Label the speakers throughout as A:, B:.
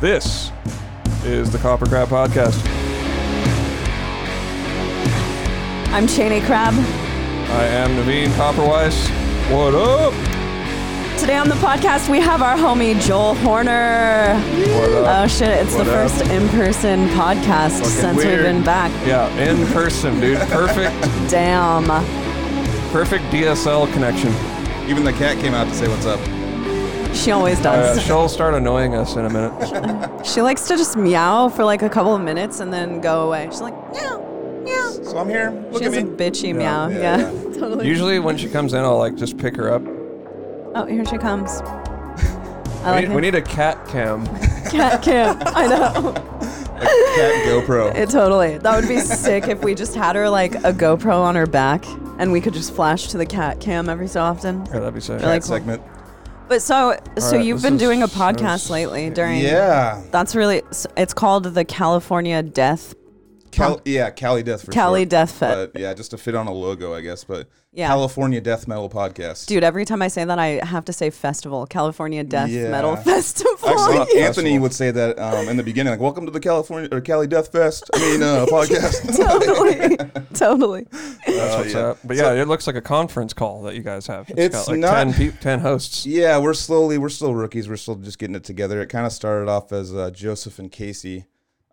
A: This is the Copper Crab Podcast.
B: I'm Cheney Crab.
A: I am Naveen Copperwise. What up?
B: Today on the podcast, we have our homie Joel Horner.
A: What up?
B: Oh shit, it's
A: What
B: the
A: up?
B: first in person podcast since we've
A: weird.
B: been back.
A: Yeah, in person, dude. Perfect,
B: Damn.
A: perfect DSL connection.
C: Even the cat came out to say what's up.
B: She always
A: Uh,
B: does.
A: she'll start annoying us in a minute.
B: She likes to just meow for like a couple of minutes and then go away. She's like, meow, meow.
C: So I'm here. Look
B: She
C: at
B: has
C: me.
B: a bitchy meow.
C: yeah,
B: Yeah.
C: yeah.
B: totally.
A: Usually, when she comes in, I'll like just pick her up.
B: Oh, here she comes. I
A: We
B: like
A: need, we need a cat cam.
B: her. cat cam. I know.
C: cat GoPro.
B: It totally. That would be sick if we just had her like a GoPro on her back and we could just flash to the cat cam every so often.
A: Yeah, that'd be sick.
B: Really cool.
C: segment.
B: But so so
A: right,
B: you've
A: this
B: been
A: is-
B: doing a
A: this
B: podcast
A: is-
B: lately during
C: Yeah.
B: That's really s- it's called the California Death.
C: Cal- yeah, Cali Death for
B: Cali
C: short.
B: Death Fit.
C: But yeah, just to fit on a logo, I guess. But
B: Yeah.
C: California Death Metal Podcast.
B: Dude, every time I say that I have to say festival, California Death
C: Yeah.
B: Metal Festival.
C: Actually,
A: Well, yeah.
C: Anthony would say that um, in the beginning, like, "Welcome to the California or Cali Death Fest." I mean, uh, podcast. Uh,
B: totally. totally.
A: That's what's
C: yeah.
A: up. But yeah, it looks like a conference call that you guys have.
C: It's
A: got like
C: not-
A: 10, peop 10 hosts.
C: Yeah, we're slowly, we're still rookies. We're still just getting it together. It kind of started off as uh, Joseph and Casey,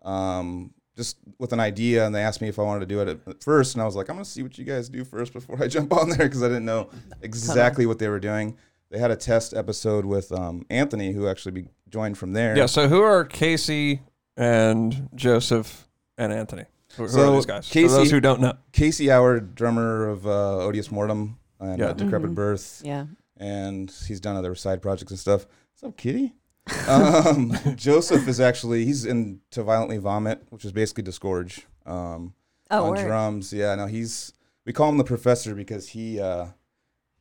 C: um, just with an idea, and they asked me if I wanted to do it at- at first, and I was like, I'm gonna see what you guys do first before I jump on there because I didn't know exactly what they were doing. They had a test episode with um, Anthony, who actually be joined from there.
A: Yeah, so who are Casey and Joseph and Anthony? Who, who are
C: So,
A: these guys? For
C: Casey-
A: those who don't know.
C: Casey Howard, drummer of uh, Odious Mortem and
A: Yeah.
C: uh, Decrepit Birth,
B: Yeah.
C: and he's done other side projects and stuff. What's up, Kitty? um, Joseph is actually he's in to violently vomit, which is basically disgorge. Um,
B: Oh,
C: on
B: word.
C: drums, yeah. No, he's we call him the professor because he uh,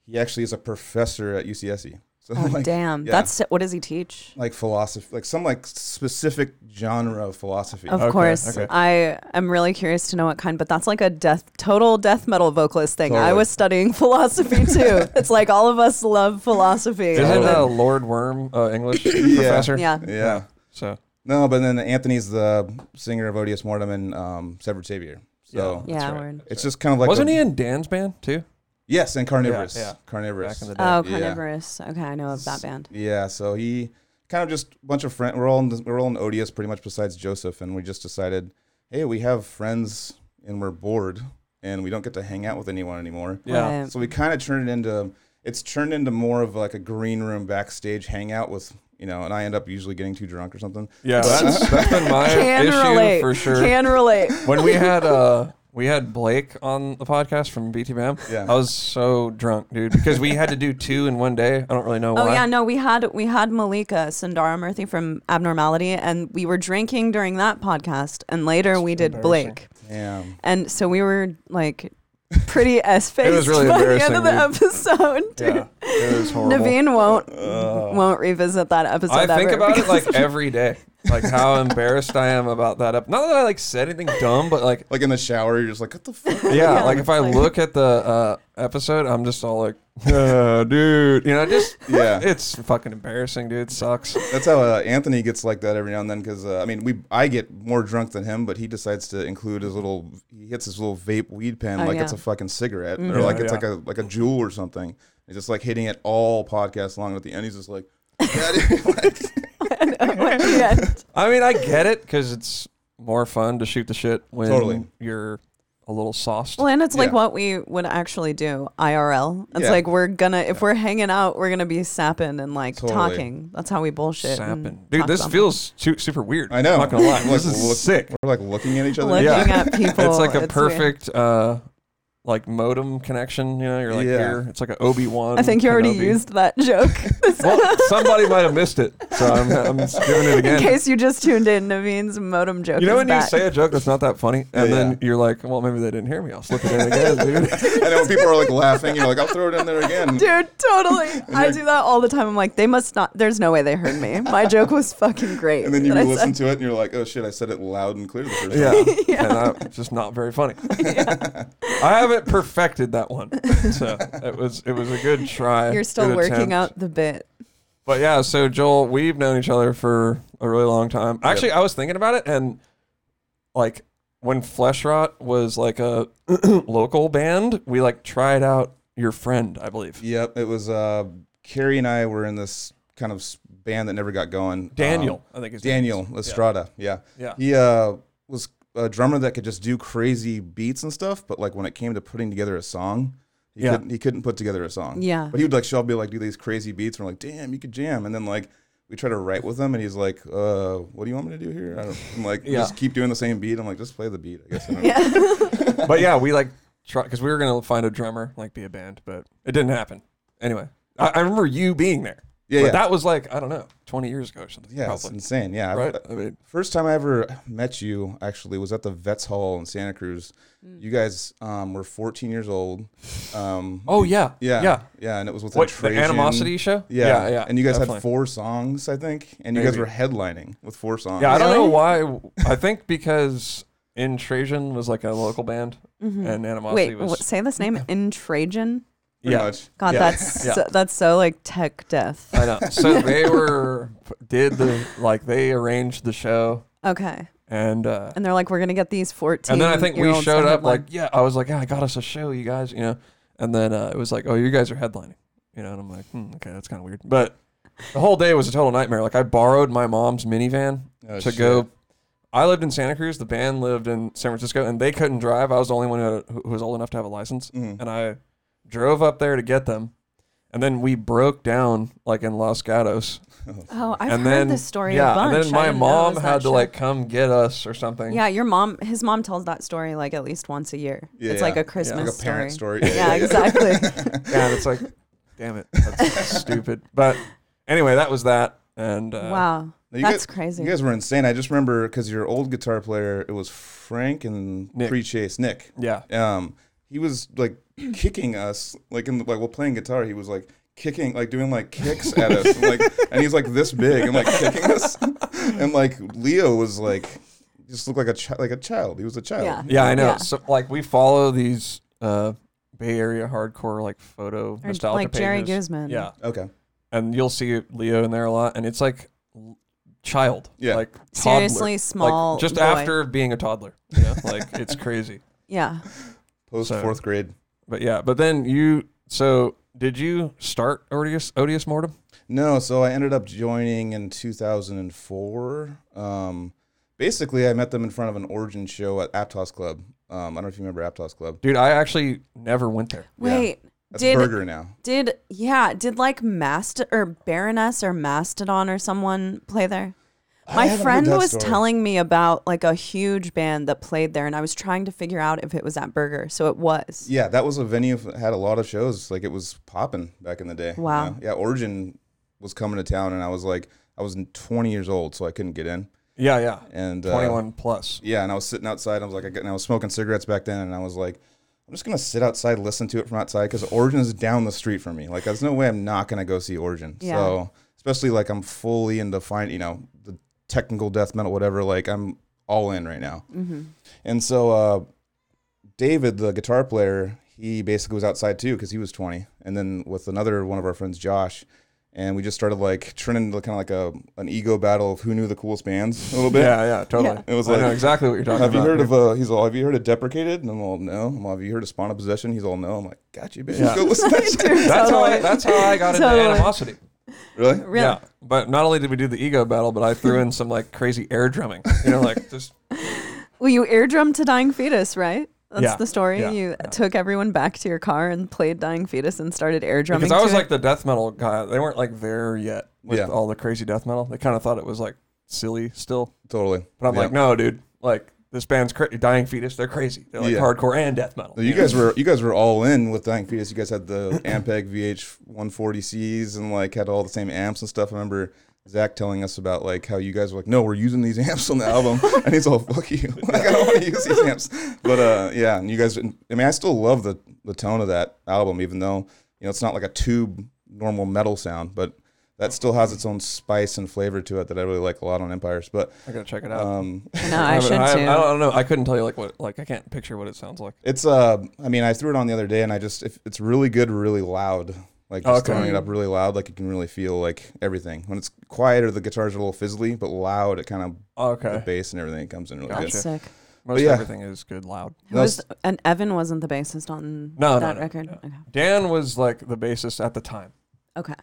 C: he actually is a professor at UCSC. E. So
B: Oh,
C: like,
B: damn.
C: yeah,
B: That's what does he teach?
C: like philosophy, like some like specific genre of philosophy.
B: Of
A: Okay,
B: course.
A: okay.
B: I am really curious to know what kind, but that's like a death total death metal vocalist thing. I
C: Totally.
B: was studying philosophy too. it's like all of us love philosophy.
A: Isn't
B: And then-
A: uh, Lord Worm uh, English professor?
B: yeah.
C: yeah.
A: So
C: No, but then Anthony's the singer of Odious Mortem and um, Severed Savior. So
B: Yeah,
A: that's
B: word.
C: it's just kind of like
A: wasn't
C: a-
A: he in Dan's band too?
C: Yes, and Carnivorous.
A: Yeah, yeah.
C: Carnivorous.
A: Back in the day.
B: Oh,
C: Yeah.
B: carnivorous. Okay, I know of that band.
C: Yeah, so he kind of just a bunch of friends. We're all in this, we're all in ODS pretty much besides Joseph, and we just decided, hey, we have friends and we're bored and we don't get to hang out with anyone anymore.
A: yeah.
B: Right.
C: So we kind of turned it into it's turned into more of like a green room backstage hangout with you know, and I end up usually getting too drunk or something.
A: Yeah, that's, that's been my
B: Can
A: issue
B: relate.
A: for sure.
B: Can relate.
A: when we had uh we had Blake on the podcast from BTBAM.
C: Yeah.
A: I was so drunk, dude, because we had to do two in one day. I don't really know
B: Oh
A: why.
B: yeah, no, we had we had Malika Sundara Murthy from Abnormality, and we were drinking during that podcast, and later we did Blake,
C: Damn.
B: and so we were like pretty s faced
A: was really
B: by the end of the
A: embarrassing,
B: episode. Dude.
A: Yeah, it was horrible.
B: Naveen won't won't revisit that episode.
A: I think
B: ever
A: about it like
B: because-
A: every day, like how embarrassed I am about that. Up, not that I like said anything dumb, but like,
C: Like in the shower, you're just like, what the fuck?
A: yeah,
B: Yeah,
A: like if I
B: like-
A: look at the uh, episode, I'm just all like, uh, dude, you know, just
C: yeah.
A: it's fucking embarrassing, dude. It sucks.
C: That's how uh, Anthony gets like that every now and then. Because uh, I mean, we I get more drunk than him, but he decides to include his little. He hits his little vape weed pen
B: Oh,
C: like
B: yeah. Mm-hmm.
C: it's a fucking cigarette, or
A: Yeah,
C: like it's
A: yeah.
C: like a like a jewel or something. He's just like hitting it all podcast long. And at the end, he's just like, "Yeah, dude," like,
B: Yeah.
A: I mean, I get it because it's more fun to shoot the shit when
C: Totally.
A: you're a little sauced.
B: Well, and it's like
C: Yeah.
B: what we would actually do IRL. It's
C: Yeah.
B: like we're gonna if we're hanging out, we're gonna be sapping and like
C: Totally.
B: talking. That's how we bullshit. and
A: Sapping. Dude,
B: talk
A: this
B: about
A: feels su- super weird.
C: I know.
A: I'm not gonna lie.
C: Like,
A: this
C: look-
A: is sick.
C: We're like looking at each other.
B: looking
A: Yeah.
B: at people.
A: It's like a
B: weird.
A: perfect, uh, like modem connection. You know, you're like
C: Yeah.
A: here. It's like an Obi Wan.
B: I think you already used that joke.
A: Well, somebody might have missed it, so I'm, I'm just giving it
B: in
A: again.
B: case you just tuned in, Naveen's modem joke.
A: you know
B: is
A: when
B: back.
A: you say a joke that's not that funny, and
C: Yeah,
A: then
C: yeah.
A: you're like, "Well, maybe they didn't hear me. I'll slip it in again, dude."
C: and then when people are like laughing, you're like, "I'll throw it in there again."
B: Dude, totally. I do that all the time. I'm like, they must not. There's no way they heard me. My joke was fucking great.
C: And then you
B: that I
C: listen
B: said.
C: to it, and you're like, "Oh shit, I said it loud and clear the first
A: Yeah,
C: time."
A: and I, it's just not very funny. I haven't perfected that one, so it was it was a good try.
B: You're still
A: good
B: working
A: attempt.
B: out the bit.
A: But yeah, so Joel, we've known each other for a really long time. Actually, I was thinking about it, and like when Flesh Rot was like a local band, we like tried out your friend, I believe.
C: Yep, it was uh, Carrie and I were in this kind of s- band that never got going.
A: Daniel, I
C: Um,
A: think his name is.
C: Daniel Estrada. Yeah.
A: Yeah.
C: He uh, was a drummer that could just do crazy beats and stuff, but like when it came to putting together a song, he
A: Yeah.
C: couldn't he couldn't put together a song.
B: Yeah.
C: But he would like show up be like do these crazy beats and we're like, damn, you could jam. And then like we try to write with him and he's like, uh, what do you want me to do here? I don't I'm like,
A: Yeah.
C: just keep doing the same beat. I'm like, just play the beat, I guess. I don't know.
A: But yeah, we like try because we were gonna find a drummer, like be a band, but it didn't happen. Anyway, I, I remember you being there.
C: Yeah,
A: but
C: yeah.
A: that was like I don't know, twenty years ago or something.
C: Yeah, it's
A: probably.
C: insane. Yeah. I've-
A: right. I mean,
C: First time I ever met you actually was at the Vets Hall in Santa Cruz. You guys um, were 14 years old. Um,
A: oh yeah,
C: yeah,
A: yeah.
C: yeah, and it was with
A: What the
C: Trajan.
A: animosity show?
C: Yeah.
A: yeah, yeah.
C: And you guys
A: definitely.
C: had four songs, I think, and you guys
A: Maybe.
C: were headlining with four songs.
A: Yeah, I don't know
B: Really?
A: why. I think because In Trajan was like a local band, and Animosity
B: Mm-hmm. Wait,
A: was
B: what, say this name in Trajan.
C: pretty
A: yeah.
C: much.
B: God,
A: Yeah.
B: that's
A: Yeah.
B: So, that's so like tech death.
A: I know. So they were did the like they arranged the show,
B: Okay,
A: and uh,
B: and they're like, we're gonna get these fourteen.
A: and then I think we
B: -year-olds to
A: showed up
B: headline."
A: like yeah. I was like yeah, I got us a show, you guys, you know. And then uh, it was like oh, you guys are headlining, you know. And I'm like hmm, okay, that's kind of weird, but the whole day was a total nightmare. Like I borrowed my mom's minivan
C: Oh,
A: to
C: shit.
A: go. I lived in Santa Cruz. The band lived in San Francisco, and they couldn't drive. I was the only one who, who was old enough to have a license,
C: Mhm.
A: and I drove up there to get them. And then we broke down like in Los Gatos.
B: Oh, I've
A: and
B: heard
A: then
B: this story
A: yeah,
B: a bunch.
A: and
B: I
A: then my
B: didn't know it
A: mom
B: was
A: had
B: that
A: to
B: show.
A: like come get us or something.
B: Yeah, your mom. His mom tells that story like at least once a year.
C: Yeah,
B: it's like
C: yeah.
B: a Christmas
C: Like a parent story.
B: Yeah, exactly.
A: yeah and it's like, damn it, that's stupid. But anyway, that was that. And uh,
B: wow,
C: You
B: that's
C: guys-
B: crazy.
C: You guys were insane. I just remember because your old guitar player, it was Frank and
A: Nick.
C: pre-chase Nick.
A: yeah,
C: um, he was like kicking us, like in the, like while playing guitar, he was like kicking, like doing like kicks at us, and, like and he's like this big and like kicking us, and like Leo was like just looked like a chi- like a child. He was a child.
B: Yeah.
A: yeah, I know.
B: Yeah.
A: So like we follow these uh, Bay Area hardcore like photo
B: Or,
A: nostalgia
B: like Jerry
A: pages.
B: Guzman.
A: Yeah,
C: Okay.
A: and you'll see Leo in there a lot, and it's like l- child,
C: Yeah.
A: like toddler.
B: Seriously
A: Like,
B: small
A: just
B: boy.
A: after being a toddler, you know? like it's crazy.
B: yeah.
C: Post
A: So-
C: fourth grade.
A: But yeah, but then you so did you start odious odious mortem?
C: No, so I ended up joining in 2004. Um, basically, I met them in front of an origin show at Aptos Club. Um, I don't know if you remember Aptos Club.
A: Dude, I actually never went there.
B: Wait,
C: That's
B: did
C: Burger now.
B: did yeah did like Mast or Baroness or Mastodon or someone play there?
C: I
B: My
C: haven't heard
B: friend
C: that
B: was
C: story.
B: telling me about like a huge band that played there, and I was trying to figure out if it was at Burger. So it was.
C: Yeah, that was a venue that had a lot of shows. Like it was popping back in the day. you
B: Wow.
C: know? Yeah, Origin was coming to town, and I was like, I was 20 years old, so I couldn't get in.
A: Yeah, yeah.
C: And uh,
A: 21 plus.
C: Yeah, and I was sitting outside. I was like, I, got- and I was smoking cigarettes back then, and I was like, I'm just gonna sit outside, listen to it from outside, because Origin is down the street from me. Like, there's no way I'm not gonna go see Origin.
B: Yeah.
C: So, especially like I'm fully into fine, you know, the technical death metal, whatever. Like, I'm all in right now. And so, uh, David, the guitar player, he basically was outside too because he was 20, and then with another one of our friends, Josh. And we just started like turning into kind of like a an ego battle of who knew the coolest bands a little bit.
A: Yeah, yeah, totally.
B: Yeah.
C: It was
A: I know
C: like-
A: exactly what you're talking
C: Have you
A: about.
C: heard of uh, he's all have you heard of deprecated? And I'm all no. I'm all, have you heard of spawn of possession? He's all no. I'm like, got you, bitch.
A: Yeah.
C: Go listen to that shit.
A: that's, how I,
B: Totally.
A: that's how I got
B: Totally.
A: into animosity.
C: Really?
B: Really?
A: Yeah. But not only did we do the ego battle, but I threw in some like crazy air drumming. You know, like just
B: Well, you eardrummed to Dying Fetus, right? That's
A: Yeah,
B: the story.
A: yeah,
B: you took everyone back to your car and played Dying Fetus and started eardrumming.
A: because I was
B: to
A: like
B: it.
A: the death metal guy. They weren't like there yet with
C: Yeah.
A: all the crazy death metal. They kind of thought it was like silly still.
C: Totally.
A: But I'm
C: Yeah.
A: like, no, dude. Like this band's cra- dying fetus. They're crazy. They're like
C: Yeah.
A: hardcore and death metal.
C: You guys were you guys were all in with Dying Fetus. You guys had the Ampeg VH140Cs and like had all the same amps and stuff. I remember Zach telling us about like how you guys were like, no, we're using these amps on the album, and he's all fuck you. like I don't want to use these amps. But uh, yeah, and you guys. I mean, I still love the the tone of that album, even though you know it's not like a tube normal metal sound, but that still has its own spice and flavor to it that I really like a lot on Empires. But
A: I gotta check it out.
C: um,
B: no, I
A: haven't-
B: should
A: I,
B: too.
A: I don't, I don't know. I couldn't tell you like what. Like I can't picture what it sounds like.
C: It's uh, I mean, I threw it on the other day, and I just if it's really good, really loud. Like just
A: Okay.
C: throwing it up really loud, like you can really feel like everything. When it's quieter, the guitars are a little fizzly, but loud, it kind of the
A: Okay.
C: bass and everything comes in really
A: Gotcha.
B: That's
C: good.
B: sick.
A: Most
C: yeah.
A: everything is good loud.
B: Who was th- and Evan wasn't the bassist on
A: No, no,
B: that
A: no,
B: record.
A: no. Dan was like the bassist at the time.
B: Okay. Okay.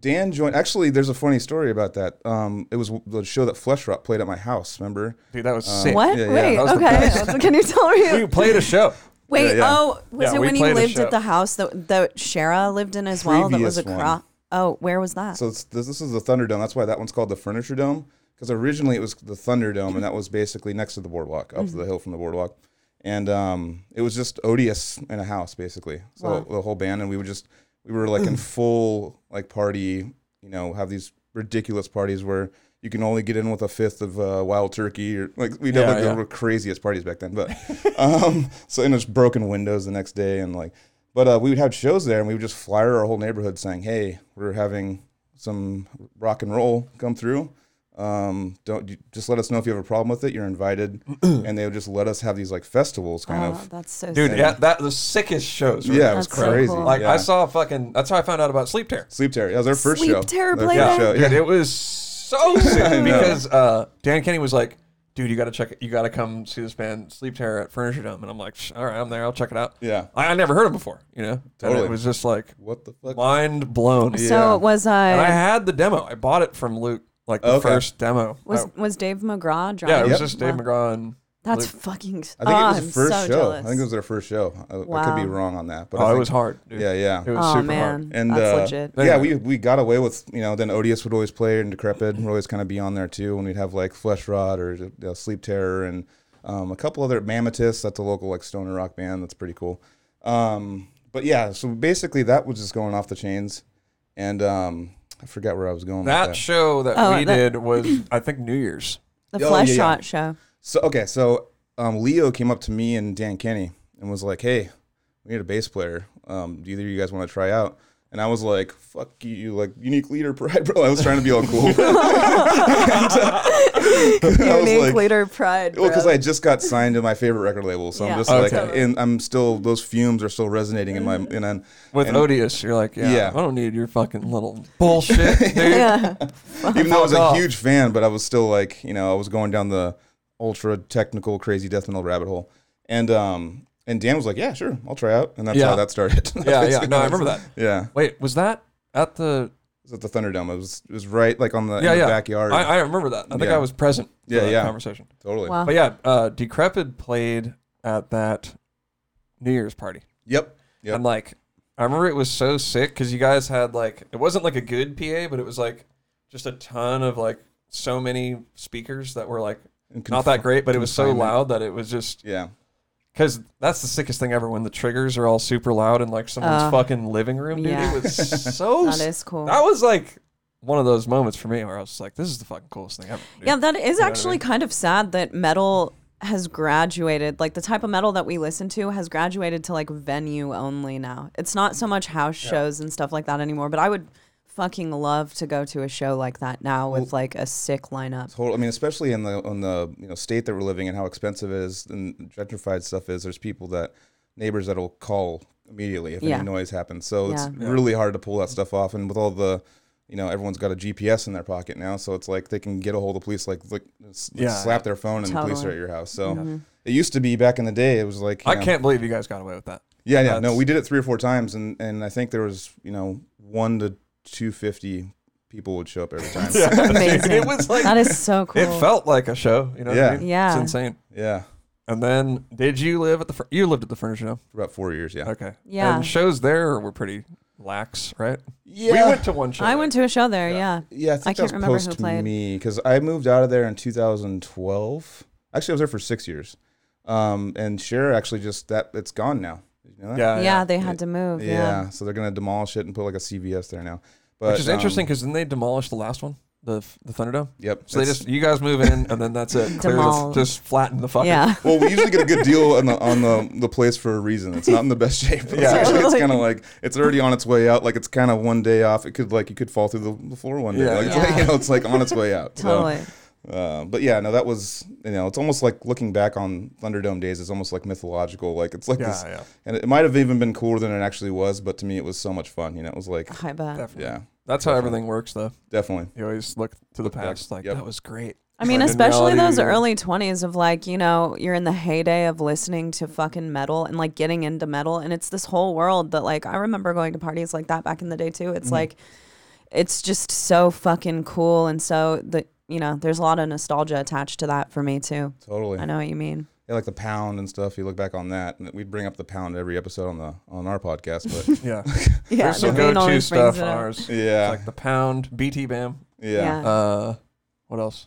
C: Dan joined. Actually, there's a funny story about that. Um, it was the show that Flesh Rot played at my house. Remember?
A: Dude, that was
C: Uh,
A: sick.
B: What?
C: yeah, yeah,
B: Wait.
A: that was the
B: okay.
A: best.
B: That's- Can you tell me?
A: We played a show.
B: Wait.
C: Yeah, yeah.
B: Oh, was
A: Yeah,
B: it
A: we
B: when you
A: played a
B: lived
A: show.
B: at the house that that Shara lived in as well? That was a
C: Previous one.
B: crop. Oh, where was that?
C: So it's, this, this is the Thunderdome. That's why that one's called the Furniture Dome. Because originally it was the Thunderdome, and that was basically next to the boardwalk, up
B: Mm-hmm.
C: the hill from the boardwalk. And um, it was just odious in a house, basically. So
B: Wow.
C: the whole band, and we would just, we were like in full like party, you know, have these ridiculous parties where you can only get in with a fifth of uh, wild turkey, or like we'd
A: Yeah,
C: have like
A: yeah.
C: the craziest parties back then. But um, so and there's broken windows the next day, and like, but uh, we would have shows there, and we would just flyer our whole neighborhood saying, "Hey, we're having some rock and roll come through. Um, don't you, just let us know if you have a problem with it. You're invited." and they would just let us have these like festivals, kind
B: Oh,
C: of.
B: that's so
A: Dude,
B: sick.
A: yeah, that the sickest shows. were-
C: Yeah, it was
B: That's so
C: crazy.
B: cool.
A: Like
C: yeah.
A: I saw fucking that's how I found out about Sleep Terror.
C: Sleep Terror. That was their first
B: Sleep
C: show.
B: Terror
C: Their
B: played
C: first
B: it?
C: show.
A: Dude, it was so sick because uh, Dan Kenny was like, "Dude, you got to check it. You got to come see this band Sleep Terror at Furniture Dome." And I'm like, "Psh, "All right, I'm there. I'll check it out."
C: Yeah.
A: I, I never heard him before, you know. And
C: Totally.
A: it was just like
C: What the fuck?
A: mind blown.
B: So
C: Yeah.
B: it was uh,
A: And I had the demo. I bought it from Luke, like the
C: Okay.
A: first demo.
B: was
A: I-
B: was Dave McGraw driving?
A: yeah, it was
C: Yep.
A: just Dave
B: Wow.
A: McGraw and
B: That's
A: Luke.
B: fucking.
C: I think
B: oh,
C: it was
B: I'm
C: the first
B: so
C: show.
B: Jealous.
C: I think it was their first show. I, I could
B: Wow.
C: be wrong on that, but I
A: oh, it
C: think-
A: was hard. Dude.
C: Yeah, yeah.
A: It was
B: oh
A: super
B: man,
A: hard.
C: And,
B: that's
C: uh,
B: legit.
A: They-
C: yeah,
A: Anyway.
C: we we got away with you know then Odious would always play and Decrepit would always kind of be on there too when we'd have like Flesh Rot or you know, Sleep Terror and um, a couple other Mammothus. That's a local like stoner rock band. That's pretty cool. Um, but yeah, so basically that was just going off the chains, and um, I forgot where I was going.
A: That
C: with that.
A: show that
B: Oh,
A: we
B: that-
A: did was, I think, New Year's.
B: The
C: Oh, yeah,
B: flesh
C: yeah.
B: shot show.
C: So okay, so um, Leo came up to me and Dan Kenny and was like, "Hey, we need a bass player. Um, do either of you guys want to try out?" And I was like, "Fuck you, like unique leader pride, bro." I was trying to be all cool. And, uh, I was
B: Unique
C: like,
B: leader pride.
C: well, because
B: bro.
C: I just got signed to my favorite record label, so
B: Yeah.
C: I'm just like,
A: Okay.
C: and I'm still those fumes are still resonating in my
B: Mm-hmm.
C: and then
A: With
C: and
A: Odious, you're like, yeah,
C: Yeah.
A: I don't need your fucking little bullshit, dude.
B: yeah.
C: even though I was
A: Fuck
C: a
A: off.
C: huge fan, but I was still like, you know, I was going down the ultra technical crazy death metal rabbit hole, and um, and Dan was like, yeah, sure, I'll try out, and that's
A: Yeah.
C: how that started.
A: Yeah, yeah. No, I remember that.
C: Yeah, it
A: Wait, was that at the?
C: was at the Thunderdome. It was it was right like on the, in
A: yeah,
C: the
A: yeah.
C: backyard.
A: I, I remember that. I think
C: Yeah.
A: I was present. For
C: Yeah,
A: that
C: yeah.
A: Conversation.
C: totally.
B: Wow.
A: But yeah, uh, Decrepit played at that New Year's party,
C: Yep. Yep.
A: and like, I remember it was so sick because you guys had like, it wasn't like a good PA, but it was like just a ton of like so many speakers that were like
C: And
A: not that
C: conf-
A: great, but it was so
C: confinement.
A: loud that it was just
C: Yeah.
A: Because that's the sickest thing ever when the triggers are all super loud in like someone's
B: Uh,
A: fucking living room, dude.
B: yeah.
A: It was so.
B: That
A: s-
B: is cool.
A: that was like one of those moments for me where I was just like, this is the fucking coolest thing ever. dude.
B: yeah, that is
A: know what I
B: actually
A: mean?
B: kind of sad that metal has graduated. Like the type of metal that we listen to has graduated to like venue only now. It's not so much house shows and stuff like that anymore. But I would fucking love to go to a show like that now with like a sick lineup.
C: Total. I mean, especially in the on the you know state that we're living in, how expensive it is and gentrified stuff is. There's people that neighbors that'll call immediately if
B: Yeah.
C: any noise happens. So it's
B: Yeah.
C: really hard to pull that stuff off. And with all the, you know, everyone's got a GPS in their pocket now, so it's like they can get a hold of police, like, like s-
A: Yeah.
C: slap their phone, and the police
B: Totally. Mm-hmm.
C: are at your house. So it used to be back in the day. It was like you
A: I
C: know-
A: can't believe you guys got away with that.
C: yeah, yeah. No,
A: That's-
C: we did it three or four times, and and I think there was you know one to two fifty people would show up every time. yeah.
B: Amazing.
A: it was like
B: that is so cool.
A: it felt like a show. You know? what I
C: Yeah.
A: mean? It's
B: Yeah.
A: insane.
C: yeah,
A: And then, did you live at the? Fur- you lived at the furniture home.
C: for about four years. Yeah,
A: Okay.
B: Yeah.
A: And shows there were pretty lax, right?
C: yeah.
A: We went to one show.
B: I went to a show there, yeah.
C: Yeah,
B: I
C: I think that
B: can't
C: was
B: remember who
C: post
B: played.
C: me because I moved out of there in 2012. Actually, I was there for six years. Um, and Cher actually just that it's gone now. Did you know that?
A: Yeah.
B: Yeah, they had to move.
C: yeah.
B: Oh, Yeah.
C: So they're gonna demolish it and put like a CVS there now. But
A: Which is
C: um,
A: interesting because then they demolished the last one, the the Thunderdome.
C: Yep.
A: So they
C: it's-
A: just you guys move in and then that's it. Clear the,
B: Demol-
A: just flatten the fucking.
B: Yeah.
C: well, we usually get a good deal on the on the, the place for a reason. It's not in the best shape. It's
A: Yeah.
C: actually- it's
B: Totally.
C: kind of like it's already on its way out. Like it's kind of one day off. It could like you could fall through the, the floor one day.
A: Yeah.
C: Like, It's
B: Yeah.
C: like you know, it's like on its way out. So,
B: Totally.
C: Uh, but yeah, no, that was you know, it's almost like looking back on Thunderdome days. It's almost like mythological. Like it's like
A: Yeah,
C: this,
A: yeah.
C: and it might have even been cooler than it actually was. But to me, it was so much fun. You know, it was like,
B: I bet.
A: Definitely.
C: yeah,
A: That's how everything works, though.
C: definitely.
A: You always look to the
C: Look back,
A: past, like
C: yep.
A: that was great.
B: I mean,
A: Like, in
B: especially those
A: reality-
B: early 20s of like, you know, you're in the heyday of listening to fucking metal and like getting into metal. And it's this whole world that, like, I remember going to parties like that back in the day too.
A: Mm-hmm.
B: It's like, it's just so fucking cool. And so, the, you know, there's a lot of nostalgia attached to that for me too.
C: Totally.
B: I know what you mean.
C: Yeah, like the pound and stuff. You look back on that, and we'd bring up the pound every episode on the on our podcast. But
A: Yeah,
B: Yeah.
A: there's some
B: Naveen
A: go-to
B: always brings
A: stuff
B: it
A: on
B: up.
A: ours,
C: yeah,
A: like the pound, BT Bam.
C: yeah,
A: Uh, what else?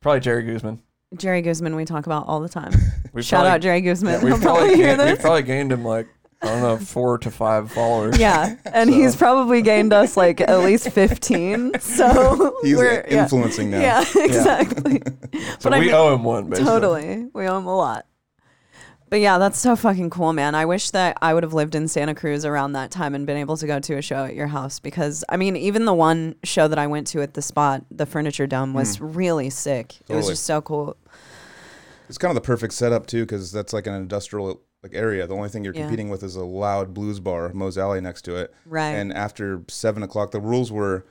A: Probably Jerry Guzman.
B: Jerry Guzman, we talk about all the time.
A: We
B: Shout
A: probably,
B: out Jerry Guzman.
A: we
B: He'll probably hear
A: we
B: this.
A: probably gained him like I don't know four to five followers.
B: Yeah, and
A: So-
B: he's probably gained us like at least fifteen. So
C: He's
B: we're yeah.
C: influencing now.
B: Yeah, exactly.
A: so
B: but I
A: we
B: mean-
A: owe him one. Basically.
B: totally. We owe him a lot. But yeah, that's so fucking cool, man. I wish that I would have lived in Santa Cruz around that time and been able to go to a show at your house because I mean, even the one show that I went to at the spot, the Furniture Dome, was
A: Hmm.
B: really sick. It was
C: Totally.
B: just so cool.
C: It's kind of the perfect setup too, because that's like an industrial like area. The only thing you're
B: Yeah.
C: competing with is a loud blues bar, Mo's Alley, next to it.
B: Right.
C: And after seven o'clock, the rules were,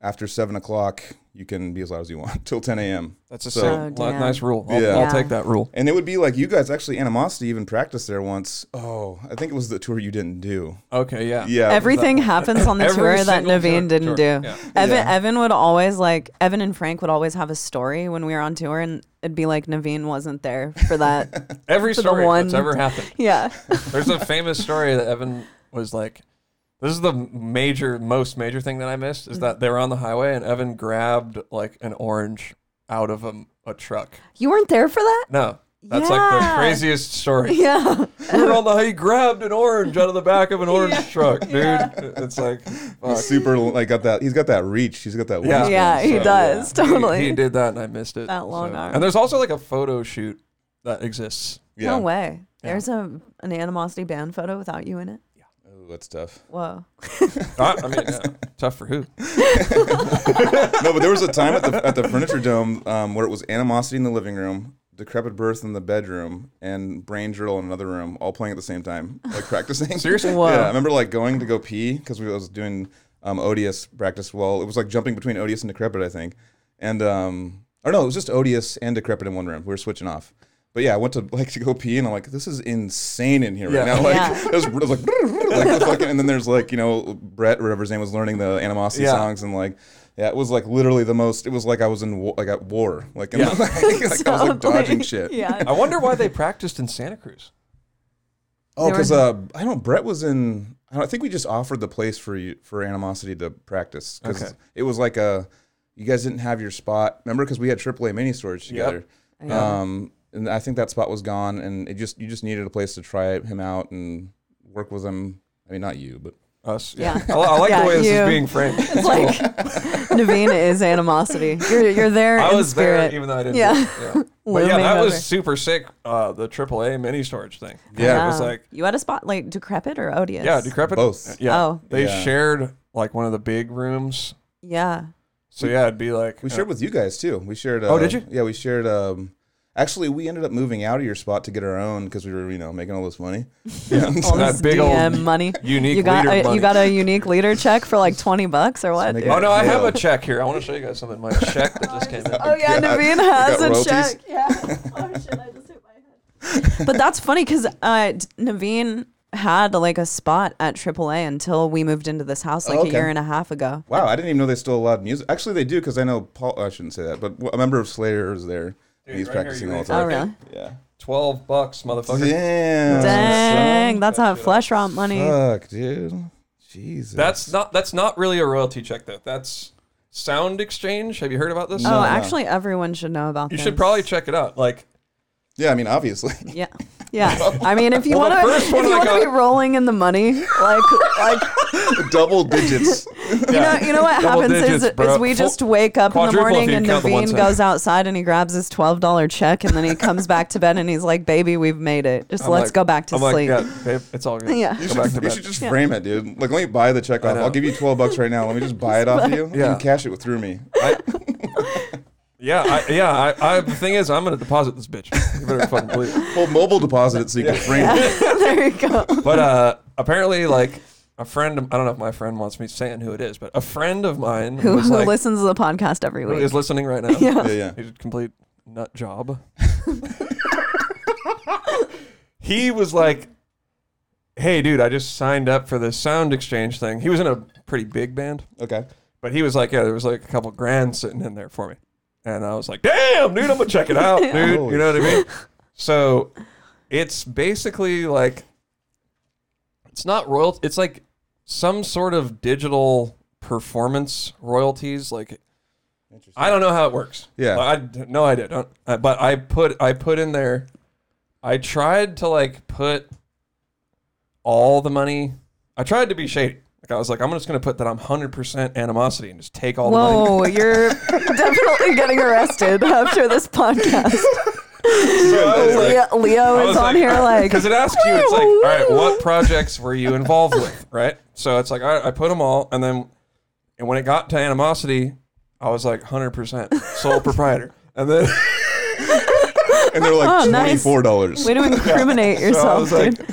C: after seven o'clock, you can be as loud as you want till ten a.m.
A: That's a
C: So-
A: so,
B: Oh, damn.
A: nice rule. I'll,
C: Yeah.
A: I'll
B: Yeah.
A: take that rule.
C: And it would be like you guys actually animosity even practiced there once. Oh, I think it was the tour you didn't do.
A: Okay, yeah.
C: Yeah,
B: Everything happens on the
A: uh, Every
B: tour that
A: single
B: Naveen
A: tour- tour,
B: didn't do.
A: yeah.
B: Evan
C: Yeah.
B: Evan would always like Evan and Frank would always have a story when we were on tour and it'd be like Naveen wasn't there for that.
A: Every
B: For the
A: story that's
B: one-
A: ever happened.
B: yeah.
A: There's a famous story that Evan was like, "This is the major, most major thing that I missed
B: Mm.
A: is that they were on the highway and Evan grabbed like an orange out of a, a truck."
B: You weren't there for that?
A: No, that's like the
B: Yeah.
A: craziest story.
B: Yeah.
A: we were on the he grabbed an orange out of the back of an orange
B: Yeah.
A: truck, dude.
B: Yeah.
A: It's like
C: He's
A: fuck.
C: super like got that. He's got that reach. He's got that.
A: Yeah.
C: wingspan,
B: Yeah, he
C: so,
B: does. Totally.
A: He, he did that and I missed it.
B: That long arm.
A: And there's also like a photo shoot that exists.
C: Yeah.
B: No way.
A: Yeah.
B: There's a an animosity band photo without you in it.
C: Oh, that's tough.
B: Whoa.
A: I, I mean, yeah, tough for who?
C: no, but there was a time at the at the Furniture Dome um, where it was Animosity in the living room, Decrepit Birth in the bedroom, and Brain Drill in another room, all playing at the same time, like practicing.
A: Seriously?
B: Whoa.
C: Yeah, I remember like going to go pee because we was doing um, Odious practice. Well, it was like jumping between Odious and Decrepit, I think, and um, or no, it was just Odious and Decrepit in one room. We were switching off. But yeah, I went to like to go pee, and I'm like, this is insane in here right
A: Yeah.
C: now. Like,
B: Yeah.
C: it, was, it was like, like the fucking, and then there's like, you know, Brett, whatever his name was, learning the animosity
A: Yeah.
C: songs, and like, yeah, it was like literally the most. It was like I was in war, like at war, like, and
A: Yeah.
C: like, like, I was like dodging shit.
B: Yeah.
A: I wonder why they practiced in Santa Cruz.
C: Oh,
B: There
C: because
B: were-
C: uh, I don't. Brett was in. I, don't, I think we just offered the place for you for animosity to practice because
A: Okay.
C: it was like a. You guys didn't have your spot, remember? Because we had AAA mini storage together.
B: Yeah.
C: Um, and I think that spot was gone, and it just you just needed a place to try him out and work with him. I mean, not you, but
A: Us.
B: Yeah.
A: I, li- I like
B: Yeah,
A: the way this
B: you.
A: is being framed.
B: It's like Naveen is animosity. You're you're there
A: I
B: in
A: was
B: spirit.
A: there even though I didn't.
B: Yeah.
A: do it. yeah. But yeah,
B: Looming
A: that
B: over.
A: was super sick. Uh, the AAA mini storage thing.
C: Yeah.
A: It was
B: Wow.
A: like,
B: you had a spot like decrepit or odious.
A: yeah, decrepit.
C: both.
A: Yeah.
B: Oh.
A: They
C: Yeah.
A: shared like one of the big rooms.
B: Yeah.
A: So yeah, it'd be like
C: we
A: uh,
C: shared with you guys too. We shared. Uh,
A: Oh, did you?
C: Yeah, we shared. Um, actually, we ended up moving out of your spot to get our own because we were, you know, making all this money. Yeah.
B: All
A: That
B: this
A: big old
B: DM money.
A: unique
B: You got
A: leader
B: a,
A: money.
B: you got a unique leader check for like twenty bucks or what?
C: make
B: dude?
A: Oh no, I have
C: Yeah.
A: a check here. I want to show you guys something. My check that just came in.
B: Oh yeah,
C: God.
B: Naveen
C: You
B: has
C: got
B: a
C: royalties?
B: check. Yeah. Oh shit, I just hit my head. but that's funny because uh, d- Naveen had like a spot at AAA until we moved into this house like
C: Okay.
B: a year and a half ago.
C: Wow, I didn't even know they still allowed music. Actually, they do because I know Paul. oh, I shouldn't say that, but a member of Slayer is there. and he's
A: right here,
C: practicing
A: you
C: all the
B: Oh
A: Okay.
C: time. Oh,
B: really?
C: Yeah.
A: Twelve bucks, motherfucker.
C: Damn.
B: Dang,
A: son.
B: that's
A: That
B: hot
A: shit
B: flesh rot money.
C: Fuck, dude. Jesus.
A: That's not that's not really a royalty check though. That's Sound Exchange. Have you heard about this?
C: No,
B: oh,
C: no.
B: actually, everyone should know about
A: You
B: this.
A: should probably check it out. Like
C: yeah. I mean, obviously.
B: Yeah. Yeah. I mean, if you
A: Well, the
B: want to,
A: first
B: if
A: one
B: you
A: I
B: want to
A: got-
B: be rolling in the money, like, like
C: Double digits.
B: You know, you know what
A: Double
B: happens
A: digits,
B: is,
A: bro.
B: is we
A: Full-
B: just wake up in the
A: quadruple if
B: morning
A: you
B: and
A: count the one
B: Naveen
A: cent.
B: goes outside and he grabs his twelve dollar check and then he comes back to bed and he's like, "Baby, we've made it. Just
A: I'm
B: let's
A: like-
B: go back to
A: I'm
B: sleep."
A: like, yeah, babe, it's all good.
B: Yeah.
C: You
A: Go
C: should,
A: back to
C: you
A: bed.
C: should just
B: Yeah.
C: frame it, dude. Like, let me buy the check off.
A: know.
C: I'll give you twelve bucks right now. Let me just buy it off of you.
A: Yeah.
C: And cash it with, through me.
A: I- Yeah, I, yeah. I, I, the thing is, I'm gonna deposit this bitch. You better fucking believe it.
C: Well, mobile deposit it so you can bring it.
B: there you go.
A: But uh, apparently, like a friend, I don't know if my friend wants me saying who it is, but a friend of mine
B: Who,
A: was
B: who
A: like,
B: listens to the podcast every
A: who
B: week?
A: is listening right now.
B: Yeah.
C: Yeah, yeah.
A: He's a complete nut job. he was like, "Hey, dude, I just signed up for this Sound Exchange thing." He was in a pretty big band,
C: Okay.
A: but he was like, "Yeah, there was like a couple grand sitting in there for me," and I was like, "Damn, dude, I'm gonna check it out, dude."
C: Holy
A: you know what I mean? So it's basically like it's not royalty. It's like some sort of digital performance royalties, like.
C: Interesting.
A: I don't know how it works.
C: Yeah.
A: I d- no idea. Don't. Uh, but I put I put in there. I tried to like put all the money. I tried to be shady. Like I was like, I'm just gonna put that I'm 100% animosity and just take all the money.
B: Whoa, you're definitely getting arrested after this podcast.
A: So I was like-
B: Leo, Leo
A: I
B: is
A: was
B: on here like,
A: because it asks you, it's like, all right, what projects were you involved with, right? So it's like, all right, I put them all, and then, and when it got to animosity, I was like, hundred percent sole proprietor, and then
C: And they're like
B: Oh,
C: twenty
B: nice.
C: four dollars.
B: way to incriminate
A: So I
B: yourself,
A: was like,
B: dude.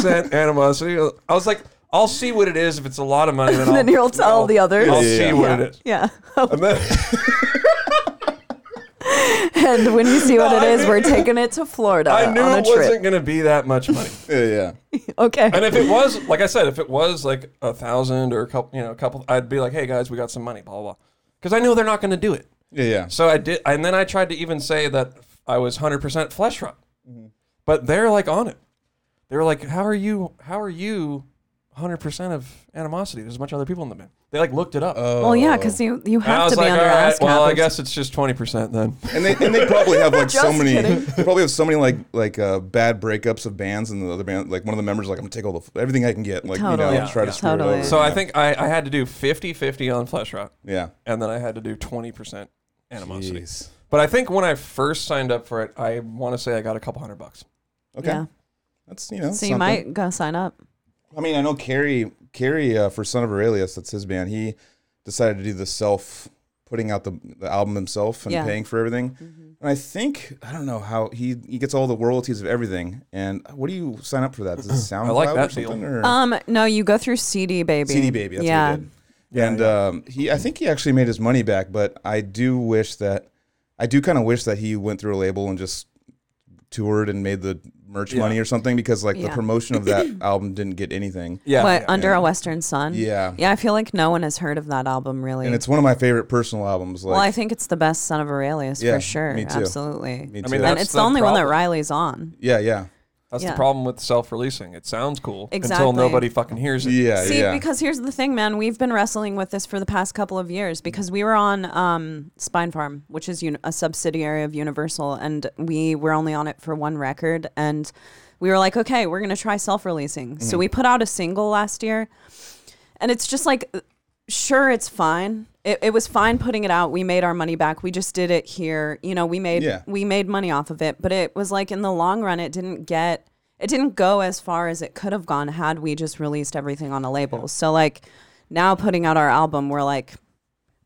A: 100% animosity. I was like, I'll see what it is. If it's a lot of money, then,
B: then
A: I'll,
B: you'll tell the others.
A: I'll
C: Yeah,
A: see
C: yeah,
A: what it is.
B: Yeah.
A: And then,
B: and when you see what
A: No,
B: it
A: I
B: is,
A: knew-
B: we're taking it to Florida
A: I knew
B: on a
A: it
B: trip.
A: wasn't going to be that much money.
C: Yeah, yeah.
B: Okay.
A: And if it was, like I said, if it was like a thousand or a couple, you know, a couple, I'd be like, hey guys, we got some money, blah, blah, blah. Because I know they're not going to do it.
C: Yeah, yeah.
A: So I did, and then I tried to even say that I was 100% flesh rot, but they're like on it. They were like, "How are you? How are you 100% of animosity?" There's a bunch of other people in the band. They like looked it up.
B: well, yeah, because you, you
A: And I
B: have
A: was
B: to be
A: like,
B: under
A: all right,
B: ass
A: well, I
B: cappers.
A: guess it's just 20% then.
C: And they and they probably have like so
B: Just
C: many.
B: kidding.
C: They probably have so many like like uh, bad breakups of bands, and the other band like one of the members is like I'm gonna take all the f- everything I can get, like
B: Totally.
C: you know, try
B: Yeah.
C: to screw
B: Totally.
C: it over.
A: So I think I, I had to do 50 50 on Flesh Rot,
C: yeah.
A: and then I had to do 20% animosity.
C: Jeez.
A: But I think when I first signed up for it, I want to say I got a couple hundred bucks.
C: Okay.
B: Yeah.
C: That's you know.
B: So
C: something.
B: you might go sign up.
C: I mean, I know Carrie. Carrie uh, for Son of Aurelius, that's his band. He decided to do the self putting out the, the album himself and
B: Yeah. Mm-hmm.
C: paying for everything. And I think I don't know how he he gets all the royalties of everything. And what do you sign up for that? Does it sound
A: like that
C: or
A: deal.
C: something? Or?
B: Um, no, you go through CD Baby.
C: CD Baby. That's
B: yeah.
C: what he did. and Um, he, I think he actually made his money back, but I do wish that, I do kind of wish that he went through a label and just toured and made the merch
A: Yeah.
C: money or something because like the
B: Yeah.
C: promotion of that album didn't get anything.
A: Yeah.
B: what,
A: yeah.
B: Under a Western Sun?
C: Yeah.
B: Yeah, I feel like no one has heard of that album really.
C: And it's one of my favorite personal albums. Like,
B: well, I think it's the best Son of Aurelius
C: Yeah,
B: for sure.
C: me too.
B: Absolutely.
C: me
A: I
C: too.
A: mean,
B: and
A: That's
B: it's
A: the
B: the only one that
A: problem.
B: Riley's on.
C: yeah, yeah,
A: That's the
B: Yeah.
A: problem with self releasing. It sounds cool until
B: Exactly.
A: nobody fucking hears it.
C: yeah,
B: See,
C: yeah.
B: because here's the thing, man. We've been wrestling with this for the past couple of years because we were on um, Spine Farm, which is uni- a subsidiary of Universal, and we were only on it for one record. And we were like, okay, we're going to try self releasing.
C: Mm.
B: So we put out a single last year. And it's just like, sure, it's fine. It, it was fine putting it out. We made our money back. We just did it here. You know, we made
C: Yeah.
B: we made money off of it. But it was like in the long run, it didn't get it didn't go as far as it could have gone had we just released everything on a label. So like now putting out our album, we're like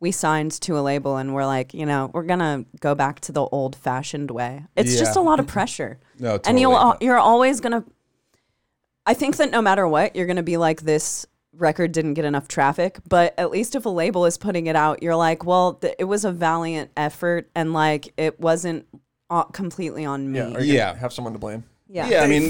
B: we signed to a label and we're like, you know, we're gonna go back to the old fashioned way. It's just a
C: Yeah.
B: lot of pressure.
C: No,
B: And
C: totally.
B: you'll al- you're always gonna I think that no matter what, you're gonna be like this record didn't get enough traffic, but at least if a label is putting it out, you're like, well, th- it was a valiant effort and like it wasn't uh, completely on me.
A: Yeah.
B: Yeah.
A: Are you gonna
C: Yeah.
A: Have someone to blame.
B: Yeah.
C: yeah, I mean,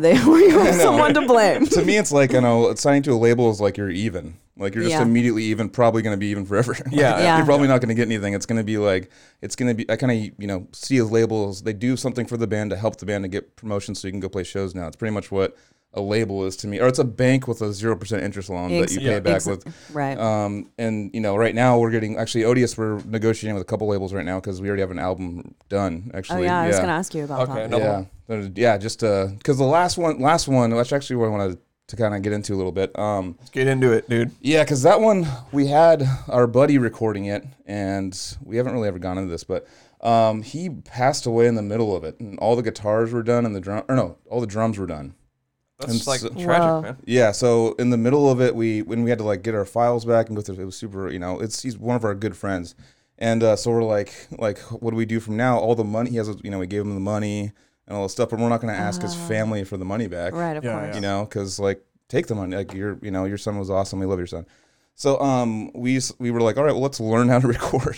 B: they were you have someone to blame.
C: to me, it's like you know, signing to a label is like you're even. Like you're just
B: Yeah.
C: immediately even, probably going to be even forever. Like,
A: Yeah.
B: Yeah.
C: you're probably not going to get anything. It's going to be like it's going to be. I kind of you know see as labels they do something for the band to help the band to get promotion, so you can go play shows now. It's pretty much what a label is to me, or it's a bank with a zero percent interest loan
B: Ex-
C: that you pay
A: Yeah.
C: back
B: ex-
C: with.
B: Right.
C: Um, and you know, right now we're getting actually odious. We're negotiating with a couple labels right now because we already have an album done.
B: oh
C: Actually,
B: yeah, I was gonna ask you about
A: Okay.
B: that.
A: Another
C: yeah, There's- yeah, just because the last one, last one, that's actually what I wanted to kind of get into a little bit. Um,
A: Let's get into it, dude.
C: yeah, because that one we had our buddy recording it, and we haven't really ever gone into this, but um, he passed away in the middle of it, and all the guitars were done, and the drum, or no, all the drums were done.
A: That's
C: And
A: like
C: so-
A: tragic,
B: Wow.
A: man.
C: Yeah, so in the middle of it, we when we had to like get our files back and go through. It was super, you know. It's he's one of our good friends, And uh, so we're like, like, what do we do from now? All the money he has, you know, we gave him the money and all this stuff, but we're not going to ask his family for the money back,
B: Right, of
A: Yeah,
B: course.
C: You know, because like, take the money. Like, your, you know, your son was awesome. We love your son. So um, we s- we were like, all right, well, let's learn how to record.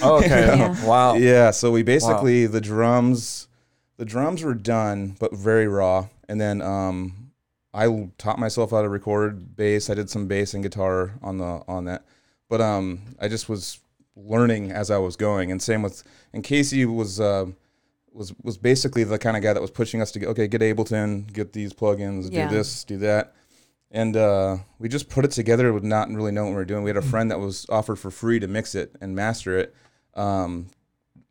A: Oh, okay.
B: Yeah.
A: Wow.
C: Yeah, so we basically the drums, the drums were done but very raw, and then um, I l- taught myself how to record bass. I did some bass and guitar on the on that, but um, I just was learning as I was going, and same with and Casey was. Uh, was was basically the kind of guy that was pushing us to get okay, get Ableton, get these plugins,
B: Yeah.
C: do this, do that, and uh, we just put it together with not really knowing what we were doing. We had
A: Mm.
C: a friend that was offered for free to mix it and master it, um,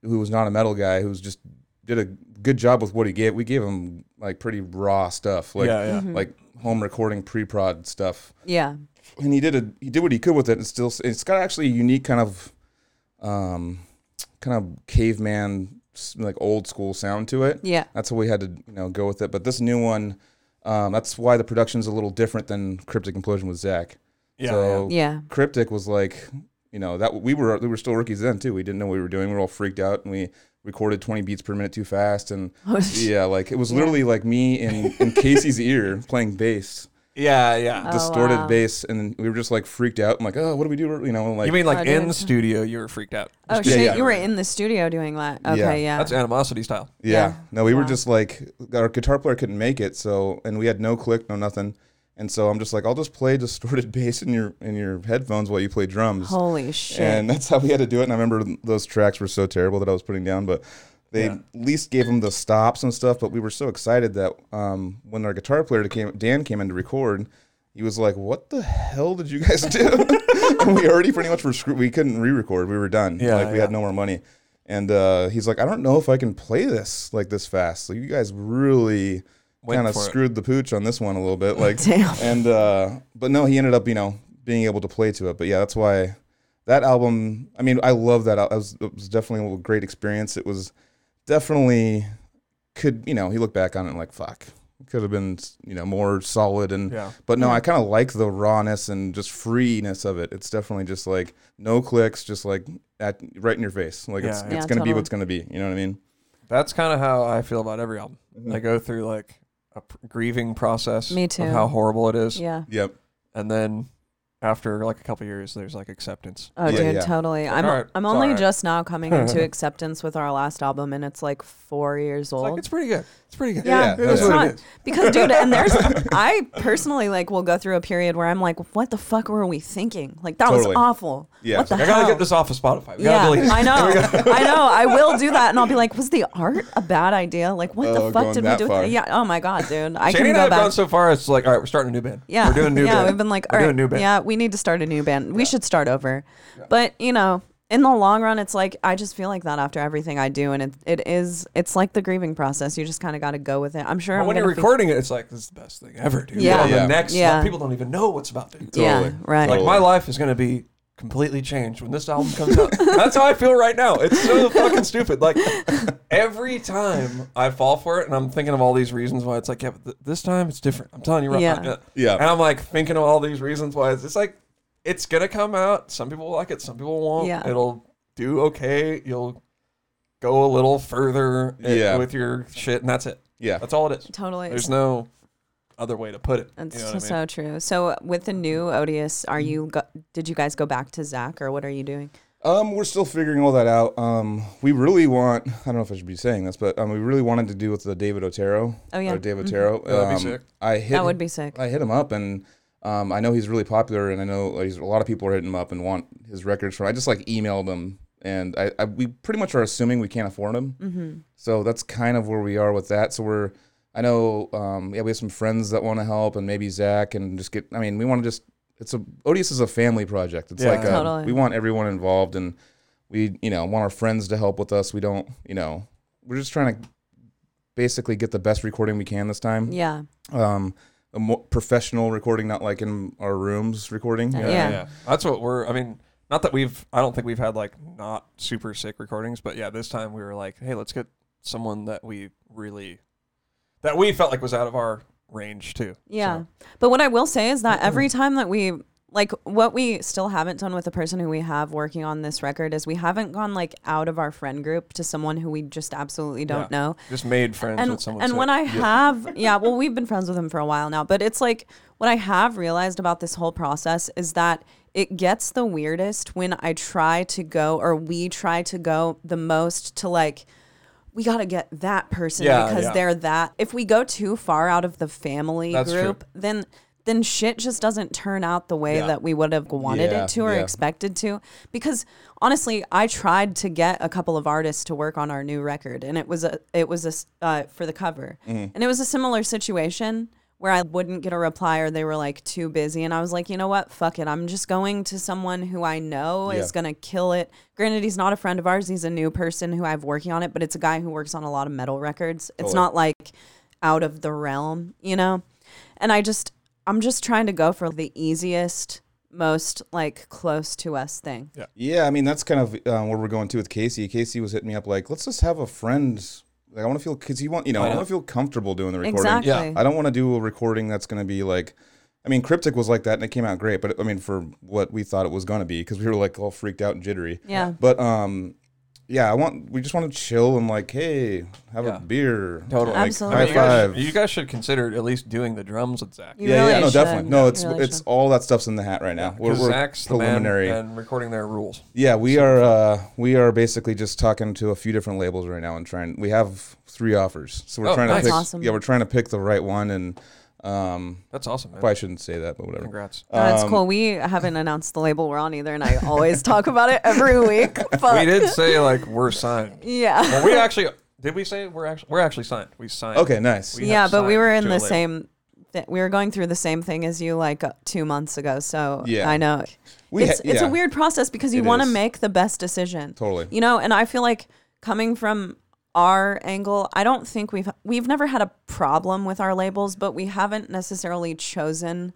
C: who was not a metal guy, who was just did a good job with what he gave. We gave him like pretty raw stuff, like
A: yeah, yeah.
C: like home recording pre prod stuff,
B: Mm-hmm. Yeah.
C: and he did a he did what he could with it, and still it's got actually a unique kind of um, kind of caveman s- like old school sound to it
B: Yeah.
C: that's what we had to you know go with it. But this new one, um, that's why the production's a little different than Cryptic Implosion with Zach.
A: Yeah,
C: so
B: Yeah.
C: Cryptic was like, you know, that we were we were still rookies then too. We didn't know what we were doing. We were all freaked out, and we recorded 20 beats per minute too fast. And
B: Oh,
C: yeah, like it was literally like me in in Casey's ear playing bass,
A: Yeah, yeah.
B: Oh,
C: distorted
B: wow.
C: bass, and we were just like freaked out. I'm like, oh, what do we do? You know, and like
A: you mean
B: Oh,
A: like
B: dude.
A: in studio you were freaked out?
B: Oh
A: Just-
B: shit!
C: yeah.
B: You were in the studio doing that. Okay, yeah.
A: That's animosity style.
C: Yeah.
B: Yeah.
C: No, we were
B: Wow.
C: just like our guitar player couldn't make it, so and we had no click, no nothing. And so I'm just like, I'll just play distorted bass in your in your headphones while you play drums.
B: Holy shit!
C: and that's how we had to do it. And I remember those tracks were so terrible that I was putting down, but they
A: Yeah.
C: at least gave them the stops and stuff. But we were so excited that um, when our guitar player came, Dan came in to record, he was like, "What the hell did you guys do?" and we already pretty much were screwed. We couldn't re-record. We were done.
A: Yeah,
C: like we had
A: yeah.
C: no more money. And uh, he's like, "I don't know if I can play this like this fast. So you guys really."
A: Went
C: Kind of
A: for it.
C: screwed the pooch on this one a little bit, like,
B: Damn.
C: and uh, but no, he ended up, you know, being able to play to it. But yeah, that's why that album i mean i love that al- it was, it was definitely a great experience it was definitely could you know he looked back on it and like fuck could have been you know more solid and
A: Yeah.
C: but no i kind of like the rawness and just freeness of it it's definitely just like no clicks just like at right in your face like it's,
A: Yeah, yeah.
C: it's
B: Yeah,
C: gonna be
B: totally.
C: what's gonna be you know what i mean
A: That's kind of how I feel about every album. I go through like a p- grieving process
B: Me
A: of
B: too.
A: how horrible it is.
B: yeah.
C: yep
A: And then after like a couple years, there's like acceptance.
B: Oh,
C: Yeah,
B: dude,
C: yeah.
B: totally. I'm
A: alright,
B: I'm
A: it's
B: only
A: alright.
B: just now coming into acceptance with our last album, and it's like four years
A: It's
B: old.
A: like it's pretty good. It's pretty good.
B: yeah,
C: Yeah, that's
B: it's
C: what it
B: not
A: is.
B: because, dude. And there's, I personally like will go through a period where I'm like, what the fuck were we thinking? Like that
C: Totally.
B: was awful.
C: Yeah,
B: what
C: it's
B: the
A: I
B: hell?
A: gotta get this off of Spotify. We gotta delete
B: yeah,
A: it.
B: I know, I know. I will do that, and I'll be like, "Was the art a bad idea? Like, what
C: Oh,
B: the fuck
C: going
B: did we
C: that
B: do?" with
C: far.
B: that? Yeah. Oh my god, dude. I
A: Shane
B: can
A: and
B: go
A: I have
B: back.
A: gone so far. It's like, all right, we're starting a new band.
B: Yeah,
A: we're doing a new
B: yeah,
A: band.
B: we've been like,
A: we're
B: all
A: doing
B: right,
A: a new band.
B: yeah, we need to start a new band. We should start over. But you know, in the long run, it's like I just feel like that after everything I do, and it, it is it's like the grieving process. You just kind of got to go with it. I'm sure
A: But
B: I'm
A: when you're
B: gonna be-
A: recording it, it's like this is the best thing ever, dude.
B: Yeah.
A: We're on
C: Yeah.
A: The next,
B: Yeah.
A: people don't even know what's about to. do.
B: yeah,
C: Totally.
B: right.
A: Like my life is gonna be completely changed when this album comes out. That's how I feel right now. It's so fucking stupid. Like every time I fall for it, and I'm thinking of all these reasons why it's like, yeah, but th- this time it's different. I'm telling you right.
B: Yeah.
A: uh,
C: Yeah.
A: And I'm like thinking of all these reasons why it's, it's like it's gonna come out. Some people will like it. Some people won't.
B: Yeah.
A: It'll do okay. You'll go a little further i-
C: Yeah.
A: with your shit, and that's it.
C: yeah
A: That's all it is.
B: Totally.
A: There's no other way to put it.
B: That's
A: you know what I mean?
B: so true. So uh, with the new Odious,
A: Mm-hmm.
B: are you go- did you guys go back to Zach or what are you doing?
C: Um, we're still figuring all that out. Um, we really want. I don't know if I should be saying this, but um, we really wanted to do with the David Otero.
B: Oh, yeah.
C: Or David Otero.
A: that'd be
C: Um,
A: sick.
C: I hit.
B: That would be sick.
C: I hit him up, and um, I know he's really popular, and I know like, he's, a lot of people are hitting him up and want his records from. I just like emailed him, and I, I we pretty much are assuming we can't afford him. Mm-hmm. So that's kind of where we are with that. So we're. I know. Um, yeah, we have some friends that want to help, and maybe Zach, and just get. I mean, we want to just. It's a Odious is a family project. It's
A: Yeah.
C: like a,
B: Totally.
C: we want everyone involved, and we you know want our friends to help with us. We don't you know we're just trying to basically get the best recording we can this time.
B: Yeah,
C: Um, a more professional recording, not like in our rooms recording.
B: Yeah.
A: yeah, yeah. That's what we're. I mean, not that we've. I don't think we've had like not super sick recordings, but yeah, this time we were like, hey, let's get someone that we really, that we felt like was out of our range too.
B: yeah.
A: So,
B: But what I will say is that every time that we like what we still haven't done with the person who we have working on this record is we haven't gone like out of our friend group to someone who we just absolutely don't
A: Yeah.
B: know.
A: Just made friends
B: And,
A: with someone.
B: and when I have, yeah, well, we've been friends with him for a while now, but it's like what I have realized about this whole process is that it gets the weirdest when I try to go or we try to go the most to like, we got to get that person
A: Yeah,
B: because
A: yeah.
B: they're that. If we go too far out of the family
A: That's true.
B: group, then then shit just doesn't turn out the way
A: Yeah.
B: that we would have wanted
C: Yeah,
B: it to or
C: yeah.
B: expected to because honestly I tried to get a couple of artists to work on our new record and it was a it was a s- uh, for the cover and it was a similar situation where I wouldn't get a reply or they were like too busy and I was like you know what fuck it I'm just going to someone who I know is
C: Yeah.
B: gonna kill it granted he's not a friend of ours he's a new person who I've working on it but it's a guy who works on a lot of metal records it's
C: Totally.
B: not like out of the realm you know and I just I'm just trying to go for the easiest, most like close to us thing.
C: Yeah, I mean that's kind of um, where we're going to with Casey. Casey was hitting me up like, let's just have a friend. Like I want to feel because you want you know I
A: know.
C: want to feel comfortable doing the recording.
B: Exactly.
A: Yeah.
C: I don't want to do a recording that's going to be like. I mean, Cryptic was like that, and it came out great. But I mean, for what we thought it was going to be, because we were like all freaked out and jittery.
B: Yeah.
C: But um, yeah, I want we just want to chill and like, hey, have
A: Yeah.
C: a beer,
A: Totally.
C: like,
B: Absolutely.
C: high
A: you, guys,
C: five.
A: you guys should consider at least doing the drums with Zach.
B: You
C: yeah,
B: really
C: yeah, no,
B: should.
C: definitely. No,
B: You
C: it's
B: really
C: it's
B: should.
C: all that stuff's in the hat right now. We're,
A: Because
C: we're
A: Zach's the man
C: preliminary.
A: and recording their rules.
C: Yeah, we are uh, we are basically just talking to a few different labels right now and trying. We have three offers, so we're
A: Oh,
C: trying
A: nice.
C: to pick.
B: That's awesome.
C: Yeah, we're trying to pick the right one, and um,
A: That's awesome, man.
C: probably shouldn't say that, but whatever.
A: Congrats.
B: No, that's
A: Um,
B: cool. We haven't announced the label we're on either, and I always talk about it every week. But
A: We did say like we're signed.
B: yeah,
A: Well, we actually did. We say we're actually we're actually signed. We signed.
C: Okay, nice.
A: We
B: yeah.
A: have
B: But we
A: signed
B: were in
A: to a
B: the
A: label.
B: same. Th- we were going through the same thing as you like uh, two months ago. So
C: Yeah.
B: I know
C: We
B: it's
C: ha-
B: it's a
C: yeah.
B: weird process because you
C: It
B: want to
C: is.
B: make the best decision.
C: Totally.
B: You know, and I feel like coming from our angle, I don't think we've we've never had a problem with our labels, but we haven't necessarily chosen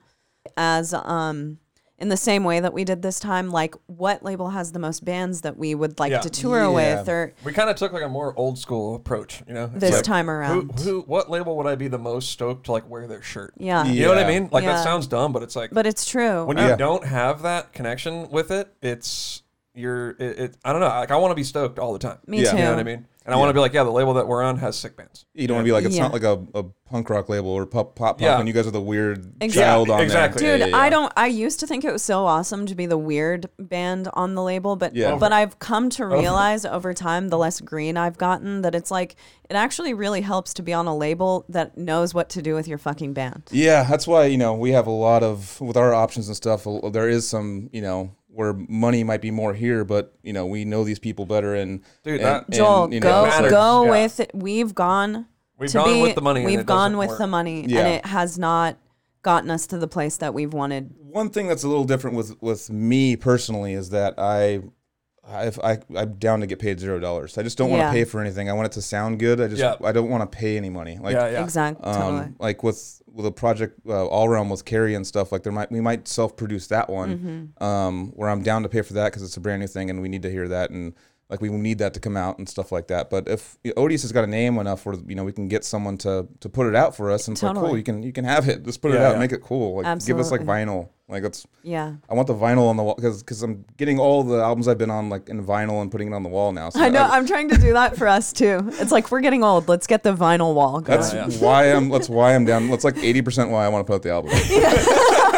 B: as um in the same way that we did this time, like what label has the most bands that we would like
A: Yeah.
B: to tour
C: Yeah.
B: with or
A: We kind of took like a more old school approach, you know. It's
B: this
A: like,
B: time around.
A: Who, who, what label would I be the most stoked to like wear their shirt?
B: yeah.
A: You know what I
C: Yeah.
A: mean? Like that
B: Yeah.
A: sounds dumb, but it's like
B: But it's true.
A: when you
C: Yeah.
A: don't have that connection with it, it's you're it. it I don't know. Like I want to be stoked all the time.
B: Me
C: Yeah.
B: too.
A: You know what I mean? And I want to be like, yeah, the label that we're on has sick bands.
C: You don't want to be like it's
B: Yeah.
C: not like a, a punk rock label or pop pop punk,
A: Yeah.
C: and you guys are the weird
B: Exactly.
C: child on
A: Exactly.
C: there.
B: Dude, I don't. I used to think it was so awesome to be the weird band on the label, but
C: Yeah. Oh.
B: but I've come to realize over time, the less green I've gotten, that it's like it actually really helps to be on a label that knows what to do with your fucking band.
C: Yeah, that's why you know we have a lot of with our options and stuff. a- There is some you know where money might be more here, but you know we know these people better and
A: Dude,
C: and-
A: that-
C: and,
B: Joel,
C: you know,
B: go
A: matters.
B: go
A: Yeah.
B: with it. We've gone.
A: We've
B: to
A: gone
B: be-
A: with the money and
B: We've
A: it doesn't
B: gone with
A: work.
B: the money,
C: Yeah.
B: and it has not gotten us to the place that we've wanted.
C: one thing that's a little different with with me personally is that I. I've, I, I'm down to get paid zero dollars. I just don't
B: Yeah.
C: want to pay for anything. I want it to sound good. I just
A: Yeah.
C: I don't want to pay any money. Like
A: yeah, yeah.
B: Exactly.
C: um, like with with a project uh, all realm with Carrie and stuff like there might we might self produce that one
B: Mm-hmm.
C: um, where I'm down to pay for that because it's a brand new thing and we need to hear that and like we need that to come out and stuff like that. But if Odious has got a name enough where you know we can get someone to to put it out for us and it's like cool
B: Totally.
C: you can you can have it just put it
A: Yeah,
C: out
A: yeah.
C: make it cool like give us like
B: Absolutely.
C: vinyl like let's
B: yeah.
C: I want the vinyl on the wall because because I'm getting all the albums I've been on like in vinyl and putting it on the wall now. So
B: I know. I'm trying to do that for us too. It's like we're getting old. Let's get the vinyl wall. Going.
C: That's why I'm. That's why I'm down. That's like eighty percent why I want to put out the album.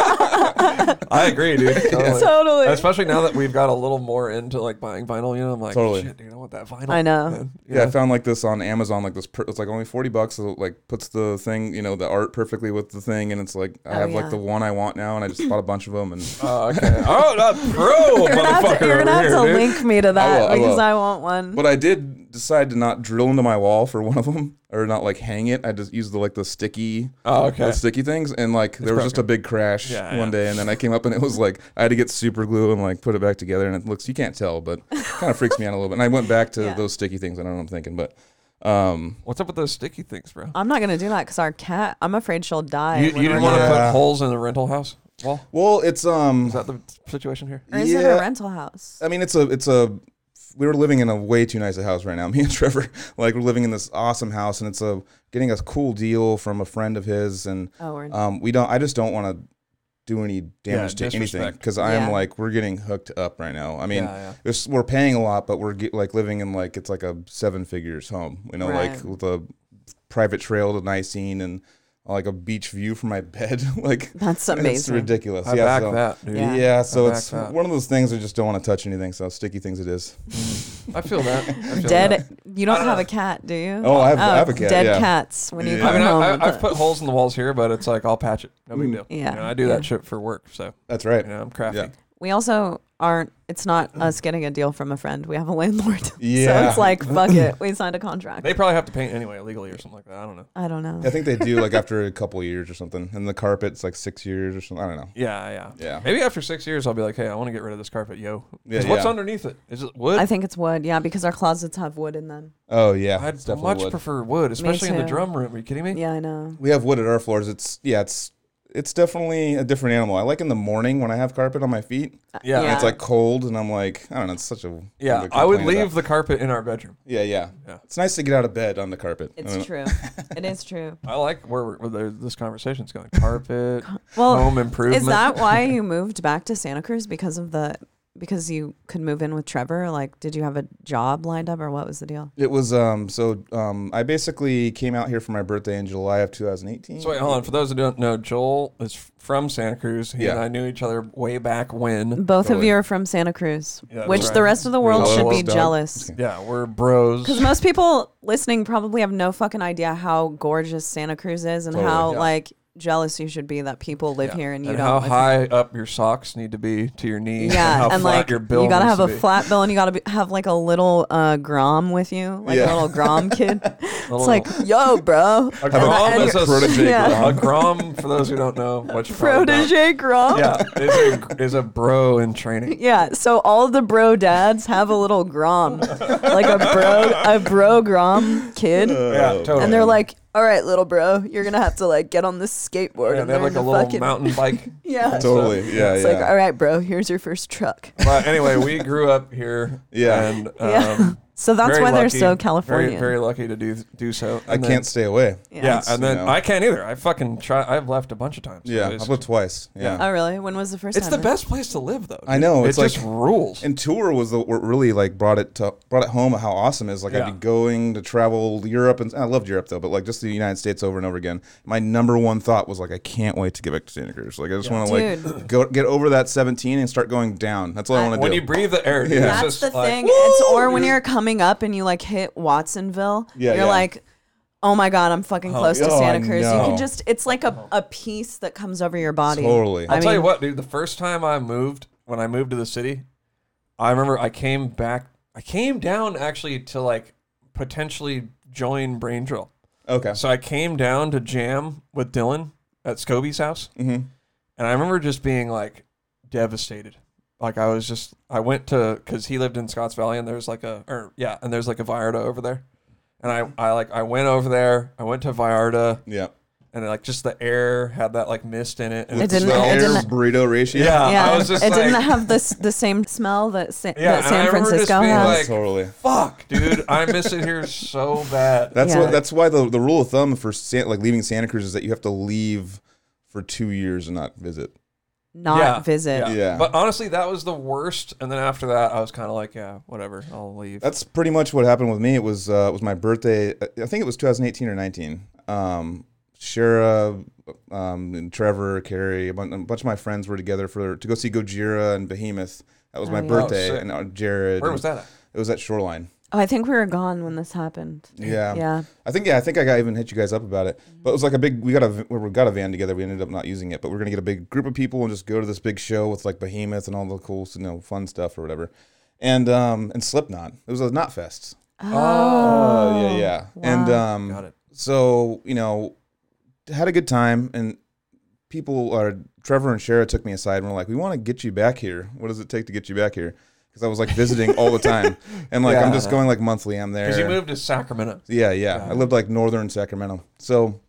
A: I agree, dude. Totally.
B: Totally.
A: Especially now that we've got a little more into like buying vinyl, you know, I'm like,
C: Totally.
A: shit, dude, I want that vinyl.
B: I know.
C: Yeah, I found like this on Amazon. Like this, per- it's like only forty bucks. So it, like puts the thing, you know, the art perfectly with the thing, and it's like I
B: Oh,
C: have
B: yeah.
C: like the one I want now, and I just bought a bunch of them, and
A: Oh, okay. Oh, not pro,
B: You're gonna have
A: motherfucker.
B: to, you're gonna
A: over
B: have to
A: here, dude.
B: link me to that
C: will, I
B: because
C: will.
B: I want one.
C: but I did decide to not drill into my wall for one of them, or not like hang it. I just used the like the sticky,
A: Oh, okay.
C: the sticky things, and like there was just a big crash
A: Yeah,
C: one
A: yeah.
C: day, and then I came up and it was like I had to get super glue and like put it back together, and it looks you can't tell, but kind of freaks me out a little bit. And I went back to
B: Yeah.
C: those sticky things. I don't know what I'm thinking, but um,
A: What's up with those sticky things, bro?
B: I'm not gonna do that because our cat. I'm afraid she'll die.
A: You,
B: when
A: you didn't
B: we're
A: want to
B: done.
A: put
C: Yeah.
A: holes in the rental house wall?
C: well, it's um,
A: Is that the situation here?
B: Or is it a
C: Yeah.
B: rental house?
C: I mean, it's a it's a we were living in a way too nice a house right now. Me and Trevor, like, we're living in this awesome house, and it's a getting a cool deal from a friend of his, and
B: Oh, we're
C: um, we don't. I just don't want to do any damage to anything
A: disrespect.
C: because I am
B: Yeah.
C: like we're getting hooked up right now. I mean,
A: Yeah, yeah.
C: It's, we're paying a lot, but we're get, like living in like it's like a seven figures home. You know, like
B: Right.
C: with a private trail to Nicene and like a beach view from my bed. like
B: That's
C: It's
B: amazing.
C: ridiculous.
A: I
C: yeah,
A: back
C: so,
A: that, dude.
C: Yeah,
B: Yeah.
C: so
A: I
C: it's
A: back that.
C: one of those things I just don't want to touch anything. So sticky things it is.
A: I feel that. I feel that.
B: Dead. You don't have a cat, do you?
C: Oh, I have- I have a cat,
B: Dead
C: yeah.
B: cats when you
C: Yeah.
A: I
B: come
A: mean,
B: home.
A: I,
B: with
A: I, I've
B: it.
A: put holes in the walls here, but it's like I'll patch it. No big deal.
B: Yeah.
A: You know, I do that shit for work, so
C: That's right.
A: you know, I'm crafty.
C: Mm. Yeah.
B: we also aren't. It's not us getting a deal from a friend. We have a landlord. so
C: Mm. Yeah.
B: it's like fuck it. We signed a contract.
A: They probably have to paint anyway, legally or something like that. I don't know.
B: I don't know.
C: I think they do like after a couple years or something, and the carpet's like six years or something. I don't know.
A: Yeah, yeah,
C: Yeah.
A: Maybe after six years, I'll be like, hey, I want to get rid of this carpet, yo. 'Cause
C: Yeah,
A: what's
C: yeah.
A: underneath it? Is it wood?
B: I think it's wood. Yeah, because our closets have wood in them.
C: Oh yeah,
A: I'd
C: it's definitely
A: much
C: wood.
A: prefer wood, especially in the
B: too.
A: drum room. Are you kidding me?
B: Yeah, I know.
C: we have wood at our floors. It's yeah, it's it's definitely a different animal. I like in the morning when I have carpet on my feet.
A: Yeah.
C: And it's like cold, and I'm like, I don't know. It's such a
A: Yeah,
C: like,
A: I would
C: complaint
A: leave
C: about-
A: the carpet in our bedroom.
C: Yeah, yeah,
A: Yeah.
C: It's nice to get out of bed on the carpet. I don't know.
B: It's true. it is true.
A: I like where, we're, where the- this conversation's going. Carpet,
B: Well,
A: home improvement.
B: Oh. is that why you moved back to Santa Cruz because of the because you could move in with Trevor? Like, did you have a job lined up or what was the deal?
C: It was um so um I basically came out here for my birthday in July of 2018.
A: So wait, hold on. For those who don't know, Joel is f- from Santa Cruz. He and
C: Yeah.
A: I knew each other way back when.
B: Both of
C: Totally.
B: you are from Santa Cruz,
A: Yeah, that's
B: which
A: right.
B: the rest of the world
A: Hello,
B: should be
C: dog.
B: jealous.
A: Yeah, we're bros.
B: Because most people listening probably have no fucking idea how gorgeous Santa Cruz is and
C: Totally,
B: how
A: yeah.
B: like jealous you should be that people live
A: Yeah.
B: here and you
A: and
B: don't.
A: how
B: live
A: high up your socks need to be to your knees.
B: Yeah,
A: and, how
B: and
A: flat
B: like
A: your bill
B: you gotta
A: needs
B: have
A: to
B: a
A: be.
B: flat bill, and you gotta be, have like a little uh, grom with you, like
C: Yeah.
B: a little grom kid.
A: Little-
B: it's like, yo, bro,
A: a grom
B: and-
A: is a
C: protege
B: yeah.
A: A uh, grom, for those who don't know, which you probably don't.
B: protege grom.
A: Yeah, is a, is a bro in training.
B: Yeah, so all the bro dads have a little grom, like a bro, a bro grom kid,
A: Yeah, totally.
B: and they're like, "All right, little bro, you're gonna have to like get on this skateboard."
A: Oh, Yeah,
B: and
A: they have
B: learn
A: like a
B: to
A: little
B: fucking,
A: mountain bike.
B: Yeah, it's
C: totally. Yeah, yeah.
B: like, "All right, bro, here's your first truck."
A: But anyway, we grew up here.
C: Yeah.
A: and um,
B: Yeah. So that's
A: very
B: why they're
A: lucky-
B: so Californian.
A: Very, very lucky to do do so.
C: I
A: And then-
C: can't stay away.
A: Yeah,
C: It's,
A: and then
C: you know.
A: I can't either. I fucking try. I've left a bunch of times.
C: Yeah,
A: it's,
C: I've lived twice. Yeah.
B: Oh, really? When was the first
A: it's
B: time?
A: the
B: that-
A: best place to live, though.
C: I know,
A: It's
C: it's
A: it
C: like-
A: just rules.
C: And tour was the, what really like brought it to brought it home how awesome it is. Like
A: Yeah.
C: I'd be going to travel Europe and I loved Europe though, but like just the United States over and over again. My number one thought was like I can't wait to get back to Santa Cruz. Like I just want to like
B: Dude.
C: go get over that 17 and start going down. That's all I,
B: I-
C: want to
A: when
C: do.
A: you breathe the air, dude, it's
B: That's
A: just
B: the
A: like,
B: thing. It's or when you're coming up and you like hit Watsonville,
C: Yeah,
B: you're
C: yeah.
B: like, oh my god, I'm fucking close to
C: oh,
B: Santa
C: I
B: Cruz. You
C: know.
B: can just, it's like a, a piece that comes over your body.
C: Totally.
A: I'll
B: I
A: tell you
B: mean-
A: what, dude. The first time I moved, when I moved to the city, I remember I came back. I came down actually to like potentially join Brain Drill.
C: okay.
A: So I came down to jam with Dylan at Scobie's house, and I remember just being like devastated. Like I was just, I went to because he lived in Scotts Valley, and there's like a, or yeah, and there's like a Vallarta over there, and I, I like, I went over there, I went to Vallarta,
C: Yeah.
A: and like just the air had that like mist in it, and
B: It didn't- it
A: smelled-
C: Air
B: didn't-
C: burrito ratio.
A: Yeah.
B: Yeah,
A: I was just
B: it didn't
A: like-
B: have this the same smell that, Sa-
A: Yeah,
B: that
A: and I
B: San
A: remember just
B: Francisco
A: being
B: has.
A: like-
C: Totally.
A: Fuck, dude, I miss it here so bad.
C: That's
B: Yeah.
C: what. That's why the, the rule of thumb for San, like leaving Santa Cruz is that you have to leave for two years and not visit.
B: not visit.
A: Yeah.
C: Yeah.
A: But honestly, that was the worst. And then after that, I was kind of like, yeah, whatever, I'll leave.
C: That's pretty much what happened with me. It was uh, it was my birthday. I think it was 2018 or 19. Um, Shara, um, and Trevor, Carrie, a bunch, a bunch of my friends were together for to go see Gojira and Behemoth. That was my
B: Oh, yeah.
C: birthday,
A: Oh, sick.
C: and uh, Jared.
A: Where was that at?
C: It was at Shoreline.
B: Oh, I think we were gone when this happened.
C: Yeah.
B: Yeah.
C: I think yeah, I think I got even hit you guys up about it. But it was like a big we got a v- we got a van together. We ended up not using it, but we're gonna get a big group of people and just go to this big show with like Behemoth and all the cool you know fun stuff or whatever, and um and Slipknot. It was a Knot Fest.
A: Oh,
C: yeah, yeah. And um,
A: Got it.
C: so you know, had a good time and. People are Trevor and Shara took me aside and were like, "We want to get you back here. What does it take to get you back here?" Because I was like visiting all the time, and like I'm
A: Yeah.
C: just going like monthly. I'm there.
A: Because you moved to Sacramento.
C: Yeah, yeah. I lived like northern Sacramento. So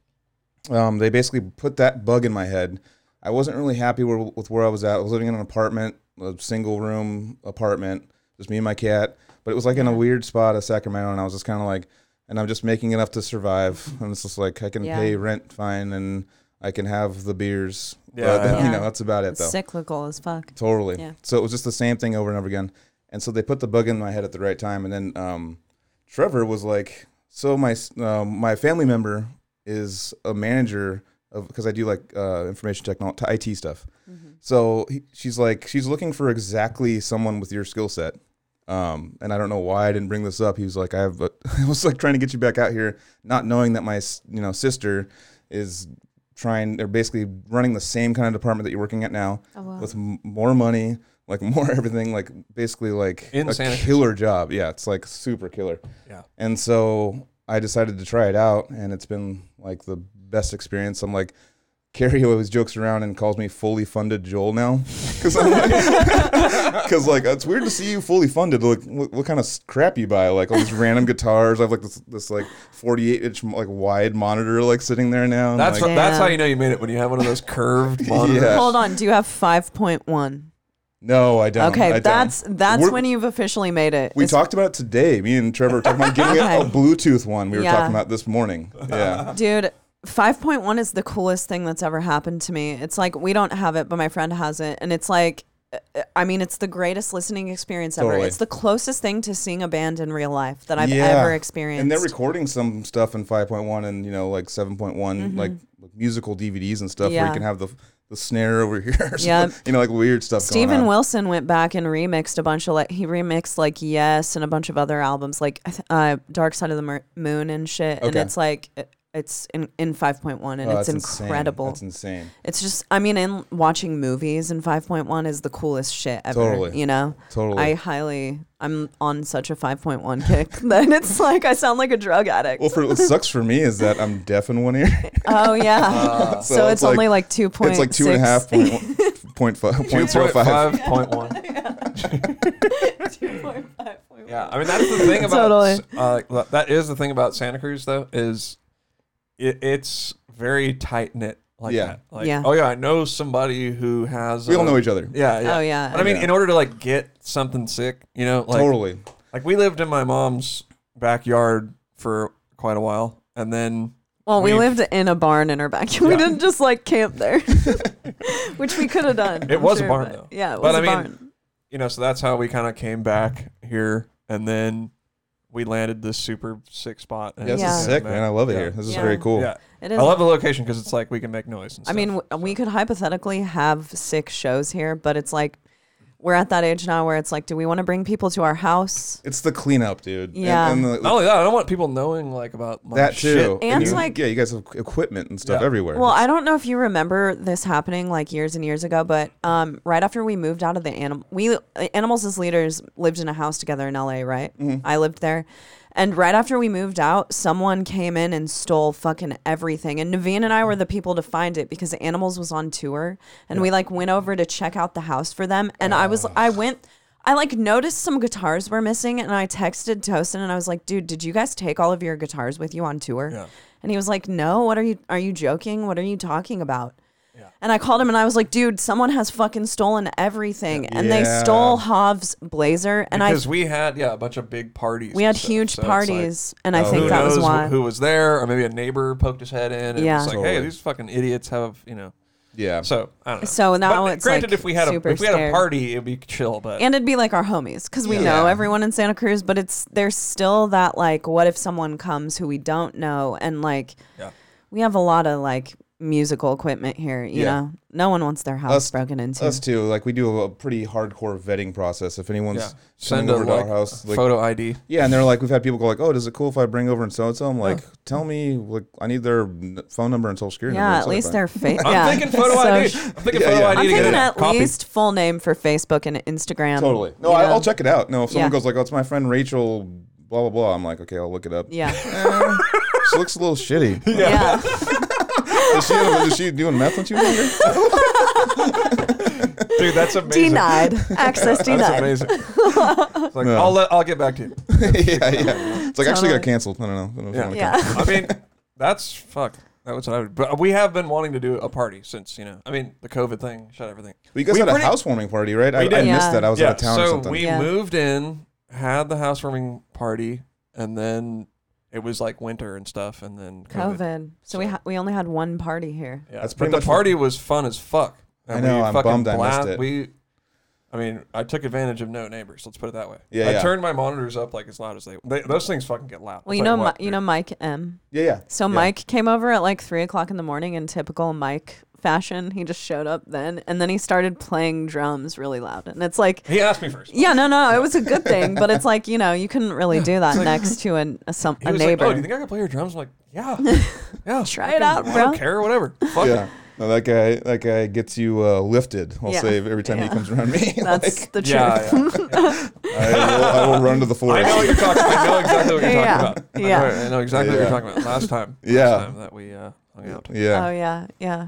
C: um, they basically put that bug in my head. I wasn't really happy where, with where I was at. I was living in an apartment, a single room apartment, just me and my cat. But it was like in a weird spot of Sacramento, and I was just kind of like, and I'm just making enough to survive. And it's just like I can
B: Yeah.
C: pay rent fine, and I can have the beers.
A: Yeah.
C: Yeah, but then, you
B: Yeah.
C: know that's about it
B: It's
C: though.
B: cyclical as fuck.
C: Totally.
B: Yeah.
C: So it was just the same thing over and over again. And so they put the bug in my head at the right time. And then um, Trevor was like, "So my s- um, my family member is a manager of because I do like uh, information technology, IT stuff. So he, she's like, she's looking for exactly someone with your skill set. Um, and I don't know why I didn't bring this up. He was like, I have, a, I was like trying to get you back out here, not knowing that my, s- you know, sister is trying, they're basically running the same kind of department that you're working at now
B: Oh, wow.
C: with m- more money, like more everything, like basically like
A: Insanity.
C: a killer job. Yeah, it's like super killer.
A: Yeah.
C: And so I decided to try it out, and it's been like the best experience. I'm like, Carrie always jokes around and calls me fully funded Joel now, because I'm like, because like it's weird to see you fully funded. Like, what, what kind of s- crap you buy? Like all these random guitars. I have like this, this like 48 inch like wide monitor like sitting there now. and,
A: That's
C: like,
A: what, that's how
B: Damn.
A: you know you made it when you have one of those curved monitors.
C: Oh Yeah.
B: Hold on. Do you have 5.1?
C: no, I don't. I
B: Okay,
C: don't.
B: that's that's
C: We're-
B: when you've officially made it.
C: We
B: It's-
C: talked about it today. Me and Trevor were talking about getting a- a
B: Okay.
C: Bluetooth one. We were
B: Yeah.
C: talking about this morning. Yeah.
B: Dude, 5.1 is the coolest thing that's ever happened to me. It's like we don't have it, but my friend has it and it's like uh, I mean, it's the greatest listening experience ever.
C: Totally.
B: It's the closest thing to seeing a band in real life that I've
C: Yeah.
B: ever experienced.
C: And they're recording some stuff in 5.1 and, you know, like 7one like musical DVDs and stuff where
B: Mm-hmm. Yeah.
C: you can have the the snare over here. or
B: Yeah.
C: something, You know, like weird stuff
B: Steven
C: going on.
B: Wilson went back and remixed a bunch of like he remixed like Yes and a bunch of other albums like I th- uh, Dark Side of the Mer- Moon and shit. And
C: Okay.
B: it's like it- it's in, in 5.1 and
C: Oh,
B: it's
C: that's insane.
B: incredible.
C: That's insane.
B: It's just, I mean, and watching movies in 5.1 is the coolest shit ever.
C: Totally.
B: You know?
C: Totally.
B: I highly, I'm on such a 5.1 kick that it's like I sound like a drug addict.
C: well, for, what sucks for me is that I'm deaf in one ear.
B: oh, yeah. so,
C: Ah, so
B: it's,
C: it's
B: only like 2.6.
C: it's like two and a half point, one- point, fi- point zero five.
A: 2.5.1.
B: 2.5.1.
A: Yeah, I mean that's the thing about
B: Totally.
A: uh, like, that is the thing about Santa Cruz though is it, it's very tight knit like
C: Yeah.
A: that. Like,
B: Yeah.
A: oh yeah, I know somebody who has.
C: We all
A: a-
C: know each other.
A: Yeah, yeah.
B: Oh, yeah.
A: But I mean,
C: Yeah.
A: in order to like get something sick, you know, like
C: totally.
A: like we lived in my mom's backyard for quite a while, and then
B: Well, we
A: We've-
B: lived in a barn in our backyard. We
A: Yeah.
B: didn't just like camp there, which we could have done.
A: It
B: I'm
A: was a
B: sure,
A: barn,
B: but-
A: though.
B: Yeah, it
A: But
B: was
A: I
B: a
A: mean,
B: barn.
A: you know, so that's how we kind of came back here, and then we landed this super sick spot. and-
C: Yeah, this
B: Yeah.
C: is sick, man. I love it
A: Yeah.
C: here. This is
B: Yeah.
C: very cool.
A: Yeah,
B: It
A: I
B: is
A: love the location because it's like we can make noise. And
B: I
A: stuff.
B: mean, w- we could hypothetically have six shows here, but it's like we're at that age now where it's like, do we want to bring people to our house?
C: It's the cleanup, dude. And-
B: Yeah.
C: And, the,
A: Not only that, I don't want people knowing like about my
C: that
A: shit.
C: too.
B: And
C: you,
B: like-
C: yeah, you guys have equipment and stuff
A: Yeah.
C: everywhere.
B: Well, I don't know if you remember this happening like years and years ago, but um, right after we moved out of the animal, we uh, animals as leaders lived in a house together in LA, right? I lived there, and right after we moved out, someone came in and stole fucking everything. And Naveen and I were the people to find it because animals was on tour, and we like went over to check out the house for them. And I was, I went. I like noticed some guitars were missing and I texted Tosin and I was like, dude, did you guys take all of your guitars with you on tour?
A: Yeah.
B: And he was like, "No, what are you are you joking? What are you talking about?" And I called him and I was like, "Dude, someone has fucking stolen everything." And they
C: Yeah.
B: stole Hov's blazer and
A: because
B: I
A: we had yeah a bunch of big parties.
B: we
A: and
B: had
A: stuff,
B: huge
A: so it's like,
B: parties and I
C: oh,
B: think
A: who
B: that was
A: knows
B: why.
A: wh- who was there, or maybe a neighbor poked his head in and
B: Yeah.
A: was like, "Hey,
C: Totally.
A: these fucking idiots have you know."
C: yeah.
A: So I don't know.
B: So now
A: But
B: it's,
A: granted,
B: like,
A: if we had a
B: super
A: if we had a
B: scared.
A: party, it'd be chill. But
B: and it'd be like our homies cuz we
C: Yeah.
B: know
C: Yeah.
B: everyone in Santa Cruz, but it's there's still that like what if someone comes who we don't know and like
A: Yeah.
B: we have a lot of like musical equipment here, you
C: Yeah.
B: know. No one wants their house
C: Us-
B: broken into.
C: Us too. Like we do a, pretty hardcore vetting process. If anyone's
A: yeah,
C: coming
A: send a
C: over to
A: like,
C: our house, like,
A: photo ID.
C: yeah, and they're like, we've had people go like, oh, is it cool if I bring over and so and so? I'm like, tell me, like, I need their n- phone number and social security. number
B: yeah,
C: and
B: at
C: stuff
B: least
C: like
B: their face.
A: I'm
B: yeah.
A: thinking photo
B: So
A: ID.
B: sh-
A: I'm thinking
C: Yeah,
A: photo
C: yeah.
A: ID.
B: I'm
A: to get
B: thinking
A: a
B: at
A: copy.
B: least full name for Facebook and Instagram.
C: that. totally. No,
B: you
C: I,
B: know?
C: I'll check it out. No, if someone
B: Yeah.
C: goes like, oh, it's my friend Rachel, blah blah blah. I'm like, okay, I'll look it up.
B: Yeah.
C: Eh, she looks a little shitty.
B: yeah.
C: is, she, is she doing meth when she was younger?
A: dude. That's amazing.
B: Denied. Access
A: That's
B: denied.
A: amazing. it's like I'll let, I'll get back to you.
C: yeah, yeah. It's like I actually
B: Totally.
C: got canceled. I don't know. I don't know if you
A: Yeah.
C: wanna come.
B: Yeah.
A: I mean, that's fuck. That was what I would. But we have been wanting to do a party since you know. I mean, the COVID thing shut everything.
C: Well, you guys
A: We
C: had a
A: pretty-
C: housewarming party, right? I,
A: We
C: I
A: did.
B: Yeah.
C: missed that. I was out of town
A: so
C: or something.
A: we
B: Yeah.
A: moved in, had the housewarming party, and then it was like winter and stuff, and then COVID.
B: COVID. So we ha- we only had one party here.
A: Yeah.
C: That's
A: but
C: pretty
A: the
C: much what-
A: party was fun as fuck.
C: I
A: And
C: know,
A: we
C: I'm
A: fucking
C: bummed I missed
A: blast-
C: it.
A: We, I mean, I took advantage of no neighbors. Let's put it that way.
C: Yeah,
A: I
C: yeah.
A: turned my monitors up like as loud as they. they those things fucking get loud.
B: Well,
A: It's
B: you
A: like,
B: know,
A: what,
B: Mi- you know Mike M.
C: Yeah, yeah.
B: So
C: yeah.
B: Mike came over at like three o'clock in the morning in typical Mike fashion. He just showed up then, and then he started playing drums really loud, and it's like.
A: dude? He asked me first.
B: Yeah, no, no, it was a good thing, but it's like you know you couldn't really do that next to an, a some
A: He
B: a
A: was like,
B: neighbor.
A: "Oh, do you think I can play your drums?" I'm like, "Yeah, yeah, I
B: Try it
A: can-
B: out,
A: I
B: bro."
A: don't care, whatever. Fuck it.
C: Yeah. No, that guy, that guy gets you uh, lifted. I'll
B: Yeah.
C: say every time he
B: Yeah.
C: comes around me,
B: That's
C: like,
B: the truth.
A: Yeah, yeah.
C: I, will, I will run to the floor.
A: I know what you're talking. I know exactly what you're talking
B: Yeah.
A: about. I know-
B: Yeah.
A: I know exactly what you're
C: Yeah.
A: talking about. Last time,
C: Yeah.
A: last time that we uh, hung out.
C: Yeah,
B: Oh yeah, yeah.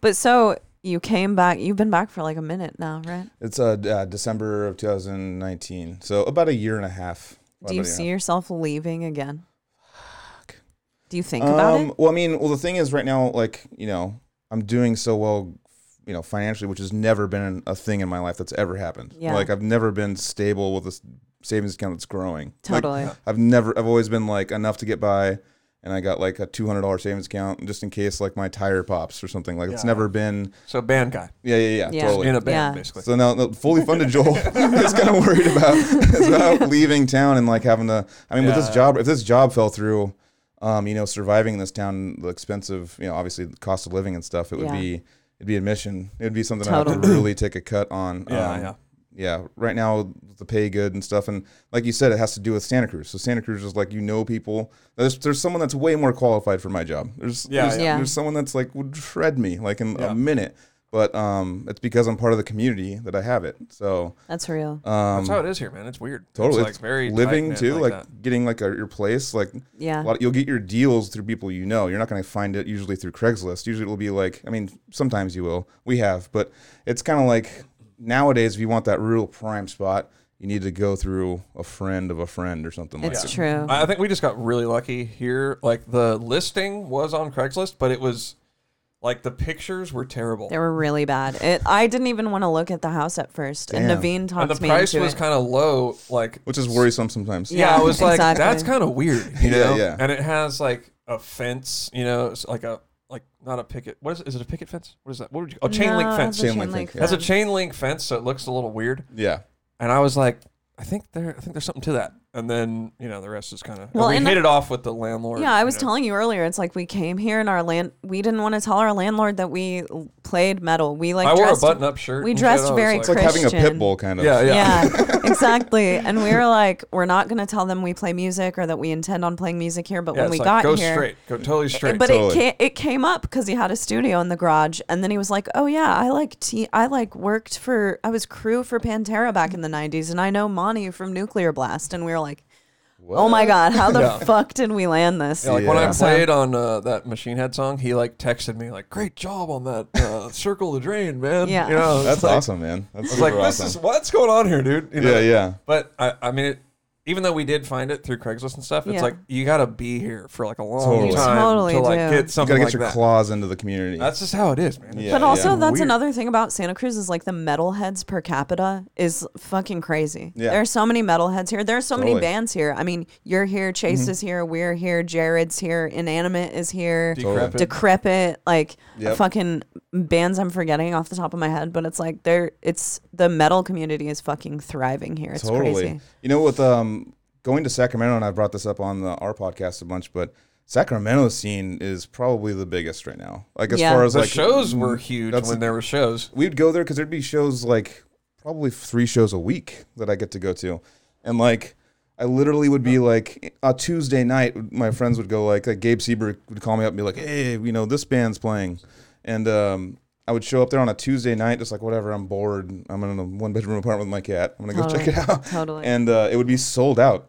B: But so you came back. You've been back for like a minute now, right?
C: it's uh, d- uh, December of 2019, so about a year and a
B: Do you
C: half. About a year and a
B: see yourself leaving again?
C: Fuck. Um,
B: Do you think about it?
C: Well, I mean, well, the thing is, right now, like you know, I'm doing so well, you know, financially, which has never been a thing in my life that's ever happened.
B: Yeah.
C: Like I've never been stable with a s- savings account that's growing. Like,
B: Totally.
C: I've never. I've always been like enough to get by, and I got like a two hundred dollars savings account just in case like my tire pops or something. Like it's
A: Yeah.
C: never been.
A: So band guy
C: Yeah, yeah, yeah,
B: Yeah.
C: totally.
A: in a band,
B: Yeah.
A: basically.
C: So now, the fully funded Joel is kind of worried about is about leaving town and like having to. I mean, with this
A: Yeah.
C: job, if this job fell through, um, you know, surviving in this town, the expensive, you know, obviously the cost of living and stuff, it would
B: Yeah.
C: be it'd be admission. It would be something I would have to
B: Totally.
C: really take a cut on.
A: yeah,
C: Um,
A: yeah.
C: yeah. Right now, the pay good and stuff, and like you said, it has to do with Santa Cruz. So Santa Cruz is like you know people. There's there's someone that's way more qualified for my job. There's
A: Yeah,
C: there's,
A: yeah.
B: Yeah.
C: there's someone that's like would shred me like in
A: Yeah.
C: a minute. But um, it's because I'm part of the community that I have it. So
B: That's real.
C: um,
A: That's how it is here, man. It's weird.
C: totally,
A: it's like very
C: living
A: tight-knit
C: too, like,
A: that.
C: getting like a, your place, like
B: Yeah.
C: a lot, you'll get your deals through people you know. You're not going to find it usually through Craigslist. Usually it'll be like, I mean, sometimes you will. We have, but it's kind of like nowadays, if you want that real prime spot, you need to go through a friend of a friend or something
B: It's
C: like that.
B: true.
A: I I think we just got really lucky here. Like the listing was on Craigslist, but it was like the pictures were terrible.
B: they were really bad. It, I didn't even want to look at the house at first,
C: Damn.
B: and Naveen
A: and
B: talked
A: the
B: me
A: price
B: into
A: was
B: it.
A: kind of low. Like
C: Which is worrisome sometimes.
A: yeah,
B: Yeah,
A: I was like
B: exactly.
A: that's kind of weird. You
C: Yeah,
A: know?
C: yeah.
A: And it has like a fence. You know, it's like a like not a picket. What is it? Is it a picket fence? What is that? What would you? Oh, chain link
B: No,
A: fence.
B: it's a
C: Chain link fence.
A: It has a chain link fence, so it looks a little weird.
C: Yeah.
A: And I was like, I think there, I think there's something to that. And then you know, the rest is kind of.
B: Well,
A: we
B: and
A: hit
B: the-
A: it off with the landlord.
B: Yeah, I
A: you
B: was
A: know.
B: telling you earlier. It's like we came here and our land. We didn't want to tell our landlord that we l- played metal. We like
A: I wore a
B: dressed,
A: button-up shirt.
B: we
A: and shit.
B: dressed
A: I was
B: very
A: like,
C: It's like having a pit
B: Christian.
C: bull kind of.
A: Yeah, yeah.
B: Yeah, exactly. And we were like, we're not going to tell them we play music or that we intend on playing music here. But
A: Yeah,
B: when
A: it's
B: we
A: like,
B: got
A: go
B: here,
A: straight, go totally straight.
B: but
C: Totally.
B: it came, it came up because he had a studio in the garage, and then he was like, "Oh yeah, I like te- I like worked for I was crew for Pantera back in the '90s, and I know Monty from Nuclear Blast." And we were like, "Oh my god, how the fuck did we land this?"
A: Yeah, like when I
C: Yeah.
A: played on uh, that Machine Head song, he like texted me like, "Great job on that uh, Circle the Drain, man."
B: Yeah.
A: you know,
C: That's
A: it's like,
C: awesome, man. That's
A: It's like
C: super
A: this
C: awesome.
A: is what's going on here, dude. You know?
C: yeah, yeah.
A: But I, I mean, it, even though we did find it through Craigslist and stuff, it's
B: Yeah.
A: like you got to be here for like a long
C: Totally. You
A: time
B: totally
A: to like
B: do.
A: get
C: You got
A: something
C: to get
A: like
C: your
A: that.
C: claws into the community.
A: That's just how it is, man. It's
C: Yeah,
B: But also,
C: yeah.
B: that's
A: Weird.
B: another thing about Santa Cruz is like the metalheads per capita is fucking crazy.
C: Yeah.
B: There are so many metalheads here. There are so many
C: Totally.
B: bands here. I mean, you're here, Chase
A: Mm-hmm.
B: is here, we're here, Jared's here, Inanimate is here,
A: decrepit.
B: Decrepit, like
C: Yep.
B: fucking bands I'm forgetting off the top of my head, but it's like there, it's the metal community is fucking thriving here. It's crazy.
C: You know, with um, going to Sacramento, and I brought this up on the, our podcast a bunch, but Sacramento scene is probably the biggest right now. Like as
B: Yeah.
C: far as
A: the
C: like mm,
A: shows were huge
C: that's-
A: when there were shows.
C: we'd go there because there'd be shows like probably three shows a week that I get to go to, and like I literally would be like a Tuesday night. My friends would go like, like Gabe Seberg would call me up and be like, "Hey, you know this band's playing," and um, I would show up there on a Tuesday night, just like whatever. I'm bored. I'm in a one bedroom apartment with my cat. I'm gonna go
B: Totally.
C: check it out,
B: Totally.
C: and uh, it would be sold out.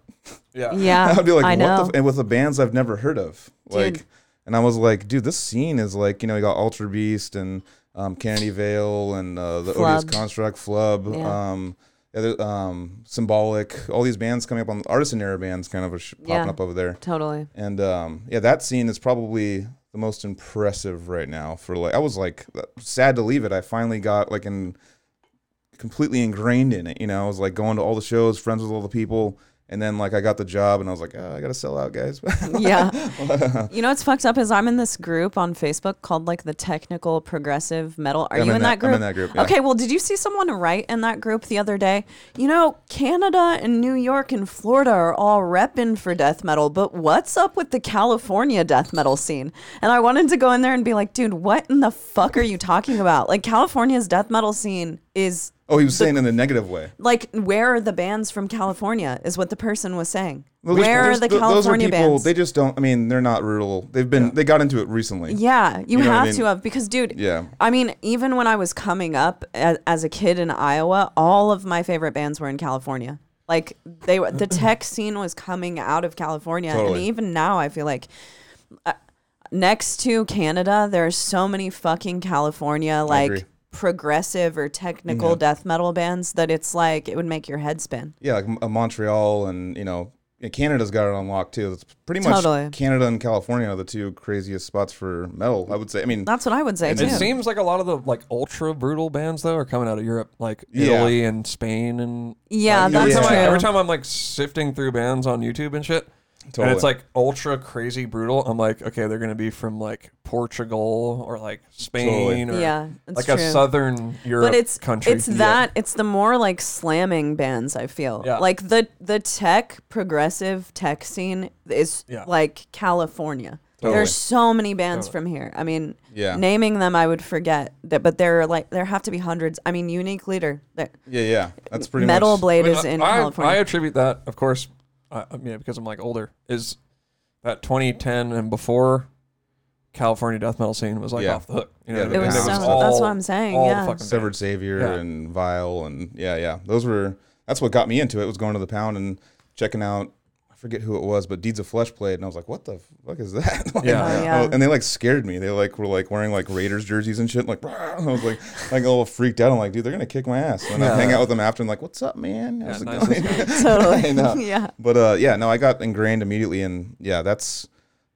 A: Yeah,
B: Yeah.
C: I'd be like,
B: I
C: what
B: know.
C: the f-? and with the bands I've never heard of. Like
B: Dude.
C: and I was like, dude, this scene is like, you know, you got Ultra Beast and um Kennedy Vale and uh, the Odious
B: Flub.
C: Construct, Flub,
B: Yeah.
C: um other, um Symbolic, all these bands coming up on artisan era bands kind of are sh- popping
B: Yeah.
C: up over there.
B: Totally.
C: And um yeah, that scene is probably the most impressive right now for like I was like sad to leave it. I finally got like in completely ingrained in it, you know. I was like going to all the shows, friends with all the people, And then like I got the job, and I was like, oh, I gotta sell out, guys.
B: yeah. You know what's fucked up is I'm in this group on Facebook called like the Technical Progressive Metal. Are
C: I'm
B: you
C: in
B: in,
C: that-
B: that,
C: I'm
B: group?
C: in that group, yeah.
B: Okay, well, did you see someone write in that group the other day? You know, Canada and New York and Florida are all repping for death metal, but what's up with the California death metal scene? And I wanted to go in there and be like, dude, what in the fuck are you talking about? Like California's death metal scene is
C: oh, he was saying in the negative way.
B: like where are the bands from California is what the person was saying.
C: Well, those-
B: where
C: those-
B: are the
C: th- those
B: California
C: people,
B: bands?
C: They just don't. I mean, they're not rural. They've been. They got into it recently.
B: Yeah, you,
C: know what I
B: have
C: mean?
B: to have because, dude.
C: Yeah.
B: I mean, even when I was coming up as, as a kid in Iowa, all of my favorite bands were in California. Like they were, the tech scene was coming out of California, and
C: Totally.
B: even now, I feel like uh, next to Canada, there are so many fucking California
C: agree.
B: like progressive or technical death metal bands that it's like it would make your head spin.
C: Yeah, like M- uh, Montreal and you know yeah, Canada's got it on lock too. It's pretty much
B: Totally.
C: Canada and California are the two craziest spots for metal. I would say. I mean,
B: That's what I would say
C: And
B: too.
A: It seems like a lot of the like ultra brutal bands though are coming out of Europe, like
C: Yeah.
A: Italy and Spain and
B: yeah,
C: Yeah.
A: every,
B: that's
A: time I,
B: true.
A: every time I'm like sifting through bands on YouTube and shit, and
C: Totally.
A: it's like ultra crazy brutal. I'm like, okay, they're gonna be from like Portugal or like Spain or
B: Yeah, it's
A: like a
B: true.
A: southern Europe
B: but it's
A: country.
B: it's that it's the more like slamming bands I feel
A: Yeah.
B: like the the tech progressive tech scene is
A: Yeah.
B: like California.
C: Totally.
B: There's so many bands from here. I mean,
C: Yeah.
B: naming them I would forget, that, but there are like there have to be hundreds. I mean, Unique Leader, that
C: yeah, yeah, that's pretty
B: Metal
C: much.
B: Blade is
A: I-
B: in
A: I, I
B: California.
A: attribute that, of course, I, I mean, because I'm like older, is that 2010 and before California death metal scene was like
C: Yeah.
A: off the hook. You
C: Yeah,
A: know, what
C: the
A: I mean?
C: It was
A: There
C: so-
B: that's what I'm saying,
A: all the
B: yeah.
A: fucking
C: Severed Savior
A: Yeah.
C: and Vile and yeah, yeah. Those were that's what got me into it was going to the pound and checking out I forget who it was, but Deeds of Flesh played and I was like, What the fuck is that? Like,
A: Yeah.
B: Oh, yeah.
C: I- and they like scared me. They like were like wearing like Raiders jerseys and shit, like "Rah!" and I was like like a little freaked out. I'm like, dude, they're gonna kick my ass. And I
A: Yeah.
C: hang out with them after and like, What's up, man? I
A: Yeah,
C: was
A: nice.
B: totally,
C: I know.
B: yeah.
C: But uh, yeah, no, I got ingrained immediately, and yeah, that's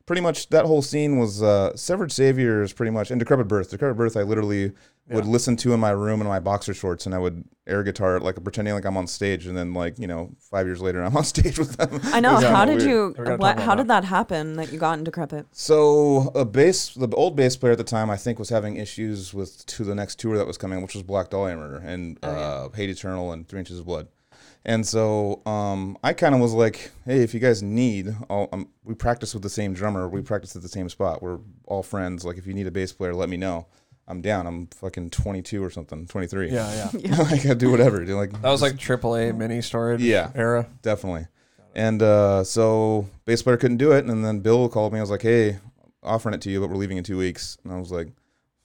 C: pretty much that whole scene was uh, Severed Savior is pretty much and Decrepit Birth. Decrepit Birth, I literally would listen to in my room in my boxer shorts, and I would air guitar it, like pretending like I'm on stage, and then like you know five years later I'm on stage with them.
B: I know.
C: It was
B: How
C: kinda
B: did
C: weird.
A: We're gonna
B: you?
A: talk
B: What?
A: about
B: How
A: that.
B: did that happen? That you got in decrepit?
C: So a bass, the old bass player at the time, I think, was having issues with to the next tour that was coming, which was Black Dahlia Murder and
A: Oh,
C: uh, Hate Eternal and Three Inches of Blood. And so um, I kind of was like, hey, if you guys need, I'll, um, we practice with the same drummer,
A: Mm-hmm.
C: we practice at the same spot, we're all friends. Like, if you need a bass player, let me know. I'm down. I'm fucking 22 or something, 23.
A: Yeah, yeah.
C: like I do whatever. dude. Like
A: That was like AAA mini storage
C: Yeah.
A: era.
C: definitely. And uh, so bass player couldn't do it, and then Bill called me. I was like, "Hey, offering it to you, but we're leaving in two weeks." And I was like,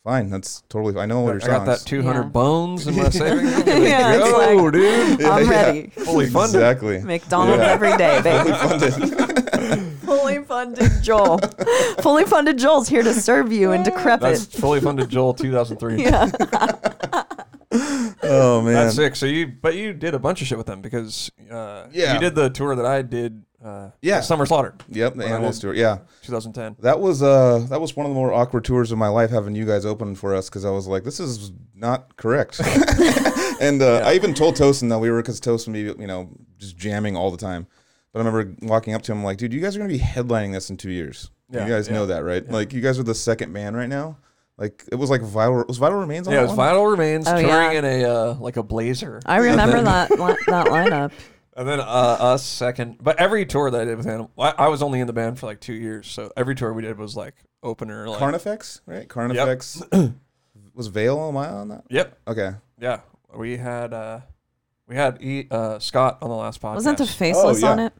C: "Fine, that's totally. I know all your
A: I
C: songs."
A: got that 200
B: Yeah.
A: bones in my savings. Like,
B: Yeah, it's
A: Yo,
B: like-
A: dude.
B: I'm
C: yeah.
B: ready.
A: Fully funded.
C: Exactly.
B: McDonald's
C: Yeah.
B: every day, baby. Fully funded Joel. Fully funded Joel's here to serve you and
A: That's
B: decrepit.
A: fully funded Joel 2003.
B: yeah.
C: Oh man.
A: That's sick. So you, but you did a bunch of shit with them because uh,
C: Yeah.
A: you did the tour that I did. Uh,
C: Yeah.
A: Summer Slaughter,
C: Yep, the
A: What I
C: animals
A: did.
C: tour. Yeah,
A: 2010.
C: that was uh, that was one of the more awkward tours of my life having you guys open for us because I was like, this is not correct. and uh, I even told Tosin that we were because Tosin would be you know just jamming all the time. But I remember walking up to him like, dude, you guys are gonna be headlining this in two years.
A: Yeah,
C: you guys know that, right? Like, you guys are the second band right now. Like, it was like viral. Was viral remains on
A: Yeah, it
C: that
A: was
C: one?
A: Vital Remains
B: Oh,
A: touring
B: yeah.
A: in a uh, like a blazer,
B: I remember that li- that lineup.
A: and then uh, us second. But every tour that I did with Animal, I, I was only in the band for like two years, so every tour we did was like opener. Like,
C: Carnifex, right? Carnifex. was Vale on my on that?
A: Yep.
C: Okay.
A: Yeah, we had uh, we had e, uh, Scott on the last podcast.
B: Wasn't the faceless
A: Oh,
C: yeah.
B: on it?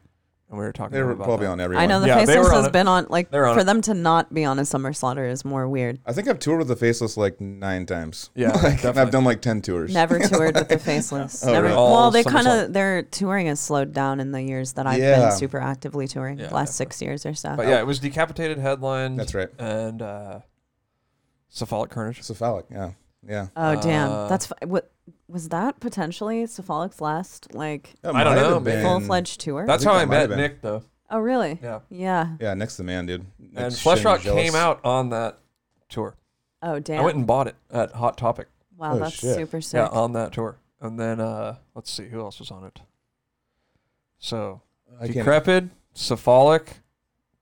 A: and we were talking.
C: They were
A: about
C: probably
A: that.
C: on everyone.
B: I know the
A: Yeah, they were
B: faceless
A: on
B: has
A: it.
B: been on like
A: They were on
B: for
A: it.
B: them to not be on a summer slaughter is more weird.
C: I think I've toured with the Faceless like nine times.
A: Yeah,
C: like, and
A: definitely.
C: I've done like ten tours.
B: Never toured with the faceless.
C: Oh,
B: Never.
C: really?
A: All
B: Well, they
A: summer
B: kind
A: slaughter.
B: of their touring has slowed down in the years that I've
C: Yeah.
B: been super actively touring.
A: Yeah,
B: the last six years or so.
A: But yeah, it was decapitated headline.
C: That's right.
A: And uh, cephalic carnage.
C: Cephalic. Yeah, yeah.
B: oh
A: Uh,
B: damn, that's fu- what was that potentially Cephalic's last like
C: That
A: I don't
C: might
A: know, man.
C: have been-
B: full fledged tour?
A: That's how
C: I think that
A: I
C: might have
A: met
C: been.
A: Nick, though.
B: oh really?
A: Yeah.
B: Yeah.
C: Yeah, next to the man, dude.
A: And
C: Nick's
A: Flesh
C: shitting
A: Rock
C: jealous.
A: came out on that tour.
B: Oh damn.
A: I went and bought it at Hot Topic.
B: wow,
C: Oh,
B: that's
C: shit.
B: super sick.
A: uh, Yeah, on that tour. And then uh, let's see who else was on it. So
C: I can't.
A: Decrepit, cephalic,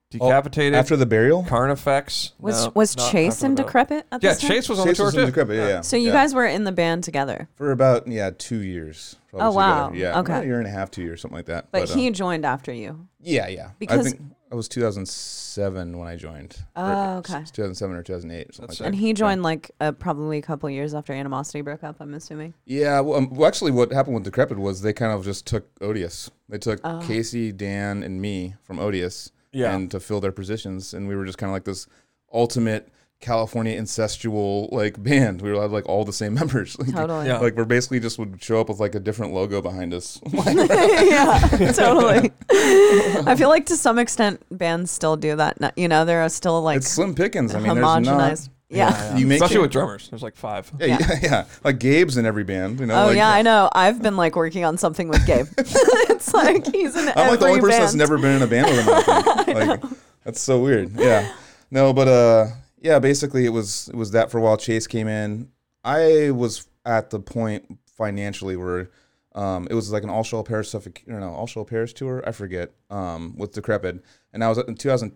A: decapitated,
C: After the burial,
A: carnifex.
B: Was
A: No,
B: was
A: not
B: Chase
A: after
B: in
A: the-
B: Decrepit at
A: Yeah,
B: this time?
A: Chase was on
C: Chase
A: the tour
C: was in
A: too.
C: Decrepit, yeah, yeah.
B: So you
C: yeah.
B: guys were in the band together,
C: for about yeah two years. probably
B: Oh,
C: together.
B: wow.
C: Yeah,
B: Okay.
C: about a year and a half, two years, something like that.
B: but
C: uh,
B: he joined after you.
C: yeah, yeah. I
B: because-
C: think I was 2007 when I joined. or
B: Oh, okay.
C: 2007 or 2008, something
A: That's
C: like
B: And
C: that.
B: he joined like uh, probably a couple years after Animosity broke up. I'm assuming.
C: Yeah, well, um, well, actually, what happened with Decrepit was they kind of just took Odious. They took
B: Ah.
C: Casey, Dan, and me from Odious,
A: Yeah.
C: and to fill their positions, and we were just kind of like this ultimate California incestual like band. We were like all the same members. Like,
B: Totally.
A: Yeah.
C: Like we're basically just would show up with like a different logo behind us.
B: yeah, totally. I feel like to some extent bands still do that. no- You know, there are still like
C: it's slim pickings. I mean, there's not.
B: homogenized. Yeah.
C: You make
A: Especially
C: it-
A: with drummers. There's like five.
C: Yeah, yeah, yeah. Like Gabe's in every band, you know.
B: Oh
C: like,
B: yeah, I know. I've been like working on something with Gabe. it's like he's in
C: I'm
B: every
C: like the only person
B: band.
C: that's never been in a band with him. I think. like that's so weird. Yeah. No, but uh yeah, basically it was it was that for a while. Chase came in. I was at the point financially where um it was like an all shell Paris suffoc you know, all shell Paris tour, I forget, um, with Decrepit. And I was in two thousand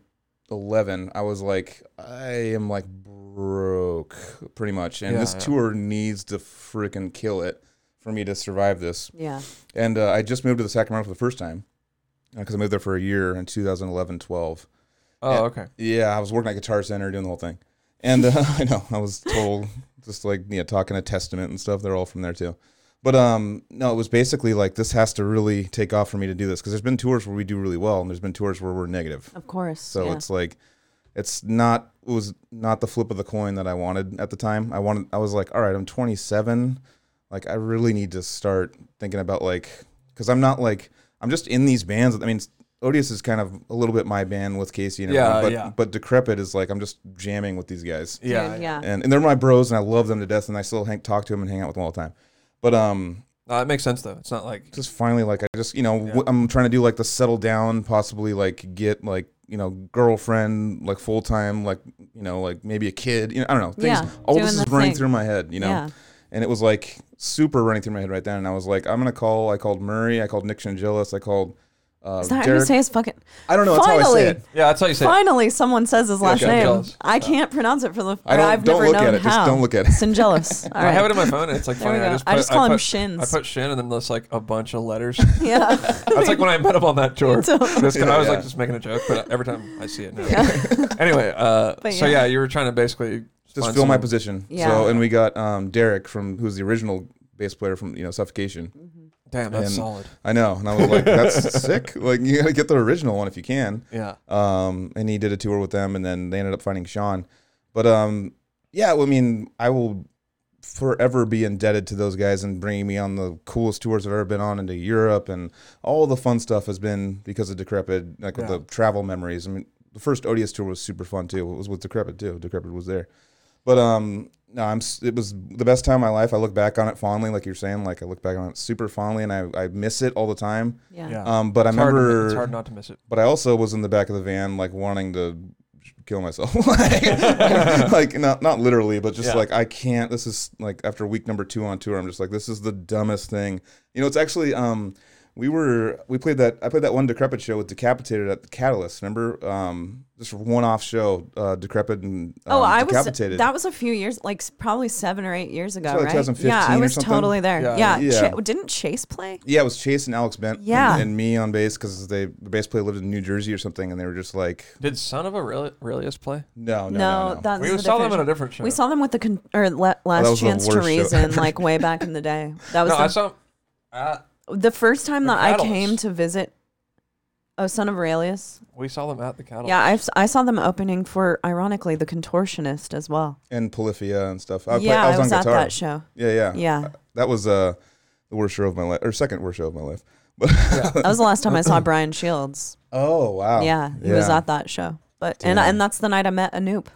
C: eleven, I was like, I am like broke pretty much. And
A: Yeah,
C: this
A: yeah.
C: tour needs to freaking kill it for me to survive this.
B: Yeah.
C: And uh, I just moved to the Sacramento for the first time because I moved there for a year in 2011, 12.
A: Oh, okay.
C: Yeah, I was working at Guitar Center doing the whole thing. And uh, I know I was told just like yeah, talking to Testament and stuff. They're all from there too. But um, no, it was basically like this has to really take off for me to do this because there's been tours where we do really well and there's been tours where we're negative.
B: Of course.
C: So
B: yeah.
C: it's like it's not it was not the flip of the coin that I wanted at the time. I wanted I was like, all right, I'm 27. Like I really need to start thinking about like cuz I'm not like I'm just in these bands. I mean, Odious is kind of a little bit my band with Casey and
A: Yeah,
C: everything, but
A: yeah.
C: but Decrepit is like I'm just jamming with these guys.
A: Yeah.
B: Dude,
A: yeah.
B: yeah.
C: And and they're my bros and I love them to death and I still hang, talk to them and hang out with them all the time. But um
A: No, that makes sense though. It's not like
C: just finally like I just you know w- I'm trying to do like the settle down, possibly like get like you know girlfriend like full time, like you know like maybe a kid. You know I don't know things.
B: Yeah,
C: all
B: doing
C: this is
B: the
C: running
B: thing.
C: through my head, you know. uh,
B: Yeah.
C: And it was like super running through my head right then, and I was like, I'm gonna call. I called Murray. I called Nick Shangelis. I called. Uh,
B: Is that how you
C: Derek.
B: say his fucking?
C: I don't know. That's how I
B: Finally,
C: say it.
A: yeah. That's how you say. It.
B: finally, someone says his last
A: Shingelis.
B: name.
A: Shingelis.
B: I can't pronounce it for the.
C: I don't-
B: I've
C: don't
B: never
C: look
B: known
C: at it. Just
B: how.
C: don't look at it.
B: Syngelus. All
A: I have it
B: right.
A: in my phone. And it's like
B: There we
A: funny. I
B: go.
A: just, put,
B: I just call
A: I
B: him
A: put,
B: Shins.
A: I put Shin and then there's like a bunch of letters.
B: Yeah.
A: That's like when I met him on that tour. This-
C: Yeah,
A: I was
C: yeah.
A: like just making a joke, but every time I see it now. anyway, uh,
B: But
A: so
B: yeah.
A: yeah, you were trying to basically
C: Just
A: find
C: fill my
A: someone-
C: position.
B: Yeah.
C: So and we got um, Derek from who's the original bass player from you know Suffocation.
A: Damn, that's
C: and-
A: solid.
C: I know, and I was like, that's sick. Like you gotta get the original one if you can.
A: Yeah.
C: um, and he did a tour with them, and then they ended up finding Sean. But um, yeah, well, I mean, I will forever be indebted to those guys and bringing me on the coolest tours I've ever been on into Europe, and all the fun stuff has been because of Decrepit, like with
A: Yeah.
C: the travel memories. I mean, the first Odious tour was super fun too. It was with Decrepit too. Decrepit was there, but um. No, I'm. s- It was the best time of my life. I look back on it fondly, like you're saying. Like I look back on it super fondly, and I, I miss it all the time.
B: Yeah.
A: Yeah.
C: Um, but
A: It's
C: I
A: hard to-
C: remember
A: it's hard not to miss it.
C: but I also was in the back of the van, like wanting to kill myself, like, like, not not literally, but just
A: Yeah.
C: like I can't. This is like after week number two on tour, I'm just like this is the dumbest thing. You know, it's actually um we were we played that I played that one decrepit show with Decapitated at the Catalyst. Remember um just one off show, uh, decrepit and um,
B: Oh, I was.
C: decapitated.
B: That was a few years, like s- probably seven or eight years ago,
C: like
B: right?
C: 2015
B: yeah, I
C: or
B: was
C: something.
B: totally there.
A: Yeah.
B: Yeah.
C: Yeah.
B: Cha- didn't Chase play?
C: Yeah, it was Chase and Alex Bent
B: Yeah.
C: and, and me on bass because they the bass player lived in New Jersey or something, and they were just like,
A: Did Son of Aurelius play?
C: no,
B: No,
C: no, no, no.
B: that's
A: We
B: Oh, a
A: saw
B: different
A: them at a
B: show.
A: different show.
B: We saw them with the con- or le- last
C: that was the
B: chance to
C: worst show
B: reason,
C: ever.
B: like way back in the day. That was
A: No,
B: the,
A: I saw. Uh,
B: the first time
A: The
B: that I
A: Catalyst.
B: came to visit. Oh, son of Aurelius.
A: we saw them at the catalog.
B: Yeah, I've, I saw them opening for, ironically, the Contortionist as well.
C: and Polyphia and stuff. I,
B: yeah,
C: play, I was, on
B: at
C: guitar.
B: that show.
C: Yeah, yeah,
B: Yeah.
C: That was uh, the worst show of my life, or second worst show of my life. But
B: That was the last time I saw Brian Shields.
C: oh wow,
B: yeah, he was
C: Yeah.
B: at that show. But and and that's the night I met Anoop.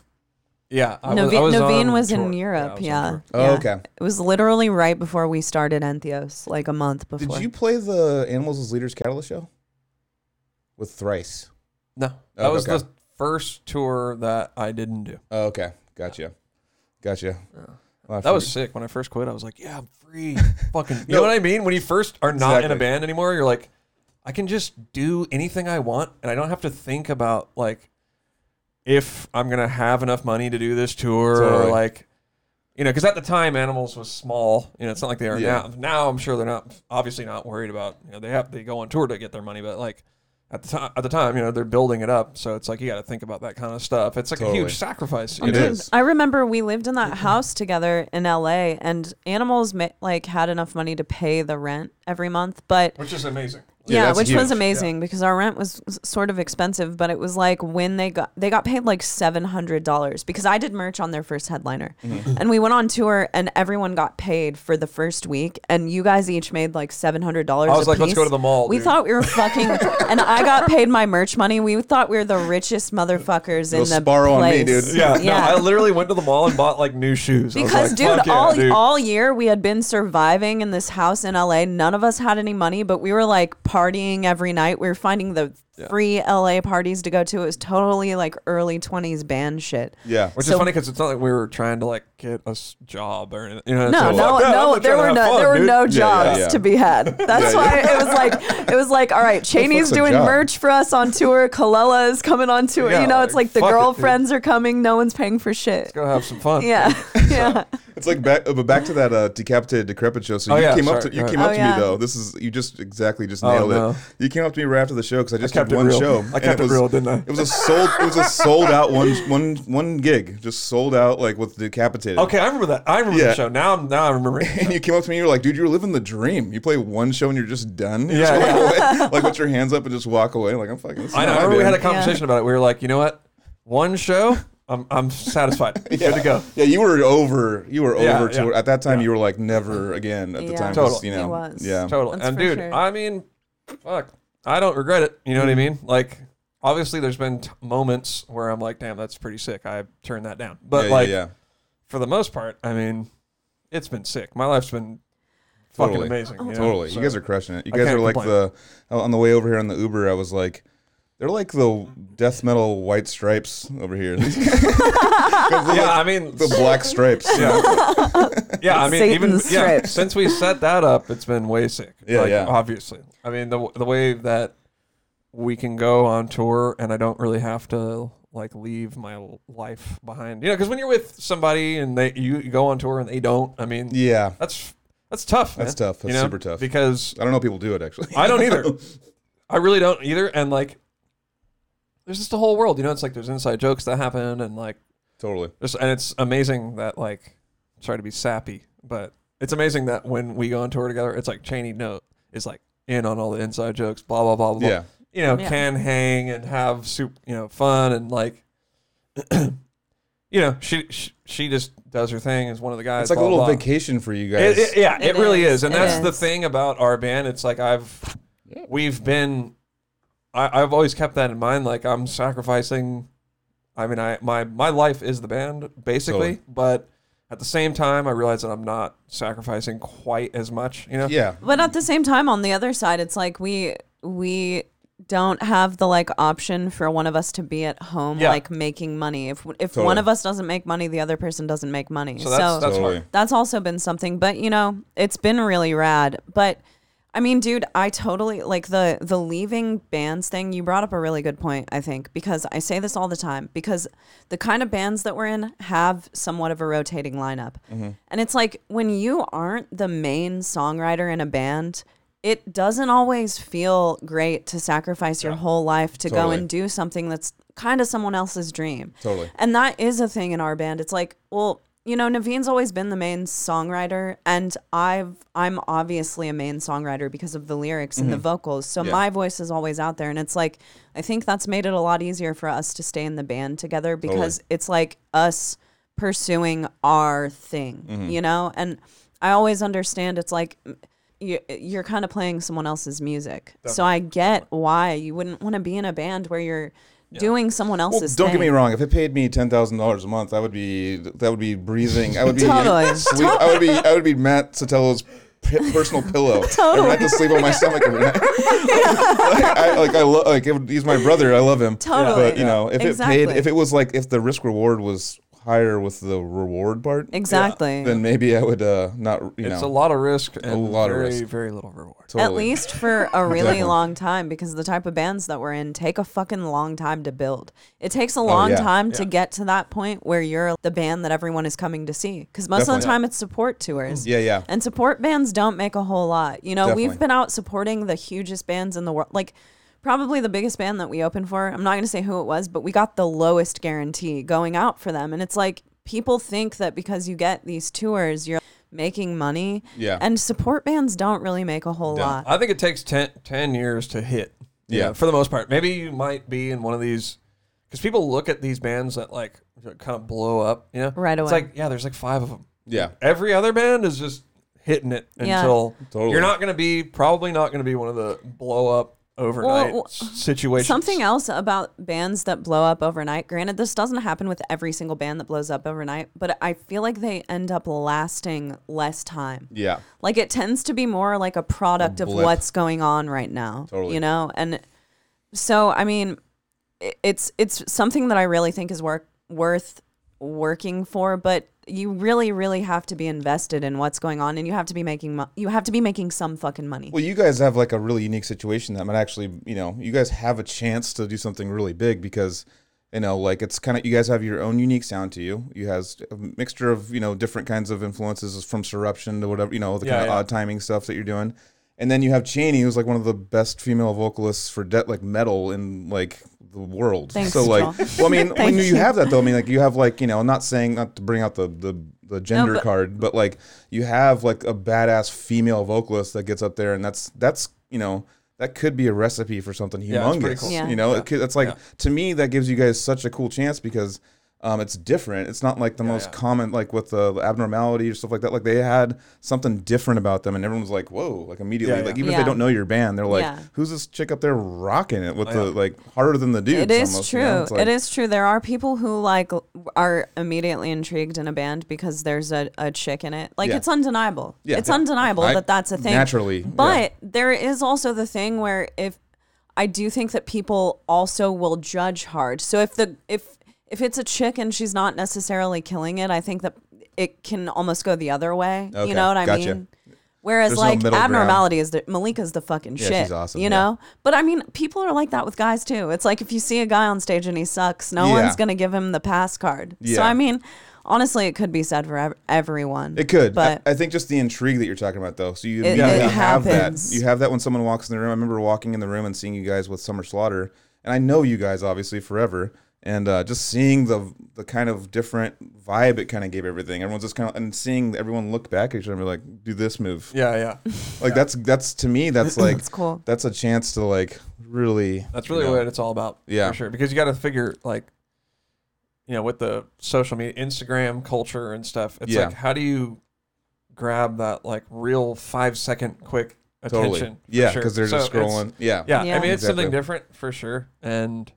A: yeah. I was, I
B: Naveen
A: was,
B: was,
A: on
B: was
A: tour.
B: in Europe.
A: I was on
B: Yeah.
A: tour.
C: Oh,
B: yeah.
C: okay.
B: It was literally right before we started Entheos, like a month before.
C: Did you play the Animals as Leaders Catalyst show with Thrice?
A: No, that
C: Oh,
A: was
C: okay.
A: the first tour that I didn't do.
C: Oh, okay, gotcha, gotcha. Well, I
A: That was
C: forget-
A: sick. When I first quit, I was like, "Yeah, I'm free." Fucking, you
C: No.
A: know what I mean? When you first are not in
C: Exactly.
A: a band anymore, you're like, I can just do anything I want and I don't have to think about like if I'm gonna have enough money to do this tour or
C: Totally.
A: like you know, because at the time Animals was small. You know, it's not like they are
C: Yeah.
A: now. Now I'm sure they're not obviously not worried about you know, they have they go on tour to get their money, but like at the time at the time, you know, they're building it up. So it's like you gotta think about that kind of stuff. It's like a
C: Totally.
A: huge sacrifice. you
C: It
A: know?
C: is.
B: I remember we lived in that house together in LA, and animals ma- like had enough money to pay the rent every month, but
A: Which is amazing.
C: Yeah,
B: yeah,
C: that's
B: which was
C: huge.
B: amazing because our rent was s- sort of expensive, but it was like when they got they got paid like seven hundred dollars because I did merch on their first headliner,
A: Mm-hmm.
B: and we went on tour and everyone got paid for the first week, and you guys each made like seven hundred dollars.
A: I was like, let's go to the mall,
B: We
A: dude.
B: thought we were fucking, and I got paid my merch money. We thought we were the richest motherfuckers in
C: Little
B: the
C: Sparrow on me,
B: place.
C: dude.
A: Yeah, no, I literally went to the mall and bought like new shoes. I was
B: Because
A: like,
B: dude,
A: "Fuck yeah,
B: all
A: dude."
B: all year we had been surviving in this house in LA. None of us had any money, but we were like partying every night. We were finding the free LA parties to go to. It was totally like early twenties band shit.
C: Yeah.
A: Which
B: So-
A: is funny because it's not like we were trying to like get a s- job or anything. You know, it's
B: No,
A: like,
B: no,
A: "Fuck that, I'm
B: no.
A: not
B: There
A: trying to
B: were
A: have
B: no,
A: fun,
B: there were
A: dude."
B: no
C: Yeah,
B: jobs
C: yeah.
B: to be had. That's why it was like, it was like, all right, Cheney's
C: fix a
B: doing
C: job.
B: merch for us on tour. Kalela's coming on tour.
A: Yeah,
B: you know, it's
A: like,
B: like the
A: fuck it, dude.
B: girlfriends are coming. No one's paying for shit.
A: Go have some fun.
B: Yeah, yeah.
C: It's like back, uh, but back to that uh, decapitated decrepit show. So
A: Oh,
C: you
A: yeah,
C: came up
A: sorry,
C: to you
A: go
C: came
A: ahead.
C: up
B: Oh,
C: to
B: yeah.
C: me though. This is you just exactly just
A: Oh,
C: nailed
A: no.
C: it. You came up to me right after the show because I just
A: kept
C: did
A: it
C: one
A: real.
C: show.
A: I
C: and
A: kept it
C: was,
A: real, didn't I?
C: It was a sold. It was a sold out one one one gig. Just sold out like with decapitated.
A: Okay, I remember that. I remember
C: Yeah.
A: the show. Now, I'm now I remember. it.
C: And you came up to me, you were like, "Dude, you're living the dream. You play one show and you're just done. You
A: Yeah,
C: just walk
A: yeah.
C: away. like put your hands up and just walk away. Like I'm fucking. this is
A: I know. I
C: not my
A: remember we had
C: band.
A: a conversation about it. We were like, you know what? One show, I'm I'm satisfied. Good to go.
C: Yeah, you were over. You were
A: Yeah,
C: over to
A: yeah.
C: at that time. You were like never again. At the
B: Yeah.
C: time, 'cause,
A: Totally.
C: you
B: It
C: know,
B: was.
C: yeah,
A: Totally.
B: That's
A: and
B: for
A: dude,
B: sure.
A: I mean, fuck, I don't regret it. You know what I
C: Mm-hmm.
A: mean? Like, obviously, there's been t- moments where I'm like, damn, that's pretty sick. I turned that down. But
C: yeah,
A: like,
C: yeah, yeah.
A: for the most part, I mean, it's been sick. My life's been fucking
C: Totally.
A: amazing. you know?
C: Totally.
A: So-
C: You guys are crushing it. You
A: I
C: guys
A: can't
C: are like
A: complain.
C: the on the way over here on the Uber, I was like they're like the death metal white stripes over here. the
A: Yeah, I mean,
C: black stripes.
A: yeah, yeah. I mean, even
B: Satan's
A: yeah,
B: strip.
A: since we set that up, it's been way sick.
C: Yeah,
A: like,
C: yeah.
A: Obviously, I mean, the the way that we can go on tour and I don't really have to like leave my l- life behind. You know, because when you're with somebody and they you go on tour and they don't, I mean,
C: Yeah.
A: that's that's tough.
C: That's
A: man.
C: tough.
A: You
C: That's
A: know?
C: super tough.
A: Because
C: I don't know if people do it actually.
A: I don't either. I really don't either. And like, there's just a whole world, you know. It's like there's inside jokes that happen, and like,
C: totally.
A: there's, and it's amazing that like, sorry to be sappy, but it's amazing that when we go on tour together, it's like Cheney no is like in on all the inside jokes, blah blah blah blah.
C: Yeah.
A: you know,
B: Yeah.
A: can hang and have soup, you know, fun and like. You know, she, she she just does her thing as one of the guys.
C: It's like a
A: blah,
C: little
A: blah.
C: vacation for you guys.
A: It, it- yeah, it,
B: It
A: really
B: is.
A: is, and
B: It
A: that's the
B: is.
A: thing about our band. It's like I've, we've been, I, I've always kept that in mind. Like I'm sacrificing. I mean, I my my life is the band basically,
C: Totally.
A: but at the same time, I realize that I'm not sacrificing quite as much. You know,
C: yeah.
B: But at the same time, on the other side, it's like we we don't have the like option for one of us to be at home
A: Yeah.
B: like making money. If if
C: Totally.
B: one of us doesn't make money, the other person doesn't make money.
A: so that's that's
C: Totally.
A: hard.
B: that's also been something but you know it's been really rad but i mean dude i totally like the the leaving bands thing you brought up a really good point i think because i say this all the time because the kind of bands that we're in have somewhat of a rotating lineup and it's like when you aren't the main songwriter in a band it doesn't always feel great to sacrifice your whole life to go
C: Totally.
B: and do something that's kind of someone else's dream
C: Totally.
B: and that is a thing in our band. It's like, well, you know, Naveen's always been the main songwriter, and I've I'm obviously a main songwriter because of the lyrics and the vocals. So
C: Mm-hmm. Yeah.
B: my voice is always out there, and it's like I think that's made it a lot easier for us to stay in the band together because it's like us pursuing our thing,
C: Mm-hmm.
B: you know. And I always understand it's like m- you- you're kind of playing someone else's music, so I get why you wouldn't want to be in a band where you're doing someone
C: Well,
B: else's.
C: don't get
B: thing.
C: me wrong. If it paid me ten thousand dollars a month, I would be that would be breathing. I would be
B: Totally.
C: sleep. I would be I would be Matt Sotell's p- personal pillow.
B: Totally.
C: I would have to sleep on my stomach every night. like, I, like I love like it would, he's my brother. I love him.
B: Totally.
C: But you know, if it
B: Exactly.
C: paid, if it was like if the risk reward was higher with the reward part,
B: Exactly.
C: then maybe I would uh, not. You
A: It's a
C: know,
A: lot of risk and
C: lot of
A: very,
C: risk.
A: very little reward.
B: At
C: totally.
B: least for a really
C: Exactly.
B: long time, because the type of bands that we're in take a fucking long time to build. It takes a long
C: Oh, yeah.
B: time to
A: Yeah.
B: get to that point where you're the band that everyone is coming to see. Because most of the
C: Definitely.
B: time, it's support tours.
C: Yeah, yeah.
B: And support bands don't make a whole lot. You know,
C: Definitely.
B: we've been out supporting the hugest bands in the world. Like, probably the biggest band that we opened for. I'm not going to say who it was, but we got the lowest guarantee going out for them. And it's like people think that because you get these tours, you're making money.
C: Yeah.
B: And support bands don't really make a whole
C: Don't.
B: lot.
A: I think it takes 10, 10 years to hit. you
C: Yeah.
A: know, for the most part. Maybe you might be in one of these because people look at these bands that like kind of blow up. You know,
B: Right
A: It's
B: away.
A: like yeah, there's like five of them.
C: Yeah.
A: Every other band is just hitting it
B: Yeah.
A: until
C: Totally.
A: you're not going to be probably not going to be one of the blow up overnight
B: Well,
A: s- situations.
B: Something else about bands that blow up overnight. Granted, this doesn't happen with every single band that blows up overnight, but I feel like they end up lasting less time.
C: Yeah.
B: Like it tends to be more like a product of
C: blip.
B: what's going on right now.
C: Totally.
B: You know, and so I mean, i- it's it's something that I really think is work worth working for, but you really really have to be invested in what's going on and you have to be making mo- you have to be making some fucking money.
C: Well, you guys have like a really unique situation that might actually, you know, you guys have a chance to do something really big because, you know, like it's kind of you guys have your own unique sound to you. You has a mixture of you know different kinds of influences from Surruption to whatever you know the
A: Yeah,
C: kind of
A: yeah.
C: odd timing stuff that you're doing, and then you have Cheney, who's like one of the best female vocalists for de- like metal in like the world.
B: Thanks,
C: so like,
B: Joel.
C: well, I mean, when
B: Thank
C: you
B: you.
C: have that though, I mean, like you have like you know, I'm not saying not to bring out the the, the gender
B: but-
C: card, but like you have like a badass female vocalist that gets up there, and that's that's you know that could be a recipe for something
A: Yeah, it's pretty
C: humongous.
A: cool.
B: Yeah.
C: You know, it could, it's like
A: Yeah.
C: to me that gives you guys such a cool chance because. Um, it's different. It's not like the most
A: yeah.
C: common, like with the abnormality or stuff like that. Like they had something different about them, and everyone was like, "Whoa!" Like immediately,
A: Yeah, yeah.
C: like even if
B: Yeah.
C: they don't know your band, they're like,
B: Yeah.
C: "Who's this chick up there rocking it with
A: Oh, yeah.
C: the like harder than the dudes?"
B: It is
C: almost,
B: true.
C: you know? It's like-
B: it is true. There are people who like l- are immediately intrigued in a band because there's a, a chick in it. Like
C: Yeah.
B: it's undeniable.
C: Yeah.
B: It's
C: Yeah.
B: undeniable
C: I-
B: that that's a thing.
C: naturally, yeah.
B: But there is also the thing where if I do think that people also will judge hard. So if the if if it's a chick and she's not necessarily killing it, I think that it can almost go the other way.
C: Okay.
B: You know what I
C: Gotcha.
B: mean? Whereas
C: There's no
B: like
C: middle ground.
B: abnormality is that Malika's the fucking
C: Yeah,
B: shit.
C: she's awesome,
B: You
C: yeah.
B: know? But I mean, people are like that with guys too. It's like if you see a guy on stage and he sucks, no
C: Yeah.
B: one's gonna give him the pass card. So
C: Yeah.
B: I mean, honestly, it could be said for ev- everyone.
C: It could.
B: but
C: I, I think just the intrigue that you're talking about, though. So you
B: It-
C: immediately
B: it
C: have
B: happens.
C: that. You have that when someone walks in the room. I remember walking in the room and seeing you guys with Summer Slaughter, and I know you guys obviously forever. And uh, just seeing the the kind of different vibe it kind of gave everything. Everyone's just kind of and seeing everyone look back at each other and be like, "Do this move."
A: Yeah, yeah.
C: Like that's that's to me that's like
B: That's cool.
C: That's a chance to like really.
A: That's really
C: you know,
A: what it's all about.
C: Yeah.
A: For sure. Because you got to figure, like, you know, with the social media, Instagram culture and stuff, it's
C: Yeah.
A: like, how do you grab that, like, real five second quick attention?
C: Totally.
A: for
C: Yeah,
A: sure.
C: because they're
A: So
C: just
A: it's-
C: scrolling. Yeah.
A: Yeah.
B: Yeah.
A: I mean, it's something
C: Exactly.
A: different for sure. And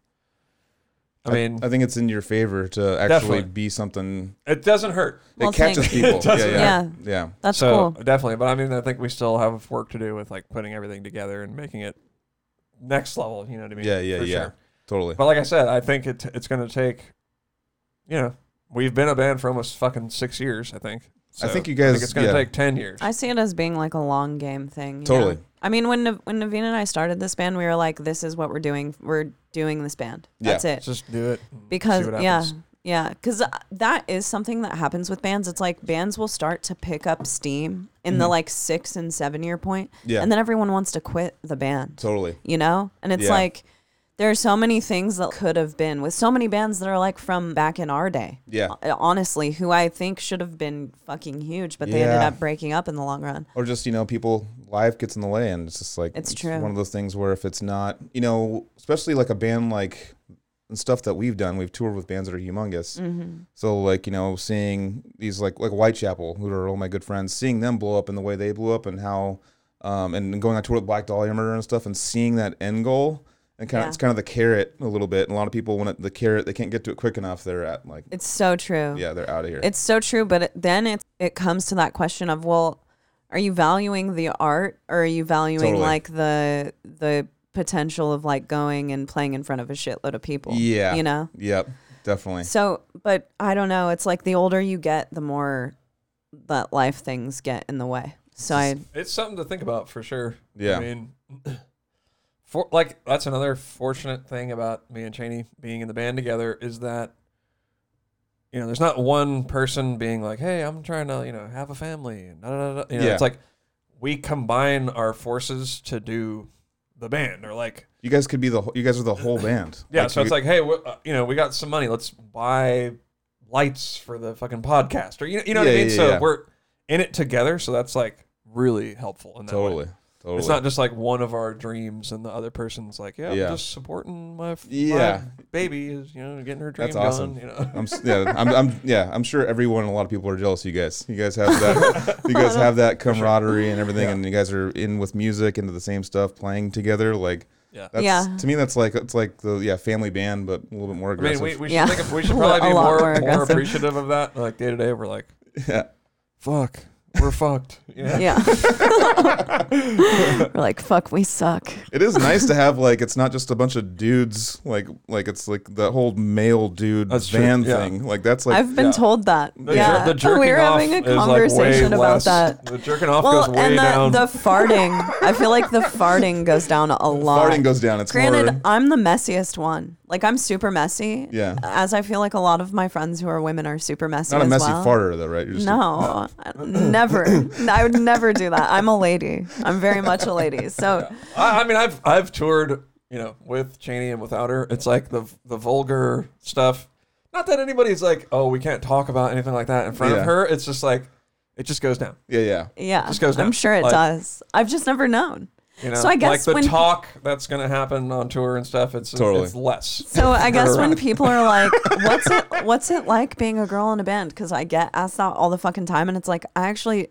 A: I mean,
C: I think it's in your favor to actually
A: Definitely.
C: be something
A: it doesn't hurt.
C: that
B: Well,
C: catches
B: thank-
C: people.
A: It doesn't-
C: yeah.
B: Yeah.
C: Yeah.
B: that's
A: so
B: cool.
A: definitely. But I mean, I think we still have work to do with, like, putting everything together and making it next level. You know what I mean?
C: Yeah, yeah,
A: For
C: yeah.
A: sure.
C: Totally.
A: But like I said, I think it it's going to take. You know, we've been a band for almost fucking six years. I think.
C: I think you
A: I
C: guys.
A: think it's going to
C: yeah,
A: take ten years.
B: I see it as being like a long game thing. you
C: Totally.
B: know? I mean, when Nav- when Naveen and I started this band, we were like, "This is what we're doing. We're doing this band.
C: Yeah.
B: That's
A: Let's
B: it."
A: just do it. and see
B: Because
A: what
B: yeah,
A: happens.
B: yeah, because that is something that happens with bands. It's like bands will start to pick up steam in
C: Mm-hmm.
B: the like six and seven year point,
C: Yeah.
B: and then everyone wants to quit the band.
C: Totally.
B: you know? And it's
C: Yeah.
B: like there are so many things that could have been with so many bands that are like from back in our day.
C: Yeah.
B: Ho- Honestly, who I think should have been fucking huge, but they ended
C: Yeah.
B: up breaking up in the long run.
C: Or just you know, people life gets in the way, and it's just like
B: It's true.
C: One of those things where if it's not, you know, especially like a band like and stuff that we've done, we've toured with bands that are humongous.
B: Mm-hmm.
C: So like you know, seeing these like like Whitechapel, who are all my good friends, seeing them blow up in the way they blew up, and how, um, and going on tour with Black Dahlia Murder and stuff, and seeing that end goal. And kind of,
B: Yeah.
C: it's kind of the carrot a little bit. And a lot of people, when it, the carrot, they can't get to it quick enough. They're at like,
B: It's so true.
C: yeah, they're out of here.
B: It's so true, but it, then it it comes to that question of well, are you valuing the art or are you valuing
C: Totally.
B: like the the potential of like going and playing in front of a shitload of people?
C: Yeah.
B: You know?
C: Yep. definitely.
B: So, but I don't know. It's like the older you get, the more that life things get in the way. So I,
A: It's something to think about for sure.
C: Yeah.
A: I mean, for like that's another fortunate thing about me and Cheney being in the band together is that you know there's not one person being like, hey, I'm trying to you know have a family and da, da, da, da. you know
C: Yeah.
A: it's like we combine our forces to do the band or like
C: You guys could be the whole- you guys are the whole band.
A: yeah, so it's like, hey, we uh, you know, we got some money. Let's buy lights for the fucking podcast, or you know, you know what
C: Yeah,
A: I mean.
C: yeah,
A: so
C: yeah.
A: we're in it together. So that's like really helpful in that way.
C: totally, totally.
A: It's not just like one of our dreams and the other person's like, yeah,
C: Yeah.
A: I'm just supporting my, f- my
C: Yeah.
A: baby is you know getting her dream
C: That's awesome.
A: done. You know,
C: I'm s- yeah, I'm, I'm yeah, I'm sure everyone, a lot of people are jealous. of You guys, you guys have that, you guys have that camaraderie and everything, and you guys are in with music, into the same stuff, playing together. Like,
A: Yeah.
C: that's,
B: Yeah.
C: To me, that's like it's like the yeah family band, but a little bit more
A: I mean,
C: aggressive.
A: we, we should
B: Yeah.
A: think of, we should
B: A
A: probably be
B: lot
A: more,
B: more
A: more,
B: aggressive.
A: appreciative of that. Like day to day, we're like,
C: yeah,
A: fuck, we're fucked. Yeah.
B: yeah. We're like, fuck, we suck.
C: it is nice to have like it's not just a bunch of dudes like like it's like the whole male dude
A: That's true,
C: van
A: yeah.
C: thing. Like that's like
B: I've been
A: yeah.
B: told that.
A: The, jer-
B: yeah.
A: the jerking
B: we were
A: off
B: having a
A: is, like, way
B: conversation about
A: less-
B: that.
A: The jerking off
B: Well,
A: goes way
B: and
A: down.
B: the, the farting. I feel like the farting goes down a lot.
C: farting goes down. It's
B: Granted,
C: more,
B: I'm the messiest one. Like I'm super messy.
C: Yeah.
B: As I feel like a lot of my friends who are women are super messy.
C: not a
B: Uh, as
C: messy
B: well.
C: farter though, right? You're just like,
B: No, I- never. I would never do that. I'm a lady. I'm very much a lady. So
A: I, I mean, I've I've toured, you know, with Cheney and without her. It's like the the vulgar stuff. Not that anybody's like, oh, we can't talk about anything like that in front
C: Yeah.
A: of her. It's just like, it just goes down.
C: yeah, yeah.
B: yeah,
A: Just goes down.
B: I'm sure it
A: Like-
B: does. I've just never known.
A: You know,
B: So I guess
A: like the
B: when-
A: talk that's gonna happen on tour and stuff. It's
C: Totally.
A: it's less.
B: So I guess when
A: Correct.
B: people are like, "What's it? What's it like being a girl in a band?" Because I get asked that all the fucking time, and it's like I actually,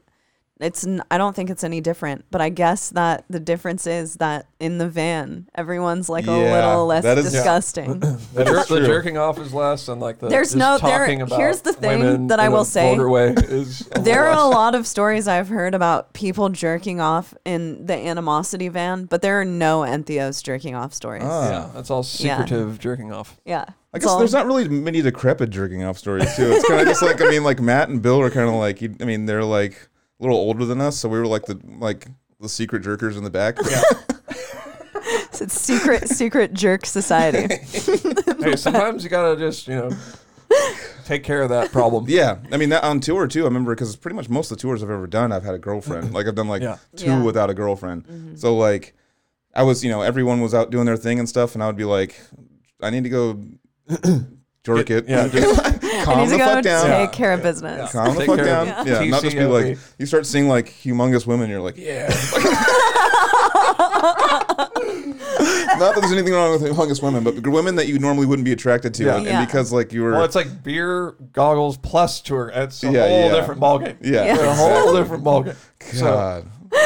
B: it's n- I don't think it's any different. But I guess that the difference is that in the van, everyone's like a
C: Yeah,
B: little less
C: that is- Yeah.
B: disgusting.
A: The,
C: That's
A: jer- the
C: true.
A: jerking off is less, and like the
B: There's
A: just
B: no- there-
A: talking about
B: here's the thing
A: women
B: that I
A: in a
B: will say.
A: vulgar way is a
B: There
A: lot
B: are a
A: less.
B: lot of stories I've heard about people jerking off in the animosity van, but there are no entheos jerking off stories.
C: Ah.
A: Yeah, that's all secretive jerking off.
B: yeah,
C: I
B: it's
C: guess
B: all-
C: there's not really many decrepit jerking off stories too. It's kind of just like I mean, like Matt and Bill are kind of like you- I mean, they're like a little older than us, so we were like the like the secret jerkers in the back. Yeah,
B: it's secret secret jerk society.
A: Hey, sometimes you gotta just you know take care of that problem.
C: I mean that on tour too. I remember because pretty much most of the tours I've ever done, I've had a girlfriend. Like I've done like
A: Yeah.
C: two
B: Yeah. Mm-hmm.
C: without a girlfriend. So like, I was you know everyone was out doing their thing and stuff, and I would be like, I need to go jerk it.
A: yeah, just-
C: calm
B: I need to
C: the
B: go
C: fuck
B: take
C: down.
A: Yeah.
B: care of business.
C: Calm the
A: Take
C: fuck
A: care
C: down.
A: of
C: Yeah,
A: it.
C: not just be like
A: TCLP.
C: you start seeing like humongous women. You're like,
A: yeah.
C: not that there's anything wrong with humongous women, but women that you normally wouldn't be attracted to,
A: Yeah.
C: and, and
B: Yeah.
C: because like you were,
A: Well, it's like beer goggles plus tour. It's a
C: Yeah,
A: whole
C: yeah.
A: different ballgame.
C: yeah,
B: Yeah.
A: a whole different ballgame. So,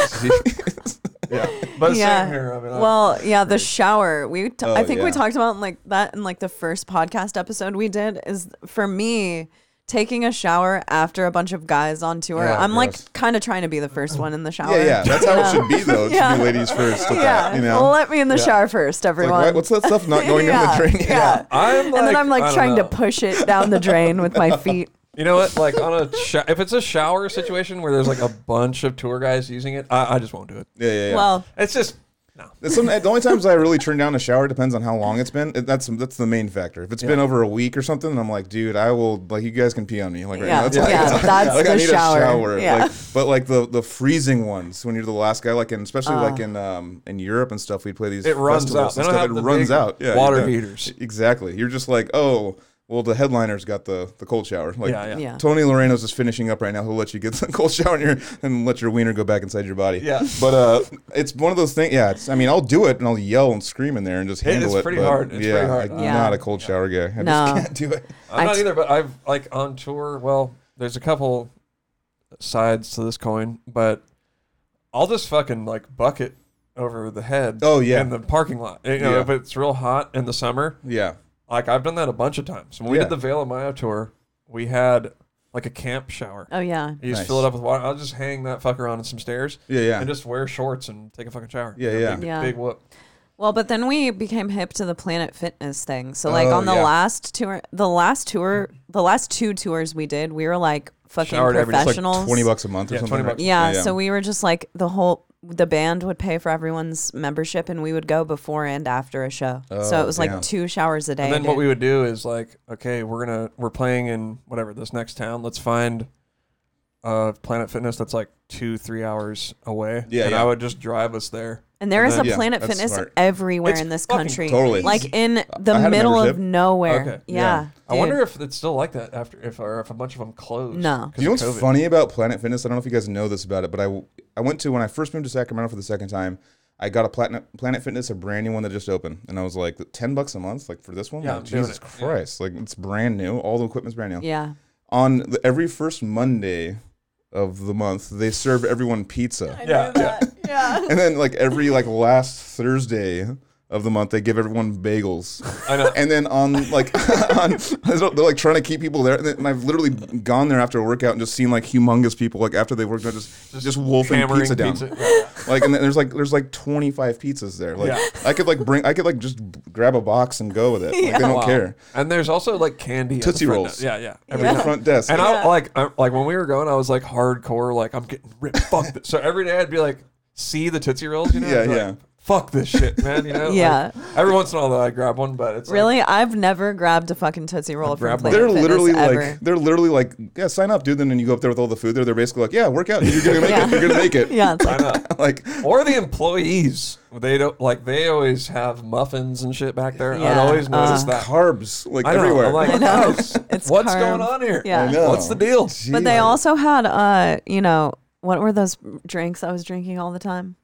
C: God,
A: yeah, but
B: Yeah.
A: same here. I mean, I-
B: Well, yeah, the shower. We t- I
C: Oh,
B: think
C: yeah.
B: we talked about in like that in like the first podcast episode we did is for me taking a shower after a bunch of guys on tour.
C: Yeah,
B: I'm
C: gross.
B: like kind of trying to be the first one in the shower.
C: yeah, yeah, that's how it should be though. It
B: Yeah.
C: should be ladies first. With
B: Yeah,
C: that, you know,
B: let me in the shower first,
C: like,
B: everyone.
C: why- what's that stuff not going
B: yeah,
C: in the drain?
B: yeah.
A: I'm
B: and then I'm
A: I
B: like
A: don't
B: trying
A: know.
B: to push it down the drain with my feet.
A: You know what? Like on a sho if it's a shower situation where there's like a bunch of tour guys using it, I, I just won't do it.
C: yeah, yeah. yeah.
B: Well,
A: It's just no.
C: It's some, the only times I really turn down a shower depends on how long it's been. It- That's that's the main factor. If it's been over a week or something, then I'm like, dude, I will like you guys can pee on me like right
B: Yeah.
C: now. That's
B: Yeah.
C: like,
B: Yeah,
C: it's like-
B: that's
C: like, I
B: the
C: need
B: shower.
C: a shower.
B: Yeah.
C: Like, but like the the freezing ones when you're the last guy, like in, especially
B: Oh.
C: like in um in Europe and stuff, we'd play these.
A: It runs
C: festivals
A: out. They
C: And
A: don't
C: stuff.
A: have
C: It
A: the
C: runs
A: big
C: out. Yeah,
A: water
C: yeah.
A: heaters.
C: Exactly. You're just like, oh. Well, the headliner's got the, the cold shower. Like,
A: Yeah, yeah.
B: Yeah.
C: Tony Loreno's just finishing up right now. He'll let you get the cold shower in your, and let your wiener go back inside your body.
A: Yeah.
C: But uh, it's one of those things. Yeah, it's, I mean, I'll do it and I'll yell and scream in there and just
A: It-
C: handle
A: it's
C: it.
A: pretty
C: but
A: hard. It's
C: yeah,
A: pretty hard.
C: I'm
B: Yeah.
C: not a cold shower guy. I
B: No.
C: just can't do it.
A: I'm not
B: I-
A: either, but I've like on tour. Well, there's a couple sides to this coin, but I'll just fucking like bucket over the head.
C: Oh, yeah.
A: in the parking lot. You know,
C: Yeah.
A: if it's real hot in the summer,
C: Yeah.
A: like I've done that a bunch of times. When we
C: Yeah.
A: did the Vale of Maya tour, we had like a camp shower.
B: oh yeah,
A: You just
C: Nice.
A: fill it up with water. I'll just hang that fucker on some stairs
C: Yeah, yeah.
A: and just wear shorts and take a fucking shower.
C: Yeah,
A: You know,
C: yeah.
A: Big,
B: Yeah.
A: big whoop.
B: Well, but then we became hip to the Planet Fitness thing. So like
C: Oh,
B: on the
C: yeah.
B: last tour, the last tour, the last two tours we did, we were like fucking
A: Showered every day. It's like
B: professionals.
C: Twenty bucks a month or
A: Yeah,
C: something.
A: 20
C: right?
A: bucks.
B: Yeah, so we were just like the whole the band would pay for everyone's membership and we would go before and after a show. so
C: Oh,
B: it was
C: damn.
B: like two showers a day.
A: And then what
B: dude.
A: we would do is like, okay, we're gonna we're playing in whatever this next town. Let's find uh Planet Fitness that's like two three hours away.
C: Yeah,
A: and
C: yeah.
A: I would just drive us there.
B: and there is
A: then-
B: a
C: Yeah,
B: Planet
C: that's
B: Fitness
C: smart.
B: everywhere
A: It's
B: in this
A: fucking
B: country.
C: Totally.
B: Like in
C: I
B: the
C: had a
B: middle
C: membership.
B: of nowhere.
A: Okay.
B: Yeah.
A: I wonder
B: dude.
A: if it's still like that after if or if a bunch of them closed. 'cause
B: No.
C: You know
A: of
C: what's
A: COVID.
C: funny about Planet Fitness? I don't know if you guys know this about it, but I, I went to when I first moved to Sacramento for the second time. I got a Planet Planet Fitness, a brand new one that just opened, and I was like, ten bucks a month, like for this one.
A: Yeah,
C: Like,
A: I'm doing
C: Jesus
A: it. Yeah.
C: Christ, like it's brand new. All the equipment's brand new.
B: Yeah.
C: On the, every first Monday of the month, they serve everyone pizza,
A: Yeah, yeah.
B: Yeah.
C: and then like every like last Thursday of the month, they give everyone bagels.
A: I know.
C: And then on like on they're like trying to keep people there, and, then- and I've literally gone there after a workout and just seen like humongous people like after they worked out just just, wolfing
A: Hammering
C: pizza down.
A: Yeah.
C: Like and then there's like there's like 25 pizzas there. Like
A: Yeah.
C: I could like bring I could like just grab a box and go with it. Like, They don't
A: Wow.
C: care.
A: And there's also like candy, at the
C: Tootsie
A: front
C: Rolls.
A: desk. Yeah, yeah.
C: Every
A: time.
C: front desk.
A: And I
B: Yeah.
A: like I, like when we were going, I was like hardcore, like I'm getting ripped. Fuck this. So every day I'd be like, see the Tootsie Rolls, you know?
C: Yeah,
A: I'd be like,
C: yeah.
A: Fuck this shit, man. You know? Like,
B: Yeah.
A: every once in a while though, I grab one, but it's like-
B: Really? I've never grabbed a fucking Tootsie Roll from
A: grabbed
B: Planet
C: they're
B: Fitness
C: literally
B: ever.
C: like they're literally like yeah sign up dude. And then you go up there with all the food there. They're basically like yeah work out. You're gonna make
B: Yeah.
C: it. You're gonna make it.
B: yeah. it's like-
A: I know.
C: Like
A: Or the employees, they don't like. They always have muffins and shit back there. I'd
B: Yeah,
A: always notice
B: uh,
A: that.
C: carbs like
A: I know.
C: everywhere.
A: I'm like,
B: I know.
A: guys,
B: It's
A: what's
B: carb.
A: going on here?
B: Yeah. I
C: know.
A: What's the deal?
B: But they
C: Jeez.
B: also had uh, you know, what were those drinks I was drinking all the time?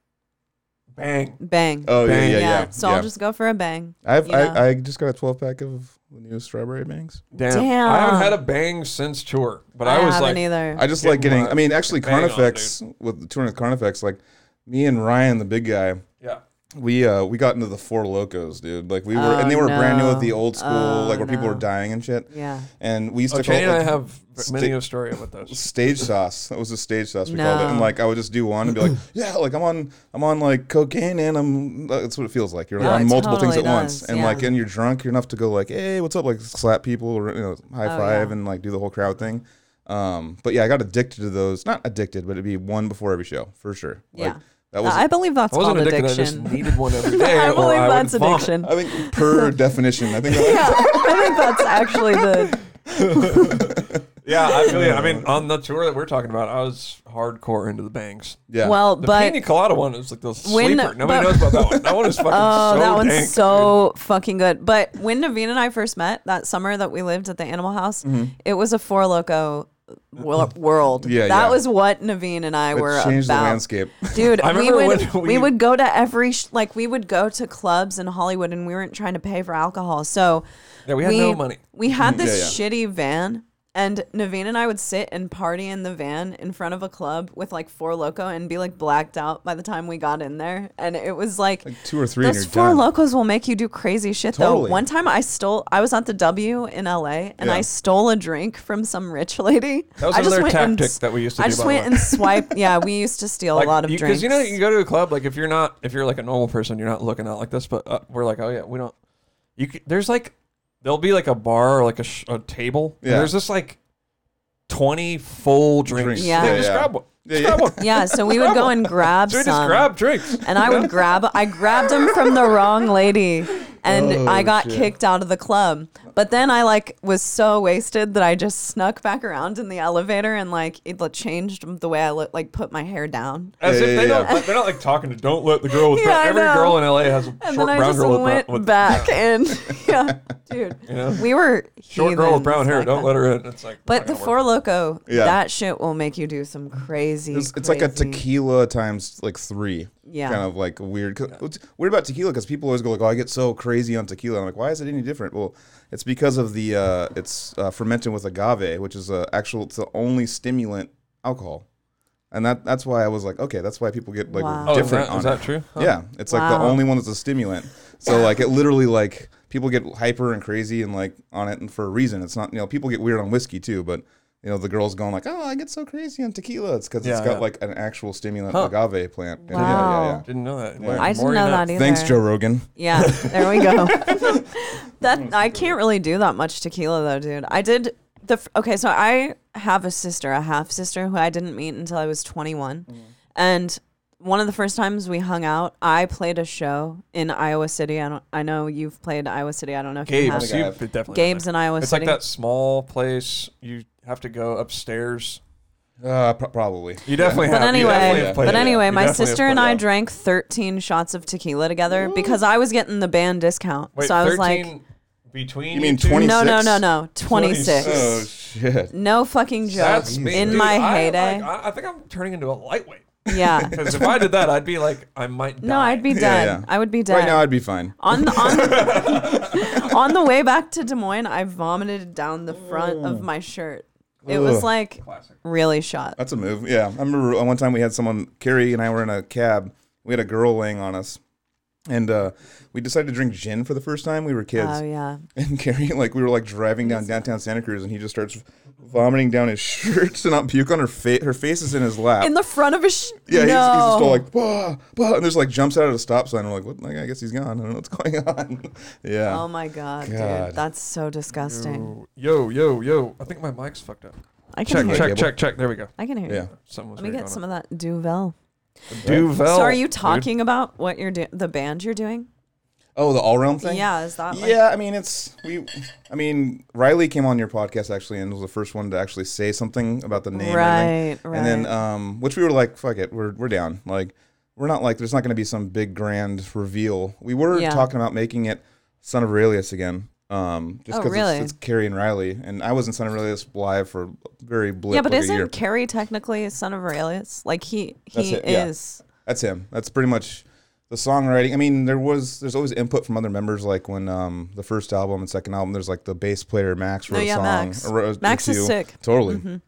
A: Bang.
B: Bang.
C: Oh yeah, yeah,
A: Bang.
C: yeah.
B: So
C: yeah.
B: I'll just go for a bang.
C: I've
B: you know?
C: I, I just got a 12 pack of the new strawberry bangs.
A: Damn. I haven't
B: Damn.
A: had a bang since tour, but
B: I,
A: I, was
B: haven't
A: like,
B: either.
C: I just
A: Get
C: like getting.
A: my
C: I mean, actually,
A: bang on,
C: Carnifex with the touring with Carnifex, like me and Ryan, the big guy,
A: yeah.
C: we uh we got into the four locos, dude. Like we were,
B: Oh,
C: and they were brand new
B: no.
C: at the old school,
B: Oh,
C: like where people were
B: no.
C: dying and shit.
B: yeah.
C: And we used
A: Oh,
C: to call
A: Cheney
C: it
A: and I
C: like,
A: have
C: sta-
A: many a story with those.
C: stage sauce. That was the stage sauce we called it. And
B: No.
C: like I would just do one and be like, yeah, like I'm on I'm on like cocaine and I'm that's what it feels like. You're like
B: Yeah,
C: on
B: it
C: multiple things
B: totally
C: at
B: does,
C: once. And
B: yeah.
C: like and you're drunk, you're enough to go like, hey, what's up? Like slap people or you know, high
B: Oh,
C: five
B: yeah.
C: and like do the whole crowd thing. Um, but yeah, I got addicted to those. Not addicted, but it'd be one before every show for sure. Like,
B: Yeah.
C: that was
B: I believe that's
A: I wasn't
B: called
A: addicted. I just
B: addiction.
A: needed one every day.
B: I
A: or
B: believe
A: I would
B: that's
A: vomit.
B: addiction.
C: I think per definition. I think that
B: yeah, I think that's actually the
A: Yeah, I feel you. I mean, on the tour that we're talking about, I was hardcore into the bangs.
C: yeah.
B: well,
A: The
B: but
A: pina colada one is like the
B: When-
A: sleeper. Nobody
B: but-
A: knows about that one. That one is fucking
B: oh,
A: so
B: that one's
A: dank.
B: so fucking good. But when Naveen and I first met that summer that we lived at the Animal House, it was a four loco wor- world.
C: Mm-hmm. Yeah,
B: that
C: yeah.
B: was what Naveen and I
C: it
B: were
C: changed
B: about.
C: the landscape.
B: Dude,
A: I
B: we
A: remember
B: would
A: when
B: we,
A: we-
B: would go to every sh- like we would go to clubs in Hollywood and we weren't trying to pay for alcohol. So
A: Yeah, we had no money.
B: We had
A: Mm-hmm.
C: Yeah,
B: this shitty van and Naveen and I would sit and party in the van in front of a club with like four loco and be like blacked out by the time we got in there. And it was like,
C: Like two or three and
B: those
C: you're
B: four
C: done.
B: locos will make you do crazy shit
C: Totally.
B: though. One time I stole I was at the W in LA and
C: Yeah.
B: I stole a drink from some rich lady.
A: That was
B: I just
A: another
B: went and
A: tactic
B: s-
A: that we used to
B: I
A: do,
B: just
A: by the
B: went
A: way.
B: and swiped yeah, we used to steal a lot of drinks.
A: Because you know, you go to a club. Like if you're not, if you're like a normal person, you're not looking out like this. But uh, we're like, oh yeah, we don't. You c- there's like, there'll be like a bar or like a, sh- a table. and
C: Yeah.
A: There's just like twenty full drinks.
C: Drinks.
B: Yeah.
A: just
C: Yeah, yeah.
A: grab one.
C: Yeah,
A: Just grab
C: yeah.
A: one.
B: Yeah, so we would go and grab
A: So we
B: some.
A: just grab drinks.
B: and I would grab. I grabbed them from the wrong lady, and
C: Oh,
B: I got
C: shit.
B: kicked out of the club. But then I like was so wasted that I just snuck back around in the elevator and like it like, changed the way I look, like put my hair down.
A: As
C: Yeah,
A: if
C: yeah,
A: they
C: yeah.
A: don't, like, they're not like talking to. Don't let the girl with
B: Yeah,
A: brown-
B: I
A: every
B: know.
A: girl in LA has a short
B: And then I
A: brown
B: just
A: girl with,
B: went
A: brown- with
B: back and yeah, dude,
A: know?
B: we were
A: short girl with
B: heathens
A: brown hair.
B: back
A: Don't
B: then.
A: let her in. It's like.
B: But the four loco,
C: Yeah.
B: that shit will make you do some crazy.
C: It's, it's like a
B: crazy-
C: tequila times like three.
B: Yeah.
C: Kind of like weird. 'cause What's weird about tequila? Because people always go like, "Oh, I get so crazy on tequila." I'm like, "Why is it any different?" Well, it's because of the uh, it's uh, fermented with agave, which is uh, actual. It's the only stimulant alcohol, and that that's why I was like, okay, that's why people get like
B: Wow.
A: Oh, is
C: different.
A: that-
C: on
A: is
C: it.
A: that true? Huh.
C: Yeah, it's like the
B: Wow.
C: only one that's a stimulant. So like it literally like people get hyper and crazy and like on it and for a reason. It's not you know people get weird on whiskey too, but you know, the girls going like, "Oh, I get so crazy on tequila." It's because
A: Yeah,
C: it's got
A: yeah.
C: like an actual stimulant
A: Huh.
C: agave plant. Yeah,
B: Wow.
A: Didn't know that.
C: Yeah.
B: I didn't know that either.
C: Thanks, Joe Rogan.
B: Yeah, there we go. that I can't really do that much tequila though, dude. I did the f- okay. So I have a sister, a half sister, who I didn't meet until I was 21,
A: Mm-hmm.
B: and one of the first times we hung out, I played a show in Iowa City. I don't. I know you've played Iowa City. I don't know if
A: Gabe's.
B: you have.
C: think I
A: You
C: have.
A: definitely.
B: Gabe's in Iowa
A: It's like
B: City.
A: that small place. You have to go upstairs.
C: Uh, pro- probably.
A: You definitely
B: But
A: have. you
B: anyway,
A: definitely have played
B: but
A: it.
B: anyway,
A: You
B: my
A: definitely have
B: sister and
A: played
B: I
A: it.
B: drank 13 shots of tequila together because I was getting the band discount.
A: Wait,
B: so I was
A: 13
B: like,
A: between
C: You mean
A: two?
C: 20
B: no, no,
C: 26?
B: no, no, 26.
C: Oh shit.
B: No fucking joke.
A: That's me.
B: In
A: dude.
B: my
A: I, like,
B: heyday.
A: I, I think I'm turning into a lightweight.
B: yeah.
A: Because if I did that, I'd be like, I might die.
B: No, I'd be dead.
C: yeah.
B: I would be dead.
C: Right now, I'd be fine.
B: on the on the, on the way back to Des Moines, I vomited down the front of my shirt. It was
C: Ugh.
B: like
A: Classic.
B: really shot.
C: That's a move. Yeah, I remember one time we had someone. Carrie and I were in a cab. We had a girl laying on us, and uh, we decided to drink gin for the first time. We were kids.
B: Oh yeah.
C: And Gary, like, we were like driving down downtown Santa Cruz, and he just starts vomiting down his shirt and not puke on her face. Her face is in his lap.
B: In the front of his sh-
C: yeah, he's, he's
B: no.
C: just all like, bah, bah, and just like jumps out of a stop sign. We're like, what? Like, I guess he's gone. I don't know what's going on. yeah.
B: Oh my god,
C: God.
B: dude. That's so disgusting.
A: Yo, yo, yo. I think my mic's fucked up.
B: I can
A: Check,
B: hear
A: check,
B: you.
C: Gable.
A: check, check. There we go.
B: I can hear you.
C: yeah.
A: Something was
B: Let me
A: weird
B: get
A: going
B: some
A: on.
B: of that Duvel.
A: Duvel.
B: so are you
A: dude.
B: talking about what you're doing the band you're doing?
C: Oh, the all realm thing.
B: Yeah, is that like
C: yeah, I mean it's we. I mean Riley came on your podcast actually and was the first one to actually say something about the name. and everything.
B: Right,
C: And then
B: right.
C: um, which we were like, fuck it, we're we're down. Like we're not like there's not going to be some big grand reveal. We were
B: Yeah.
C: talking about making it Son of Aurelius again. Um, just
B: Oh,
C: because
B: really?
C: it's, it's Carrie and Riley, and I was in Son of Aurelius live for a very blip
B: Yeah, but
C: like a year.
B: isn't Carrie technically a son of Aurelius? Like he
C: That's
B: he
C: it, yeah.
B: is.
C: That's him. That's pretty much the songwriting. I mean, there was there's always input from other members. Like when um the first album and second album, there's like the bass player Max
B: No,
C: wrote
B: Oh, yeah,
C: a song.
B: Max.
C: or wrote
B: Max is
C: two.
B: sick. Mm-hmm.
C: Totally. And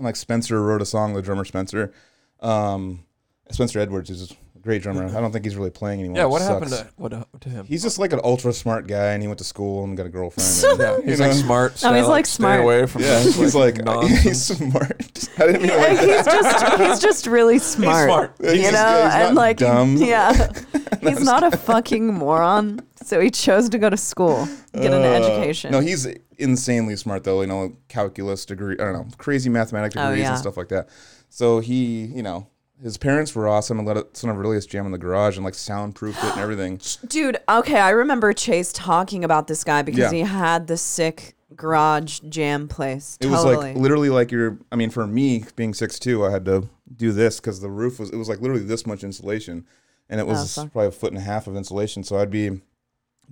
C: like Spencer wrote a song, the drummer Spencer. Um, Spencer Edwards is a great drummer. I don't think he's really playing anymore.
A: Yeah,
C: which
A: what
C: sucks.
A: happened to, what, hap- to him?
C: He's just like an ultra smart guy, and he went to school and got a girlfriend.
A: yeah, he's like smart.
B: No,
A: stay-
B: Oh, he's, like,
A: stay
B: smart.
A: away from
C: uh, yeah,
A: this,
C: he's like
A: nonsense.
C: he's smart. I didn't mean it like
B: Like, he's just he's just really smart.
A: smart.
C: Yeah, he's
B: You know,
C: just- yeah, he's
B: and
C: not
B: like
C: dumb.
B: yeah. he's not a fucking moron. So he chose to go to school, get an
C: Uh,
B: education.
C: No, he's insanely smart though. You know, calculus degree. I don't know, crazy mathematics
B: Oh,
C: degrees
B: yeah.
C: and stuff like that. So he, you know, his parents were awesome and let it son of Aurelius jam in the garage and like soundproofed it and everything.
B: Dude, okay, I remember Chase talking about this guy because
C: Yeah.
B: he had the sick garage jam place.
C: It was
B: totally.
C: like literally like you're. I mean, for me being six two, I had to do this because the roof was. It was like literally this much insulation, and it was
B: fuck.
C: probably a foot and a half of insulation. So I'd be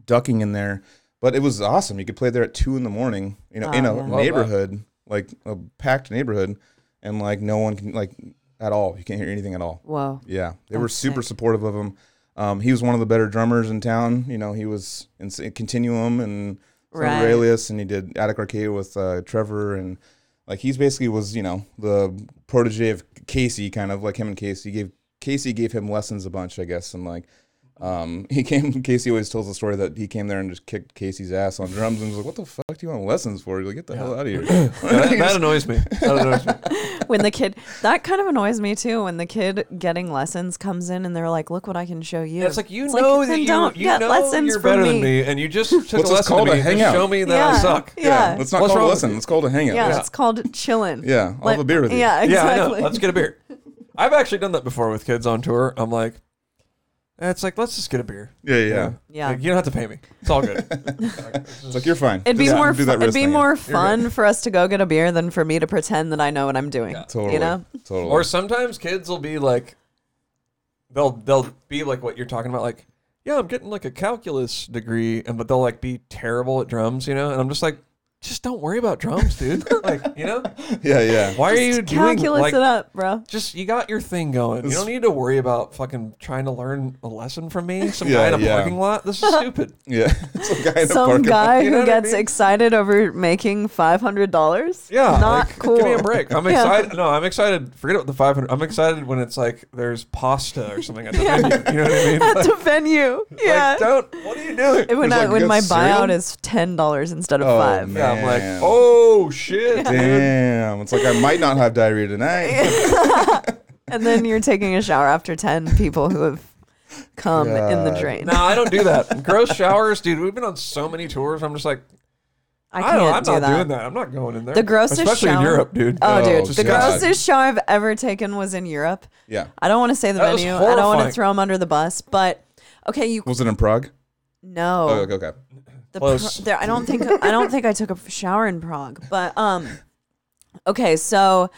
C: ducking in there, but it was awesome. You could play there at two in the morning. You know, in
B: Oh,
C: a
B: yeah. Love
A: that.
C: neighborhood like a packed neighborhood, and like no one can like at all. You can't hear anything at all.
B: Whoa.
C: Yeah, they were
B: That's
C: super
B: sick.
C: supportive of him. Um, he was one of the better drummers in town. You know, he was in S- Continuum and Son of
B: Right.
C: Aurelius, and he did Attic Arcadia with uh, Trevor, and like he's basically was you know the protege of Casey, kind of like him and Casey gave Casey gave him lessons a bunch, I guess, and like. Um, he came. Casey always tells the story that he came there and just kicked Casey's ass on drums and was like, "What the fuck do you want lessons for? He's like, get the hell out of here."
A: Yeah, that, that annoys me. That annoys me.
B: when the kid that kind of annoys me too when the kid getting lessons comes in and they're like look what i can show you
A: It's like you know that
B: then
A: you,
B: don't
A: you
B: get
A: know
B: lessons
A: you're
B: from
A: better
B: me.
A: than me, and you just took
C: What's
A: a
C: this
A: lesson
C: called?
A: to
C: A
A: me. Just
C: hangout?
A: show me that I
B: Yeah.
A: suck.
B: Yeah.
C: Let's not
A: What's wrong
C: call it a
A: with
C: lesson.
A: you?
C: Let's call it a hangout.
B: yeah,
A: Yeah.
B: it's called chilling
C: Yeah, I'll have a beer with you.
B: yeah
A: Yeah,
B: exactly
A: I know. Let's get a beer. I've actually done that before with kids on tour. I'm like, eh, it's like let's just get a beer.
C: yeah, yeah. yeah.
B: Yeah.
A: Like, you don't have to pay me. It's all good.
C: It's like you're fine.
B: It'd be
C: Just
B: more.
C: do
B: Fu-
C: that
B: it'd
C: wrist
B: be
C: thing.
B: more fun for us to go get a beer than for me to pretend that I know what I'm doing.
C: Totally.
B: You know.
C: Totally.
A: or sometimes kids will be like, they'll they'll be like what you're talking about, like. Yeah, I'm getting like a calculus degree, and but they'll like be terrible at drums, you know. And I'm just like, just don't worry about drums, dude. like, you know,
C: yeah, yeah.
A: why are you doing
B: Calculus
A: like
B: it up, bro.
A: just you got your thing going. You don't need to worry about fucking trying to learn a lesson from me, some
C: Yeah,
A: guy in a
C: yeah.
A: parking lot. This is stupid.
C: Yeah. Some guy in a
B: Some
C: parking lot.
B: guy
A: you know
B: who
A: what I
B: gets
A: mean?
B: excited over making five hundred dollars.
A: Yeah,
B: Not
A: like,
B: cool.
A: Give me a break. I'm
B: Yeah.
A: excited. No, I'm excited. Forget about the 500. I'm excited when it's like there's pasta or something at the venue. You know what I mean?
B: At the venue.
A: Like,
B: Yeah.
A: don't. What are you doing?
B: when
C: There's
B: I,
C: like
B: when
C: good
B: my
C: cereal?
B: buyout is ten dollars instead of
C: Oh,
B: five.
C: man.
A: Yeah, I'm like,
C: Damn.
A: oh shit, dude.
C: Damn. It's like I might not have diarrhea tonight.
B: and then you're taking a shower after 10 people who have come in the
C: God.
B: drain.
A: No, I don't do that. Gross showers, dude. We've been on so many tours. I'm just like,
B: I
A: I
B: can't
A: don't, I'm
B: do
A: not
B: that.
A: doing that. I'm not going in there.
B: The grossest
A: especially in
B: shower-
A: Europe, dude.
B: Oh,
C: Oh,
B: dude, the
C: God.
B: grossest shower I've ever taken was in Europe.
C: yeah.
B: I don't want to say the
A: That was
B: venue. I don't want to
A: horrifying.
B: throw them under the bus, but okay, you
C: Was it in Prague?
B: no.
C: Oh, okay. okay.
B: the
A: Close.
B: Pro- there, I don't think I don't think I took a shower in Prague, but um, okay, so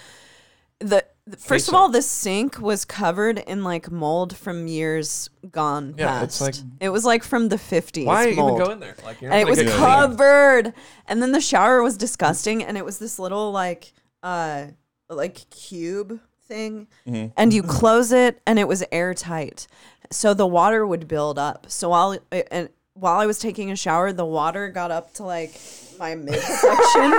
B: the, the- first of all, the sink was covered in like mold from years gone
A: Yeah, it's
B: past.
A: like-
B: it was like from the fifties.
A: Why
B: mold.
A: even go in there? Like, you're
B: and it
A: not
B: was
A: gonna get clean.
B: covered. And then the shower was disgusting, and it was this little like uh like cube thing,
A: Mm-hmm.
B: and you close it, and it was airtight, so the water would build up. So while and while I was taking a shower, the water got up to like my midsection,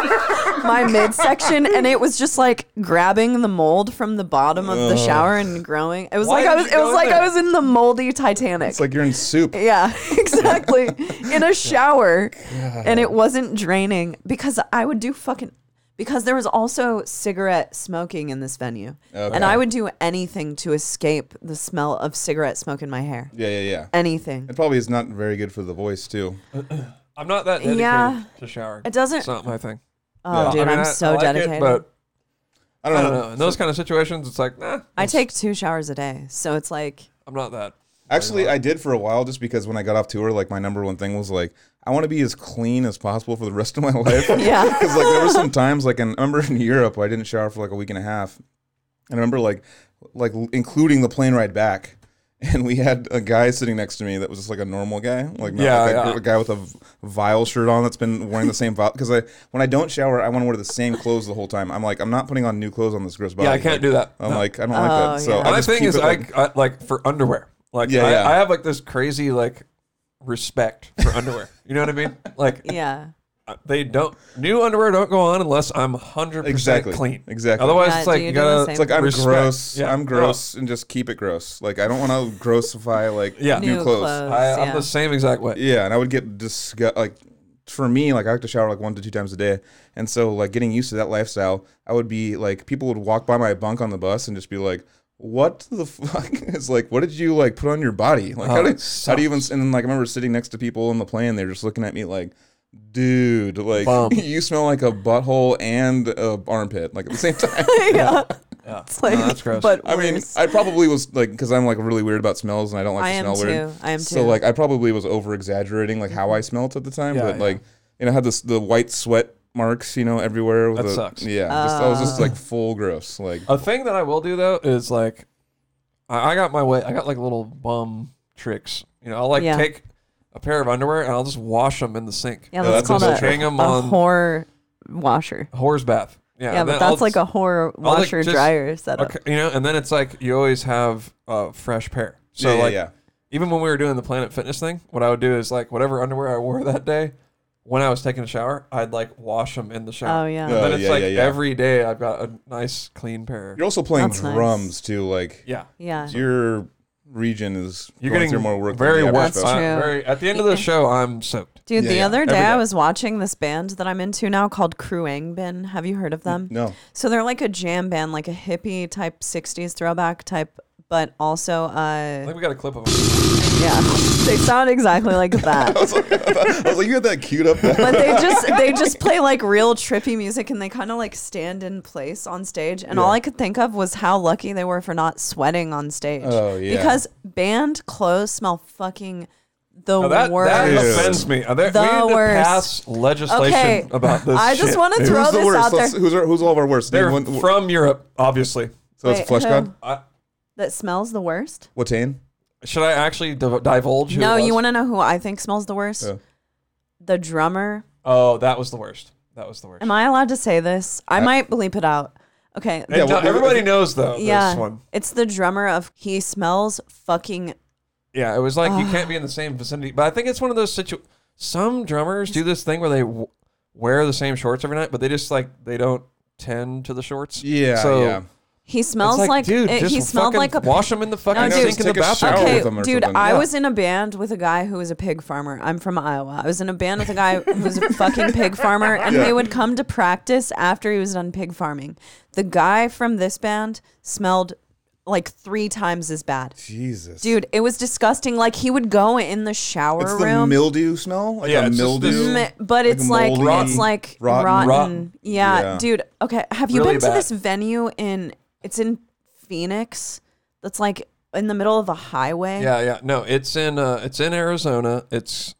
B: my midsection, and it was just like grabbing the mold from the bottom of the shower and growing. It was
A: Why
B: like I
A: did
B: was,
A: you
B: it
A: go
B: was
A: in
B: like
A: there?
B: I was in the moldy Titanic.
C: It's like you're in soup.
B: Yeah, exactly. in a shower. And it wasn't draining because I would do fucking because there was also cigarette smoking in this venue.
C: Okay.
B: And I would do anything to escape the smell of cigarette smoke in my hair.
C: Yeah, yeah, yeah.
B: Anything.
C: It probably is not very good for the voice too.
A: I'm not that dedicated
B: Yeah.
A: to showering.
B: It doesn't
A: It's not my thing.
B: Oh
C: Yeah.
B: dude,
A: I mean,
B: I'm
A: I-
B: so
A: I like it,
B: dedicated.
A: but
C: I
A: I
C: don't,
A: don't
C: know.
A: know. In those kind of situations, it's like, nah,
B: I take two showers a day. So it's like
A: I'm not that.
C: Actually, I did for a while just because when I got off tour, like my number one thing was like I want to be as clean as possible for the rest of my life.
B: Yeah.
C: Because like there were some times like in, I remember in Europe I didn't shower for like a week and a half, and I remember like like l- including the plane ride back, and we had a guy sitting next to me that was just like a normal guy, like not
A: Yeah,
C: like
A: yeah.
C: A, a guy with a v- vile shirt on that's been wearing the same vile. Because I when I don't shower, I want to wear the same clothes the whole time. I'm like I'm not putting on new clothes on this gross body.
A: Yeah, I can't
C: Like,
A: do that.
C: I'm like I don't like that.
B: Oh,
C: So
B: yeah.
C: I
A: My
C: just
A: thing
C: keep
A: is,
C: it,
A: I,
C: like-
A: I like for underwear. Like,
C: Yeah,
A: I,
C: yeah.
A: I have like this crazy like respect for underwear. You know what I mean? Like,
B: yeah.
A: they don't new underwear don't go on unless I'm hundred
C: Exactly.
A: percent clean.
C: Exactly.
A: Otherwise,
B: Yeah,
A: it's
B: do
A: like
B: you
A: you
B: do the
A: gotta.
B: same?
C: It's like I'm
A: Respect.
C: gross.
A: Yeah.
C: I'm gross, and just keep it gross. Like I don't want to grossify like
A: Yeah.
C: new,
B: New
C: clothes.
B: clothes.
A: I, I'm
B: yeah.
A: the same exact way.
C: Yeah, and I would get disgust. Like for me, like I like to shower like one to two times a day, and so like getting used to that lifestyle, I would be like people would walk by my bunk on the bus and just be like. What the fuck is like? What did you like put on your body? Like, how,
A: Oh,
C: do,
A: it
C: how do you even? And then, like, I remember sitting next to people in the plane, they're just looking at me like, dude, like,
A: Bum.
C: you smell like a butthole and a armpit, like, at the same time.
B: yeah.
A: Yeah.
B: It's like
A: that's gross.
B: but
C: I mean,
B: worse.
C: I probably was like, because I'm like really weird about smells and I don't like
B: I
C: to
B: am
C: smell weird.
B: too. I am
C: So
B: too. Mm-hmm.
C: like, I probably was over exaggerating like how I smelt at the time,
A: Yeah,
C: but
A: yeah.
C: like, you know, I had this the white sweat marks, you know, everywhere. With
A: That
C: the-
A: sucks. Uh,
C: Yeah, just, I was just like full gross. Like,
A: A thing that I will do though is like, I, I got my way. I got like little bum tricks. You know, I'll like
B: Yeah.
A: take a pair of underwear and I'll just wash them in the sink.
B: yeah,
C: No,
B: that's,
C: that's
B: called
C: also
B: a,
C: true.
A: Hang
B: a
A: 'em on-
B: whore washer.
A: Whore's bath. Yeah,
B: Yeah,
A: and
B: but
A: then
B: that's
A: I'll
B: like a horror
A: like,
B: washer
A: just-
B: dryer setup.
A: Okay, you know, and then it's like you always have a fresh pair. So
C: yeah, yeah,
A: like
C: yeah.
A: even when we were doing the Planet Fitness thing, what I would do is like whatever underwear I wore that day, when I was taking a shower, I'd like wash them in the shower.
B: Oh yeah.
C: Yeah.
A: And then it's like
C: yeah, yeah.
A: every day I've got a nice clean pair.
C: You're also playing
B: That's nice.
C: drums too. Like,
A: yeah.
B: Yeah.
C: your region is
A: You're
C: going
A: getting
C: through more work. than
A: very
C: the
A: wet.
C: average
B: That's
C: person.
A: I'm
B: true.
A: very- at the end of the show, I'm soaked.
B: Dude,
C: Yeah,
B: the
C: yeah.
B: other
C: Every
B: day I
C: day.
B: was watching this band that I'm into now called Kruang Bin. Have you heard of them?
C: No,
B: So they're like a jam band, like a hippie type 60s throwback type, but also
A: I
B: uh
A: think we got a clip of him.
B: yeah. They sound exactly like that.
C: I was like, you had that queued up.
B: but they just they just play like real trippy music and they kind of like stand in place on stage and all i could think of was how lucky they were for not sweating on stage
C: Oh, yeah.
B: because band clothes smell fucking the
A: Now that,
B: worst
A: that
C: Dude.
A: offends me. Are there-
B: The
A: we need
B: worst.
A: to pass legislation
B: Okay.
A: about this.
B: I just
A: shit,
B: wanna
A: dude.
B: throw-
C: who's the
B: this
C: worst?
B: out
C: Let's-
B: there.
C: Who's our, who's all of our worst?
A: They're
C: Name one-
A: from Europe, obviously.
C: so it's
B: Wait,
C: Flesh
B: who?
C: God.
A: I,
B: that smells the worst
C: Watane.
A: should I actually div- divulge? Who
B: no you want
A: to?
B: to know who i think smells the worst
C: Who?
B: the drummer
A: Oh, that was the worst. That was the worst.
B: am i allowed to say this i might bleep it out okay
A: And
C: Yeah,
A: now
C: well,
A: everybody knows though.
B: yeah
A: This one.
B: it's the drummer of he smells fucking
A: Yeah, it was like you can't be in the same vicinity. But I think it's one of those situ. Some drummers do this thing where they w- wear the same shorts every night, but they just like they don't tend to the shorts.
C: Yeah,
A: so
C: yeah.
B: He smells
A: like,
B: like,
A: dude,
B: it-
A: just
B: he smelled
A: fucking
B: like a
A: wash him in the fucking
B: No, dude.
A: sink in the
C: Take a
A: bathroom.
C: shower.
B: Okay,
C: with them or
B: dude,
C: something.
B: I
C: Yeah.
B: was in a band with a guy who was a pig farmer. I'm from Iowa. I was in a band with a guy who was a fucking pig farmer, and they would come to practice after he was done pig farming. The guy from this band smelled like three times as bad.
C: Jesus.
B: Dude, it was disgusting. Like he would go in the shower
C: It's the
B: room.
C: mildew smell? Like
A: Yeah,
C: a
A: it's just this-
C: mildew?
B: Mm, but it's like
C: moldy-
B: it's like rotten,
C: rotten-
A: Rotten.
B: Yeah,
C: Yeah.
B: dude. Okay, have you
A: Really
B: been to
A: bad.
B: this venue in? It's in Phoenix. That's like in the middle of a highway.
A: Yeah, yeah. No, it's in uh, it's in Arizona. It's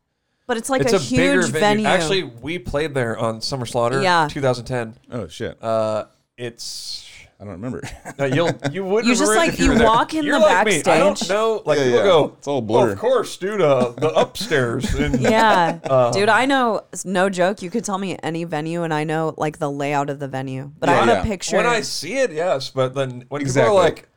B: But it's like
A: it's
B: a,
A: a, bigger
B: huge venue.
A: Actually, we played there on Summer Slaughter,
B: Yeah.
A: 2010.
C: Oh, shit.
A: Uh, it's
C: I don't remember.
A: no, you'll you would
B: You just,
A: remember it
B: like,
A: if you,
B: you
A: were there.
B: walk in
A: You're
B: the
A: like me. I don't
B: backstage.
A: know. Like
C: Yeah,
A: people
C: yeah.
A: go,
C: It's
A: "Well,
C: all blurred."
A: of course, dude. Uh, the upstairs. And
B: yeah,
A: Uh-huh.
B: dude. I know. it's No joke. You could tell me any venue, and I know like the layout of the venue. But I
C: Yeah,
B: want
C: yeah.
B: a picture.
A: When I see it, yes, but then when
C: Exactly.
A: people are like,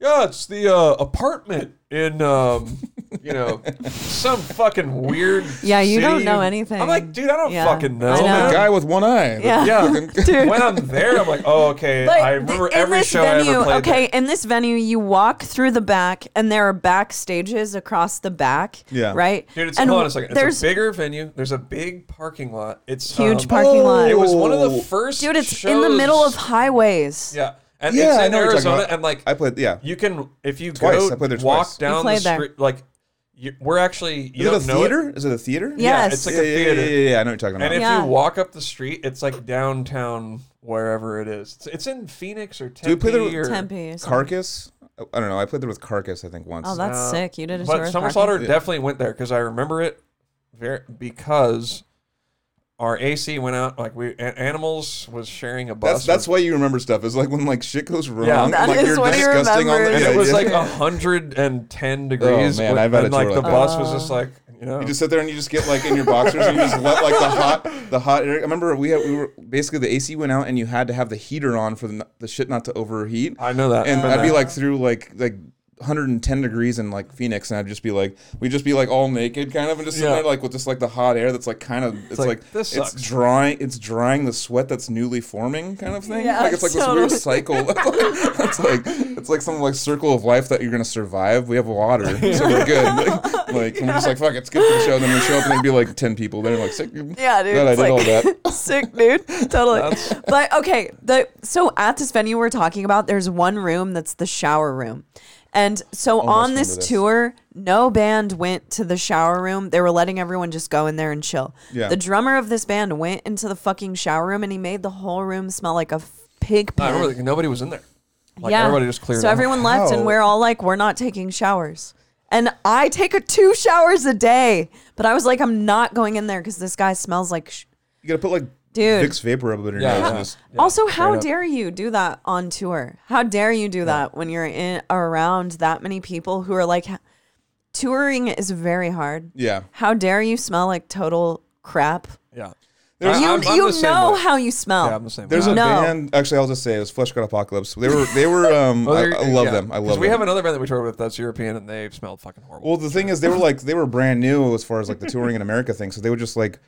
A: "Yeah, it's the uh, apartment in um, you know, some fucking weird."
B: Yeah, you don't
A: city."
B: know anything.
A: I'm like, dude, I don't
B: Yeah.
A: fucking know.
B: I
C: Oh,
B: know.
A: man."
C: the guy with one eye.
B: yeah,
A: Yeah,
B: dude.
A: when I'm there, I'm like, "Oh, okay."
B: But
A: I remember
B: th- in
A: every
B: this
A: show
B: venue,
A: I ever played.
B: okay, in this venue, you walk through the back, and there are back stages across the back.
C: Yeah.
B: right.
A: there. Dude, it's
B: and
A: hold on a second.
B: There's
A: It's a bigger venue. There's a big parking lot. It's
B: Huge
A: um,
B: parking lot.
A: It was one of the
C: Oh.
A: first.
B: dude. It's in the middle
A: shows-
B: of highways.
A: Yeah, and
C: Yeah, I
A: it's in
C: know what you're talking
A: Arizona,
C: about.
A: and like
C: I played, yeah.
A: You can if you
C: Twice.
A: go
C: I played there
A: walk
C: twice. You
A: down the
B: played there.
A: street. Like you, we're actually you
C: Is it
A: don't
C: a
A: know it.
C: theater? Is it a theater?
B: Yeah. Yes.
A: it's like
C: Yeah,
A: a
C: yeah, yeah,
A: theater.
C: yeah, yeah, I know what you're talking about.
A: And if
B: Yeah.
A: you walk up the street, it's like downtown wherever it is. It's, it's in Phoenix or Tempe.
C: we play the-
A: or,
B: Tempe. or something.
C: Carcass? I I don't know. I played there with Carcass, I think, once.
B: Oh, that's
A: Uh,
B: sick. You did a tour.
A: But
B: with
A: Summer
B: Parker.
A: Slaughter definitely went there because I remember it very because our AC went out. Like we A- animals was sharing a
C: That's
A: bus.
C: that's
A: with-
C: why you remember stuff. Is like when like shit goes wrong.
A: Yeah.
B: That
C: like
B: is what he remembers.
A: and
B: Yeah,
A: it was
C: yeah. Oh,
A: like hundred and ten degrees.
C: man,
A: when-
C: I've had a
A: and like
C: tour
A: the
C: like that.
A: bus
B: Oh.
A: was just like you know.
C: You just sit there and you just get like in your boxers and you just let like the hot the hot air. I remember we had we were basically the AC went out and you had to have the heater on for the, n- the shit not to overheat.
A: I know that. I
C: and
A: know
C: I'd be
A: that.
C: like through like like 110 degrees in like Phoenix, and I'd just be like, we'd just be like all naked, kind of, and just sitting
A: Yeah.
C: there like with just like the hot air that's like kind of it's,
A: like,
C: like,
A: this
C: it's
A: sucks.
C: drying, it's drying the sweat that's newly forming, kind of thing.
B: Yeah,
C: like it's like
B: totally.
C: this weird cycle. it's like it's like some like circle of life that you're gonna survive. We have water, so we're good. Like, like and we're just like fuck, it's good for the show. And then we show up and there'd be like 10 people. They're like sick.
B: Yeah, dude.
C: Glad I
B: it's
C: did
B: like,
C: all that.
B: sick, dude. Totally. but okay, the so at this venue we're talking about, there's one room that's the shower room. And
A: Oh,
B: so on this,
C: remember this.
B: tour, no band went to the shower room. They were letting everyone just go in there and chill.
C: Yeah.
B: The drummer of this band went into the fucking shower room and he made the whole room smell like a f- pig
A: I
B: pen.
A: remember like, nobody was in there. Like everybody just cleared.
B: So
A: out.
B: everyone left, and
C: How?
B: we're all like, we're not taking showers. And I take a two showers a day, but I was like, I'm not going in there because this guy smells like. Sh-
C: You gotta put like
B: Dude.
C: Vicks vapor up in your
A: Yeah,
C: nose.
A: yeah.
C: and just-
B: also, how
A: straight up.
B: dare you do that on tour? How dare you do that when you're in around that many people who are like, touring is very hard.
C: Yeah.
B: How dare you smell like total crap?
A: Yeah.
C: There's-
A: I-
B: You
A: I'm- I'm
B: you
A: the same
B: know
A: way.
B: how you smell.
A: Yeah, I'm the same.
C: There's
A: way.
C: a
B: No.
C: band. Actually, I'll just say it was Flesh God Apocalypse. They were. They were. Um,
A: Well,
C: I,
A: there-
C: I love
A: yeah.
C: them. I
A: 'Cause
C: love.
A: We
C: them.
A: have another band that we toured with that's European, and they smelled fucking horrible.
C: Well, the thing is, they were like they were brand new as far as like the touring in America thing. So they would just like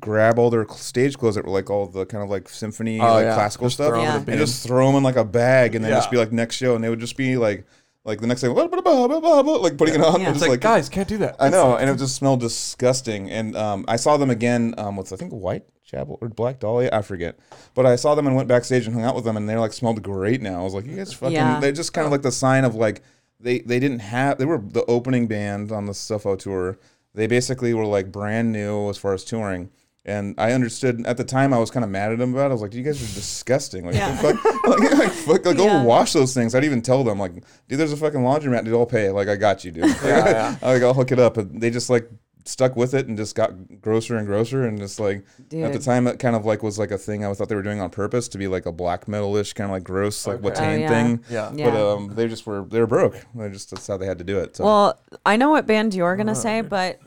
C: grab all their cl- stage clothes that were like all the kind of like symphony, like
A: Oh, yeah.
C: classical
A: Just
C: stuff,
A: throw
B: 'em in a
C: and
A: bin.
C: just throw them in like a bag, and then
A: Yeah.
C: just be like next show, and they would just be like like the next thing, "Blah, blah, blah, blah, blah, blah," like putting it on.
B: Yeah.
C: and
A: it's
C: just
A: like,
C: like
A: guys can't do that.
C: I know, and it just smelled disgusting. And um, I saw them again um, with I think White Chapel or Black Dahlia, I forget. But I saw them and went backstage and hung out with them, and they like smelled great. Now I was like, you guys fucking.
B: Yeah.
C: They're just kind of like the sign of like they they didn't have they were the opening band on the Suffo tour. They basically were like brand new as far as touring. And I understood at the time. I was kind of mad at them about. it. I was like, "You guys are disgusting! Like, fuck, like, like, fuck, like,
B: Yeah.
C: go wash those things." I'd even tell them, "Like, dude, there's a fucking laundromat. Dude, I'll pay. Like, I got you, dude.
A: yeah.
C: I, like, I'll hook it up. And they just like stuck with it and just got grosser and grosser. And just like at the
B: Dude.
C: time, it kind of like was like a thing I thought they were doing on purpose to be like a black metal ish kind of like gross, like
A: Okay.
C: okay.
A: Oh,
B: yeah.
C: thing.
A: Yeah.
B: Yeah.
C: But um, they just were, they were broke. They just, that's how they had to do it. So.
B: Well, I know what band you're gonna say, but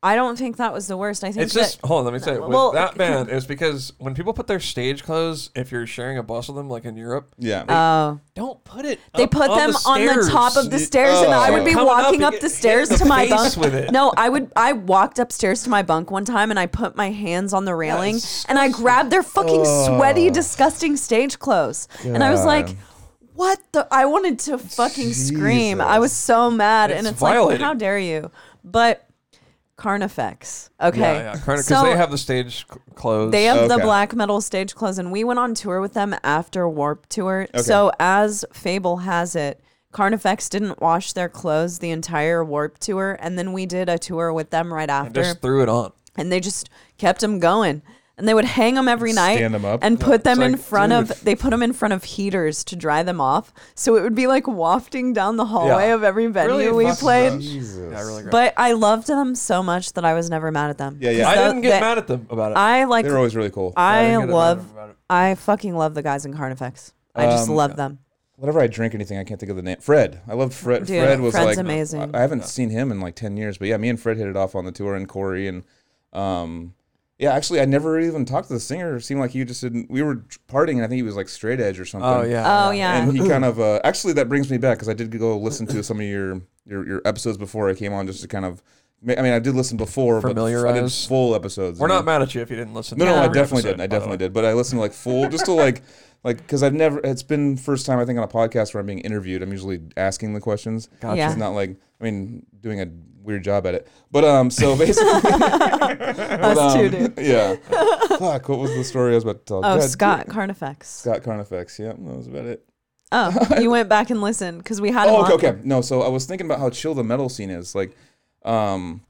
B: I don't think that was the worst. I think
A: Uh, It's
B: that-
A: just hold on. Let me say it. with
B: Well-
A: that band is because when people put their stage clothes, if you're sharing a bus with them, like in Europe,
C: yeah.
B: Oh,
A: don't put it.
B: they
A: up
B: put
A: on
B: them
A: the
B: on the top of the
C: stairs.
B: stairs, and I
C: Oh.
B: would be
A: Coming up
B: walking
A: and
B: up,
A: get
B: the
A: hit in
B: stairs
A: the
B: to my
A: face
B: bunk.
A: with it.
B: No, I would. I walked upstairs to my bunk one time, and I put my hands on the railing, and I grabbed their fucking sweaty, disgusting stage clothes, and I was like. what the? I wanted to fucking scream. I was so mad, and
A: It's
B: it's like,
A: violating.
B: how dare you? But Carnifex, okay,
A: Yeah, yeah. Because
B: So-
A: they have the stage c- clothes.
B: They have the
C: Okay.
B: black metal stage clothes, and we went on tour with them after Warp Tour. So, as Fable has it, Carnifex didn't wash their clothes the entire Warp Tour, and then we did a tour with them right after,
A: just threw it on.
B: and they just kept them going. And they would hang them every night
C: stand 'em up.
B: and put them in
A: like,
B: front
A: dude.
B: of. They put them in front of heaters to dry them off, so it would be like wafting down the hallway
A: Yeah.
B: of every venue
A: Really
B: we
A: fucking
B: played.
C: Jesus.
A: Yeah, really great.
B: But I loved them so much that I was never mad at them.
C: Yeah, yeah.
A: I
B: 'Cause
A: didn't get
B: they-
A: mad at them about it.
B: I like
C: They're always really cool.
B: I
A: didn't get it,
B: love,
A: I don't know
B: I fucking love the guys in Carnifex. I just
C: Um,
B: love them.
C: Whenever I drink anything, I can't think of the name. Fred. I love Fred.
B: Dude,
C: Fred was
B: Fred's
C: like
B: amazing.
C: I, I haven't seen him in like ten years, but yeah, me and Fred hit it off on the tour and Corey and um yeah, actually I never even talked to the singer. It seemed like you just didn't we were partying and I think he was like straight edge or something.
A: Oh yeah.
B: Oh yeah,
C: And he kind of uh, actually that brings me back because I did go listen to some of your, your your episodes before I came on just to kind of ma- I mean I did listen before but I did
A: Familiarize.
C: full episodes.
A: We're
C: you know?
A: not mad at you if you didn't listen.
C: No,
A: to
C: no, I
A: every
C: definitely
A: episode,
C: did. I
A: by the
C: definitely
A: way.
C: did. But I listened to like full, just to like, like, because I've never. It's been first time I think on a podcast where I'm being interviewed. I'm usually asking the questions.
A: Gotcha.
B: Yeah.
C: It's not like I mean doing a weird job at it. But um, so basically, um,
B: us too, dude.
C: yeah. Fuck, what was the story I was about to tell?
B: Oh,
C: God,
B: Scott Carnifex.
C: Scott Carnifex. Yeah, that was about it.
B: Oh, you went back and listened because we had him
C: oh, okay,
B: on.
C: okay. No, so I was thinking about how chill the metal scene is. Like, um,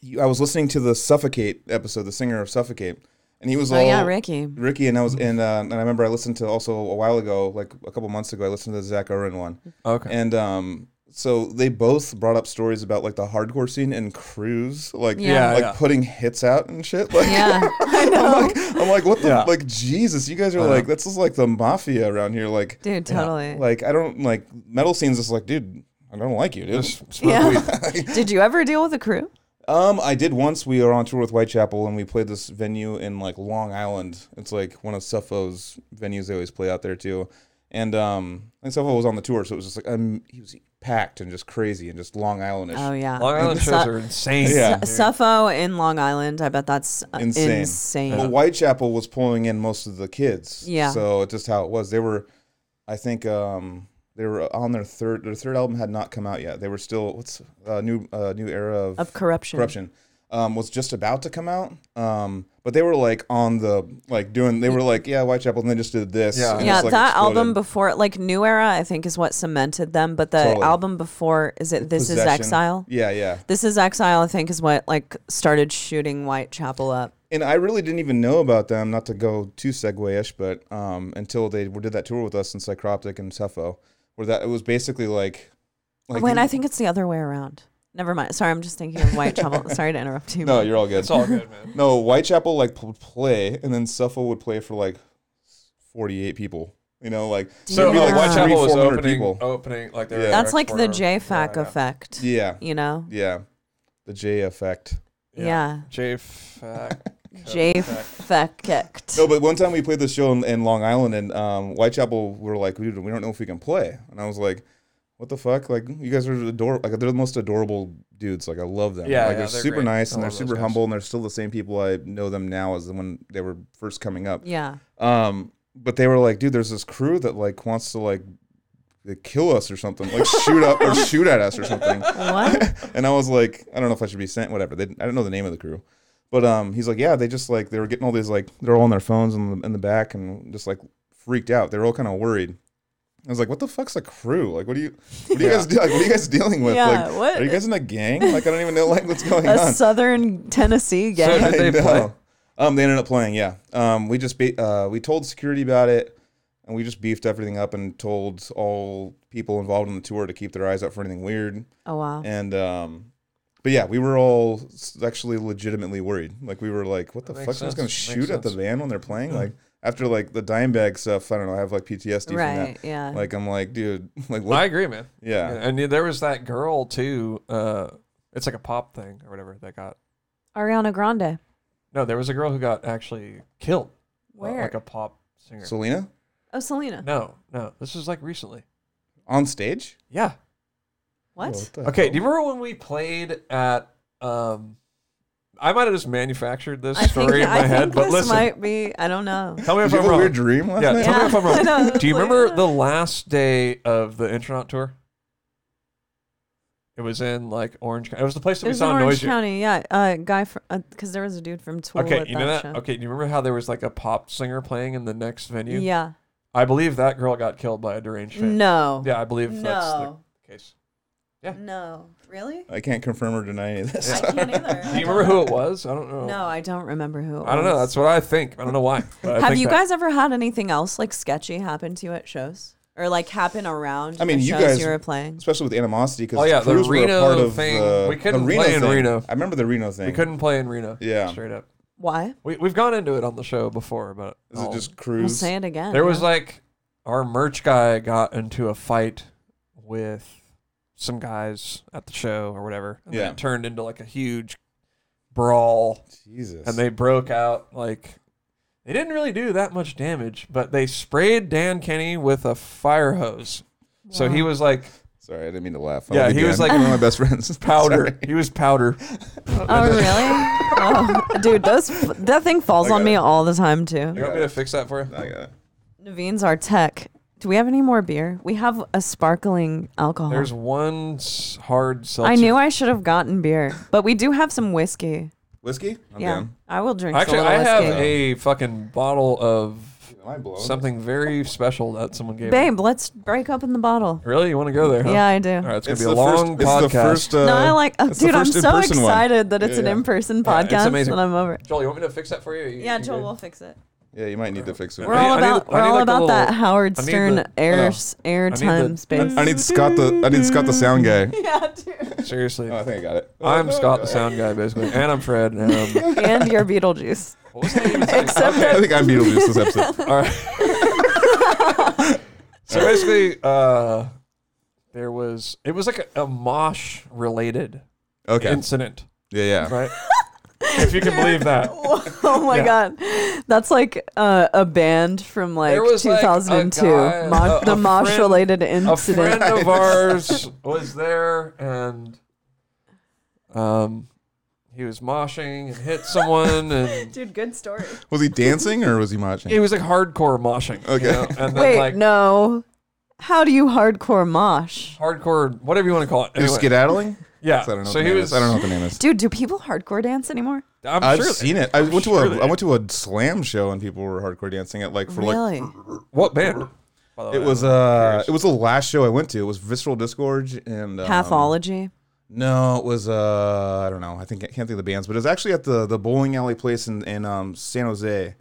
C: you, I was listening to the Suffocate episode, the singer of Suffocate, and he was
B: Oh
C: all
B: yeah, Ricky.
C: Ricky and I was in, uh, and I remember I listened to also a while ago, like a couple months ago, I listened to the Zach Oren one,
A: Okay.
C: and um, so they both brought up stories about like the hardcore scene and crews, like
B: Yeah.
A: Yeah,
C: like
A: yeah.
C: putting hits out and shit. Like,
B: Yeah, I
C: I'm
B: know,
C: like, I'm like, what the
A: Yeah.
C: like, Jesus, you guys are
A: I know.
C: like, this is like the mafia around here, like,
B: dude. Totally.
C: like I don't like metal scenes. It's like, dude, I don't like you, dude.
B: yeah. Did you ever deal with a crew?
C: Um, I did once. We were on tour with Whitechapel, and we played this venue in like Long Island. It's like one of Suffo's venues. They always play out there too. And um, and Suffo was on the tour, so it was just like um, he was packed and just crazy and just Long Islandish.
B: Oh yeah.
A: Long Island
B: Su-
A: shows are insane.
C: Yeah.
B: Su- Suffo in Long Island. I bet that's uh,
C: Insane.
B: insane.
C: Well, Whitechapel was pulling in most of the kids.
B: Yeah.
C: So it's just how it was. They were, I think, um, they were on their third. Their third album had not come out yet. They were still what's uh, new uh, new era of,
B: Of corruption.
C: corruption um, was just about to come out. Um, but they were like on the like doing. They were like yeah, Whitechapel, and then just did this.
A: Yeah.
C: and
B: Yeah,
C: just, like,
B: that
C: exploded.
B: album before, like New Era, I think is what cemented them. But the
C: Totally.
B: album before, is it This Is
C: Possession.
B: Exile?
C: Yeah, yeah.
B: This is Exile, I think, is what like started shooting Whitechapel up.
C: And I really didn't even know about them. Not to go too segue-ish, but um, until they did that tour with us in Psychroptic and Cepho, where that it was basically like. like
B: Wait, I think it's the other way around. Never mind. Sorry, I'm just thinking of Whitechapel. Sorry to interrupt you.
C: No, you're all good.
A: It's all good, man.
C: No, Whitechapel like would play, and then Suffo would play for like forty-eight people. You know, like
A: So
C: it'd be,
A: uh,
B: Yeah.
C: like,
A: Whitechapel
C: three,
A: was
C: 400
A: opening,
C: people.
A: opening like they
C: Yeah.
A: were
B: That's like the
A: explorer.
B: JFAC
A: Yeah, yeah.
B: effect.
C: Yeah,
B: You know?
C: yeah, the J effect.
B: Yeah.
A: JFAC.
B: JFAC.
C: No, but one time we played this show in, in Long Island, and um, Whitechapel were like, "Dude, we don't know if we can play," and I was like. What the fuck? Like you guys are adorable. Like they're the most adorable dudes. Like I love them.
A: Yeah,
C: like
A: yeah,
C: they're,
A: they're
C: super
A: great.
C: nice
A: I
C: and they're
A: love those
C: super
A: guys.
C: humble and they're still the same people I know them now as when they were first coming up.
B: Yeah.
C: Um, but they were like, dude, there's this crew that like wants to like they kill us or something, like shoot up or shoot at us or something.
B: What?
C: And I was like, I don't know if I should be sent, whatever. They, didn't- I don't know the name of the crew, but um, he's like, yeah, they just like they were getting all these like they're all on their phones in the in the back and just like freaked out. They were all kind of worried. I was like, what the fuck's a crew? Like, what do you, what do you guys do? Like, what are you guys dealing with?
B: Yeah,
C: like,
B: what-
C: are you guys in a gang? Like, I don't even know like what's going
B: A
C: on.
B: Southern Tennessee gang.
A: So- Did they
C: I know.
A: play?
C: Um, they ended up playing. Yeah. Um, we just be- uh, we told security about it, and we just beefed everything up and told all people involved in the tour to keep their eyes out for anything weird.
B: oh, wow.
C: And um, but yeah, we were all s- actually legitimately worried. Like we were like, what the
A: That
C: fuck?
A: makes
C: Someone's gonna
A: sense.
C: shoot
A: Makes
C: at the
A: sense.
C: van when they're playing. Like after like the dime bag stuff, I don't know. I have like PTSD from
B: Right.
C: that.
B: Yeah.
C: Like I'm like, dude, like what?
A: I agree, man.
C: yeah.
A: And yeah, there was that girl too. Uh, it's like a pop thing or whatever that got.
B: Ariana Grande.
A: No, there was a girl who got actually killed. uh,
B: Where?
A: Like a pop singer.
C: Selena
B: oh, Selena.
A: no, no. This was like recently.
C: on stage.
A: Yeah.
B: What?
C: the
A: Okay.
C: hell?
A: Do you remember when we played at um, I might have just manufactured this
B: I think,
A: story in my
B: I
A: head,
B: think
A: but
B: this
A: listen.
B: might be. I don't know.
A: tell me
C: Did
A: if
C: you
A: I'm
C: have a
A: wrong.
C: weird dream last
A: yeah,
C: night?
A: tell me if I'm
B: I
A: wrong.
B: know, it's
A: Do you
B: like-
A: remember the last day of the Intronaut tour? It was in like Orange County. It was the place that
B: It
A: we
B: was in
A: saw
B: Orange
A: Noisy.
B: County, yeah. Uh, guy from because there was a dude from Tool
A: Okay,
B: at
A: you know that.
B: show.
A: Okay, do you remember how there was like a pop singer playing in the next venue?
B: Yeah.
A: I believe that girl got killed by a deranged fan.
B: No.
A: Yeah, I believe that's the
B: No.
A: case.
B: No. Really?
C: I can't confirm or deny any of this.
B: I can't either.
A: Do you remember who it was? I don't know.
B: No, I don't remember who. It
A: Oh. I don't know.
B: was.
A: That's what I think. I don't know why. but I
B: Have
A: think
B: you
A: that.
B: guys ever had anything else like sketchy happen to you at shows, or like happen around?
C: I mean,
B: the
C: you
B: shows
C: guys-
B: you were playing.
C: Especially with animosity because
A: Oh, yeah, the
C: crews were
A: Reno
C: a part of
A: thing.
C: the,
A: We couldn't
C: the Reno
A: play in
C: thing.
A: Reno.
C: I remember the Reno thing.
A: We couldn't play in Reno.
C: Yeah.
A: Straight up.
B: Why?
A: We, we've gone into it on the show before, but
C: Is
A: I'll-
C: it just
B: We'll
C: crews?
B: say it again.
A: there was
B: Oh, yeah.
A: like our merch guy got into a fight with some guys at the show or whatever. And then
C: Yeah.
A: it turned into like a huge brawl
C: Jesus.
A: and they broke out like they didn't really do that much damage, but they sprayed Dan Kenny with a fire hose. So he was like
C: Sorry, I didn't mean to laugh. I
A: Yeah,
C: love you,
A: he was
C: Dan.
A: like-
C: one of my best friends.
A: powder.
C: Sorry.
A: He was powder.
B: Oh really? oh, dude, those that thing falls
C: I
B: on
C: got
B: me
C: it.
B: all the time too.
A: You want me to fix that for you?
C: I uh, got it.
B: Naveen's our tech. Do we have any more beer? We have a sparkling alcohol.
A: There's one s- hard seltzer.
B: I knew I should have gotten beer, but we do have some whiskey.
C: Whiskey? I'm
B: yeah,
C: down.
B: I will drink.
A: Actually,
B: some little
A: I have
B: whiskey.
A: a fucking bottle of
C: Am I blown?
A: something very special that someone gave. me.
B: Babe, let's break open the bottle.
A: Really? You want to go there? Huh?
B: Yeah, I do.
A: All right, it's gonna
C: It's
A: be a
C: the
A: long
C: first- it's
A: podcast.
C: the first, uh,
B: no, I like, oh,
C: it's the
B: dude. I'm
C: first
B: so
C: in-person one.
B: excited that it's
C: Yeah,
B: an
C: yeah.
B: in-person
A: Yeah, it's
B: podcast
A: amazing.
B: when I'm over.
A: Joel, you want me to fix that for you? You-
B: Yeah,
A: you
B: Joel
A: good?
B: will fix it.
C: Yeah, you might need to fix it.
B: We're
A: need-
B: all
A: I need-
B: about
A: I
B: we're
A: need,
B: all
A: like, a
B: about
A: little-
B: that Howard
A: I need
B: Stern
A: the-
B: air
A: oh. I need
B: airtime
A: the-
B: space.
C: I need Scott the I need Scott the sound guy.
B: yeah, dude.
A: Seriously,
C: Oh, I think I got it.
A: I'm Scott, the sound guy, basically, and I'm Fred. And um,
B: and your Beetlejuice.
A: what was I even saying?
B: Except
C: I think I'm Beetlejuice this episode.
A: All right. so basically, uh, there was it was like a, a mosh related
C: Okay.
A: incident,
C: Yeah, yeah.
A: right? if you can believe that.
B: Oh my
A: Yeah.
B: god, that's like uh, a band from like
A: There was, like, a
B: 2002.
A: guy-
B: Mosh-
A: a-
B: the
A: a
B: mosh
A: friend-
B: related
A: a
B: incident.
A: friend of ours was there and um he was moshing and hit someone and
B: Dude, good story.
C: Was he dancing or was he
A: it
C: marching?
A: was like hardcore moshing you
C: Okay.
A: know? and then
B: Wait,
A: like
B: no. How do you hardcore mosh?
A: hardcore whatever you want to call it
C: He was
A: Anyway,
C: skedaddling?
A: yeah
C: I don't know.
A: so
C: what
A: he
C: the name
A: was
C: is. I don't know what the name is.
B: Dude, do people hardcore dance anymore?
A: i'm
C: I've
A: sure
C: seen it. I went to
A: sure they-
C: a I went to a slam show and people were hardcore dancing at like for like
B: Really?
A: what band by the
C: it
A: way?
C: was uh it was the last show I went to. It was Visceral Disgorge and um,
B: Pathology.
C: No, it was uh I don't know. I think I can't think of the bands, but it was actually at the the bowling alley place in in um San Jose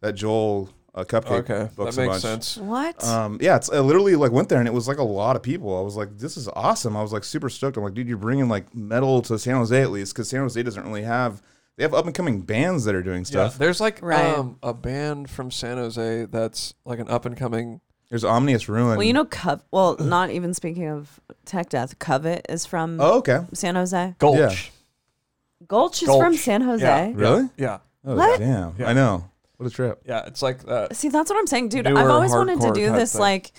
C: that Joel uh, Cupcake
A: okay
C: books
A: that
C: a
A: makes
C: bunch.
A: sense
B: What?
C: Um, yeah, it's, I literally like went there and it was like a lot of people. I was like, this is awesome. I was like super stoked. I'm like, dude, you're bringing like metal to San Jose at least because San Jose doesn't really have they have up and coming bands that are doing
A: yeah,
C: stuff.
A: there's like
B: Right.
A: um, a band from San Jose that's like an up and coming.
C: There's Omnious Ruin.
B: well, you know, Cov- well, not even speaking of tech death, Covet is from
C: Oh, okay.
B: San Jose.
A: Gulch.
B: Gulch is
A: Gulch.
B: from San Jose.
A: Yeah.
C: Really?
A: Yeah,
C: Oh
B: What?
C: damn.
A: Yeah.
C: I know. What a trip.
A: yeah, it's like that.
B: See, that's what I'm saying, dude. I've
A: Newer
B: always wanted to
A: hardcore
B: do
A: type
B: this
A: thing.
B: like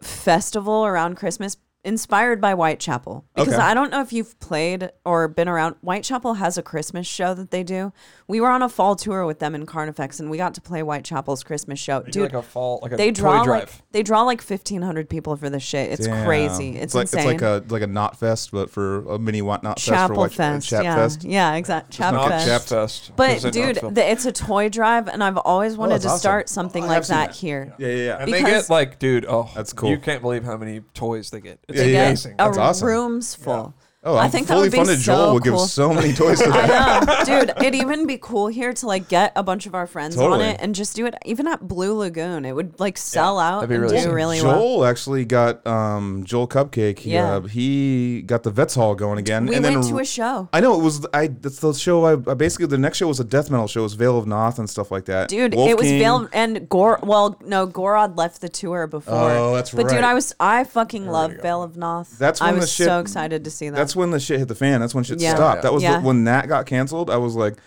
B: festival around Christmas inspired by Whitechapel because
C: Okay.
B: I don't know if you've played or been around Whitechapel has a Christmas show that they do. We were on a fall tour with them in Carnifex and we got to play Whitechapel's Christmas show.
A: They do,
B: dude,
A: like a fall, like a
B: they
A: toy
B: draw
A: drive.
B: like they draw like 1500 people for this shit. It's
C: Damn.
B: crazy. It's,
C: like
B: insane.
C: it's like a like a knot fest, but for a mini wa- knot fest for
B: Chapel
C: what?
B: Fest.
C: Chap
B: yeah.
C: fest.
B: Yeah, exactly. Chapel
C: not
B: Fest.
C: Chap
A: Fest.
B: But dude, the, it's a toy drive and I've always wanted
C: that's
B: to
C: awesome.
B: start something
C: I
B: like
C: have seen
B: that,
C: that.
B: here.
C: Yeah, yeah, yeah.
A: and they
B: because-
A: get like, dude, oh,
C: That's cool.
A: You can't believe how many toys they get. It's
C: Yeah, yeah, yeah.
A: amazing.
B: A
C: That's awesome.
B: room's full.
C: Oh, I'm
B: I think that
C: fully
B: would be
C: funded.
B: so
C: Joel would give
B: cool.
C: so many toys to that.
B: I know, dude. It'd even be cool here to like get a bunch of our friends
C: Totally.
B: on it and just do it. Even at Blue Lagoon, it would like sell out
A: that'd be
B: and
A: really
B: do
A: sick.
B: really well.
C: Joel actually got um, Joel Cupcake. He,
B: Yeah.
C: uh, he got the Vets Hall going again.
B: We
C: and then
B: went to a show,
C: I know it was I. That's the show. I, I basically the next show was a death metal show. It was Veil of Noth and stuff like that.
B: dude.
C: Wolf
B: it was
C: King.
B: Veil and Gor. Well, no, Gorod left the tour before.
C: Oh, that's
B: But
C: right.
B: dude, I was I fucking love Veil of Noth.
C: That's
B: I
C: when the
B: was
C: shit-
B: so excited to see that.
C: That's when the shit hit the fan. That's when shit
B: Yeah.
C: stopped. That was
B: Yeah.
C: the, when that got canceled. I was like,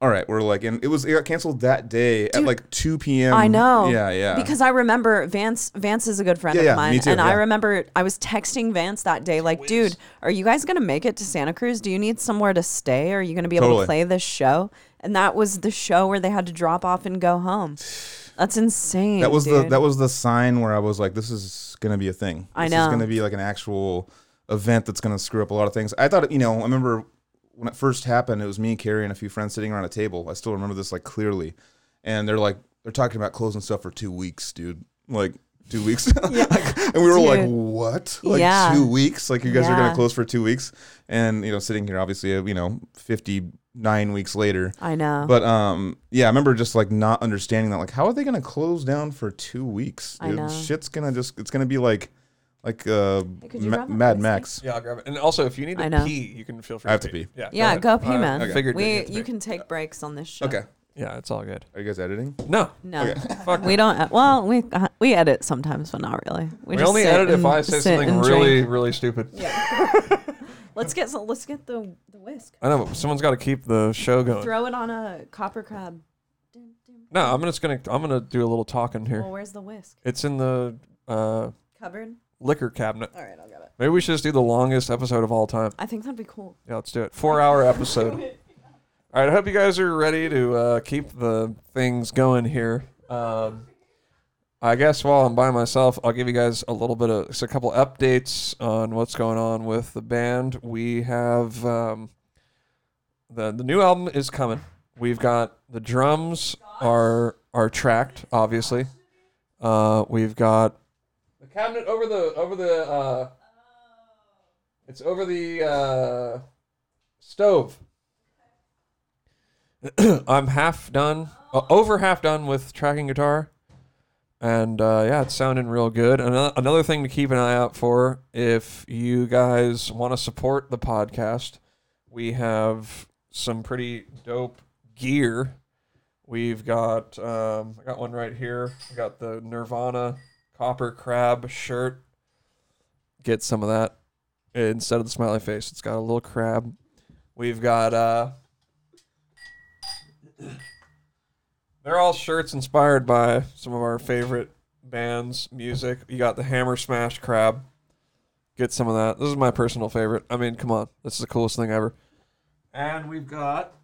C: all right, we're like, and it was it got canceled that day at
B: Dude,
C: like 2 p.m.
B: I know.
C: Yeah, yeah.
B: Because I remember Vance. Vance is a good friend
C: Yeah,
B: of
C: yeah, me
B: mine,
C: too,
B: and I
C: yeah.
B: remember I was texting Vance that day, like, "Dude, are you guys gonna make it to Santa Cruz? Do you need somewhere to stay? Are you gonna be able
C: Totally.
B: to play this show?" And that was the show where they had to drop off and go home. That's insane.
C: that was
B: dude.
C: the that was the sign where I was like, this is gonna be a thing.
B: I
C: This is
B: know.
C: gonna be like an actual event that's gonna screw up a lot of things. I thought, you know, I remember when it first happened, it was me, Carrie, and a few friends sitting around a table. I still remember this like clearly, and they're like, they're talking about closing stuff for two weeks, dude. Like two weeks, Like, and we were like,
B: Dude.
C: what? Like
B: Yeah.
C: two weeks? Like you guys are
B: Yeah.
C: gonna close for two weeks? And you know, sitting here, obviously, uh, you know, fifty nine weeks later.
B: I know.
C: But um, yeah, I remember just like not understanding that. Like, how are they gonna close down for two weeks?
B: I know.
C: Shit's gonna just it's gonna be like like uh
B: could you
C: Ma-
B: grab my
C: Mad
B: whiskey?
C: Max.
A: Yeah, I'll grab it. And also, if you need
B: I
A: to
B: know.
A: pee, you can feel free.
C: I have to pee.
A: Yeah.
B: yeah,
A: ahead.
B: go pee, man.
A: I figured
B: We,
A: that
B: you
A: you
B: can take breaks on this show.
C: Okay.
A: Yeah, it's all good.
C: Are you guys editing?
A: No,
B: No.
A: fuck.
B: Uh, We don't. ed- Well, we uh, we edit sometimes, but not really. We,
A: We,
B: just
A: only
B: sit
A: edit if
B: and-
A: I say
B: sit
A: something
B: and
A: really,
B: drink.
A: really stupid.
B: Let's get some, let's get the the whisk.
A: I know, but someone's got to keep the show going.
B: Throw it on a copper crab.
A: No, I'm just gonna, I'm gonna do a little talking here.
B: Well, where's the whisk?
A: It's in the uh,
B: Cupboard.
A: liquor cabinet.
B: All right, I'll get it.
A: Maybe we should just do the longest episode of all time.
B: I think that'd be cool.
A: Yeah, let's do it. Four hour episode. All right, I hope you guys are ready to uh, keep the things going here. Um, I guess while I'm by myself, I'll give you guys a little bit of just a couple updates on what's going on with the band. We have um, the the new album is coming. We've got the drums are are tracked, obviously. Uh, we've got the cabinet over the over the. Uh, it's over the uh, stove. I'm half done, uh, over half done with tracking guitar, and uh, yeah, it's sounding real good. Another, another thing to keep an eye out for if you guys want to support the podcast, we have some pretty dope gear. We've got um, I got one right here. I got the Nirvana Copper Crab shirt. Get some of that instead of the smiley face, it's got a little crab. We've got uh They're all shirts inspired by some of our favorite bands, music. You got the Hammer Smash Crab. Get some of that. This is my personal favorite. I mean, come on. This is the coolest thing ever. And we've got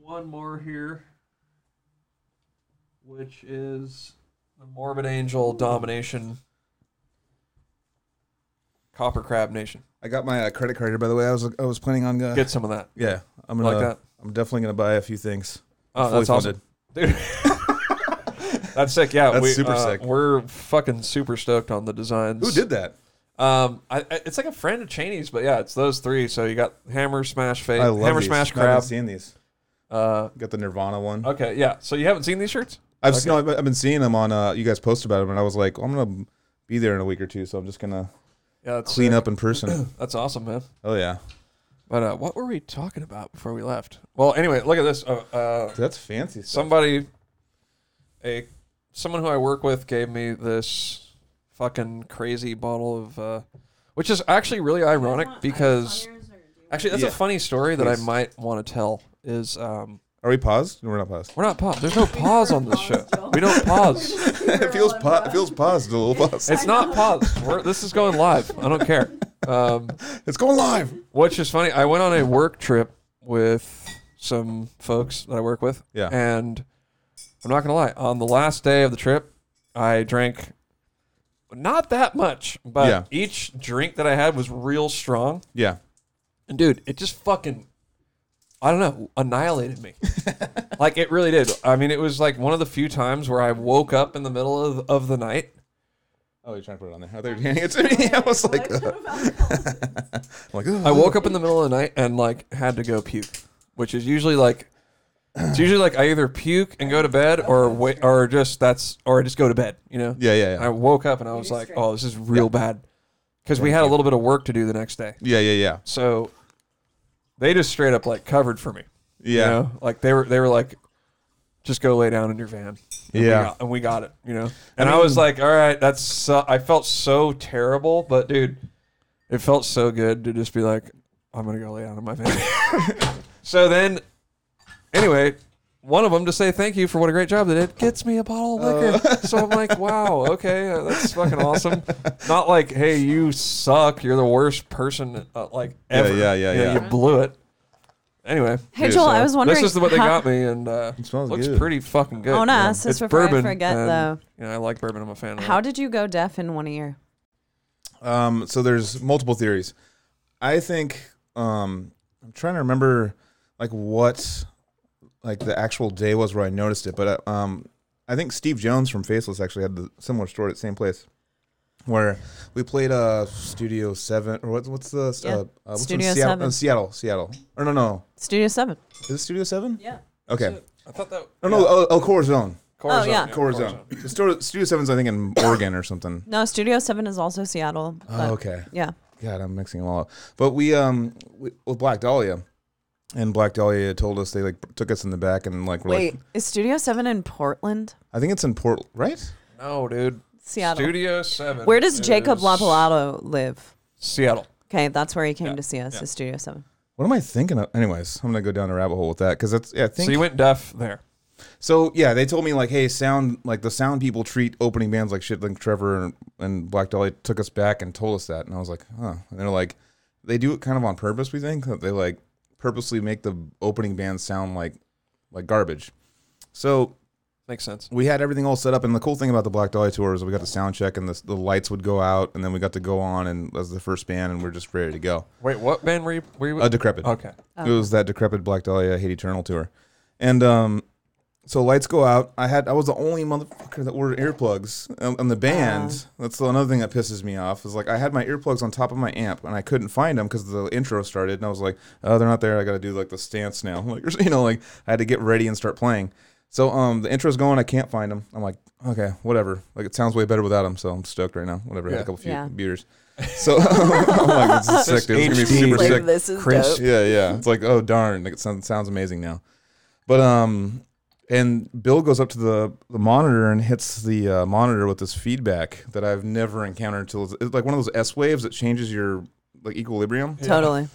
A: one more here which is the Morbid Angel Domination Copper Crab Nation.
C: I got my uh, credit card here by the way. I was I was planning on uh,
A: Get some of that.
C: yeah. I'm gonna
A: Like that.
C: I'm definitely gonna buy a few things.
A: Oh,
C: Fully
A: that's awesome. Dude. that's sick. Yeah,
C: That's
A: we,
C: super
A: uh,
C: sick.
A: We're fucking super stoked on the designs.
C: Who did that?
A: Um, I, I, it's like a friend of Cheney's, but yeah, it's those three. So you got Hammer Smash Face,
C: I love
A: Hammer
C: these.
A: Smash
C: I haven't
A: Crab.
C: seen these.
A: Uh,
C: Got the Nirvana one.
A: okay, yeah. So you haven't seen these shirts?
C: I've seen, no, I've- I've been seeing them on uh you guys post about them and I was like, well, I'm gonna be there in a week or two, so I'm just gonna
A: Yeah, that's
C: clean
A: sick.
C: up in person.
A: That's awesome, man.
C: oh yeah.
A: But uh, what were we talking about before we left? Well, anyway, look at this. Uh, uh,
C: That's fancy stuff.
A: somebody a someone who I work with gave me this fucking crazy bottle of uh which is actually really ironic because actually that's
C: Yeah.
A: a funny story that I
C: Please.
A: might want to tell is um
C: Are we paused? We're not paused.
A: we're not paused. There's no pause on this show. We don't pause.
C: it feels pa- it feels paused a little paused.
A: It's not paused. We're, this is going live. I don't care. Um,
C: It's going live.
A: Which is funny. I went on a work trip with some folks that I work with.
C: Yeah.
A: And I'm not gonna lie, on the last day of the trip, I drank not that much, but
C: Yeah.
A: each drink that I had was real strong.
C: Yeah.
A: And dude, it just fucking I don't know, annihilated me. like it really did. I mean, it was like one of the few times where I woke up in the middle of, of the night.
C: Oh, you're trying to put it on there. I thought you were handing it to me. I was like, uh, I'm like
A: I woke up in the middle of the night and like had to go puke, which is usually like it's usually like I either puke and go to bed or wait or just that's or I just go to bed, you know.
C: Yeah, yeah,
A: I
C: yeah,
A: woke up and I was like, oh, this is real bad because we had a little bit of work to do the next day.
C: yeah, yeah, yeah,
A: So they just straight up like covered for me. you
C: yeah.
A: know? like they were they were like just go lay down in your van. And we
C: Yeah.
A: got- and we got it, you know. And I, was like, all right, that's so, I felt so terrible, but dude, it felt so good to just be like, I'm gonna go lay down in my van. so then Anyway, one of them to say thank you for what a great job they did gets me a bottle of liquor.
D: Oh.
A: so I'm like, wow, okay, uh, that's fucking awesome. Not like, hey, you suck. You're the worst person uh, like
D: Yeah,
A: ever.
D: yeah, yeah,
A: You know,
D: yeah.
A: You blew it. Anyway,
B: Hey,
D: Dude,
B: Joel,
D: so
B: I was wondering.
A: this is what they
B: how-
A: got me, and uh,
D: It smells
A: looks
D: good.
A: pretty fucking good.
B: Oh,
A: you
B: no,
A: know.
B: it's just before I
A: bourbon.
B: forget,
A: and,
B: though.
A: You know, I like bourbon. I'm a fan. Of
B: How
A: it.
B: did you go deaf in one ear?
C: Um, so there's multiple theories. I think um, I'm trying to remember like what like the actual day was where I noticed it, but uh, um, I think Steve Jones from Faceless actually had the similar story at the same place where we played uh Studio Seven or what, what's the
B: Yeah.
C: uh, uh, what's in
B: Studio
C: Seattle,
B: Seven.
C: uh, Seattle, Seattle, or no, no,
B: Studio 7.
C: is it Studio Seven?
B: Yeah.
C: Okay,
A: I thought that.
C: no, no, El, El Corazon.
B: Oh, yeah.
C: Corazon. The Studio Studio Seven's I think in Oregon or something.
B: No, Studio 7 is also Seattle. but-
C: Oh, okay.
B: Yeah.
C: God, I'm mixing them all up. But we um we, with Black Dahlia, and Black Dahlia told us they like took us in the back and like were
B: Wait,
C: like
B: is Studio 7 in Portland?
C: I think it's in Port right?
A: No, dude.
B: Seattle.
A: Studio Seven.
B: Where does Jacob
A: is
B: Lapalato live?
A: Seattle.
B: Okay, that's where he came to see us, is Studio 7.
C: What am I thinking of? Anyways, I'm gonna go down a rabbit hole with that because that's yeah. I think
A: So you went deaf there.
C: So yeah, they told me like, hey, sound like the sound people treat opening bands like shit. Like Trevor and, and Black Dolly took us back and told us that, and I was like, huh. And they're like, they do it kind of on purpose. We think that they like purposely make the opening band sound like like garbage. So
A: Makes sense.
C: we had everything all set up, and the cool thing about the Black Dolly tour is we got the sound check, and the, the lights would go out, and then we got to go on, and as the first band, and we're just ready to go.
A: Wait, what band were you? Were you
C: A decrepit.
A: okay.
C: It
B: Oh.
C: was that decrepit Black Dahlia Hate Eternal tour, and um, so lights go out. I had I was the only motherfucker that wore earplugs on, on the band. That's another thing that pisses me off is like I had my earplugs on top of my amp and I couldn't find them because the intro started and I was like, oh, they're not there. I got to do like the stance now, like you know, like I had to get ready and start playing. So um, the intro's going. I can't find them. I'm like, okay, whatever. Like it sounds way better without them. So I'm stoked right now. Whatever. I had
A: Yeah.
C: a couple few
B: Yeah.
C: beers. So I'm like, this is sick. Dude. It's gonna be
A: HD.
C: super
A: Like,
C: sick.
B: this is
A: Chris.
C: Yeah, yeah. It's like, oh darn, like, it sounds, sounds amazing now. But um, and Bill goes up to the the monitor and hits the uh, monitor with this feedback that I've never encountered till it's, it's like one of those S waves that changes your like equilibrium.
B: Totally.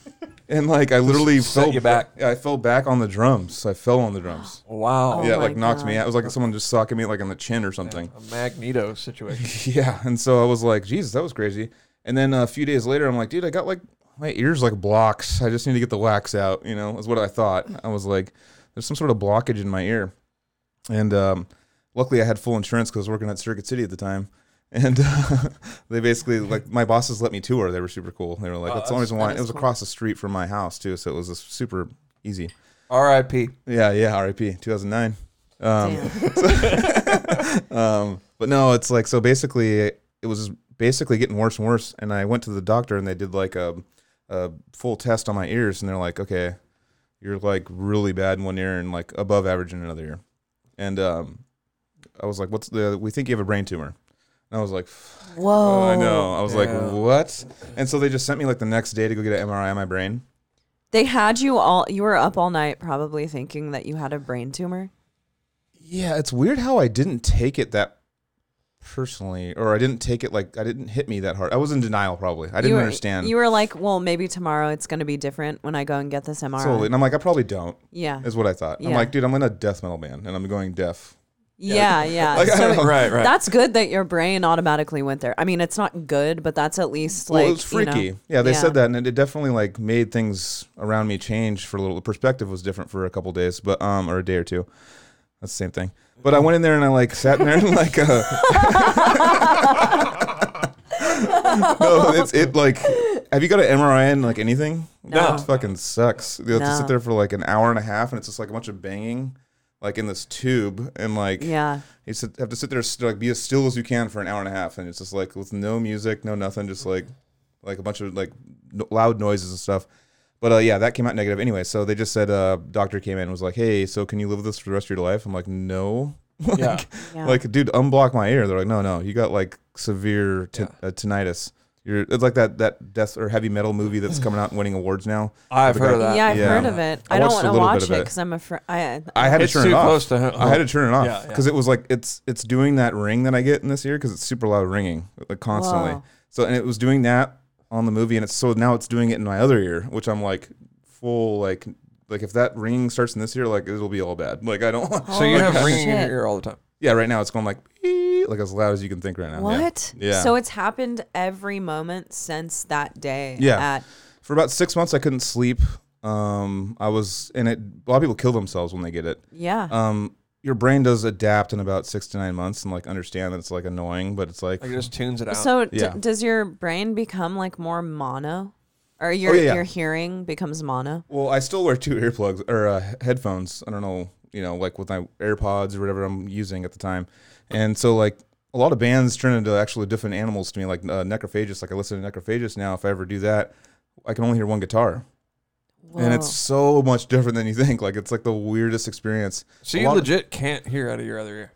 C: And like I literally
A: set
C: fell
A: you back.
C: I fell back on the drums. I fell on the drums.
A: Wow.
B: Oh
C: yeah, it,
B: my
C: like knocked me
B: God.
C: out. It was like someone just socking me like on the chin or something.
A: A magneto situation.
C: Yeah, and so I was like, Jesus, that was crazy. And then a few days later, I'm like, dude, I got like my ears like blocks. I just need to get the wax out. You know, is what I thought. I was like, there's some sort of blockage in my ear, and um, luckily I had full insurance because I was working at Circuit City at the time. And uh, they basically like my bosses let me tour. They were super cool. They were like,
A: Oh,
C: that's the only
A: that's-
C: reason why
B: that
C: it
B: is
C: was
B: cool.
C: across the street from my house too. So it was just super easy.
A: R.I.P.
C: Yeah, yeah. R.I.P. 2009. Um,
B: Damn.
C: um, but no, it's like so basically it was basically getting worse and worse. And I went to the doctor and they did like a, a full test on my ears and they're like, okay, you're like really bad in one ear and like above average in another ear. And um, I was like, what's the? We think you have a brain tumor. And I was like,
B: Whoa.
C: oh, I know. I was
A: Yeah.
C: like, what? And so they just sent me like the next day to go get an MRI on my brain.
B: They had you all, you were up all night probably thinking that you had a brain tumor.
C: Yeah, it's weird how I didn't take it that personally, or I didn't take it like I didn't hit me that hard. I was in denial, probably. I didn't
B: you were,
C: understand.
B: You were like, well, maybe tomorrow it's going to be different when I go and get this MRI.
C: Totally. And I'm like, I probably don't,
B: Yeah.
C: is what I thought. I'm
B: Yeah.
C: like, dude, I'm in a death metal band and I'm going deaf.
B: Yeah, yeah.
C: Like, I
B: so
C: don't know.
A: Right, right.
B: that's good that your brain automatically went there. I mean, it's not good, but that's at least like
C: well, it was
B: you know-
C: freaky. yeah, they said that and it, it definitely like made things around me change for a little. The perspective was different for a couple days, but um, or a day or two. That's the same thing. But I went in there and I like sat in there and like uh No, it's it like have you got an MRI in like anything?
B: No.
C: It fucking sucks. You have to
B: No.
C: sit there for like an hour and a half and it's just like a bunch of banging like in this tube and like
B: Yeah.
C: you sit, have to sit there st- like be as still as you can for an hour and a half and it's just like with no music no nothing just like like a bunch of like no, loud noises and stuff but uh, yeah that came out negative anyway so they just said uh doctor came in and was like hey so can you live with this for the rest of your life i'm like no like,
A: Yeah.
B: Yeah.
C: like dude unblock my ear they're like no no you got like severe t-
A: Yeah.
C: uh, tinnitus you're it's like that that death or heavy metal movie that's coming out and winning awards now
A: I've
C: Forgot-
A: heard of that.
B: Yeah, I've
C: Yeah.
B: heard of it.
C: I
B: I, don't
C: watched
B: want
C: a
B: to
C: little
B: watch
C: bit
B: it
C: of it.
B: because I'm afraid. I,
C: I had
A: It's
C: to turn
A: too
C: it off.
A: close to ho-
C: I had to turn it
A: Yeah,
C: off
A: yeah.
C: because it was like it's it's doing that ring that I get in this ear because it's super loud ringing like constantly.
B: Wow.
C: So and it was doing that on the movie and it's so now it's doing it in my other ear, which I'm like full like Like if that ring starts in this ear, like it'll be all bad. Like I don't.
A: So you
B: Holy
A: have ringing in
B: shit.
A: your ear all the time.
C: yeah, right now it's going like "Ee," like as loud as you can think right now. Yeah.
B: What?
C: Yeah.
B: So it's happened every moment since that day.
C: Yeah.
B: At,
C: For about six months, I couldn't sleep. Um, I was, and it. A lot of people kill themselves when they get it.
B: yeah.
C: Um, your brain does adapt in about six to nine months and like understand that it's like annoying, but it's like
A: Like it just tunes it out.
B: so d-
C: Uh, yeah.
B: does your brain become like more mono? Or your
C: Oh, yeah, yeah.
B: your hearing becomes mono?
C: Well, I still wear two earplugs or uh, headphones. I don't know, you know, like with my AirPods or whatever I'm using at the time. And so, like, a lot of bands turn into actually different animals to me, like uh, Necrophagus. Like, I listen to Necrophagus now. If I ever do that, I can only hear one guitar. And it's so much different than you think. Like, it's like the weirdest experience.
A: So
C: A
A: you
C: lot of-
A: legit can't hear out of your other ear.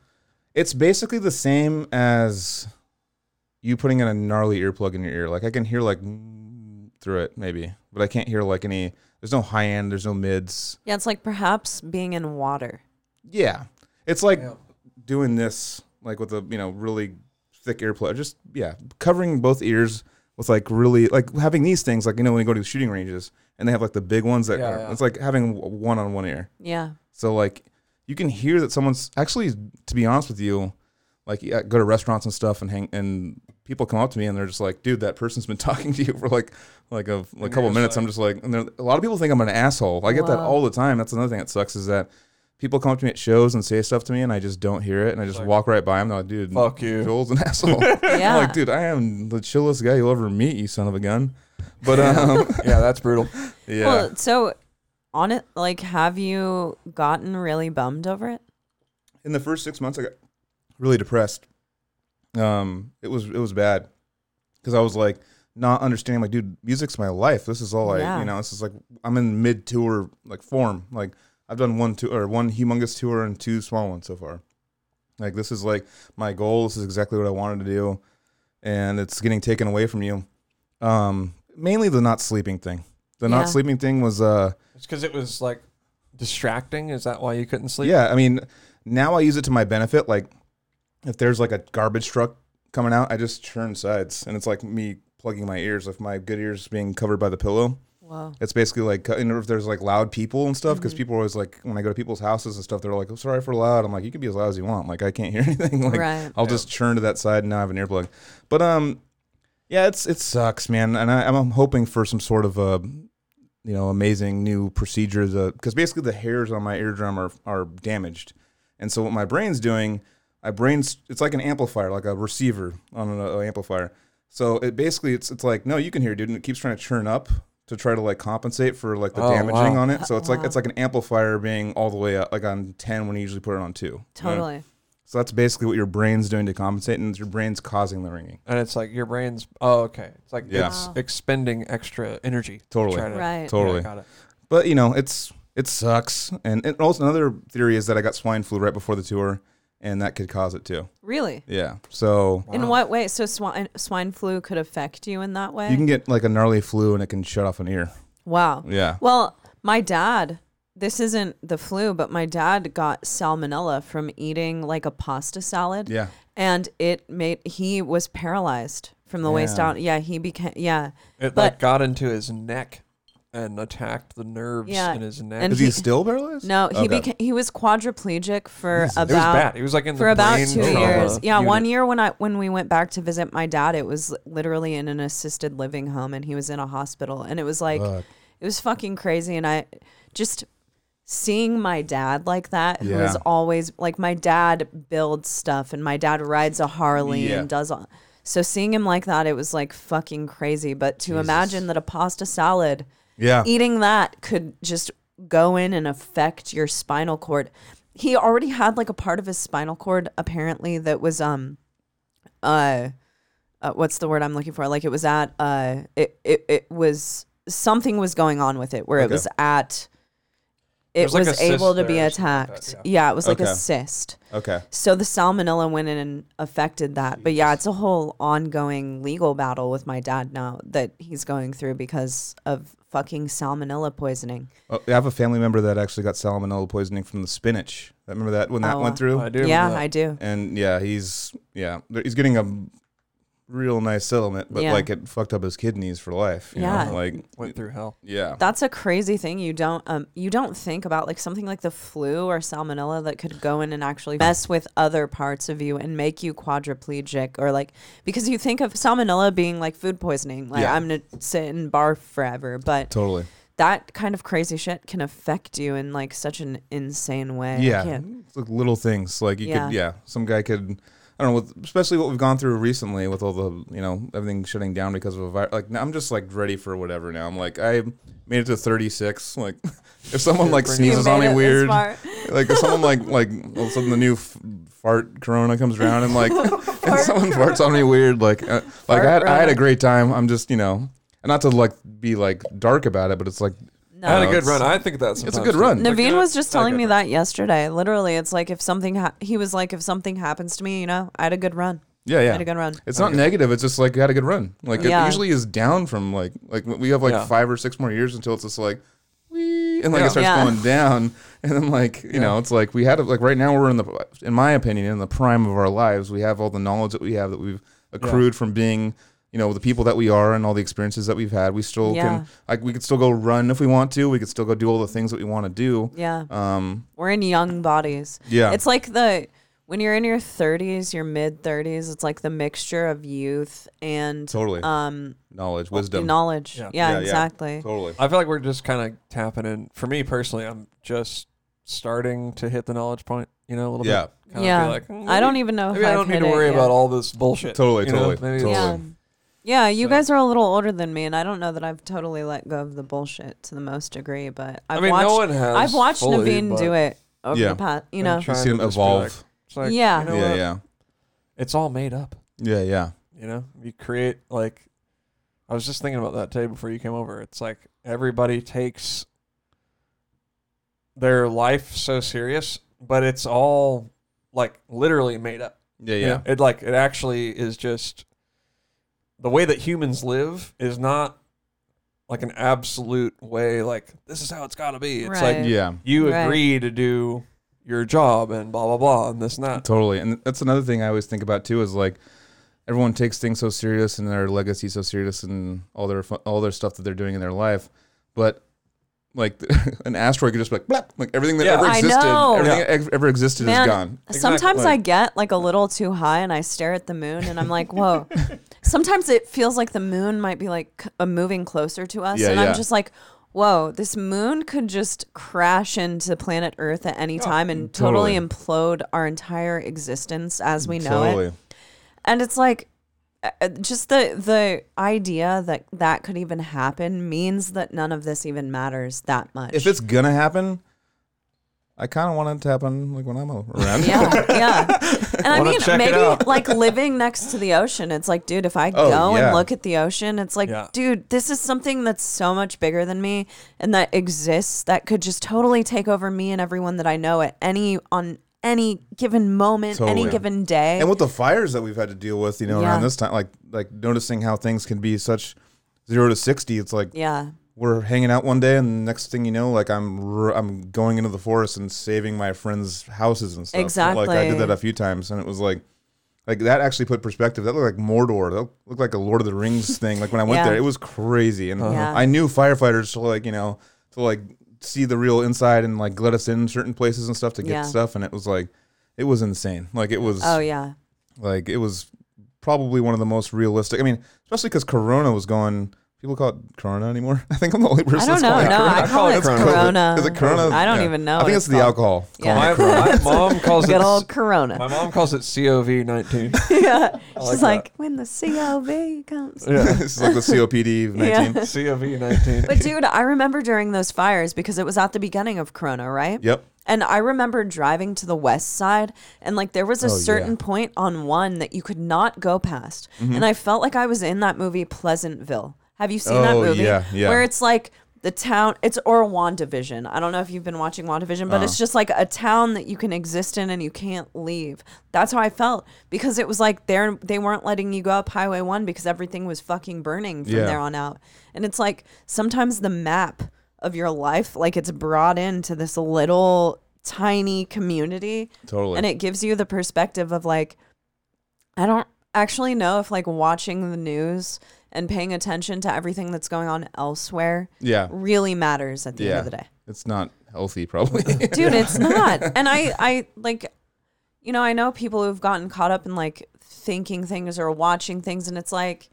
C: it's basically the same as you putting in a gnarly earplug in your ear. Like I can hear like mm, through it maybe, but I can't hear like any. There's no high end. There's no mids.
B: Yeah, it's like perhaps being in water.
C: Yeah, it's like
A: Yeah.
C: doing this like with a you know really thick earplug. Just yeah, covering both ears with like really like having these things like you know when you go to the shooting ranges and they have like the big ones that
A: Yeah,
C: are-
A: yeah.
C: it's like having w- one on one ear.
B: Yeah.
C: So like you can hear that someone's actually to be honest with you, like yeah, I go to restaurants and stuff and hang and people come up to me and they're just like, dude, that person's been talking to you for like like a like couple
A: just
C: minutes.
A: like-
C: I'm just like and they're- a lot of people think I'm an asshole. I get that
B: Wow.
C: all the time. That's another thing that sucks is that people come up to me at shows and say stuff to me and I just don't hear it and I just
A: Like,
C: walk right by them. They're like, dude,
A: Fuck you.
C: Joel's an asshole. I'm
B: Yeah.
C: like, dude, I am the chillest guy you'll ever meet, you son of a gun. But um
A: yeah, that's brutal.
C: yeah.
B: Well, so on it, like, have you gotten really bummed over it?
C: in the first six months, I got really depressed. Um, it was it was bad because I was like not understanding. Like, dude, music's my life. This is all I,
B: Yeah.
C: you know. This is like I'm in mid tour like form. Like I've done one tour or one humongous tour and two small ones so far. Like this is like my goal. This is exactly what I wanted to do, and it's getting taken away from you. Um, mainly the not sleeping thing. The
B: Yeah.
C: not sleeping thing was uh
A: It's because it was like distracting. Is that why you couldn't sleep?
C: yeah, I mean, now I use it to my benefit. Like, if there's like a garbage truck coming out, I just turn sides, and it's like me plugging my ears. If my good ears being covered by the pillow,
B: Whoa.
C: it's basically like and if there's like loud people and stuff, because people are always like when I go to people's houses and stuff, they're like, "I'm sorry for loud." I'm like, "You can be as loud as you want. Like, I can't hear anything. Like, uh,
B: Right.
C: I'll just turn to that side and now I have an earplug." But um, yeah, it's it sucks, man. And I, I'm hoping for some sort of uh, you know, amazing new procedure. Because basically, the hairs on my eardrum are are damaged, and so what my brain's doing, my brain's it's like an amplifier, like a receiver on an, uh, amplifier. So it basically it's it's like no, you can hear, dude, and it keeps trying to churn up to try to like compensate for like the
A: Oh,
C: damaging
A: wow.
C: on it. So it's like
B: Wow.
C: it's like an amplifier being all the way up, like on ten when you usually put it on two. you know?
B: Totally.
C: So that's basically what your brain's doing to compensate, and it's your brain's causing the ringing.
A: And it's like your brain's. Oh, okay. It's like
C: Yeah.
A: it's
B: Wow.
A: expending extra energy. to
C: Totally.
A: try to-
B: Right.
C: Totally.
A: Yeah, got it.
C: but you know it's it sucks and, and also another theory is that i got swine flu right before the tour and that could cause it too
B: Really?
C: yeah so
B: In
A: Wow.
B: what way? So swine swine flu could affect you in that way?
C: you can get like a gnarly flu and it can shut off an ear
B: wow.
C: yeah
B: Well, my dad, this isn't the flu, but my dad got salmonella from eating like a pasta salad.
C: yeah
B: And it made he was paralyzed from the waist
C: Yeah.
B: down. Yeah, he became yeah.
A: It
B: But-
A: like got into his neck and attacked the nerves
B: Yeah,
A: in his neck.
B: and
C: is he
B: he-
C: still paralyzed
B: No, he
C: Okay.
B: became he was quadriplegic for
C: Jesus. It
B: about
C: was
A: it was bad. He was like in
B: for
A: the
B: about
A: brain
B: two
A: trauma
B: years. Yeah,
A: unit.
B: one year when I when we went back to visit my dad, it was literally in an assisted living home, and he was in a hospital, and it was like
C: Fuck.
B: it was fucking crazy, and I just seeing my dad like that who is
C: Yeah.
B: always like my dad builds stuff and my dad rides a harley
C: Yeah.
B: and does all so seeing him like that it was like fucking crazy but to imagine that a pasta salad
C: yeah
B: eating that could just go in and affect your spinal cord. He already had like a part of his spinal cord apparently that was um uh, uh what's the word I'm looking for? Like it was at uh it it, it was something was going on with it where it
C: Okay.
B: was at it
A: was like
B: was,
A: a cyst
B: able to
A: there
B: be
A: or something like that,
B: attacked. yeah. it was like
C: Okay.
B: a cyst.
C: okay
B: So the salmonella went in and affected that. But yeah, it's a whole ongoing legal battle with my dad now that he's going through because of fucking salmonella poisoning.
C: Oh, i have a family member that actually got salmonella poisoning from the spinach remember that when that
B: Oh,
C: went
B: wow.
C: through
A: I do remember
B: yeah,
A: that.
B: I do.
C: and yeah he's yeah he's getting a real nice settlement, but
B: Yeah.
C: like it fucked up his kidneys for life. You
B: Yeah.
C: Know? Like,
A: Went through hell.
C: yeah.
B: That's a crazy thing you don't um you don't think about like something like the flu or salmonella that could go in and actually mess with other parts of you and make you quadriplegic or like because you think of salmonella being like food poisoning like
C: Yeah.
B: I'm gonna sit and barf forever but
C: Totally.
B: that kind of crazy shit can affect you in like such an insane way I
C: Yeah.
B: can't-
C: It's like little things. Like you
B: Yeah.
C: could, yeah, some guy could, I don't know, with, especially what we've gone through recently with all the, you know, everything shutting down because of a virus. Like, now I'm just like ready for whatever now. I'm like, I made it to 36. Like, if someone like
A: Bring it
B: You
C: sneezes on
B: made
C: me
B: it this
C: weird,
B: far.
C: like if someone like, like all of a sudden the new f- fart corona comes around and like, and someone farts on me weird, like, uh, like I had, I had
B: corona.
C: a great time. I'm just, you know, and not to like be like dark about it, but it's like,
B: No.
A: I had a
C: No,
A: good
C: it's-
A: run. I think that's
C: it's a good run.
B: Naveen
A: Like,
B: was just
A: not a
B: telling
A: good
B: me
A: run.
B: that yesterday. Literally, it's like if something ha- he was like if something happens to me, you know, I had a good run.
C: yeah,
B: I
C: yeah.
B: had a good run.
C: It's not negative. It's just like you had a good run. Like
B: Yeah.
C: it usually is down from like like we have like
A: Yeah.
C: five or six more years until it's just like, wee, and like
A: Yeah.
C: it starts
B: Yeah.
C: going down, and then like you know it's like we had a, like right now we're in the in my opinion in the prime of our lives. We have all the knowledge that we have that we've accrued from being you know the people that we are and all the experiences that we've had. We still
B: Yeah.
C: can like we could still go run if we want to. We could still go do all the things that we want to do.
B: Yeah,
C: Um.
B: we're in young bodies.
C: Yeah.
B: it's like the when you're in your 30s, your mid 30s, it's like the mixture of youth and
C: Totally.
A: uh,
B: um
C: knowledge, wisdom.
B: knowledge. Yeah,
A: Yeah.
C: Yeah, yeah.
B: exactly.
C: Totally.
A: I feel like we're just kind of tapping in. For me personally, I'm just starting to hit the knowledge point. You know, a little
C: Yeah.
A: bit. Kinda
B: Yeah.
A: feel like, mm,
B: I don't
A: maybe-
B: even know if
A: Maybe I
B: I've
A: don't need
B: hit
A: to
B: it
A: worry
B: yet.
A: about all this bullshit.
C: Totally,
A: you know?
C: totally,
A: Maybe it's-
C: totally.
B: Yeah. Um, Yeah, you
A: So-
B: guys are a little older than me, and I don't know that I've totally let go of the bullshit to the most degree, but I've
A: I mean,
B: watched
A: no one has.
B: I've watched
A: fully,
B: Naveen do
A: but
B: it over
C: Yeah.
B: the past, you
A: I'm
B: know.
A: trying to
C: See them
A: just be like-
C: evolve.
A: it's like,
B: Yeah.
A: you know
C: yeah,
A: what?
C: yeah.
A: It's all made up.
C: Yeah. Yeah.
A: You know, you create like. I was just thinking about that today before you came over. It's like everybody takes their life so serious, but it's all like literally made up.
C: Yeah.
A: You
C: Yeah.
A: know, it like it actually is just the way that humans live is not like an absolute way. Like this is how it's got to be. It's
B: Right.
A: like
C: Yeah,
A: you
B: Right.
A: agree to do your job and blah blah blah and this and that.
C: totally. And that's another thing I always think about too is like everyone takes things so serious and their legacy so serious and all their fu- all their stuff that they're doing in their life, but like an asteroid could just be like blap, like everything that
A: Yeah.
C: ever
A: I
C: existed,
B: know.
C: everything
A: Yeah.
C: that ev- ever existed
B: Man,
C: is gone.
B: Sometimes
A: Exactly.
B: I get like a little too high and I stare at the moon and I'm like, whoa. Sometimes it feels like the moon might be like c- uh, moving closer to us.
C: Yeah,
B: and
C: yeah.
B: I'm just like, whoa, this moon could just crash into planet Earth at any time
A: Mm,
B: and totally,
C: totally.
B: implode our entire existence as we know it.
C: totally.
B: And it's like, uh, uh, just the the idea that that could even happen means that none of this even matters that much.
C: If it's gonna happen, I kind of want it to happen like when I'm around.
B: Yeah, yeah. And I
A: Wanna
B: mean,
A: check it
B: maybe
A: out.
B: like living next to the ocean, it's like, dude, if I
C: Oh,
B: go
C: yeah.
B: and look at the ocean, it's like,
A: Yeah.
B: dude, this is something that's so much bigger than me and that exists that could just totally take over me and everyone that I know at any on any given moment, any
C: Totally.
B: given day.
C: and with the fires that we've had to deal with, you know,
B: Yeah.
C: around this time, like like noticing how things can be such zero to sixty. It's like
B: yeah.
C: we're hanging out one day, and the next thing you know, like I'm r- I'm going into the forest and saving my friends' houses and stuff. Like I
B: Exactly.
C: did that a few times, and it was like. Like that actually put perspective. That looked like Mordor. That looked like a Lord of the Rings thing. Like when I went
B: Yeah. Uh-huh.
C: there, it was crazy. And
B: Yeah.
C: I knew firefighters to like you know to like see the real inside and like let us in certain places and stuff to get
B: Yeah.
C: stuff. And it was like it was insane. Like it was
B: Oh yeah.
C: like it was probably one of the most realistic. I mean, especially because Corona was going. People call it Corona anymore. I think I'm the only person.
B: I don't
C: that's
B: know.
C: calling it
B: No,
C: Corona.
B: I call it
A: It's
B: Corona.
A: Corona.
C: Is it Corona?
B: I don't
C: Yeah.
B: even know.
C: I
B: what
C: think it's the
B: called.
C: alcohol.
B: Yeah.
A: My, my mom calls it.
B: Good old Corona.
A: My mom calls it COV nineteen.
B: yeah.
A: like
B: She's
A: that.
B: like, when the COV comes.
A: Yeah.
C: this is like the COPD of 19.
A: COV nineteen.
B: But dude, I remember during those fires because it was at the beginning of Corona, right?
C: Yep.
B: And I remember driving to the west side, and like there was a
C: Oh, yeah.
B: certain point on one that you could not go past.
C: Mm-hmm.
B: And I felt like I was in that movie Pleasantville. Have you seen that
C: Oh,
B: movie?
C: yeah, yeah.
B: Where it's like the town, it's or WandaVision. I don't know if you've been watching WandaVision, but it's just like a town that you can exist in and you can't leave. That's how I felt because it was like they're, they weren't letting you go up Highway 1 because everything was fucking burning from
C: Yeah.
B: there on out. And it's like sometimes the map of your life, like it's brought into this little tiny community.
C: Totally.
B: And it gives you the perspective of like, I don't actually know if like watching the news and paying attention to everything that's going on elsewhere
C: Yeah.
B: really matters at the
C: Yeah.
B: end of the day.
C: It's not healthy, probably.
B: dude it's not and i i like you know i know people who've gotten caught up in like thinking things or watching things and it's like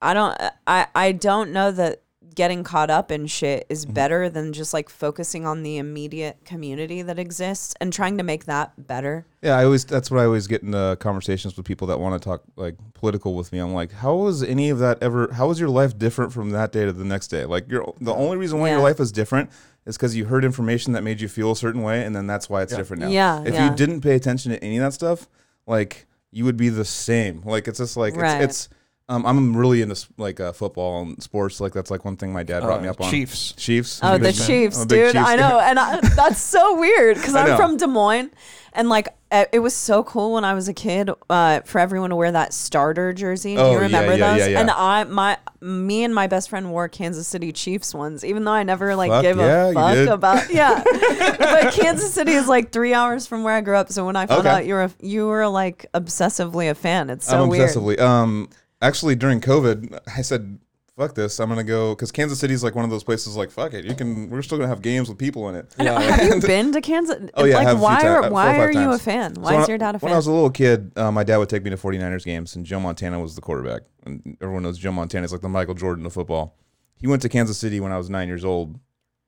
B: i don't i i don't know that getting caught up in shit is better than just like focusing on the immediate community that exists and trying to make that better
C: yeah, I always that's what I always get in uh, conversations with people that want to talk like political with me. I'm like, how was any of that ever? How was your life different from that day to the next day? Like, you're the only reason why
B: Yeah.
C: your life is different is because you heard information that made you feel a certain way, and then that's why it's different now.
B: Yeah,
C: If
B: yeah.
C: you didn't pay attention to any of that stuff, like you would be the same. Like it's just like
B: Right.
C: it's. it's um, I'm really into like uh, football and sports. Like that's like one thing my dad brought me
A: Uh,
C: up on.
A: Chiefs.
C: Chiefs.
B: Oh, the
C: Big fan.
B: Chiefs,
C: I'm a big
B: dude.
C: Chiefs
B: I
C: fan.
B: know. And I, that's so weird because
C: know.
B: I'm from Des Moines. And like, eh, it was so cool when I was a kid uh, for everyone to wear that starter jersey. Do
C: Oh, yeah,
B: you remember
C: yeah,
B: those?
C: yeah, yeah.
B: And I, my, me and my best friend wore Kansas City Chiefs ones, even though I never like
C: Fuck
B: gave
C: yeah, you
B: a fuck
C: did.
B: about. Yeah, but Kansas City is like three hours from where I grew up. So when I found
C: Okay.
B: out you were, a- you were like obsessively a fan. It's so
C: I'm
B: weird.
C: obsessively. Um, actually, during COVID, I said, "Fuck this! I'm gonna go." Because Kansas City's like one of those places. Like, fuck it, you can. We're still gonna have games with people in it.
B: I know. Have you been to Kansas?
C: Oh, yeah, I
B: like
C: have a few
B: why
C: ti- uh,
B: are
C: four or
B: why
C: five
B: are you
C: times.
B: a fan?
C: So
B: Why
C: when
B: is
C: I-
B: your dad a fan?
C: When I was a little kid, uh, my dad would take me to 49ers games, and Joe Montana was the quarterback. And everyone knows Joe Montana is like the Michael Jordan of football. He went to Kansas City when I was nine years old,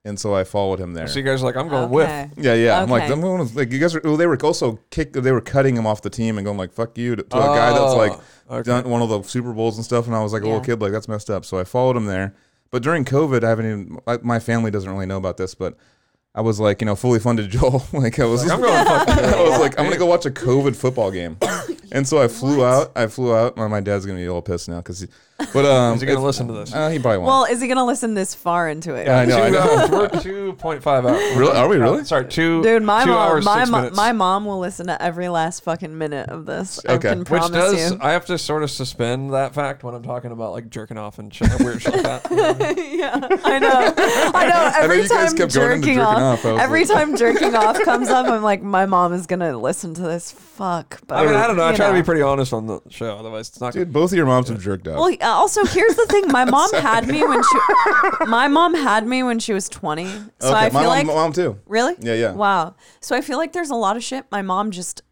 C: and so I followed him there.
A: So you guys are like, I'm going
B: Okay.
A: with.
C: Yeah, yeah. I'm like,
B: Okay.
C: I'm going to, like you guys are. Well, they were also kick. They were cutting him off the team and going like, "Fuck you" to, to a guy that's
A: Oh,
C: like
A: okay.
C: done one of the Super Bowls and stuff. And I was like a little
B: Yeah.
C: kid, like that's messed up. So I followed him there. But during COVID, I haven't even. I, my family doesn't really know about this, but I was like, you know, fully funded Joel. like I was,
A: I'm going fucking.
C: I was like, I'm gonna go watch a COVID football game. and so I flew out. I flew out. My, my dad's gonna be all pissed now because, but um,
A: Is he gonna
C: if-
A: listen to this?
C: uh, he probably won't.
B: Well, is he gonna listen this far into it?
C: Yeah, I know. I
A: Two
C: know.
A: hours. We're two point five hours.
C: Really? Are we really?
A: Sorry, two.
B: Dude, my
A: two
B: mom,
A: hours,
B: my
A: six
B: mo-
A: minutes.
B: my mom will listen to every last fucking minute of this.
C: Okay.
B: I can
C: Which
A: Which
B: promise
A: does
B: you.
A: I have to sort of suspend that fact when I'm talking about like jerking off and shit, weird shit like that.
B: yeah, I know, I know. Every
C: you guys
B: time
C: kept going into
B: jerking
C: jerking
B: off,
C: off, I was
B: every
C: like-
B: time jerking off comes up, I'm like, my mom is gonna listen to this. Fuck. But
A: I mean, I don't know. I
B: you
A: try to be pretty honest on the show, otherwise it's not.
C: Dude, both of your moms have jerked out.
B: Well, uh, also here's the thing. My mom had me when she, my mom had me when she was 20. So
C: okay,
B: I
C: my
B: feel
C: mom,
B: like
C: my mom too.
B: Really?
C: Yeah, yeah.
B: Wow. So I feel like there's a lot of shit my mom just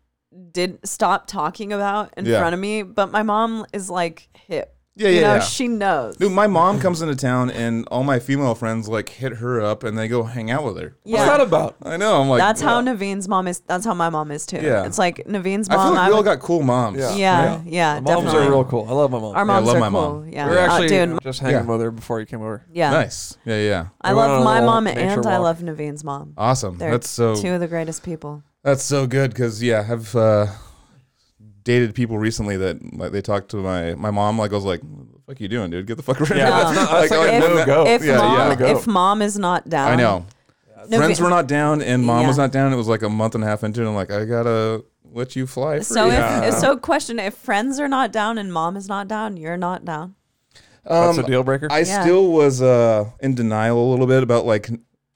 B: didn't stop talking about in
C: Yeah.
B: front of me, but my mom is like hip.
C: Yeah,
B: you
C: yeah,
B: know,
C: yeah.
B: She knows.
C: Dude, my mom comes into town and all my female friends like hit her up and they go hang out with her.
A: What's that about?
C: I know. I'm like,
B: That's how
C: yeah.
B: Naveen's mom is. That's how my mom is too.
C: Yeah.
B: It's like Naveen's
C: I
B: mom.
C: feel like we all
B: would-
C: got cool moms.
A: Yeah.
B: yeah, yeah,
A: My moms
B: definitely.
A: are real cool. I love my mom.
B: Our
C: I
B: moms
C: love
B: are
C: my
B: cool.
C: mom.
B: Yeah.
A: we were
B: Uh,
A: actually
B: dude,
A: just hanging
C: Yeah.
A: with her before you came over.
B: yeah.
C: Nice. Yeah, yeah.
B: I
A: We went on
B: love
A: a
B: my
A: little
B: mom
A: nature
B: and I
A: walk.
B: love Naveen's mom.
C: Awesome.
B: They're
C: that's so
B: two of the greatest people.
C: that's so good because yeah, I've uh, dated people recently that like they talked to my my mom like I was like, what the fuck you doing, dude? Get the fuck around.
A: Yeah,
B: No.
A: that's not. That's
C: Like,
A: like,
C: I
A: a
C: know
A: no
C: that-
A: go.
B: Um, If
C: Yeah,
B: mom,
C: yeah.
A: Go.
B: if mom is not down,
C: I know. Friends
B: Naveen-
C: were not down and mom was
B: Yeah.
C: not down. It was like a month and a half into it. And I'm like, I gotta let you fly. free.
B: So
A: Yeah.
B: if so, question: If friends are not down and mom is not down, you're not down.
A: That's a
C: Um,
A: deal breaker.
C: I
B: Yeah.
C: still was uh, in denial a little bit about like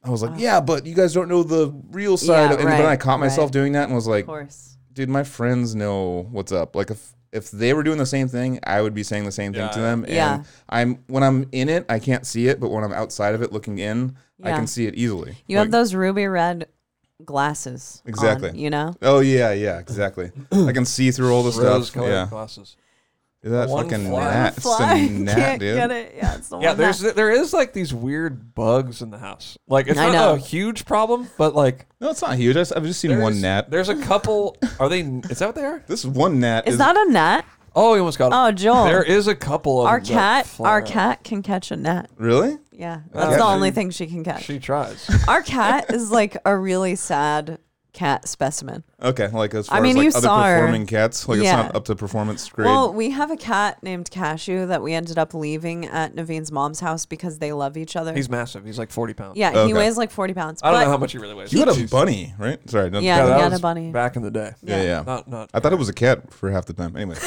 C: I was like, yeah, but you guys don't know the real side.
B: Yeah,
C: of, and then
B: right,
C: I caught myself
B: right.
C: doing that and was like,
B: Of course.
C: dude, my friends know what's up. Like if if they were doing the same thing, I would be saying the same thing
A: Yeah.
C: to them. And
B: Yeah.
C: I'm when I'm in it, I can't see it, but when I'm outside of it looking in, I
B: Yeah.
C: can see it easily.
B: You
C: Like,
B: have those ruby red glasses. on,
C: Exactly.
B: you know.
C: Oh yeah, yeah, exactly. I can see through all the
A: Rose
C: stuff.
A: colored
C: Yeah,
A: glasses.
C: that
A: One
C: fucking
A: fly.
C: gnat. It's a gnat,
B: Can't get
C: dude.
B: it. Yeah, it's the
A: Yeah,
B: one
A: there's
B: gnat.
A: there is like these weird bugs in the house. Like it's
B: I
A: not
B: know.
A: a huge problem, but like
C: No, it's not huge. I just- I've just seen one
A: there's-
C: gnat.
A: There's a couple. Are they? Is that what they are?
C: This one gnat
B: Is,
C: is
B: that a gnat?
A: Oh, he almost got. 'em.
B: Oh, Joel.
A: There is a couple of
B: Our
A: them that
B: cat,
A: fly
B: our
A: out.
B: cat can catch a gnat.
C: really
B: Yeah,
C: Uh,
B: that's
A: Okay.
B: the only thing she can catch.
A: She tries.
B: Our cat is like a really sad cat specimen.
C: Okay, like as far
B: mean,
C: as like
B: you
C: other
B: saw her.
C: performing cats, like
B: Yeah.
C: it's not up to performance grade.
B: Well, we have a cat named Cashew that we ended up leaving at Naveen's mom's house because they love each other.
A: He's massive. He's like 40 pounds.
B: yeah,
C: Okay.
B: he weighs like forty pounds.
A: I don't
B: but
A: know how much he really weighs.
C: you had a bunny, right? Sorry, no,
B: Yeah,
A: Yeah,
B: he
A: that
B: had
A: was
B: a bunny.
A: back in the day.
C: yeah, yeah.
A: Not not.
C: I thought it was a cat for half the time. Anyway,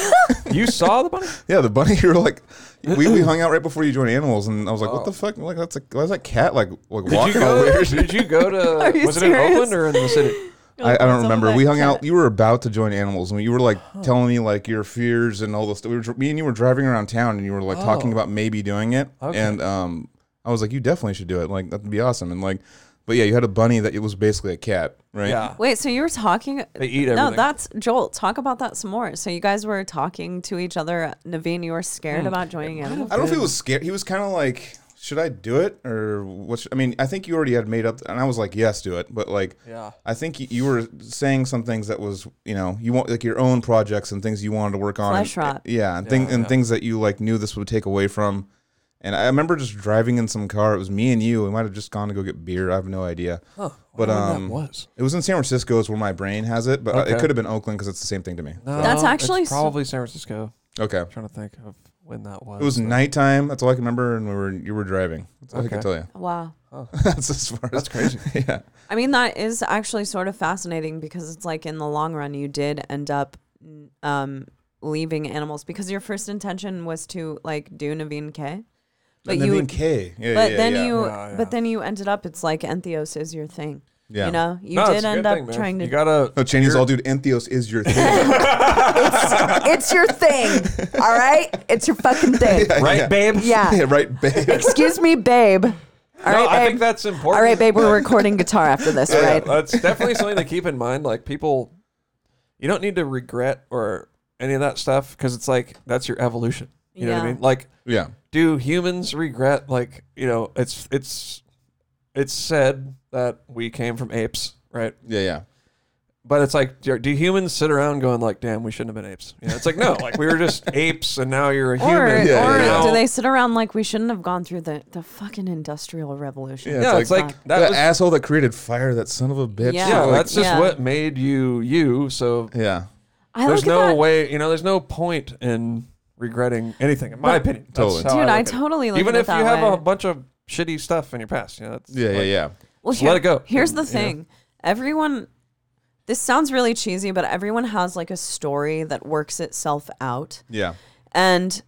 A: You saw the bunny?
C: yeah, the bunny. You were like, we, we hung out right before you joined animals, and I was like, what the fuck? Like that's a why is that cat like like
A: Did you
C: walking all
A: go?
C: weird?
A: did you go to?
B: you
A: was it in
B: serious?
A: Oakland or in the city?
C: I, I don't remember. We hung out. You were about to join Animals, and you were like telling me like your fears and all this. stuff. We were, dr- me and you were driving around town, and you were like talking
A: Oh.
C: about maybe doing it.
A: Okay.
C: And um, I was like, you definitely should do it. Like that'd be awesome. And like, but yeah, you had a bunny that it was basically a cat, right?
A: Yeah.
B: Wait, so you were talking?
A: They eat
B: No,
A: everything.
B: that's Joel. Talk about that some more. So you guys were talking to each other. Naveen, you were
A: Hmm.
B: scared about joining in.
C: I don't know if he was scared. He was kind of like, should I do it or what? sh- I mean, I think you already had made up, and I was like, yes, do it. But like,
A: Yeah.
C: I think y- you were saying some things that was, you know, you want like your own projects and things you wanted to work on. and-
B: Flesh rot.
C: Yeah, and thing
A: Yeah,
C: and
A: yeah.
C: things that you like knew this would take away from. And I remember just driving in some car. It was me and you. We might have just gone to go get beer. I have no idea. But um,
A: that was.
C: it was in San Francisco. Is where my brain has it, but uh, it
A: Okay.
C: could have been Oakland because it's the same thing to me.
A: No,
B: That's
A: it's
B: actually s-
A: probably San Francisco.
C: Okay.
A: I'm trying to think of when that was.
C: It was
A: but-
C: nighttime. That's all I can remember, and we were you were driving. That's all I can
A: Okay.
C: tell you.
B: Wow.
C: That's as far. That's crazy. yeah.
B: I mean, that is actually sort of fascinating because it's like in the long run, you did end up um, leaving animals because your first intention was to like do Naveen K. But
C: and
B: you,
C: then being K. Yeah,
B: but
C: yeah,
B: then
C: yeah.
B: you,
A: Yeah, yeah.
B: but then you ended up. It's like entheos is your thing.
C: Yeah.
B: You know, you
A: No, it's
B: did
A: a
B: end
A: good
B: up
A: thing, man.
B: trying to.
A: You gotta.
C: No, Cheney's Oh, all, dude. Entheos is your thing.
E: It's your thing. All right? It's your fucking thing.
A: Right, babe.
E: Yeah.
C: yeah, right, babe.
E: Excuse me, babe. All
A: No,
E: right,
A: I
E: babe.
A: think that's important.
E: All right, babe, we're recording guitar after this, right?
A: That's definitely something to keep in mind. Like people, you don't need to regret or any of that stuff because it's like that's your evolution. You know what
B: Yeah.
A: I mean? Like,
C: Yeah.
A: do humans regret? Like, you know, it's it's it's said that we came from apes, right?
C: Yeah, yeah.
A: But it's like, do, do humans sit around going like, "Damn, we shouldn't have been apes"? You know, it's like, no, like we were just apes, and now you're a
B: Or,
A: human.
C: Yeah,
B: or
C: yeah.
B: do they sit around like we shouldn't have gone through the, the fucking industrial revolution?
C: Yeah,
A: Yeah, it's like, that,
C: That,
A: was,
C: asshole that created fire, that son of a bitch.
B: Yeah.
A: yeah,
C: Like,
A: that's just
B: Yeah.
A: what made you you. So
C: yeah.
B: I
A: there's
B: look at
A: no
B: that,
A: way, you know, there's no point in regretting anything, in my opinion. That's
C: Totally.
A: how
B: dude. I,
A: look at it.
B: totally look
A: even
B: at
A: if
B: it that
A: you have
B: way.
A: a bunch of shitty stuff in your past, you know, that's
C: Yeah, yeah,
A: like-
C: yeah.
B: Well,
A: Just let it go.
B: Here's
A: And,
B: the
A: you know.
B: thing. Everyone, this sounds really cheesy, but everyone has like a story that works itself out.
C: Yeah.
B: And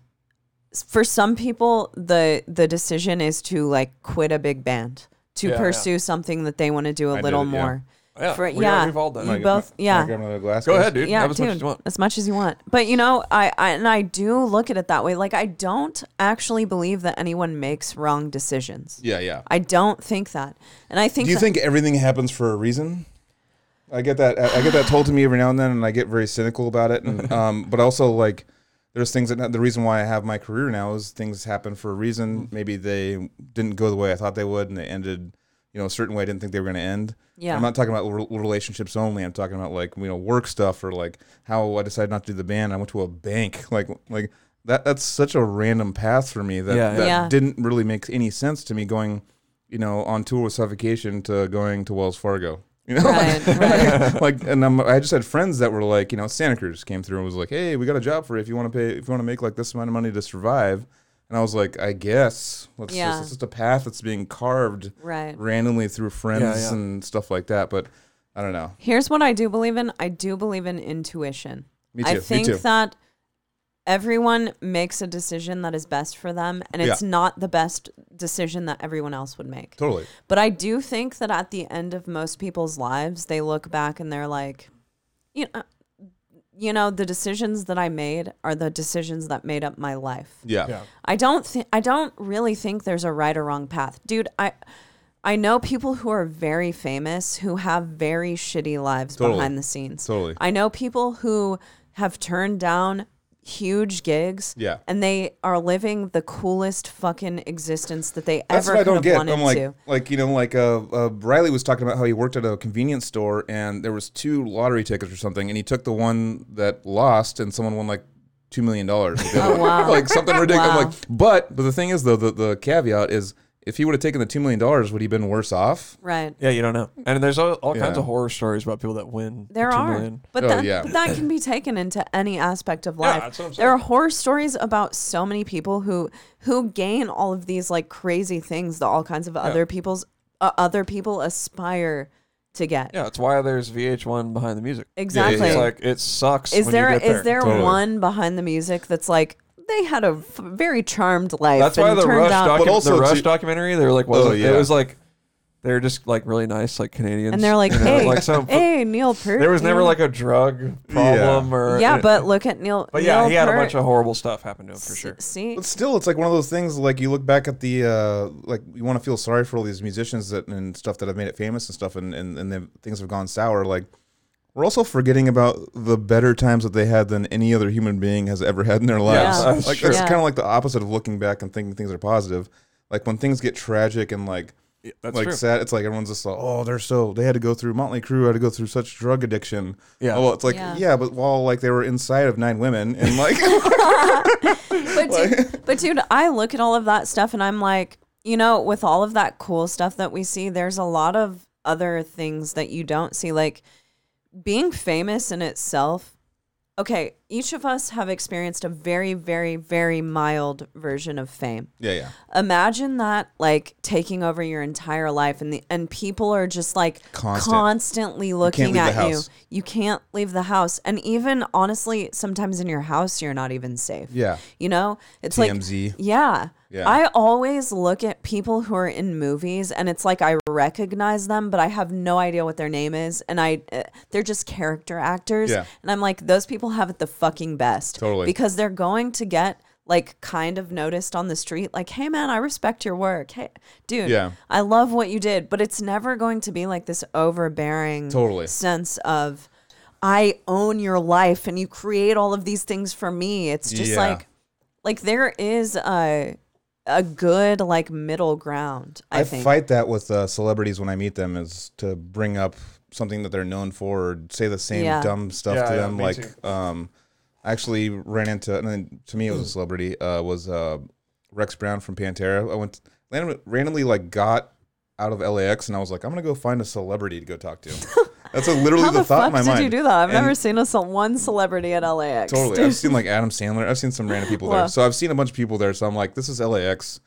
B: s- for some people, the the decision is to like quit a big band to
A: Yeah, yeah.
B: pursue something that they want to do a
C: I did
B: little
C: it, yeah.
B: more.
A: Yeah,
B: For-
A: we all-
B: yeah.
A: we've all done.
B: You
A: it.
C: Like,
B: both-
C: can
B: yeah.
C: I grab another glass.
A: Go
C: guys?
A: ahead, dude.
B: Yeah,
A: have as
B: dude,
A: much as you want.
B: as much as you want. But you know, I, I and I do look at it that way. Like I don't actually believe that anyone makes wrong decisions.
C: Yeah, yeah.
B: I don't think that, and I think
C: Do you
B: that-
C: think everything happens for a reason? I get that. I I get that told to me every now and then, and I get very cynical about it. And um, but also like, there's things that the reason why I have my career now is things happen for a reason.
A: Mm.
C: Maybe they didn't go the way I thought they would, and they ended, you know, a certain way. I didn't think they were going to end.
B: Yeah.
C: I'm not talking about re- relationships only. I'm talking about like you know work stuff or like how I decided not to do the band. I went to a bank. Like like that. That's such a random path for me that
A: Yeah.
C: that
B: Yeah.
C: didn't really make any sense to me going you know, on tour with Suffocation to going to Wells Fargo. You
A: Oh
C: know,
B: Right, right.
C: like, and I'm, I just had friends that were like, you know, Santa Cruz came through and was like, "Hey, we got a job for you if you want to pay, if you want to make like this amount of money to survive." And I was like, "I guess let's
B: Yeah.
C: just, it's just a path that's being carved
B: right?
C: randomly through friends
A: Yeah, yeah.
C: and stuff like that." But I don't know.
B: Here's what I do believe in. I do believe in intuition.
C: Me
B: I
C: too, me
B: think
C: too.
B: that everyone makes a decision that is best for them, and it's
C: Yeah.
B: not the best decision that everyone else would make.
C: Totally.
B: But I do think that at the end of most people's lives, they look back and they're like, you know, you know, the decisions that I made are the decisions that made up my life.
C: Yeah.
A: Yeah.
B: I don't think I don't really think there's a right or wrong path. Dude, I I know people who are very famous who have very shitty lives
C: Totally.
B: behind the scenes.
C: Totally.
B: I know people who have turned down huge gigs
C: Yeah.
B: and they are living the coolest fucking existence that they
C: That's
B: ever
C: what I
B: could
C: don't
B: have
C: get.
B: wanted
C: I'm like,
B: to.
C: like you know, like uh, uh, Riley was talking about how he worked at a convenience store and there was two lottery tickets or something, and he took the one that lost, and someone won like two million dollars.
B: Oh, wow.
C: like something ridiculous. I'm
B: Wow.
C: like, but but the thing is though, the the caveat is if he would have taken the two million dollars, would he been worse off?
B: Right.
A: Yeah, you don't know. And there's all, all kinds
C: Yeah.
A: of horror stories about people that win. the
B: There
A: 2
B: are,
A: million.
B: but
C: Oh,
B: that
C: yeah.
B: but that can be taken into any aspect of life.
A: that's what I'm
B: there are horror stories about so many people who who gain all of these like crazy things that all kinds of other people's uh, other people aspire to get.
A: Yeah, it's why there's VH1 behind the music.
B: Exactly.
A: It's like it sucks. when
B: is
A: you
B: there
A: get
B: is there
C: Totally.
B: one behind the music that's like they had a f- very charmed life?
A: That's why
B: and
A: the
B: turned
A: Rush,
B: out-
A: docu-
C: But also
A: the Rush
C: to-
A: documentary, they were like, was
C: Oh, yeah.
A: it was like They're just like really nice, like Canadians.
B: and they're like,
A: you know,
B: hey,
A: like some.
B: hey, Neil Peart.
A: There was never
B: you know?
A: like a drug problem or
B: yeah, but look at Neil.
A: But yeah,
B: Neil
A: he had a
B: Peart.
A: bunch of horrible stuff happen to him for
B: S-
A: sure.
B: See,
C: But still, it's like one of those things. Like you look back at the uh, like you want to feel sorry for all these musicians that and stuff that have made it famous and stuff, and and, and then things have gone sour. Like we're also forgetting about the better times that they had than any other human being has ever had in their lives.
B: Yeah.
C: Like
A: Sure.
C: it's
B: Yeah.
C: kind of like the opposite of looking back and thinking things are positive. Like when things get tragic and like
A: Yeah, that's
C: like
A: true.
C: sad, it's like everyone's just like, oh, they're so they had to go through Motley Crue had to go through such drug addiction.
A: Yeah.
C: Oh, well, it's like
B: Yeah.
C: yeah. but while like they were inside of nine women and like
B: but dude, but dude, I look at all of that stuff and I'm like, you know, with all of that cool stuff that we see, there's a lot of other things that you don't see. Like being famous in itself. Okay, each of us have experienced a very, very, very mild version of fame.
C: yeah, yeah.
B: Imagine that like taking over your entire life and the and people are just like
C: Constant.
B: constantly looking
C: leave the
B: at you.
C: house.
B: You can't leave the house. And even honestly, sometimes in your house you're not even safe.
C: Yeah.
B: You know? It's
C: TMZ.
B: like yeah.
C: Yeah.
B: I always look at people who are in movies and it's like I recognize them but I have no idea what their name is and I uh, they're just character actors
C: Yeah.
B: and I'm like those people have it the fucking best
C: Totally.
B: because they're going to get like kind of noticed on the street like hey man i respect your work hey dude
C: Yeah.
B: i love what you did but it's never going to be like this overbearing
C: Totally.
B: sense of i own your life and you create all of these things for me it's just
C: Yeah.
B: like like there is a a good like middle ground i,
C: I,
B: think
C: fight that with uh, celebrities when I meet them is to bring up something that they're known for or say the same
B: Yeah.
C: dumb stuff
A: Yeah,
C: to
A: yeah,
C: them.
A: me
C: like, um, I actually ran into, and then to me it was a celebrity, uh, was uh, Rex Brown from Pantera. I went random, randomly like got out of LAX and I was like, I'm gonna go find a celebrity to go talk to. That's a, literally
B: how
C: the,
B: the,
C: thought
B: fuck
C: in my
B: did
C: mind.
B: you do that i've
C: And-
B: never seen a ce- one celebrity at lax
C: Totally. I've seen like Adam Sandler. I've seen some random people
B: Wow.
C: there. So I've seen a bunch of people there. So I'm like, this is LAX.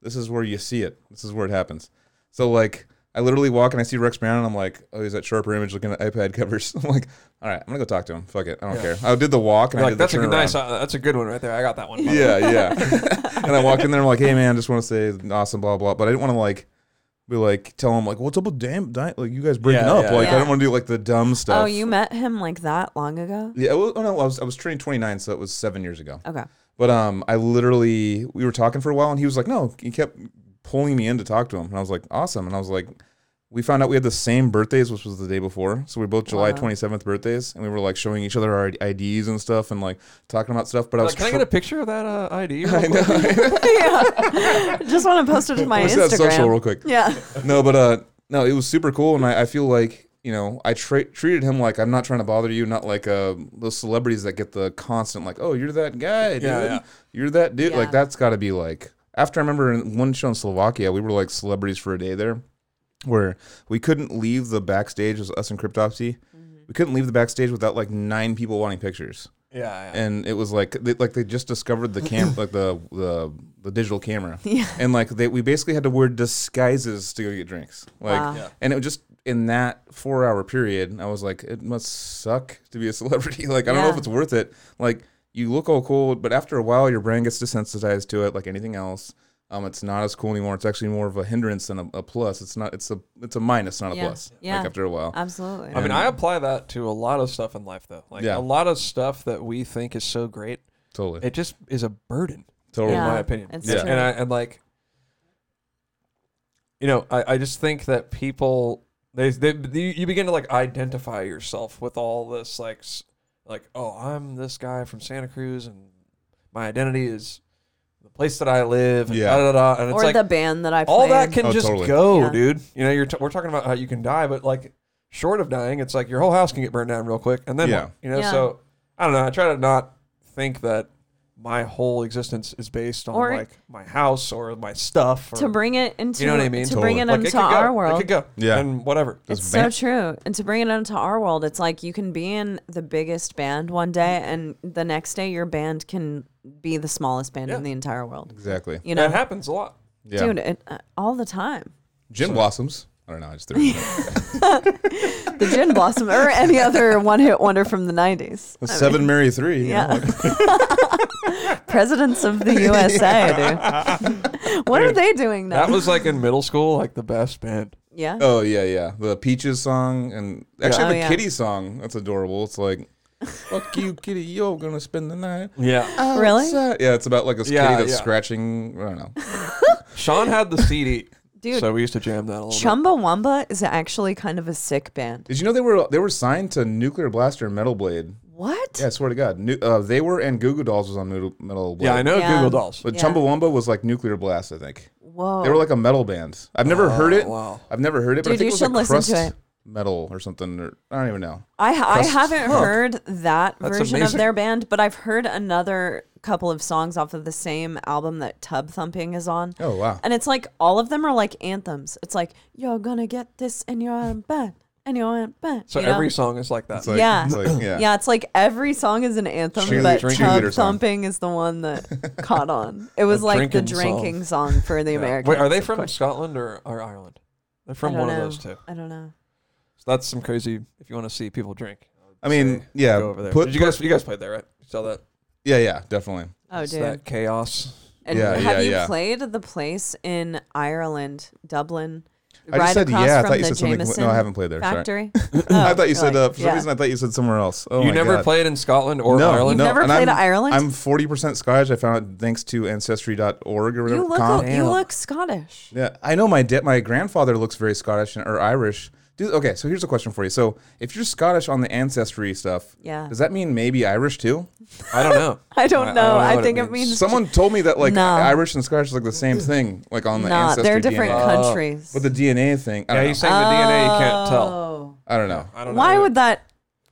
C: This is where you see it. This is where it happens. So like, I literally walk and I see Rex Brown and I'm like, oh, he's at Sharper Image looking at iPad covers. I'm like, all right, I'm gonna go talk to him. Fuck it, I don't care. I did the walk and
A: You're
C: I
A: like
C: did
A: that's
C: the
A: a good,
C: turnaround.
A: nice, uh, that's a good one right there. I got that one. by the way.
C: Yeah, yeah. and I walked in there. I'm like, hey man, I just want to say awesome, blah blah. But I didn't want to like be like tell him like, what's up with damn di- like you guys breaking
A: Yeah,
C: up?
A: yeah,
C: like
B: yeah.
C: I don't want to do like the dumb stuff.
B: oh you met him like that long ago
C: Yeah. Well, oh, no, I was I was training 29, so it was seven years ago.
B: okay
C: But um, I literally we were talking for a while, and he was like, "No," he kept pulling me in to talk to him, and I was like, "Awesome!" And I was like, "We found out we had the same birthdays, which was the day before, so we were both July
B: Wow.
C: twenty seventh birthdays, and we were like showing each other our IDs and stuff, and like talking about stuff." But I was
A: Like, can I
C: tr-
A: get a picture of that uh, ID? real quick?
B: yeah. Just want to post it to my
C: Let me see
B: Instagram.
C: that social real quick.
B: Yeah.
C: no, but uh, no, it was super cool, and I, I feel like you know I tra- treated him like I'm not trying to bother you, not like uh those celebrities that get the constant like, oh, you're that guy, dude,
A: Yeah, yeah.
C: you're that dude.
B: Yeah.
C: Like that's got to be like. After I remember in one show in Slovakia, we were like celebrities for a day there, where we couldn't leave the backstage. It was us and Cryptopsy. We couldn't leave the backstage without like nine people wanting pictures
A: Yeah, yeah.
C: and it was like they, like they just discovered the cam like the, the the digital camera yeah and like they we basically had to wear disguises to go get drinks like
B: Wow.
A: Yeah.
C: and it was just in that four hour period i was like it must suck to be a celebrity like i don't know
B: Yeah.
C: if it's worth it like you look all cool but after a while your brain gets desensitized to it like anything else um, it's not as cool anymore. It's actually more of a hindrance than a, a plus. It's not. It's a. It's a minus, not a
B: Yeah.
C: plus.
B: Yeah. Uh,
C: Like after a while.
B: Absolutely.
A: I mean, I apply that to a lot of stuff in life, though. Like a
C: Yeah.
A: lot of stuff that we think is so great,
C: totally.
A: it just is a burden,
C: totally.
A: in
B: Yeah.
A: my opinion.
B: it's
C: Yeah.
B: true.
A: and I and like you know I, I just think that people they, they you- you begin to like identify yourself with all this like s- like oh I'm this guy from Santa Cruz and my identity is the place that I live and
C: Yeah.
A: da, da, da, and it's
B: or
A: like
B: the band that I play
A: all that
B: in.
A: can
C: Oh,
A: just
C: totally.
A: go
B: Yeah.
A: dude you know you're t- we're talking about how you can die but like short of dying it's like your whole house can get burned down real quick and then
C: Yeah.
A: what? you know
B: Yeah.
A: so I don't know I try to not think that my whole existence is based on
B: Or-
A: like my house or my stuff or
B: to bring it into
A: you know what I mean?
B: to bring it
A: Like,
B: into
A: could go.
B: our
A: It
B: world.
A: could go.
C: Yeah.
A: And whatever.
B: It's
C: ban-
B: so true. And to bring it into our world, it's like you can be in the biggest band one day and the next day your band can be the smallest band
A: Yeah.
B: in the entire world.
C: Exactly.
B: You
A: That
B: know,
A: happens a lot.
C: Yeah.
B: dude, it, uh, all the time.
C: Gin blossoms. I don't know. I just threw it. out.
B: The Gin Blossom or any other one-hit wonder from the 90s.
C: Well, seven marry three. Yeah.
B: Oh, Yeah. Presidents of the USA, dude. what are they doing now?
A: That was like in middle school, like the best band.
B: Yeah.
C: Oh yeah, yeah. The Peaches song and actually
B: Yeah.
C: the
B: Oh, yeah.
C: Kitty song. That's adorable. It's like, fuck you, Kitty. You're gonna spend the night.
A: Yeah.
B: Really?
C: outside." Yeah, it's about like this
A: Yeah,
C: kitty that's
A: yeah.
C: scratching. I don't know.
A: Sean had the CD,
B: Dude.
A: so we used to jam that a little.
B: Chumbawamba is actually kind of a sick band.
C: Did you know they were they were signed to Nuclear Blaster and Metal Blade?
B: What?
C: Yeah, I swear to God, Nu- uh, they were and Goo Goo Dolls was on Metal, metal
A: bit.
C: Blade.
A: Yeah, I know
B: Yeah.
A: Google Dolls.
C: But
B: Yeah.
C: Chumbawamba was like Nuclear Blast, I think.
B: Whoa.
C: They were like a metal band. I've never heard it.
A: Oh, wow.
C: I've never heard it. But I
B: Dude,
C: think
B: you
C: it was like
B: should listen to
C: crust
B: it.
C: metal or something. Or, I don't even know.
B: I ha- I
C: Crust-
B: haven't
C: Huh.
B: heard that
A: That's
B: version
A: amazing.
B: of their band, but I've heard another couple of songs off of the same album that Tub Thumping is on.
C: Oh wow.
B: And it's like all of them are like anthems. It's like you're gonna get this and you're on bed and you're on bed.
A: So
B: you know?
A: every song is like that.
C: It's like-
B: Yeah.
C: it's like- yeah.
B: yeah, it's like every song is an anthem,
C: Cheerleader-
B: but
C: drinking
B: Tub
C: leader song.
B: Thumping is the one that caught on. It was like the
A: drinking song.
B: drinking song, for the Americans.
A: Wait, are they
B: of
A: from
B: course.
A: Scotland or, or Ireland? They're
B: I
A: from
B: don't
A: one of
B: know.
A: those two.
B: I don't know.
A: So that's some crazy. If you want to see people drink,
C: I mean, yeah.
A: go over there.
C: Put,
A: Did you guys, you guys played there, right? You saw that?
C: yeah, yeah, definitely.
B: Oh,
A: It's
B: dude.
A: that chaos.
B: And
C: Yeah,
B: have
C: yeah,
B: you
C: yeah.
B: played the place in Ireland, Dublin?
C: I just said yeah. I thought you
B: the
C: said something.
B: Jameson
C: No, I haven't played there. Sorry.
B: Factory. Oh,
C: I thought you said uh, for some
B: yeah.
C: reason I thought you said somewhere else. Oh
A: you
C: my
A: never
C: God.
A: played in Scotland or
C: no,
A: Ireland?
C: No,
B: Never
C: and
B: played
C: I'm,
B: Ireland?
C: I'm 40% Scottish. I found out thanks to ancestry.org or whatever.
B: You look
C: com.
B: a- you
A: Damn.
B: look Scottish.
C: Yeah, I know my de- my grandfather looks very Scottish and, or Irish. Dude, okay, so here's a question for you. So if you're Scottish on the ancestry stuff,
B: Yeah.
C: does that mean maybe Irish too?
A: I don't know.
B: I don't know. I,
A: what
B: think it means,
C: Someone told me that like
B: No.
C: Irish and Scottish is like the same thing, like on the
B: not.
C: ancestry
B: They're different
C: DNA.
B: countries.
C: But the DNA thing, I
A: Yeah,
C: don't
A: he's
C: know.
A: saying the DNA you can't tell.
C: I don't know.
A: I don't know.
B: Oh. Why would that?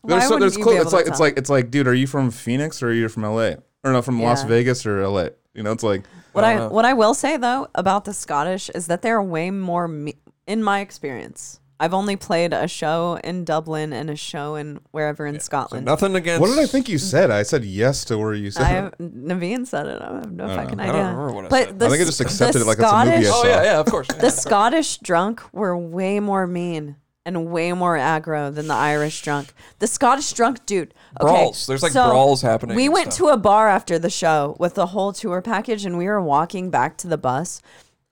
C: There's
B: why
C: so,
B: wouldn't
C: there's
B: you
C: clo-
B: be able
C: it's
B: to
C: like it's
B: tell?
C: like it's like, dude, are you from Phoenix or are you from LA? Or no, from Las
B: Yeah.
C: Vegas or LA? You know, it's like
B: What
A: I
B: I,
A: don't know.
B: what I will say though about the Scottish is that they're way more me- in my experience. I've only played a show in Dublin and a show in wherever in Scotland.
A: Nothing against.
C: what did I think you said? I said yes to where you said.
B: I
C: it.
B: have, Naveen said it. I have no fucking
A: don't
B: idea.
A: remember what I said.
B: the
C: I think I
B: S-
C: just accepted
B: the
C: it like it's a movie I
B: Scottish-
C: saw.
A: Oh yeah, yeah, of course.
B: The Scottish drunk were way more mean and way more aggro than the Irish drunk. The Scottish drunk, dude. Okay,
A: Brawls. There's, like, brawls happening
B: We
A: and
B: went
A: stuff.
B: to a bar after the show with the whole tour package, and we were walking back to the bus.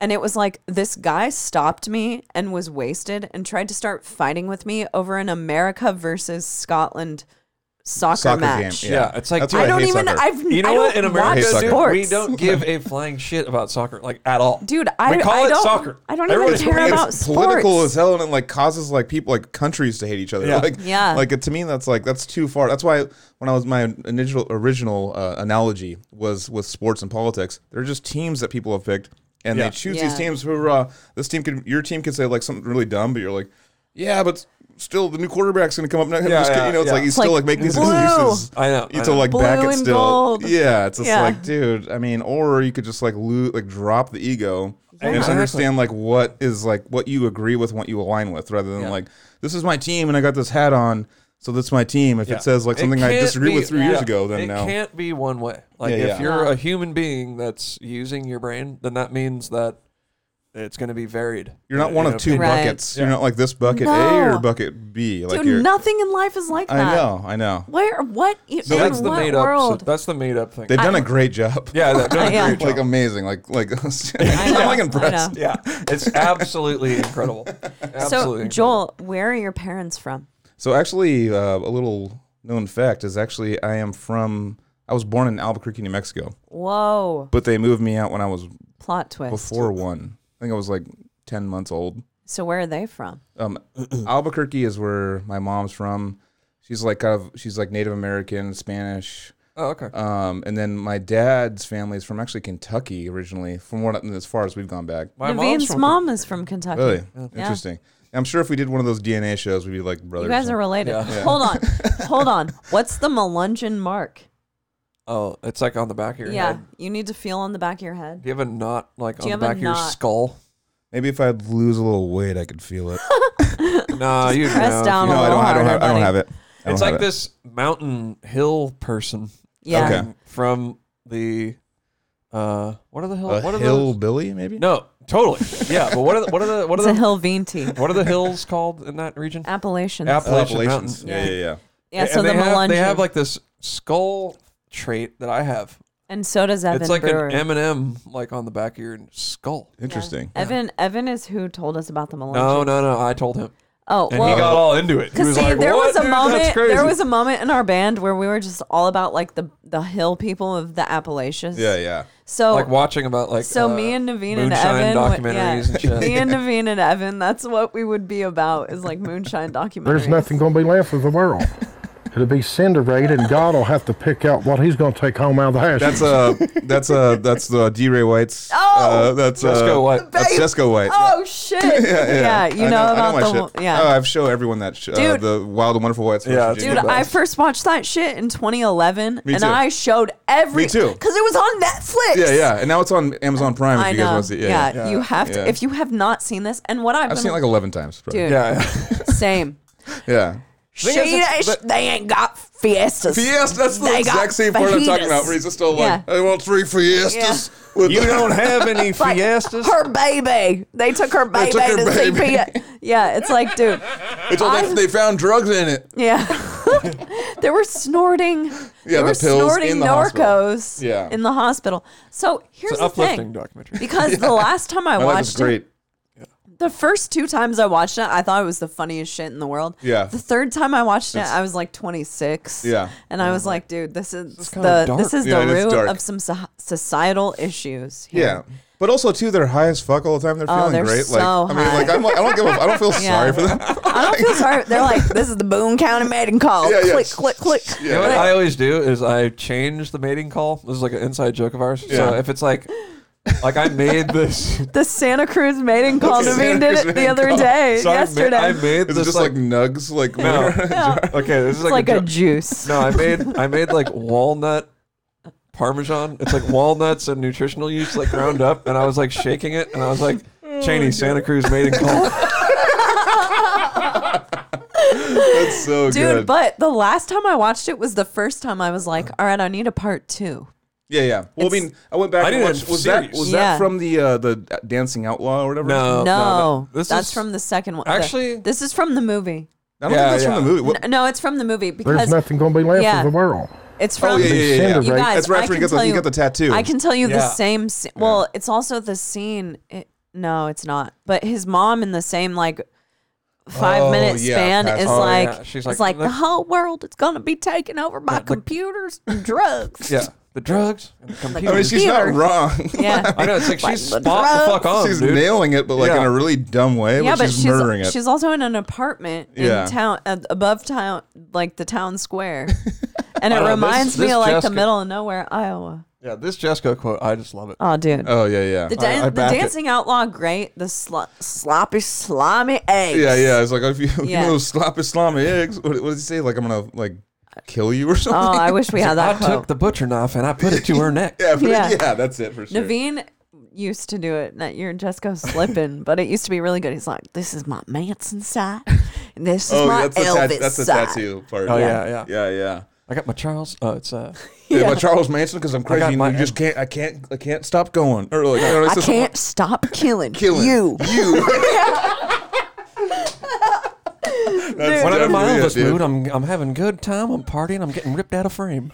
B: And it was like this guy stopped me and was wasted and tried to start fighting with me over an America versus Scotland soccer,
C: Soccer
B: match.
C: game.
A: yeah. it's like
C: That's
A: I
C: what
B: I
A: don't-
B: don't
C: hate
B: even.
C: soccer.
B: I've
A: You know
B: I
A: what?
B: don't
A: In
B: watch
A: America,
C: Hate
A: dude,
B: sports.
A: we don't give a flying shit about soccer, like at all.
B: Dude, I,
A: we call
B: I
A: it
B: don't.
A: soccer.
B: I don't even
A: Everybody's
B: care
A: playing-
B: about
C: it's political
B: sports.
C: as hell and it like causes like people like countries to hate each other
A: Yeah.
C: like
B: Yeah.
C: like to me that's like that's too far that's why when i was my initial original uh, analogy was with sports and politics they're just teams that people have picked and
A: Yeah.
C: they choose
B: Yeah.
C: these teams who are uh, this team could your team could say like something really dumb but you're like yeah but still the new quarterback's gonna come up next
A: Yeah,
C: Just kid-
A: yeah,
C: you know it's
A: yeah.
C: like you
A: It's
C: still
B: like,
C: like make these
B: blue.
C: excuses
A: I know,
C: you
A: I
C: to
A: know.
C: like back
B: Blue
C: it
B: and
C: still
B: gold.
C: yeah it's just
B: Yeah.
C: like dude i mean or you could just like lo- like drop the ego and just
A: Exactly.
C: understand understand, like what is like what you agree with, what you align with, rather than
A: Yeah.
C: like this is my team and I got this hat on, so that's my team. If
A: Yeah.
C: it says like
A: It
C: something I
A: can't
C: disagree
A: be-
C: with three years
A: yeah,
C: ago, then
A: it
C: no.
A: can't be one way. Like
C: Yeah,
A: if
C: yeah.
A: you're a human being that's using your brain, then that means that it's going to be varied.
C: You're not one
A: You
C: of
A: know,
C: two
A: people-
B: Right.
C: buckets. You're not like this bucket A
B: No.
C: or bucket B. Like
B: Dude,
C: you're,
B: nothing in life is like
C: I
B: that.
C: know, I know.
B: Where? What? i-
A: So
B: in
A: that's the
B: what
A: made up.
B: world?
A: So that's the made up thing.
C: They've done a great job.
A: yeah, they've done a
B: Yeah.
A: great
C: like
A: job.
C: amazing. Like like
B: I
C: I'm
B: know,
C: like
B: I
C: impressed.
B: know.
A: Yeah, it's absolutely incredible. Absolutely
B: So,
A: incredible.
B: Joel, where are your parents from?
C: So actually, uh, a little known fact is actually I am from. I was born in Albuquerque, New Mexico,
B: Whoa!
C: but they moved me out when I was
B: Plot twist.
C: before one. I think I was like ten months old.
B: So, where are they from?
C: um,
B: Mm.
C: Albuquerque is where my mom's from. She's like kind of she's like Native American, Spanish,
A: Oh, okay.
C: um, and then my dad's family is from actually Kentucky originally. From what as far as we've gone back,
A: My mom's
B: Naveen's
A: from-
B: mom is from Kentucky.
C: really
B: Yeah.
C: interesting. I'm sure if we did one of those DNA shows, we'd be like
B: You
C: brothers.
B: guys are related.
A: Yeah. Yeah.
B: Hold on, hold on. What's the Melungeon mark?
A: Oh, it's like on the back of your
B: yeah,
A: head.
B: you need to feel on the back of your head.
A: Do you have a knot like on
B: you
A: the
B: have a
A: back of your
B: knot?
A: skull?
C: Maybe if I lose a little weight, I could feel it.
A: No, you
B: press
A: know.
B: down
C: no,
B: a
C: I
B: little
C: don't. I
B: harder,
C: don't have. I
B: buddy.
C: don't have it. I
A: It's
C: don't have
A: like
C: it.
A: this mountain hill person.
B: Yeah.
C: Okay.
A: um, From the uh, what are the hill?
C: A
A: what are those?
C: hillbilly, maybe.
A: No, totally. Yeah, but what are the, what are the what
B: It's
A: are
B: a
A: the
B: hill venti.
A: what are the hills called in that region?
B: Appalachians.
C: Oh,
A: Appalachian Mountains.
C: Appalachians. Yeah, yeah, yeah.
B: yeah,
A: And
B: so the
A: they have,
B: Melungeon.
A: they have like this skull trait that I have
B: And so does Evan
A: it's like
B: Brewer.
A: an M and m like on the back of your skull.
C: Interesting.
B: Evan Evan is who told us about the Malaysia.
A: No, no, no. I told him,
B: Oh,
A: and
B: well,
A: he got all into it. He
B: Cause
A: was
B: see,
A: like,
B: there
A: "What,
B: was a
A: dude? That's
B: moment.
A: crazy."
B: There was a moment in our band where we were just all about like the the hill people of the Appalachians.
C: Yeah, yeah.
B: So
A: like watching about like
B: so
A: uh,
B: me and Naveen and
A: moonshine
B: Evan went- yeah.
A: documentaries and shit.
B: Me and Naveen and Evan. That's what we would be about. Is like moonshine documentaries.
F: There's nothing going to be left of the world. It'll be cinderated, and God will have to pick out what He's going to take home out of the house.
C: That's uh that's uh that's the uh, D Ray White's.
B: Oh!
C: uh, that's uh,
A: Jesco White.
C: That's Jesco White.
B: Oh shit! yeah, you know,
C: I I
B: about
C: my
B: the
C: shit.
B: yeah.
C: Oh, I've show everyone that sh- uh,
B: Dude.
C: the Wild and Wonderful Whites.
A: Yeah,
C: versus
A: it's
B: Dude,
C: Jingle
B: I
C: Bells.
B: first watched that shit in 2011, and
C: too.
B: I showed every.
C: Me too.
B: Because it was on Netflix.
C: Yeah, yeah. And now it's on Amazon Prime if
B: I
C: you
B: know.
C: guys want to see it.
B: yeah, you have to.
C: Yeah.
B: If you have not seen this, and what I've,
C: I've
B: been,
C: seen it like 11 times. probably.
B: dude,
A: yeah, yeah.
B: same.
C: Yeah.
G: She,
A: is, it's-
G: they- they ain't got fiestas.
C: Yes, that's the
G: They got
C: exact same part I'm talking
G: fajitas.
C: about. Where he's just still like,
B: Yeah.
C: I want three fiestas. With
A: you don't have any
G: Like,
A: fiestas.
G: Her baby. They took her baby
C: took her
G: to
C: baby.
G: see Pia.
B: Yeah, it's like, dude,
C: It's all they,
B: I've-
C: they found drugs in it.
B: yeah. they were snorting. they
C: the
B: were
C: pills in
B: snorting
C: the hospital.
B: Narcos
C: Yeah.
B: in the hospital. So here's
A: It's an
B: the
A: uplifting
B: thing.
A: documentary.
B: Because the last time I
C: My life is
B: watched it,
C: great.
B: The first two times I watched it, I thought it was the funniest shit in the world.
C: Yeah.
B: The third time I watched it, I was like 26.
C: Yeah.
B: And I was like, dude, this is
A: kinda
B: the this
A: dark.
B: is
C: Yeah, it
B: the
C: is
B: root
C: dark.
B: of some so- societal issues. Here.
C: Yeah. But also too, they're high as fuck all the time. They're feeling
B: Oh, they're
C: great.
B: so
C: like I mean,
B: high.
C: like I'm, like, I don't give a, I don't feel
B: Yeah.
C: sorry for them.
B: I don't feel sorry. They're like,
G: This is the Boone County mating call.
C: Yeah, yeah.
G: click, click, click.
A: You know what
C: Yeah.
A: I always do is I change the mating call. This is like an inside joke of ours. So
C: Yeah.
A: if it's like, like I made this.
B: the Santa Cruz mating call
C: the
B: to
C: Santa
B: me did
C: Cruz
B: it the
C: mating
B: other
C: call.
B: day,
A: So I ma-
B: yesterday.
A: I made
C: Is
A: this
C: it just like, nugs? Like
A: no.
B: Yeah.
A: Okay, this is
B: It's
A: like,
B: like a
A: jo-
B: juice.
A: No, I made I made like walnut parmesan. It's like walnuts and nutritional yeast like ground up, and I was like shaking it, and I was like, Cheney, Santa Cruz mating call.
C: that's so
B: Dude,
C: good.
B: but the last time I watched it was the first time I was like, all right, I need a part two.
C: yeah, yeah. Well, I mean, I went back
A: I
C: and
A: need a
C: watched. Was that
A: series.
C: was
B: Yeah.
C: that from the uh, the Dancing Outlaw or whatever?
A: No, no,
B: no,
A: This
B: that's
A: is-
B: from the second one. The-
A: Actually-
B: this is from the movie.
C: I don't
A: Yeah,
C: think that's
A: yeah.
C: from the movie. What-
B: N- No, it's from the movie
F: There's
B: because
F: nothing going to be left
B: yeah.
F: of the world.
B: it's from.
C: Oh, yeah, yeah, yeah, yeah.
B: You guys,
C: That's right
B: I
C: after he
B: can
C: got the-
B: tell
C: he
B: you-
C: got the tattoo.
B: I can tell you the
A: Yeah.
B: same. sce- Well, it's also the scene. It, no, it's not. But his mom in the same like five
C: Oh,
B: minute
C: yeah,
B: span
C: that's-
B: is
C: oh,
B: like,
A: yeah. She's like,
B: it's like the
A: "Look."
B: whole world is gonna be taken over by computers and drugs.
A: yeah, the drugs, and the
C: I mean,
A: computers.
C: she's not
B: Peter.
C: wrong.
B: yeah.
A: I know it's like she's
G: the
A: spot the fuck on,
C: she's
A: Oh, dude.
C: nailing it, but like
A: Yeah.
C: in a really dumb way.
B: Yeah,
C: but,
B: but
C: she's,
B: she's
C: murdering it.
B: she's also in an apartment
C: Yeah.
B: in town uh, above town, like the town square, and
A: I
B: it
A: don't know,
B: reminds
A: this-
B: me
A: this
B: of like
A: Jessica-
B: the middle of nowhere, Iowa.
A: yeah, this Jesco quote, I just love it.
B: Oh, dude,
C: oh yeah, yeah.
B: the, dan-
A: I
B: the
A: back it.
B: dancing outlaw, great. The slut.
G: Sloppy, slimy eggs.
C: yeah, yeah. It's like if you, you
B: Yeah.
C: know slap Islamic eggs. What, what does he say? Like I'm gonna like kill you or something.
B: Oh, I wish we had
A: I
B: that
A: took
B: quote.
A: the butcher knife and I put it to her neck.
C: yeah, but-
B: yeah.
C: yeah, that's it for sure.
B: Naveen used to do it. Not you're just go slipping, but it used to be really good. He's like,
G: This is my Manson side, and this is
C: oh,
G: my
C: that's the,
G: Elvis
C: tat- that's the
G: side.
C: tattoo part.
A: Oh yeah, yeah.
C: yeah, yeah.
A: I got my Charles. Oh, it's uh,
C: Yeah, but Charles Manson because I'm crazy.
A: got
C: and
A: my-
C: you just can't. I can't. I can't stop going. Or like, you know, it's
G: I
C: just-
G: can't stop killing,
C: Killing.
G: you.
C: That's
A: when I'm in my
C: definitely it,
A: Elvis
C: dude.
A: mood, I'm I'm having good time. I'm partying. I'm getting ripped out of frame.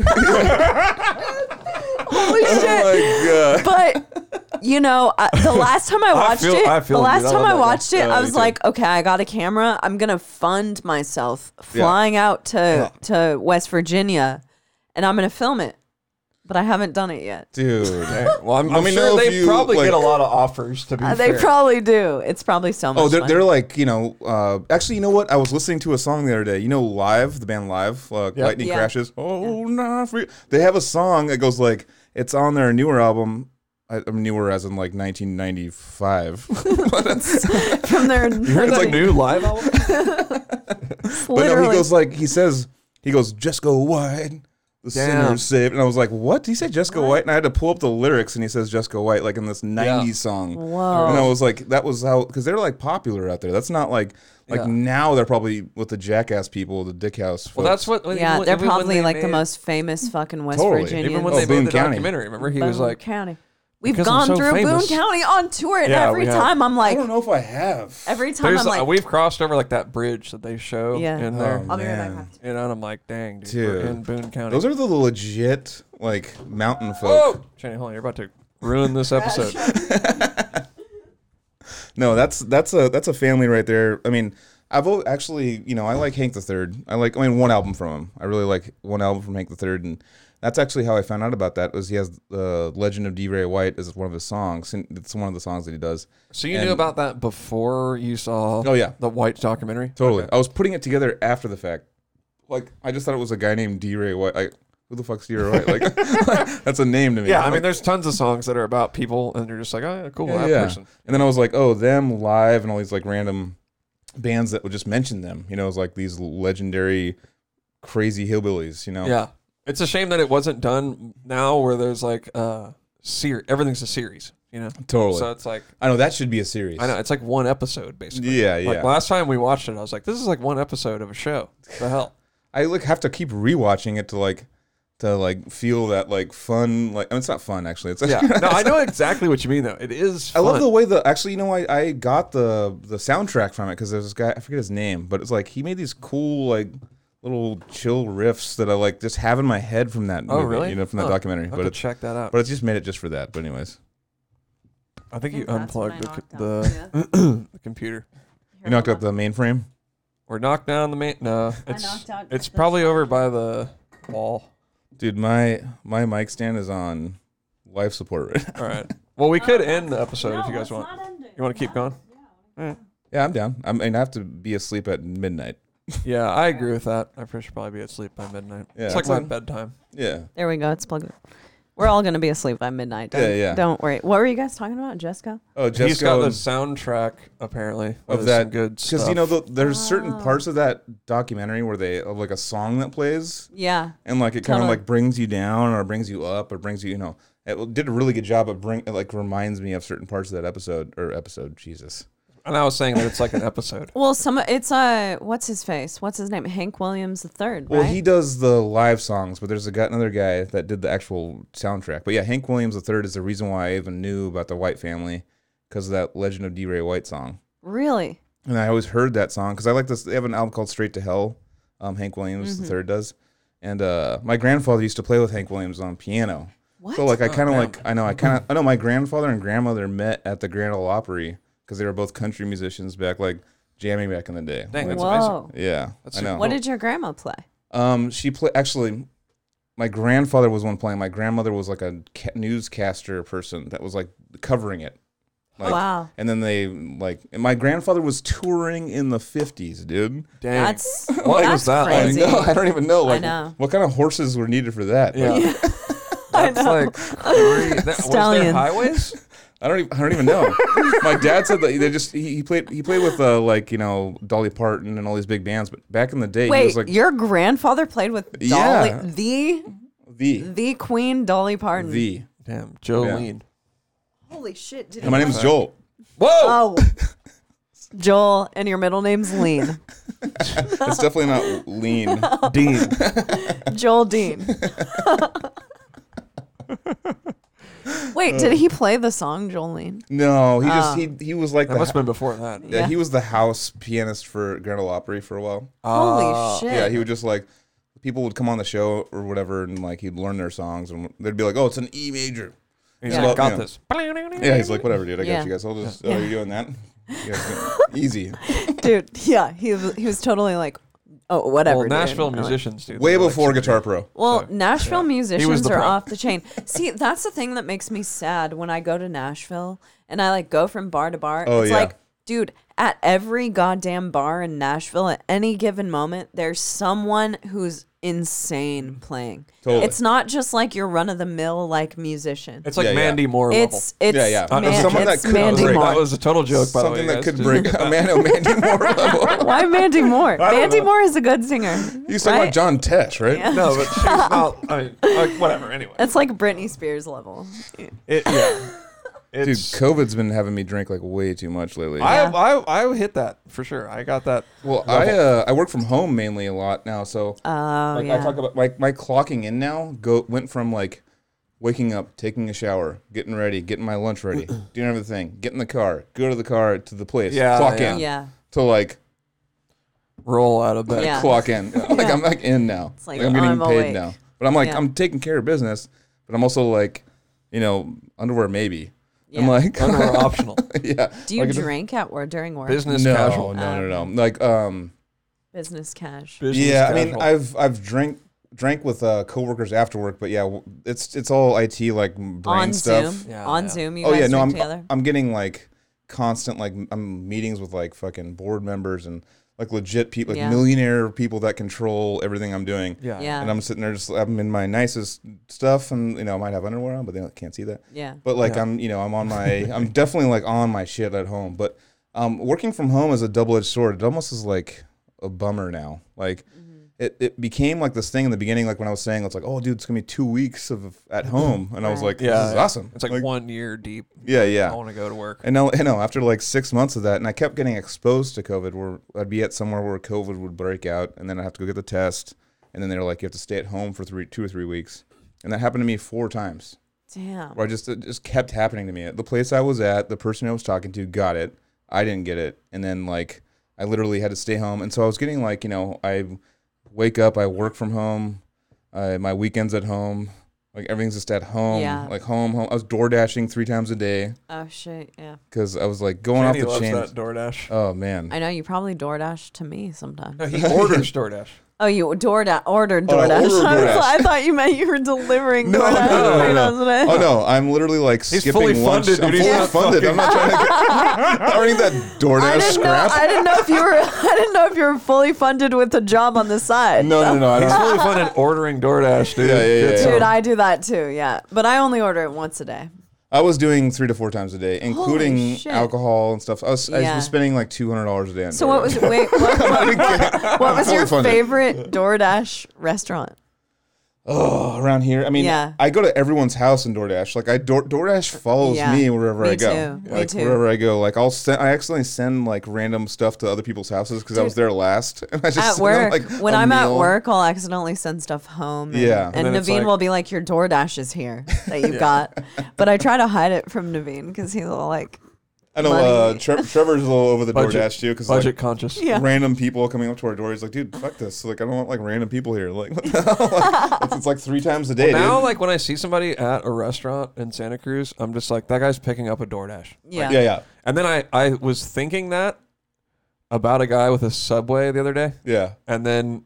B: holy shit.
C: Oh my god.
B: but you know, I, the last time I watched
A: feel-
B: it,
A: I feel
B: the
A: you.
B: last
A: I
B: time
A: love
B: I
A: that.
B: watched it,
C: Yeah,
B: I
C: me
B: was
C: too.
B: like, okay, I got a camera. I'm gonna fund myself flying out to to West Virginia, and I'm gonna film it. But I haven't done it yet.
C: Dude.
A: well, I'm,
C: Let
A: I'm
C: me
A: sure
C: know if
A: they
C: you,
A: probably
C: like-
A: get a lot of offers. To be
B: Uh, they
A: fair.
B: probably do. It's probably so much.
C: Oh, they're,
B: fun.
C: they're like, you know, uh, actually, you know what? I was listening to a song the other day. You know, Live, the band Live, uh, Lightning
B: Yeah.
C: Crashes. Oh, nah. For you. They have a song that goes like, it's on their newer album. I, I'm newer as in like 1995. but it's,
B: from their.
A: It's like new live album.
C: but no, he
B: literally-
C: goes like, he says, he goes, just go wide. The
A: Damn.
C: sinner's saved. And I was like, what? Did he say just go white? And I had to pull up the lyrics and he says just go white, like in this 90s song.
B: Whoa.
C: And I was like, that was how, because they're like popular out there. That's not like, like
A: Yeah.
C: now they're probably with the jackass people, the dick house.
A: Well,
C: folks.
A: that's what.
B: yeah,
A: even
B: they're
A: when
B: probably
A: they
B: like the
A: made-
B: most famous fucking West
C: Totally.
B: Virginia.
A: Even when
C: Oh,
A: they made
C: Boone
A: the
C: County.
A: documentary, remember he was
B: Boone
A: like,
B: County. We've
A: Because I'm
B: gone
A: so
B: through
A: famous.
B: Boone County on tour, and
A: Yeah,
B: every
A: we have.
B: time I'm like,
C: I don't know if I have.
B: every time
A: "There's
B: I'm
A: a-
B: like,
A: we've crossed over like that bridge that they show
B: Yeah.
A: in there."
C: Oh,
B: I'll be right back.
C: man.
A: you know, and I'm like, Oh, dang, dude,
C: Dude.
A: we're in Boone County.
C: Those are the legit, like mountain folk.
A: Whoa, Cheney, hold on, you're about to ruin this episode.
C: No, that's that's a that's a family right there. I mean, I've al- actually you know I like Hank the Third. I like I mean one album from him. I really like one album from Hank the Third, and that's actually how I found out about that was he has the Legend of D. Ray White as one of his songs, and it's one of the songs that he does.
A: So you
C: And-
A: knew about that before you saw
C: Oh, yeah.
A: the White documentary?
C: Totally. I was putting it together after the fact. Like I just thought it was a guy named D. Ray White. Like who the fuck's D. Ray White? Like that's a name to me.
A: Yeah, I
C: Like,
A: mean, there's tons of songs that are about people, and you're just like, oh, yeah, cool,
C: Yeah,
A: that
C: yeah.
A: person.
C: And then I was like, oh, them live and all these like random bands that would just mention them. You know, it was like these legendary crazy hillbillies, you know?
A: Yeah, it's a shame that it wasn't done now, where there's like uh, ser- everything's a series, you know.
C: Totally.
A: So it's like
C: I know that should be a series.
A: I know it's like one episode basically.
C: Yeah,
A: Like
C: yeah.
A: last time we watched it, I was like, this is like one episode of a show. The hell.
C: I like have to keep rewatching it to like to like feel that like fun like I mean, it's not fun actually. It's
A: Yeah. No, I know exactly what you mean though. It is.
C: I
A: Fun.
C: love the way the actually you know I, I got the the soundtrack from it because there's this guy I forget his name but it's like he made these cool like little chill riffs that I like just have in my head from that
A: Oh
C: movie,
A: really?
C: you know from that
A: Huh.
C: documentary
A: I'll have
C: but
A: to
C: it's
A: check that out.
C: but it's just made it just for that but anyways
A: I think you
B: That's what I
A: unplugged the, co-
B: knocked out.
A: the, the computer
C: you knocked out the mainframe
A: or knocked down the main. No,
B: I
A: it's
B: knocked out
A: it's
B: the
A: probably over by the wall.
C: dude my my mic stand is on life support right now.
A: All right. Well,
B: Oh,
A: we could end the episode if you guys want. You want to keep going?
C: yeah I'm down I mean I have to be asleep at midnight
A: Yeah, I agree with that. I should probably be asleep by midnight.
C: Yeah,
A: it's like
C: that's
A: my
C: fine.
A: bedtime.
C: yeah
B: There we go. It's plugged in. We're all gonna be asleep by midnight. Don't,
C: Yeah, yeah.
B: Don't worry. What were you guys talking about, Jessica?
C: oh Jessica
A: He's got the
C: and-
A: soundtrack apparently
C: of
A: with
C: that
A: some good stuff.
C: because you know the, there's certain parts of that documentary where they have like a song that plays
B: Yeah.
C: and like it kind
B: Totally.
C: of like brings you down or brings you up or brings you you know it did a really good job of bring it like reminds me of certain parts of that episode or episode jesus
A: and I was saying that it's like an episode.
B: Well, some it's uh what's his face? What's his name? Hank Williams the third.
C: well
B: right?
C: he does the live songs but there's a guy another guy that did the actual soundtrack but yeah hank williams III is the reason why i even knew about the white family because of that legend of d ray white song
B: really?
C: and I always heard that song because I like this. They have an album called Straight to Hell. Um, Hank Williams
B: Mm-hmm.
C: the third does, and uh, my grandfather used to play with Hank Williams on piano.
B: What? Oh,
C: So like I kind of like I know I kind of I know my grandfather and grandmother met at the Grand Ole Opry because they were both country musicians back like jamming back in the day.
A: Dang,
C: Like,
A: that's
B: Whoa.
C: yeah, I
A: super
C: know.
B: What did your grandma play?
C: Um, she play actually. My grandfather was one playing. My grandmother was like a ca- newscaster person that was like covering it. Like,
B: Wow.
C: And then they like and my grandfather was touring in the fifties, dude.
A: Dang.
B: That's
A: What
B: that's
A: was that like?
B: crazy.
C: I know. I don't even know. Like,
B: know.
C: what kind of horses were needed for that?
A: yeah.
C: Like,
A: That's like crazy. That, was there
B: Stallions.
A: highways?
C: I don't even. I don't even know. my dad said that they just he, he played he played with uh, like you know Dolly Parton and all these big bands, but back in the day he
B: Wait,
C: was like
B: your grandfather played with Dolly,
C: Yeah.
B: the
C: the
B: the Queen Dolly Parton.
C: the.
A: Damn, Jolene.
H: Holy shit! Did
C: And my
A: Uh-huh.
C: name's Joel.
A: Whoa.
B: Oh, Joel, and your middle name's Lean.
C: It's definitely not lean.
B: Oh.
A: Dean.
B: Joel Dean. Wait, did he play the song Jolene?
C: No, he
B: Uh.
C: just he he was like
A: That
C: the
A: must have
C: ho-
A: been before that.
C: yeah, he was the house pianist for Grand Ole Opry for a while.
B: Holy shit!
C: Uh, Yeah, he would just like people would come on the show or whatever, and like he'd learn their songs, and they'd be like, "Oh, it's an E major."
A: He's
B: Yeah.
A: like, got
C: Yeah.
A: this.
C: Yeah, he's like, "Whatever, dude. I
B: Yeah.
C: got you guys. I'll just. Oh,
B: Yeah.
C: you're doing that. You guys can- easy.
B: dude. Yeah, he was- he was totally like, oh whatever.
A: Well,
B: dude.
A: Nashville
B: Like,
A: musicians, dude.
C: Way
A: they're like
C: before
A: super-
C: Guitar Pro.
B: Well,
A: So,
B: Nashville musicians
A: the
B: are
A: pro.
B: off the chain. See, that's the thing that makes me sad when I go to Nashville and I like go from bar to bar.
C: Oh,
B: it's
C: yeah.
B: like, dude, at every goddamn bar in Nashville at any given moment, there's someone who's insane playing.
C: Totally.
B: It's not just like your run of the mill like musician. It's
A: It's like
C: Yeah, yeah.
A: Mandy Moore level.
B: it's,
C: Yeah, yeah. Uh,
B: Man,
C: someone that
B: it's
C: could
B: Mandy
C: break-
B: Moore.
A: That was a total joke, by the way.
C: Something that
A: guys.
C: could
A: Just-
C: break a man oh, Mandy Moore level.
B: Why Mandy Moore? Mandy Moore is a good singer.
C: He's talking
B: right?
C: about John Tesh, right?
A: No, but she's not. I mean, like, whatever. Anyway,
B: It's like Britney Spears level.
A: it, yeah.
C: Dude,
A: It's,
C: COVID's been having me drink like way too much lately.
A: I,
B: Yeah.
A: I I hit that for sure. I got that.
C: Well, I uh, I work from home mainly a lot now, so like I
B: Oh, yeah.
C: talk about like my clocking in now go went from like waking up, taking a shower, getting ready, getting my lunch ready, doing everything, get in the car, go to the car to the place,
A: Yeah,
C: clock
A: yeah.
C: in,
B: Yeah.
C: to like
A: Roll out of bed.
B: Yeah.
C: clock in, like I'm like in now,
B: like,
C: I'm getting
B: I'm
C: paid
B: awake.
C: now. But But I'm like,
B: Yeah.
C: I'm taking care of business, but I'm also like, you know, underwear maybe. I'm
B: Yeah.
C: like,
A: Underwear optional.
C: yeah.
B: Do you
C: like, it doesn't-
B: drink at work during work?
A: Business
C: no,
A: casual.
C: No, no, no. Like, um,
B: Business cash.
A: Business
C: yeah. I mean,
A: casual.
C: I've I've drank drank with uh, coworkers after work, but yeah, w- it's it's all IT like brain
B: on
C: stuff.
B: Zoom.
A: Yeah,
B: on
A: yeah.
B: Zoom, you
C: oh
B: guys
C: yeah, no,
B: drink
C: I'm
B: together.
C: I'm getting like constant like m- I'm meetings with like fucking board members and like legit people, like
B: Yeah.
C: millionaire people that control everything I'm doing.
A: yeah.
B: yeah.
C: And I'm sitting there just I'm in my nicest stuff, and you know I might have underwear on, but they can't see that.
B: yeah.
C: But like
A: Yeah.
C: I'm, you know, I'm on my, I'm definitely like on my shit at home. But um, working from home is a double edged sword. It almost is like a bummer now. Like
A: Mm-hmm.
C: it, it became like this thing in the beginning. Like when I was saying, it's like, oh, dude, it's gonna be two weeks of at home, and I was
B: Right.
C: like, yeah, this is awesome.
A: Mm-hmm. It's like, one year deep.
C: yeah, yeah.
A: I want to go to work.
C: And now, you know, after like six months of that, and I kept getting exposed to COVID, where I'd be at somewhere where COVID would break out, and then I'd have to go get the test, and then they were like, you have to stay at home for three, two or three weeks, and that happened to me four times.
B: Damn.
C: Where I just it just kept happening to me. The place I was at, the person I was talking to got it, I didn't get it, and then like I literally had to stay home, and so I was getting like you know I wake up, I work from home, I, my weekends at home. Like everything's just at home,
B: Yeah.
C: like home, home. I was door dashing three times a day
B: Oh shit. Yeah.
C: because I was like going
A: Andy
C: off the
A: loves
C: chain.
A: that DoorDash.
C: Oh man,
B: I know you probably DoorDash to me sometimes.
A: no, he orders DoorDash.
B: Oh, you DoorDash ordered
C: Oh, I
B: DoorDash.
C: ordered
B: I, was
C: DoorDash.
B: like- I thought you meant you were delivering
C: No, no,
B: DoorDash.
C: no, no,
B: for me,
C: no.
B: doesn't it?
C: Oh no, I'm literally like
A: He's
C: skipping
A: fully
C: lunch.
A: funded,
C: I'm
A: dude. He's
C: fully
A: not
C: funded. I'm not trying to. Get, I'm earning that
I: I
C: DoorDash
I: didn't know.
C: Oh, scrap.
I: I didn't know if you were. I didn't know if you were fully funded with a job on the side.
C: no, no, no. I
A: He's
C: don't.
A: really fun at ordering DoorDash, dude. um,
C: Yeah, yeah, yeah,
A: Get
C: yeah.
A: some.
B: Dude, I do that too. Yeah, but I only order it once a day.
C: I was doing three to four times a day, including
B: shit.
C: alcohol and stuff. I was, I
B: Yeah.
C: was spending like two hundred dollars a day. On
B: So what was
C: DoorDash.
B: wait? What, what, what was
C: Fully
B: your
C: funded.
B: favorite DoorDash restaurant?
C: Oh, around here? I mean,
B: Yeah.
C: I go to everyone's house in DoorDash. Like I Door, DoorDash follows
B: Yeah.
C: me wherever
B: Me
C: I go.
B: too. Me
C: Like
B: too.
C: wherever I go, like I'll send. I accidentally send like random stuff to other people's houses because I was there last, and I just
B: At
C: send them,
B: work,
C: like,
B: when
C: a
B: I'm at
C: meal.
B: work, I'll accidentally send stuff home. And,
C: Yeah. And
B: and,
A: then it's
B: Naveen
A: like-
B: will be like, "Your DoorDash is here that you got," but I try to hide it from Naveen because he's all like,
C: I know
B: money.
C: uh, Tre- Trevor's a little over the
A: Budget-
C: DoorDash too because
A: Budget
C: like,
A: conscious.
B: Yeah.
C: random people coming up to our door. He's like, dude, fuck this. Like I don't want like random people here. Like what the hell? it's, it's like three times a day.
A: Now,
C: dude.
A: like when I see somebody at a restaurant in Santa Cruz, I'm just like, that guy's picking up a DoorDash.
B: "Yeah,
C: yeah, yeah,
A: And then I, I was thinking that about a guy with a Subway the other day.
C: yeah.
A: And then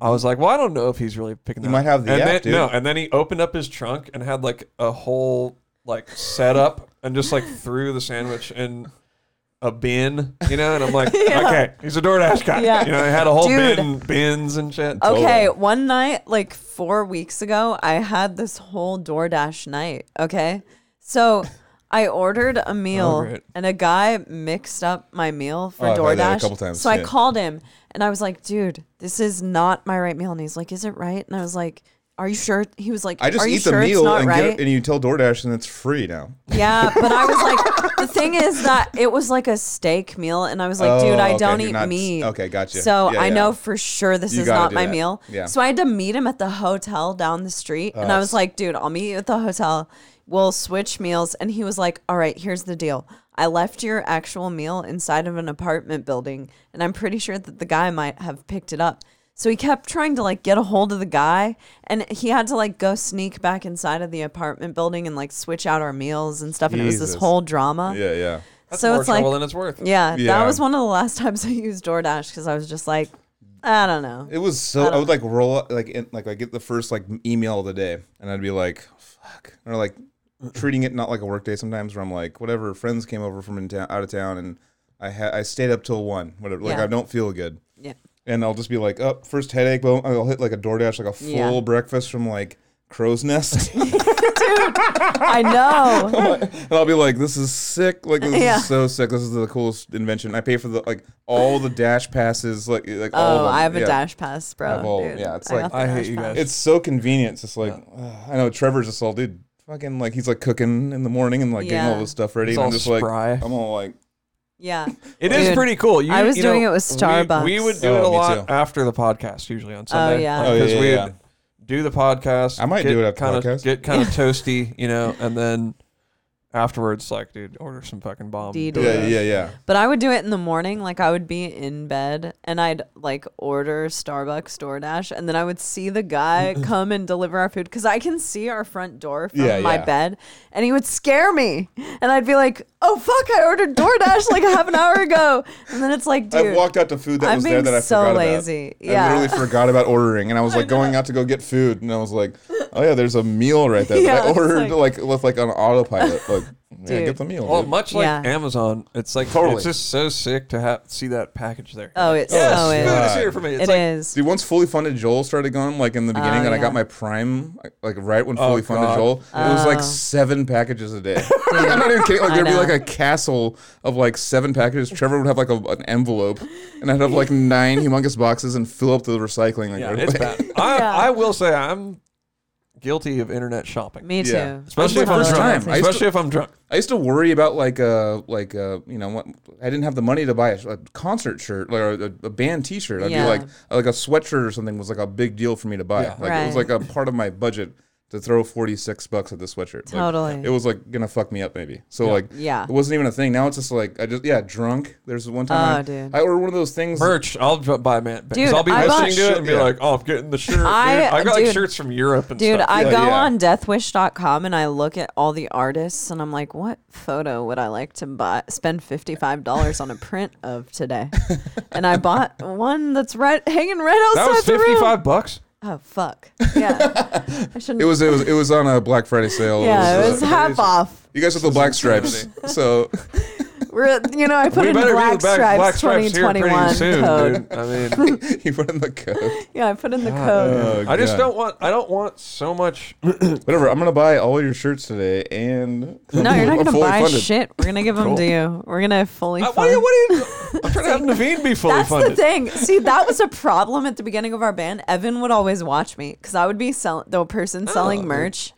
A: I was like, well, I don't know if he's really picking
C: You
A: that
C: might
A: up.
C: have the
A: and
C: app,
A: then,
C: dude.
A: No, and then he opened up his trunk and had like a whole like setup and just like threw the sandwich in a bin, you know? And I'm like, okay, he's a DoorDash guy.
B: Yeah.
A: You know, he had a whole
B: Dude.
A: bin, bins and shit.
B: Okay,
C: Totally.
B: one night, like four weeks ago, I had this whole DoorDash night. Okay. So I ordered a meal
A: great.
B: and a guy mixed up my meal for
C: Oh, I've had that a
B: DoorDash.
C: couple times,
B: so I
C: yeah.
B: called him and I was like, dude, this is not my right meal. And he's like, is it right? And I was like, are you sure? He was like,
C: I just
B: are you
C: eat the
B: sure it's
C: meal
B: not
C: and
B: right?
C: get it, and you tell DoorDash and it's free now.
B: Yeah, but I was like, the thing is that it was like a steak meal, and I was like, dude,
C: Oh,
B: I
C: okay,
B: don't
C: you're
B: eat
C: not-
B: meat.
C: okay, gotcha.
B: So
C: Yeah,
B: I
C: yeah.
B: know for sure this
C: You
B: is
C: gotta
B: not
C: do
B: my
C: that.
B: meal.
C: Yeah.
B: So I had to meet him at the hotel down the street, and I was like, dude, I'll meet you at the hotel. We'll switch meals, and he was like, all right, here's the deal. I left your actual meal inside of an apartment building, and I'm pretty sure that the guy might have picked it up. So he kept trying to like get a hold of the guy and he had to like go sneak back inside of the apartment building and like switch out our meals and stuff and it was
C: Jesus.
B: this whole drama.
C: Yeah, yeah.
A: That's
B: so
A: more
B: it's like
A: trouble than it's worth.
B: yeah,
C: Yeah.
B: that was one of the last times I used DoorDash cuz I was just like I don't know.
C: It was so I would like roll up like in, like I get the first like email of the day and I'd be like fuck or like treating it not like a work day sometimes where I'm like whatever friends came over from in town out of town and I ha- I stayed up till one whatever like
B: Yeah.
C: I don't feel good
B: Yeah.
C: and I'll just be like up oh, first headache boom I'll hit like a DoorDash like a full
B: Yeah.
C: breakfast from like crow's nest and
B: I know.
C: I'll be like this is sick like this
B: Yeah.
C: is so sick this is the coolest invention I pay for the like all the dash passes like like all of
B: oh,
C: them.
B: I have a
C: Yeah.
B: dash pass, bro.
C: I've all-
B: dude.
C: yeah, it's
B: I
C: like-
B: got the
A: I hate
B: Dash
A: you
B: Pass.
A: guys.
C: It's so convenient. It's just like ugh, I know Trevor's just all dude. Fucking like he's like cooking in the morning and like getting
B: Yeah.
C: all this stuff ready.
A: He's
C: and
A: all
C: I'm just
A: spry.
C: like I'm all like
B: Yeah.
A: It is
B: Dude,
A: pretty cool. You,
B: I was
A: you
B: doing
A: know,
B: it with
A: we-
B: Starbucks.
A: We, would do
C: Oh,
A: it a
C: me
A: lot
C: too.
A: after the podcast, usually on Sunday.
B: yeah.
A: Like,
C: Oh, yeah,
A: 'cause
C: yeah,
A: we'd
C: yeah.
A: do the podcast.
C: I might
A: get
C: do it after the
A: kinda,
C: podcast.
A: Get kind of toasty, you know, and then afterwards, like, dude, order some fucking bomb.
B: Indeed.
C: Yeah, yeah, yeah.
B: But I would do it in the morning. Like I would be in bed and I'd like order Starbucks, DoorDash, and then I would see the guy come and deliver our food because I can see our front door from
C: Yeah,
B: my
C: yeah.
B: bed, and he would scare me, and I'd be like, "Oh fuck, I ordered DoorDash like a half an hour ago," and then it's like, dude,
C: I've walked out to food that
B: I'm
C: was there
B: being
C: that I
B: so
C: forgot
B: lazy.
C: about. I
B: Yeah.
C: literally forgot about ordering, and I was like going out to go get food, and I was like, "Oh yeah, there's a meal right there."
B: Yeah,
C: but I
B: it's
C: ordered
B: like-
C: like with like on autopilot, like yeah,
B: Dude.
C: get the meal.
A: Well,
C: dude.
A: Oh, much like
B: Yeah.
A: Amazon, it's like
C: Totally.
A: it's just so sick to have see that package there.
B: oh, it's
A: Yes,
B: so
A: food
B: it,
A: is here for me. It's
B: it
A: like,
B: is.
C: Dude, once fully funded Joel started going, like in the beginning, and I
B: Oh, yeah.
C: got my Prime, like right when fully funded
A: Oh, God.
C: Joel, it was like
B: Oh.
C: seven packages a day. I'm not even kidding. Like
B: I
C: there'd be
B: know.
C: like a castle of like seven packages. Trevor would have like a, an envelope, and I'd have like nine humongous boxes and fill up the recycling. Like,
A: yeah,
C: right
A: it's
C: away.
A: bad. I,
B: Yeah.
A: I will say I'm guilty of internet shopping,
B: Me too.
C: Yeah.
A: especially if
B: I'm
A: I'm
B: totally
A: drunk.
B: guilty.
C: I used to-
A: Especially if I'm drunk.
C: I used to worry about like uh like uh you know what I didn't have the money to buy a, a concert shirt or a, a band T-shirt. I'd
B: Yeah.
C: be like like a sweatshirt or something was like a big deal for me to buy.
A: Yeah.
C: Like it was
B: Right.
C: like a part of my budget to throw forty six bucks at the sweatshirt. Like,
B: Totally.
C: it was like gonna fuck me up maybe. So like
B: Yeah.
C: it wasn't even a thing. Now it's just like I just yeah drunk. There's one time
B: Oh,
C: I,
B: dude.
C: I ordered one of those things.
A: Merch, I'll dr- buy man.
B: Dude,
A: Dude, I'll be
B: I bought-
A: listening to it and be
C: Yeah.
A: like, "Oh, I'm getting the shirt."
B: I-
A: I, dude. I got
B: dude.
A: like shirts from Europe and
B: Dude,
A: stuff.
B: I
C: Yeah,
B: go
C: yeah.
B: on deathwish.com and I look at all the artists and I'm like, what photo would I like to buy spend $55 on a print of today? and I bought one that's right hanging right
A: that
B: outside
A: was
B: the room.
A: fifty-five bucks.
B: Oh fuck. Yeah. I shouldn't
C: It was it was it was on a Black Friday sale.
B: Yeah, it
C: uh,
B: was half off.
C: you guys with the black stripes. so
B: We're, you know, I put
A: we
B: in
A: better
B: black
A: be the back,
B: stripes,
A: black stripes here pretty
B: 2021
A: soon,
B: code.
A: dude. I mean,
C: you put in the code.
B: Yeah, I put in the code.
C: Oh,
A: Oh, I just
C: God.
A: don't want. I don't want so much.
C: Whatever. I'm gonna buy all your shirts today, and
B: No, you're not
C: I'm
B: gonna
C: fully
B: buy
C: funded.
B: shit. We're gonna give them to you. We're gonna fully.
A: I,
B: fund.
A: Uh, what, do you- what do you? I'm trying to have Naveen be fully
B: That's
A: funded.
B: the thing. See, that was a problem at the beginning of our band. Evan would always watch me because I would be sell- the
A: Oh,
B: person selling merch.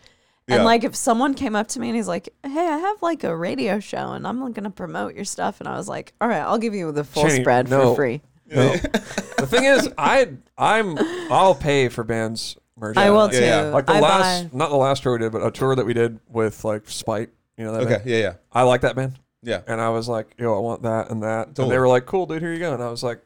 B: And
C: Yeah.
B: like, if someone came up to me and he's like, "Hey, I have like a radio show and I'm gonna promote your stuff," and I was like, "All right, I'll give you the full
A: Jenny,
B: spread
A: no.
B: for free."
A: No. the thing is, I I'm I'll pay for bands merch.
B: I will too.
C: yeah.
A: Like the
B: I
A: last,
B: buy-
A: not the last tour we did, but a tour that we did with like Spite. You know that.
C: Okay.
A: band?
C: Yeah. Yeah.
A: I like that band,
C: Yeah.
A: and I was like, yo, I want that and that. And
C: Totally.
A: they were like, cool, dude, here you go. And I was like,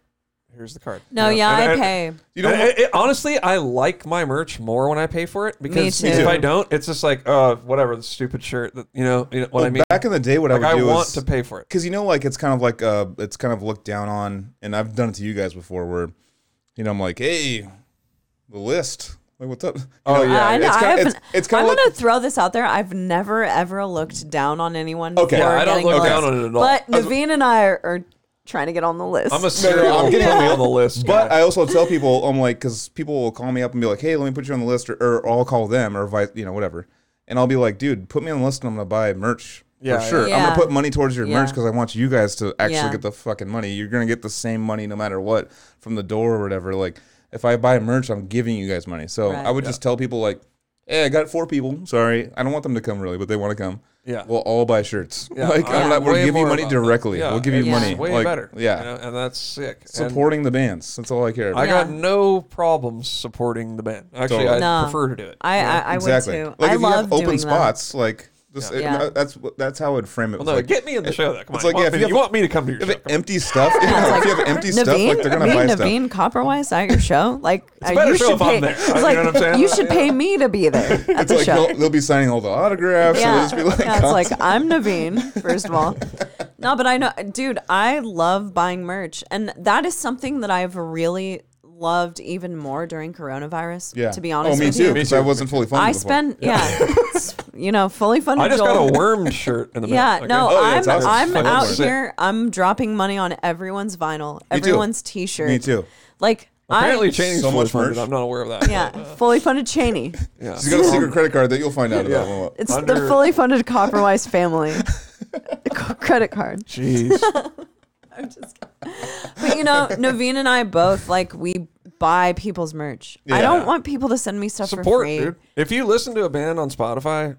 A: here's the card.
B: No,
A: You know?
B: yeah,
A: And-
B: I
A: and-
B: pay.
C: You don't.
A: And
C: want-
A: it- it- honestly, I like my merch more when I pay for it because
B: too.
A: if I don't, it's just like, uh, whatever, the stupid shirt. That, you know, you know what
C: well,
A: I mean.
C: Back in the day, what
A: Like
C: I
A: I
C: would do
A: want
C: is
A: to pay for it.
C: because you know, like it's kind of like uh, it's kind of looked down on, and I've done it to you guys before, where you know, I'm like, hey, the list. Like, what's up? You know,
B: I know.
C: It's
B: Oh, I
C: kind of,
B: haven't.
C: it's, it's kind
B: I'm
C: of like,
B: gonna throw this out there. I've never ever looked down on anyone.
C: Okay.
B: for
C: Yeah,
A: I don't
B: getting
A: look
B: the
A: down
B: list.
A: on it at all.
B: But Naveen and I are, are trying to get on the list.
A: I'm a serial
C: I'm
A: put me
C: getting-
A: on the list.
C: But
A: guy.
C: I also tell people, I'm like, because people will call me up and be like, hey, let me put you on the list, or, or I'll call them, or vice, you know, whatever. And I'll be like, dude, put me on the list and I'm going to buy merch.
A: Yeah,
C: for sure. I'm
B: yeah.
C: gonna put money towards your merch 'cause merch
B: Yeah.
C: because I want you guys to actually
B: Yeah.
C: get the fucking money. You're gonna get the same money no matter what from the door or whatever. Like if I buy merch, I'm giving you guys money. So
B: Right.
C: I would just tell people like, hey, I got four people. Sorry, I don't want them to come really, but they want to come.
A: Yeah.
C: we'll all buy shirts.
A: Yeah,
C: like I'm
A: I'm
C: not, we'll
A: way
C: give you
A: more
C: money
A: about that.
C: directly.
A: Yeah,
C: We'll give you
A: it's
B: Yeah.
C: money.
A: Way
C: Like,
A: better.
C: Yeah,
A: you know, and that's sick. And
C: supporting the bands. That's all I care about.
A: I got
B: Yeah.
A: no problems supporting the band. Actually,
C: Totally.
B: No.
A: I prefer to do it.
B: I, I, I
C: exactly.
B: would too.
C: Like
B: I
C: if
B: love
C: you have open
B: doing
C: spots, like just it-
B: Yeah.
C: that's that's how I would frame it.
A: well,
C: It's
A: no,
C: like,
A: get me in the show. Though. Come
C: it's
A: on,
C: like, yeah,
A: you,
C: if
A: want me, you want me
C: you have-
A: to come to your
C: if
A: show?
C: it- empty stuff, you know, if you have empty
B: That.
C: stuff,
B: Naveen,
C: like they're gonna
B: me
C: buy
B: and
C: stuff.
B: Naveen Copperwise at your show, like uh,
A: better
B: you
A: show
B: should
A: if I'm
B: pay.
A: there.
B: It's
A: You know
B: like
A: what I'm saying?
B: you should pay me to be there at the
C: It's like
B: show.
C: they'll, they'll be signing all the autographs. and
B: yeah,
C: they'll just be like,
B: yeah, it's like I'm Naveen. First of all, no, but I know, dude. I love buying merch, and that is something that I've really loved even more during coronavirus.
C: yeah.
B: to be honest
C: oh, me
B: with
C: too.
B: you,
C: Because I wasn't fully funded.
B: I
C: before.
B: spend yeah, it's, you know, fully funded.
A: I just
B: Joel.
A: got a wormed shirt in the mail.
B: Yeah,
A: Okay.
B: no,
C: Oh, yeah,
B: I'm
C: it's awesome.
B: I'm
C: Fucking
B: out
C: worth it.
B: here. I'm dropping money on everyone's vinyl,
C: too.
B: everyone's T-shirt.
C: Me too.
B: Like
A: apparently
B: I,
A: Cheney's so
C: So much
A: much funded.
C: merch.
A: I'm not aware of that.
B: yeah, fully funded Cheney.
A: but, yeah.
C: She's got a secret credit card that you'll find out about.
A: Yeah.
C: won't you?
B: It's the
A: Under-
B: fully funded Copperwise family C- credit card.
A: Jeez.
B: But you know, Naveen and I both like we buy people's merch. I don't
C: Yeah.
B: want people to send me stuff for
A: Support,
B: free.
A: dude. If you listen to a band on Spotify,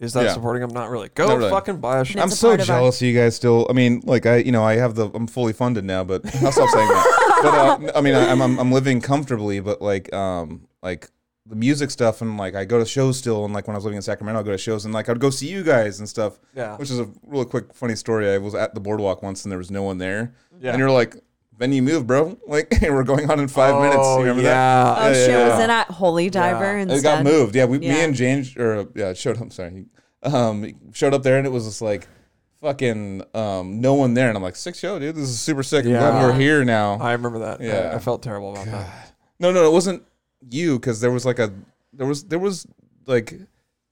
A: is that
C: Yeah.
A: supporting them? Not really. Go
C: Not really.
A: fucking buy a shirt.
C: I'm
B: It's a
C: so
B: part of our-
C: jealous of you guys still. I mean, like I, you know, I have the. I'm fully funded now, but I'll stop saying that. But uh, I mean, I, I'm I'm living comfortably, but like um like the music stuff and like I go to shows still and like when I was living in Sacramento I go to shows and like I'd go see you guys and stuff.
A: Yeah.
C: Which is a real quick funny story. I was at the boardwalk once and there was no one there.
A: Yeah.
C: And you're like, venue move, bro. Like we're going on in five
A: Oh,
C: minutes. You remember that?
A: yeah.
B: Oh
C: yeah,
B: shit!
C: yeah.
B: Was it at Holy Diver
A: It
B: instead?
C: It got moved. Yeah, we, me
B: Yeah.
C: and James or uh, yeah, it showed up. Sorry, um, it showed up there and it was just like fucking um, no one there, and I'm like, sick show, dude. This is super sick. I'm glad
A: Yeah.
C: we're here now.
A: I remember that.
C: Yeah.
A: I, I felt terrible about that.
C: no, no, it wasn't you because there was like a there was there was like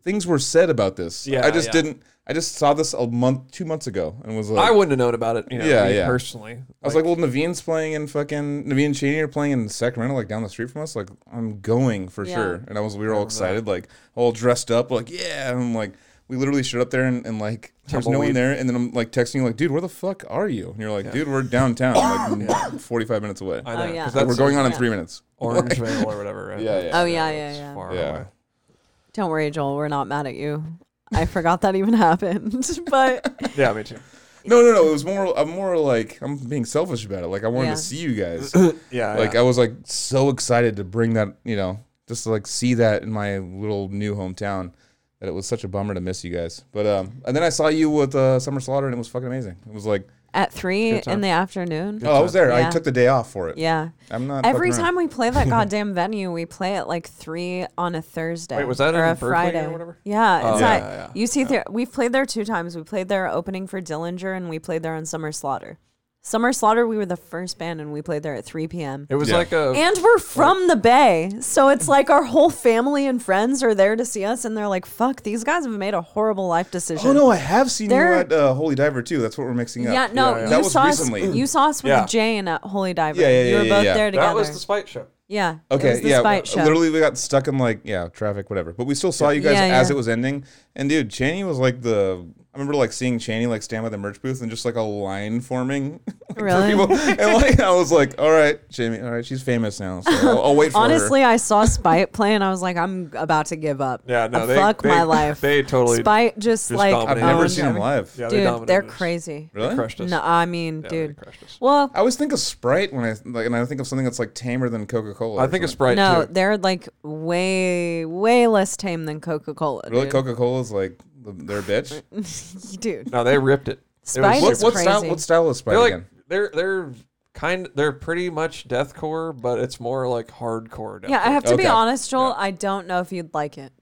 C: things were said about this.
A: Yeah,
C: I just
A: yeah.
C: didn't. I just saw this a month, two months ago, and was like,
A: I wouldn't have known about it. You know,
C: Yeah,
A: me
C: yeah.
A: Personally,
C: I was like, well, Naveen's playing in fucking Naveen and Cheney are playing in Sacramento, like down the street from us. Like, I'm going for
B: Yeah.
C: sure. And I was, we were all excited, like all dressed up, like yeah. And I'm like, we literally showed up there and, and like there's no one
A: Tumbleweed.
C: there. And then I'm like texting you, like, dude, where the fuck are you? And you're like, dude, we're downtown, like 45 minutes away.
A: I
B: Oh,
A: know.
B: yeah.
A: 'cause
C: Like,
A: that's
C: we're going on in
B: Yeah.
C: three minutes.
A: Orange Vale or whatever. Right?
C: Yeah, yeah.
B: Oh yeah, yeah,
A: it's
B: yeah.
A: Far
C: Yeah.
A: away.
B: Don't worry, Joel. We're not mad at you. I forgot that even happened, but
A: Yeah, me too.
C: No, no, no. It was more. I'm more like I'm being selfish about it. Like I wanted
B: Yeah.
C: to see you guys.
A: Yeah,
C: like uh,
A: yeah.
C: I was like so excited to bring that, you know, just to like see that in my little new hometown. That it was such a bummer to miss you guys. But um, and then I saw you with uh, Summer Slaughter, and it was fucking amazing. It was like,
B: at three
A: Good time.
B: in the afternoon.
C: oh, I was there. I
B: Yeah.
C: took the day off for it.
B: Yeah.
C: I'm not
B: Every
C: fucking around.
B: time we play that goddamn venue, we play at like three on a Thursday.
A: Wait, was that
B: or
A: in
B: a
A: Berkeley or
B: Friday?
A: whatever?
B: Yeah, it's
A: Oh.
B: at
A: Yeah, yeah, yeah.
B: UC. Ther- we've played there two times. We played there opening for Dillinger, and we played there on Summer Slaughter. Summer Slaughter, we were the first band, and we played there at 3 p.m.
A: It was
C: Yeah.
A: like a.
B: And we're from the Bay, so it's like our whole family and friends are there to see us, and they're like, "Fuck, these guys have made a horrible life decision."
C: Oh no, I have seen
B: There-
C: you at uh, Holy Diver too. That's what we're mixing up.
B: Yeah, no,
A: yeah.
B: you
C: That was
B: saw us.
C: recently.
B: You saw us with
A: Yeah.
B: Jane at Holy Diver.
C: Yeah, yeah, yeah,
B: You were
C: yeah,
B: both
C: yeah.
B: there
A: that
B: together.
A: was the Spite Show.
B: yeah.
C: Okay,
B: It was the
C: yeah.
B: Spite
C: w-
B: show.
C: Literally, we got stuck in like yeah, traffic, whatever. But we still saw you guys
B: Yeah,
C: as
B: yeah.
C: it was ending. And dude, Chaney was like the. I remember like seeing Chaney like stand by the merch booth and just like a line forming for
B: Really?
C: people. And like I was like, all right, Jamie, all right, she's famous now, so I'll, I'll wait for
B: Honestly,
C: her.
B: I saw Spite play and I was like, I'm about to give up.
A: Yeah, no,
B: Uh,
A: they-
B: fuck
A: they-
B: my life.
A: they totally
B: Spite
A: just
B: just, like
A: dominated.
C: I've never
A: owned
C: seen him
B: every-
C: live.
A: Yeah, they
B: Dude,
A: dominated
B: they're
A: us.
B: crazy.
A: They
C: Really?
A: crushed us.
B: No, I mean,
A: Yeah, they
B: dude.
A: crushed us.
B: Well,
C: I always think of Sprite when I like, and I think of something that's like tamer than Coca Cola.
A: I think a Sprite
B: no,
A: too.
B: they're like way, way less tame than Coca Cola.
C: really Coca Cola is like the, their bitch.
B: dude.
A: No, they ripped it. It
B: Spite
A: was,
C: what
B: is
C: what style?
B: crazy.
C: What style is Sprite
A: they're like
C: again?
A: they're they're kind they're pretty much deathcore, but it's more like hardcore. Deathcore.
B: Yeah, I have to be
C: Okay.
B: honest, Joel. I don't know if you'd like it.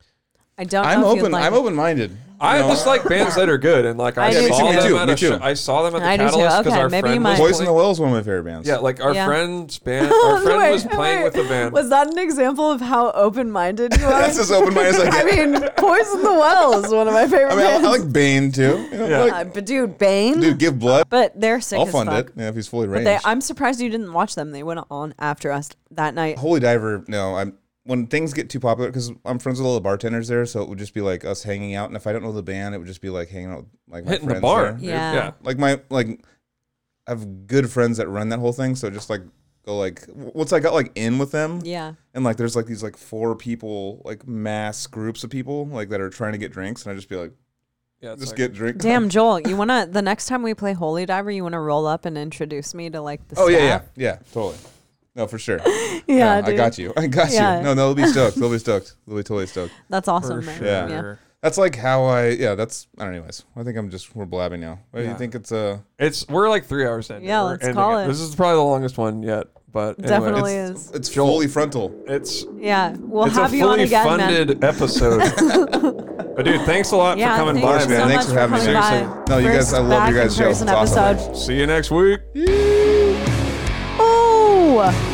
B: I don't
C: I'm
B: know if you'd
C: open.
B: like
C: I'm
B: it.
C: open minded.
A: I just like bands that are good, and like I,
B: I do
A: saw
B: too. Me
A: them
C: too,
A: at
C: me
A: a show-
C: too.
A: I saw them at the
B: I do too.
A: Catalyst because
B: Okay,
A: our
B: maybe
A: friend
B: you
A: was
B: might-
C: Poison the
A: playing-
C: Well is one of my favorite bands.
A: Yeah, like our
B: Yeah.
A: friend's band. Our friend
B: Wait,
A: was playing
B: wait,
A: with the band.
B: Was that an example of how open-minded you are?
C: That's as open-minded as I get.
B: mean, Poison the Well is one of my favorite
C: I mean, I,
B: bands.
C: I like Bane too. You know,
A: Yeah.
C: like,
B: Uh, but dude, Bane.
C: dude, give blood.
B: but they're sick
C: I'll
B: as
C: fund
B: fuck.
C: it. Yeah, if he's fully
B: But they,
C: ranged.
B: I'm surprised you didn't watch them. They went on after us that night.
C: Holy Diver, no, I'm when things get too popular because I'm friends with all the bartenders there, so it would just be like us hanging out. And if I don't know the band, it would just be like hanging out, with, like my
A: hitting the
C: friends
A: bar?
C: there.
B: Yeah.
A: yeah.
C: Like my like, I have good friends that run that whole thing, so just like go like w- once I got like in with them,
B: Yeah.
C: and like there's like these like four people like mass groups of people like that are trying to get drinks, and I just be like,
A: Yeah, it's
C: just
A: like-
C: get drinks.
B: Damn, Joel, you wanna the next time we play Holy Diver, you wanna roll up and introduce me to like the
C: Oh yeah, yeah,
B: staff?
C: yeah, totally. No, for sure.
B: yeah,
C: Yeah, I
B: dude.
C: got you. I got
B: Yeah.
C: you. No, no, they'll be stoked. They'll be stoked. They'll be totally stoked.
B: That's
A: for
B: awesome. man.
A: sure.
C: Yeah.
B: yeah,
C: That's like how I. Yeah, that's. I don't. know, Anyways, I think I'm just we're blabbing now. What do you
A: Yeah.
C: think it's uh,
A: It's we're like three hours in.
B: Yeah,
A: We're
B: let's
A: ending
B: call it.
A: This is probably the longest one yet, but anyway,
B: Definitely
A: it's,
B: is.
C: It's fully frontal.
A: it's
B: Yeah, we'll
A: it's a
B: have you on
A: fully
B: again, man.
A: funded episode. but dude, thanks a lot
B: Yeah,
A: for coming
B: thank
A: by,
B: you so
C: man.
A: man.
C: Thanks
B: much
C: for having me.
B: coming
C: Seriously.
B: by.
C: No, you guys-
B: First
C: I love your
B: back
C: guys'
B: in
C: show.
B: person
C: It's awesome.
B: episode.
A: See you next week.
B: Oh.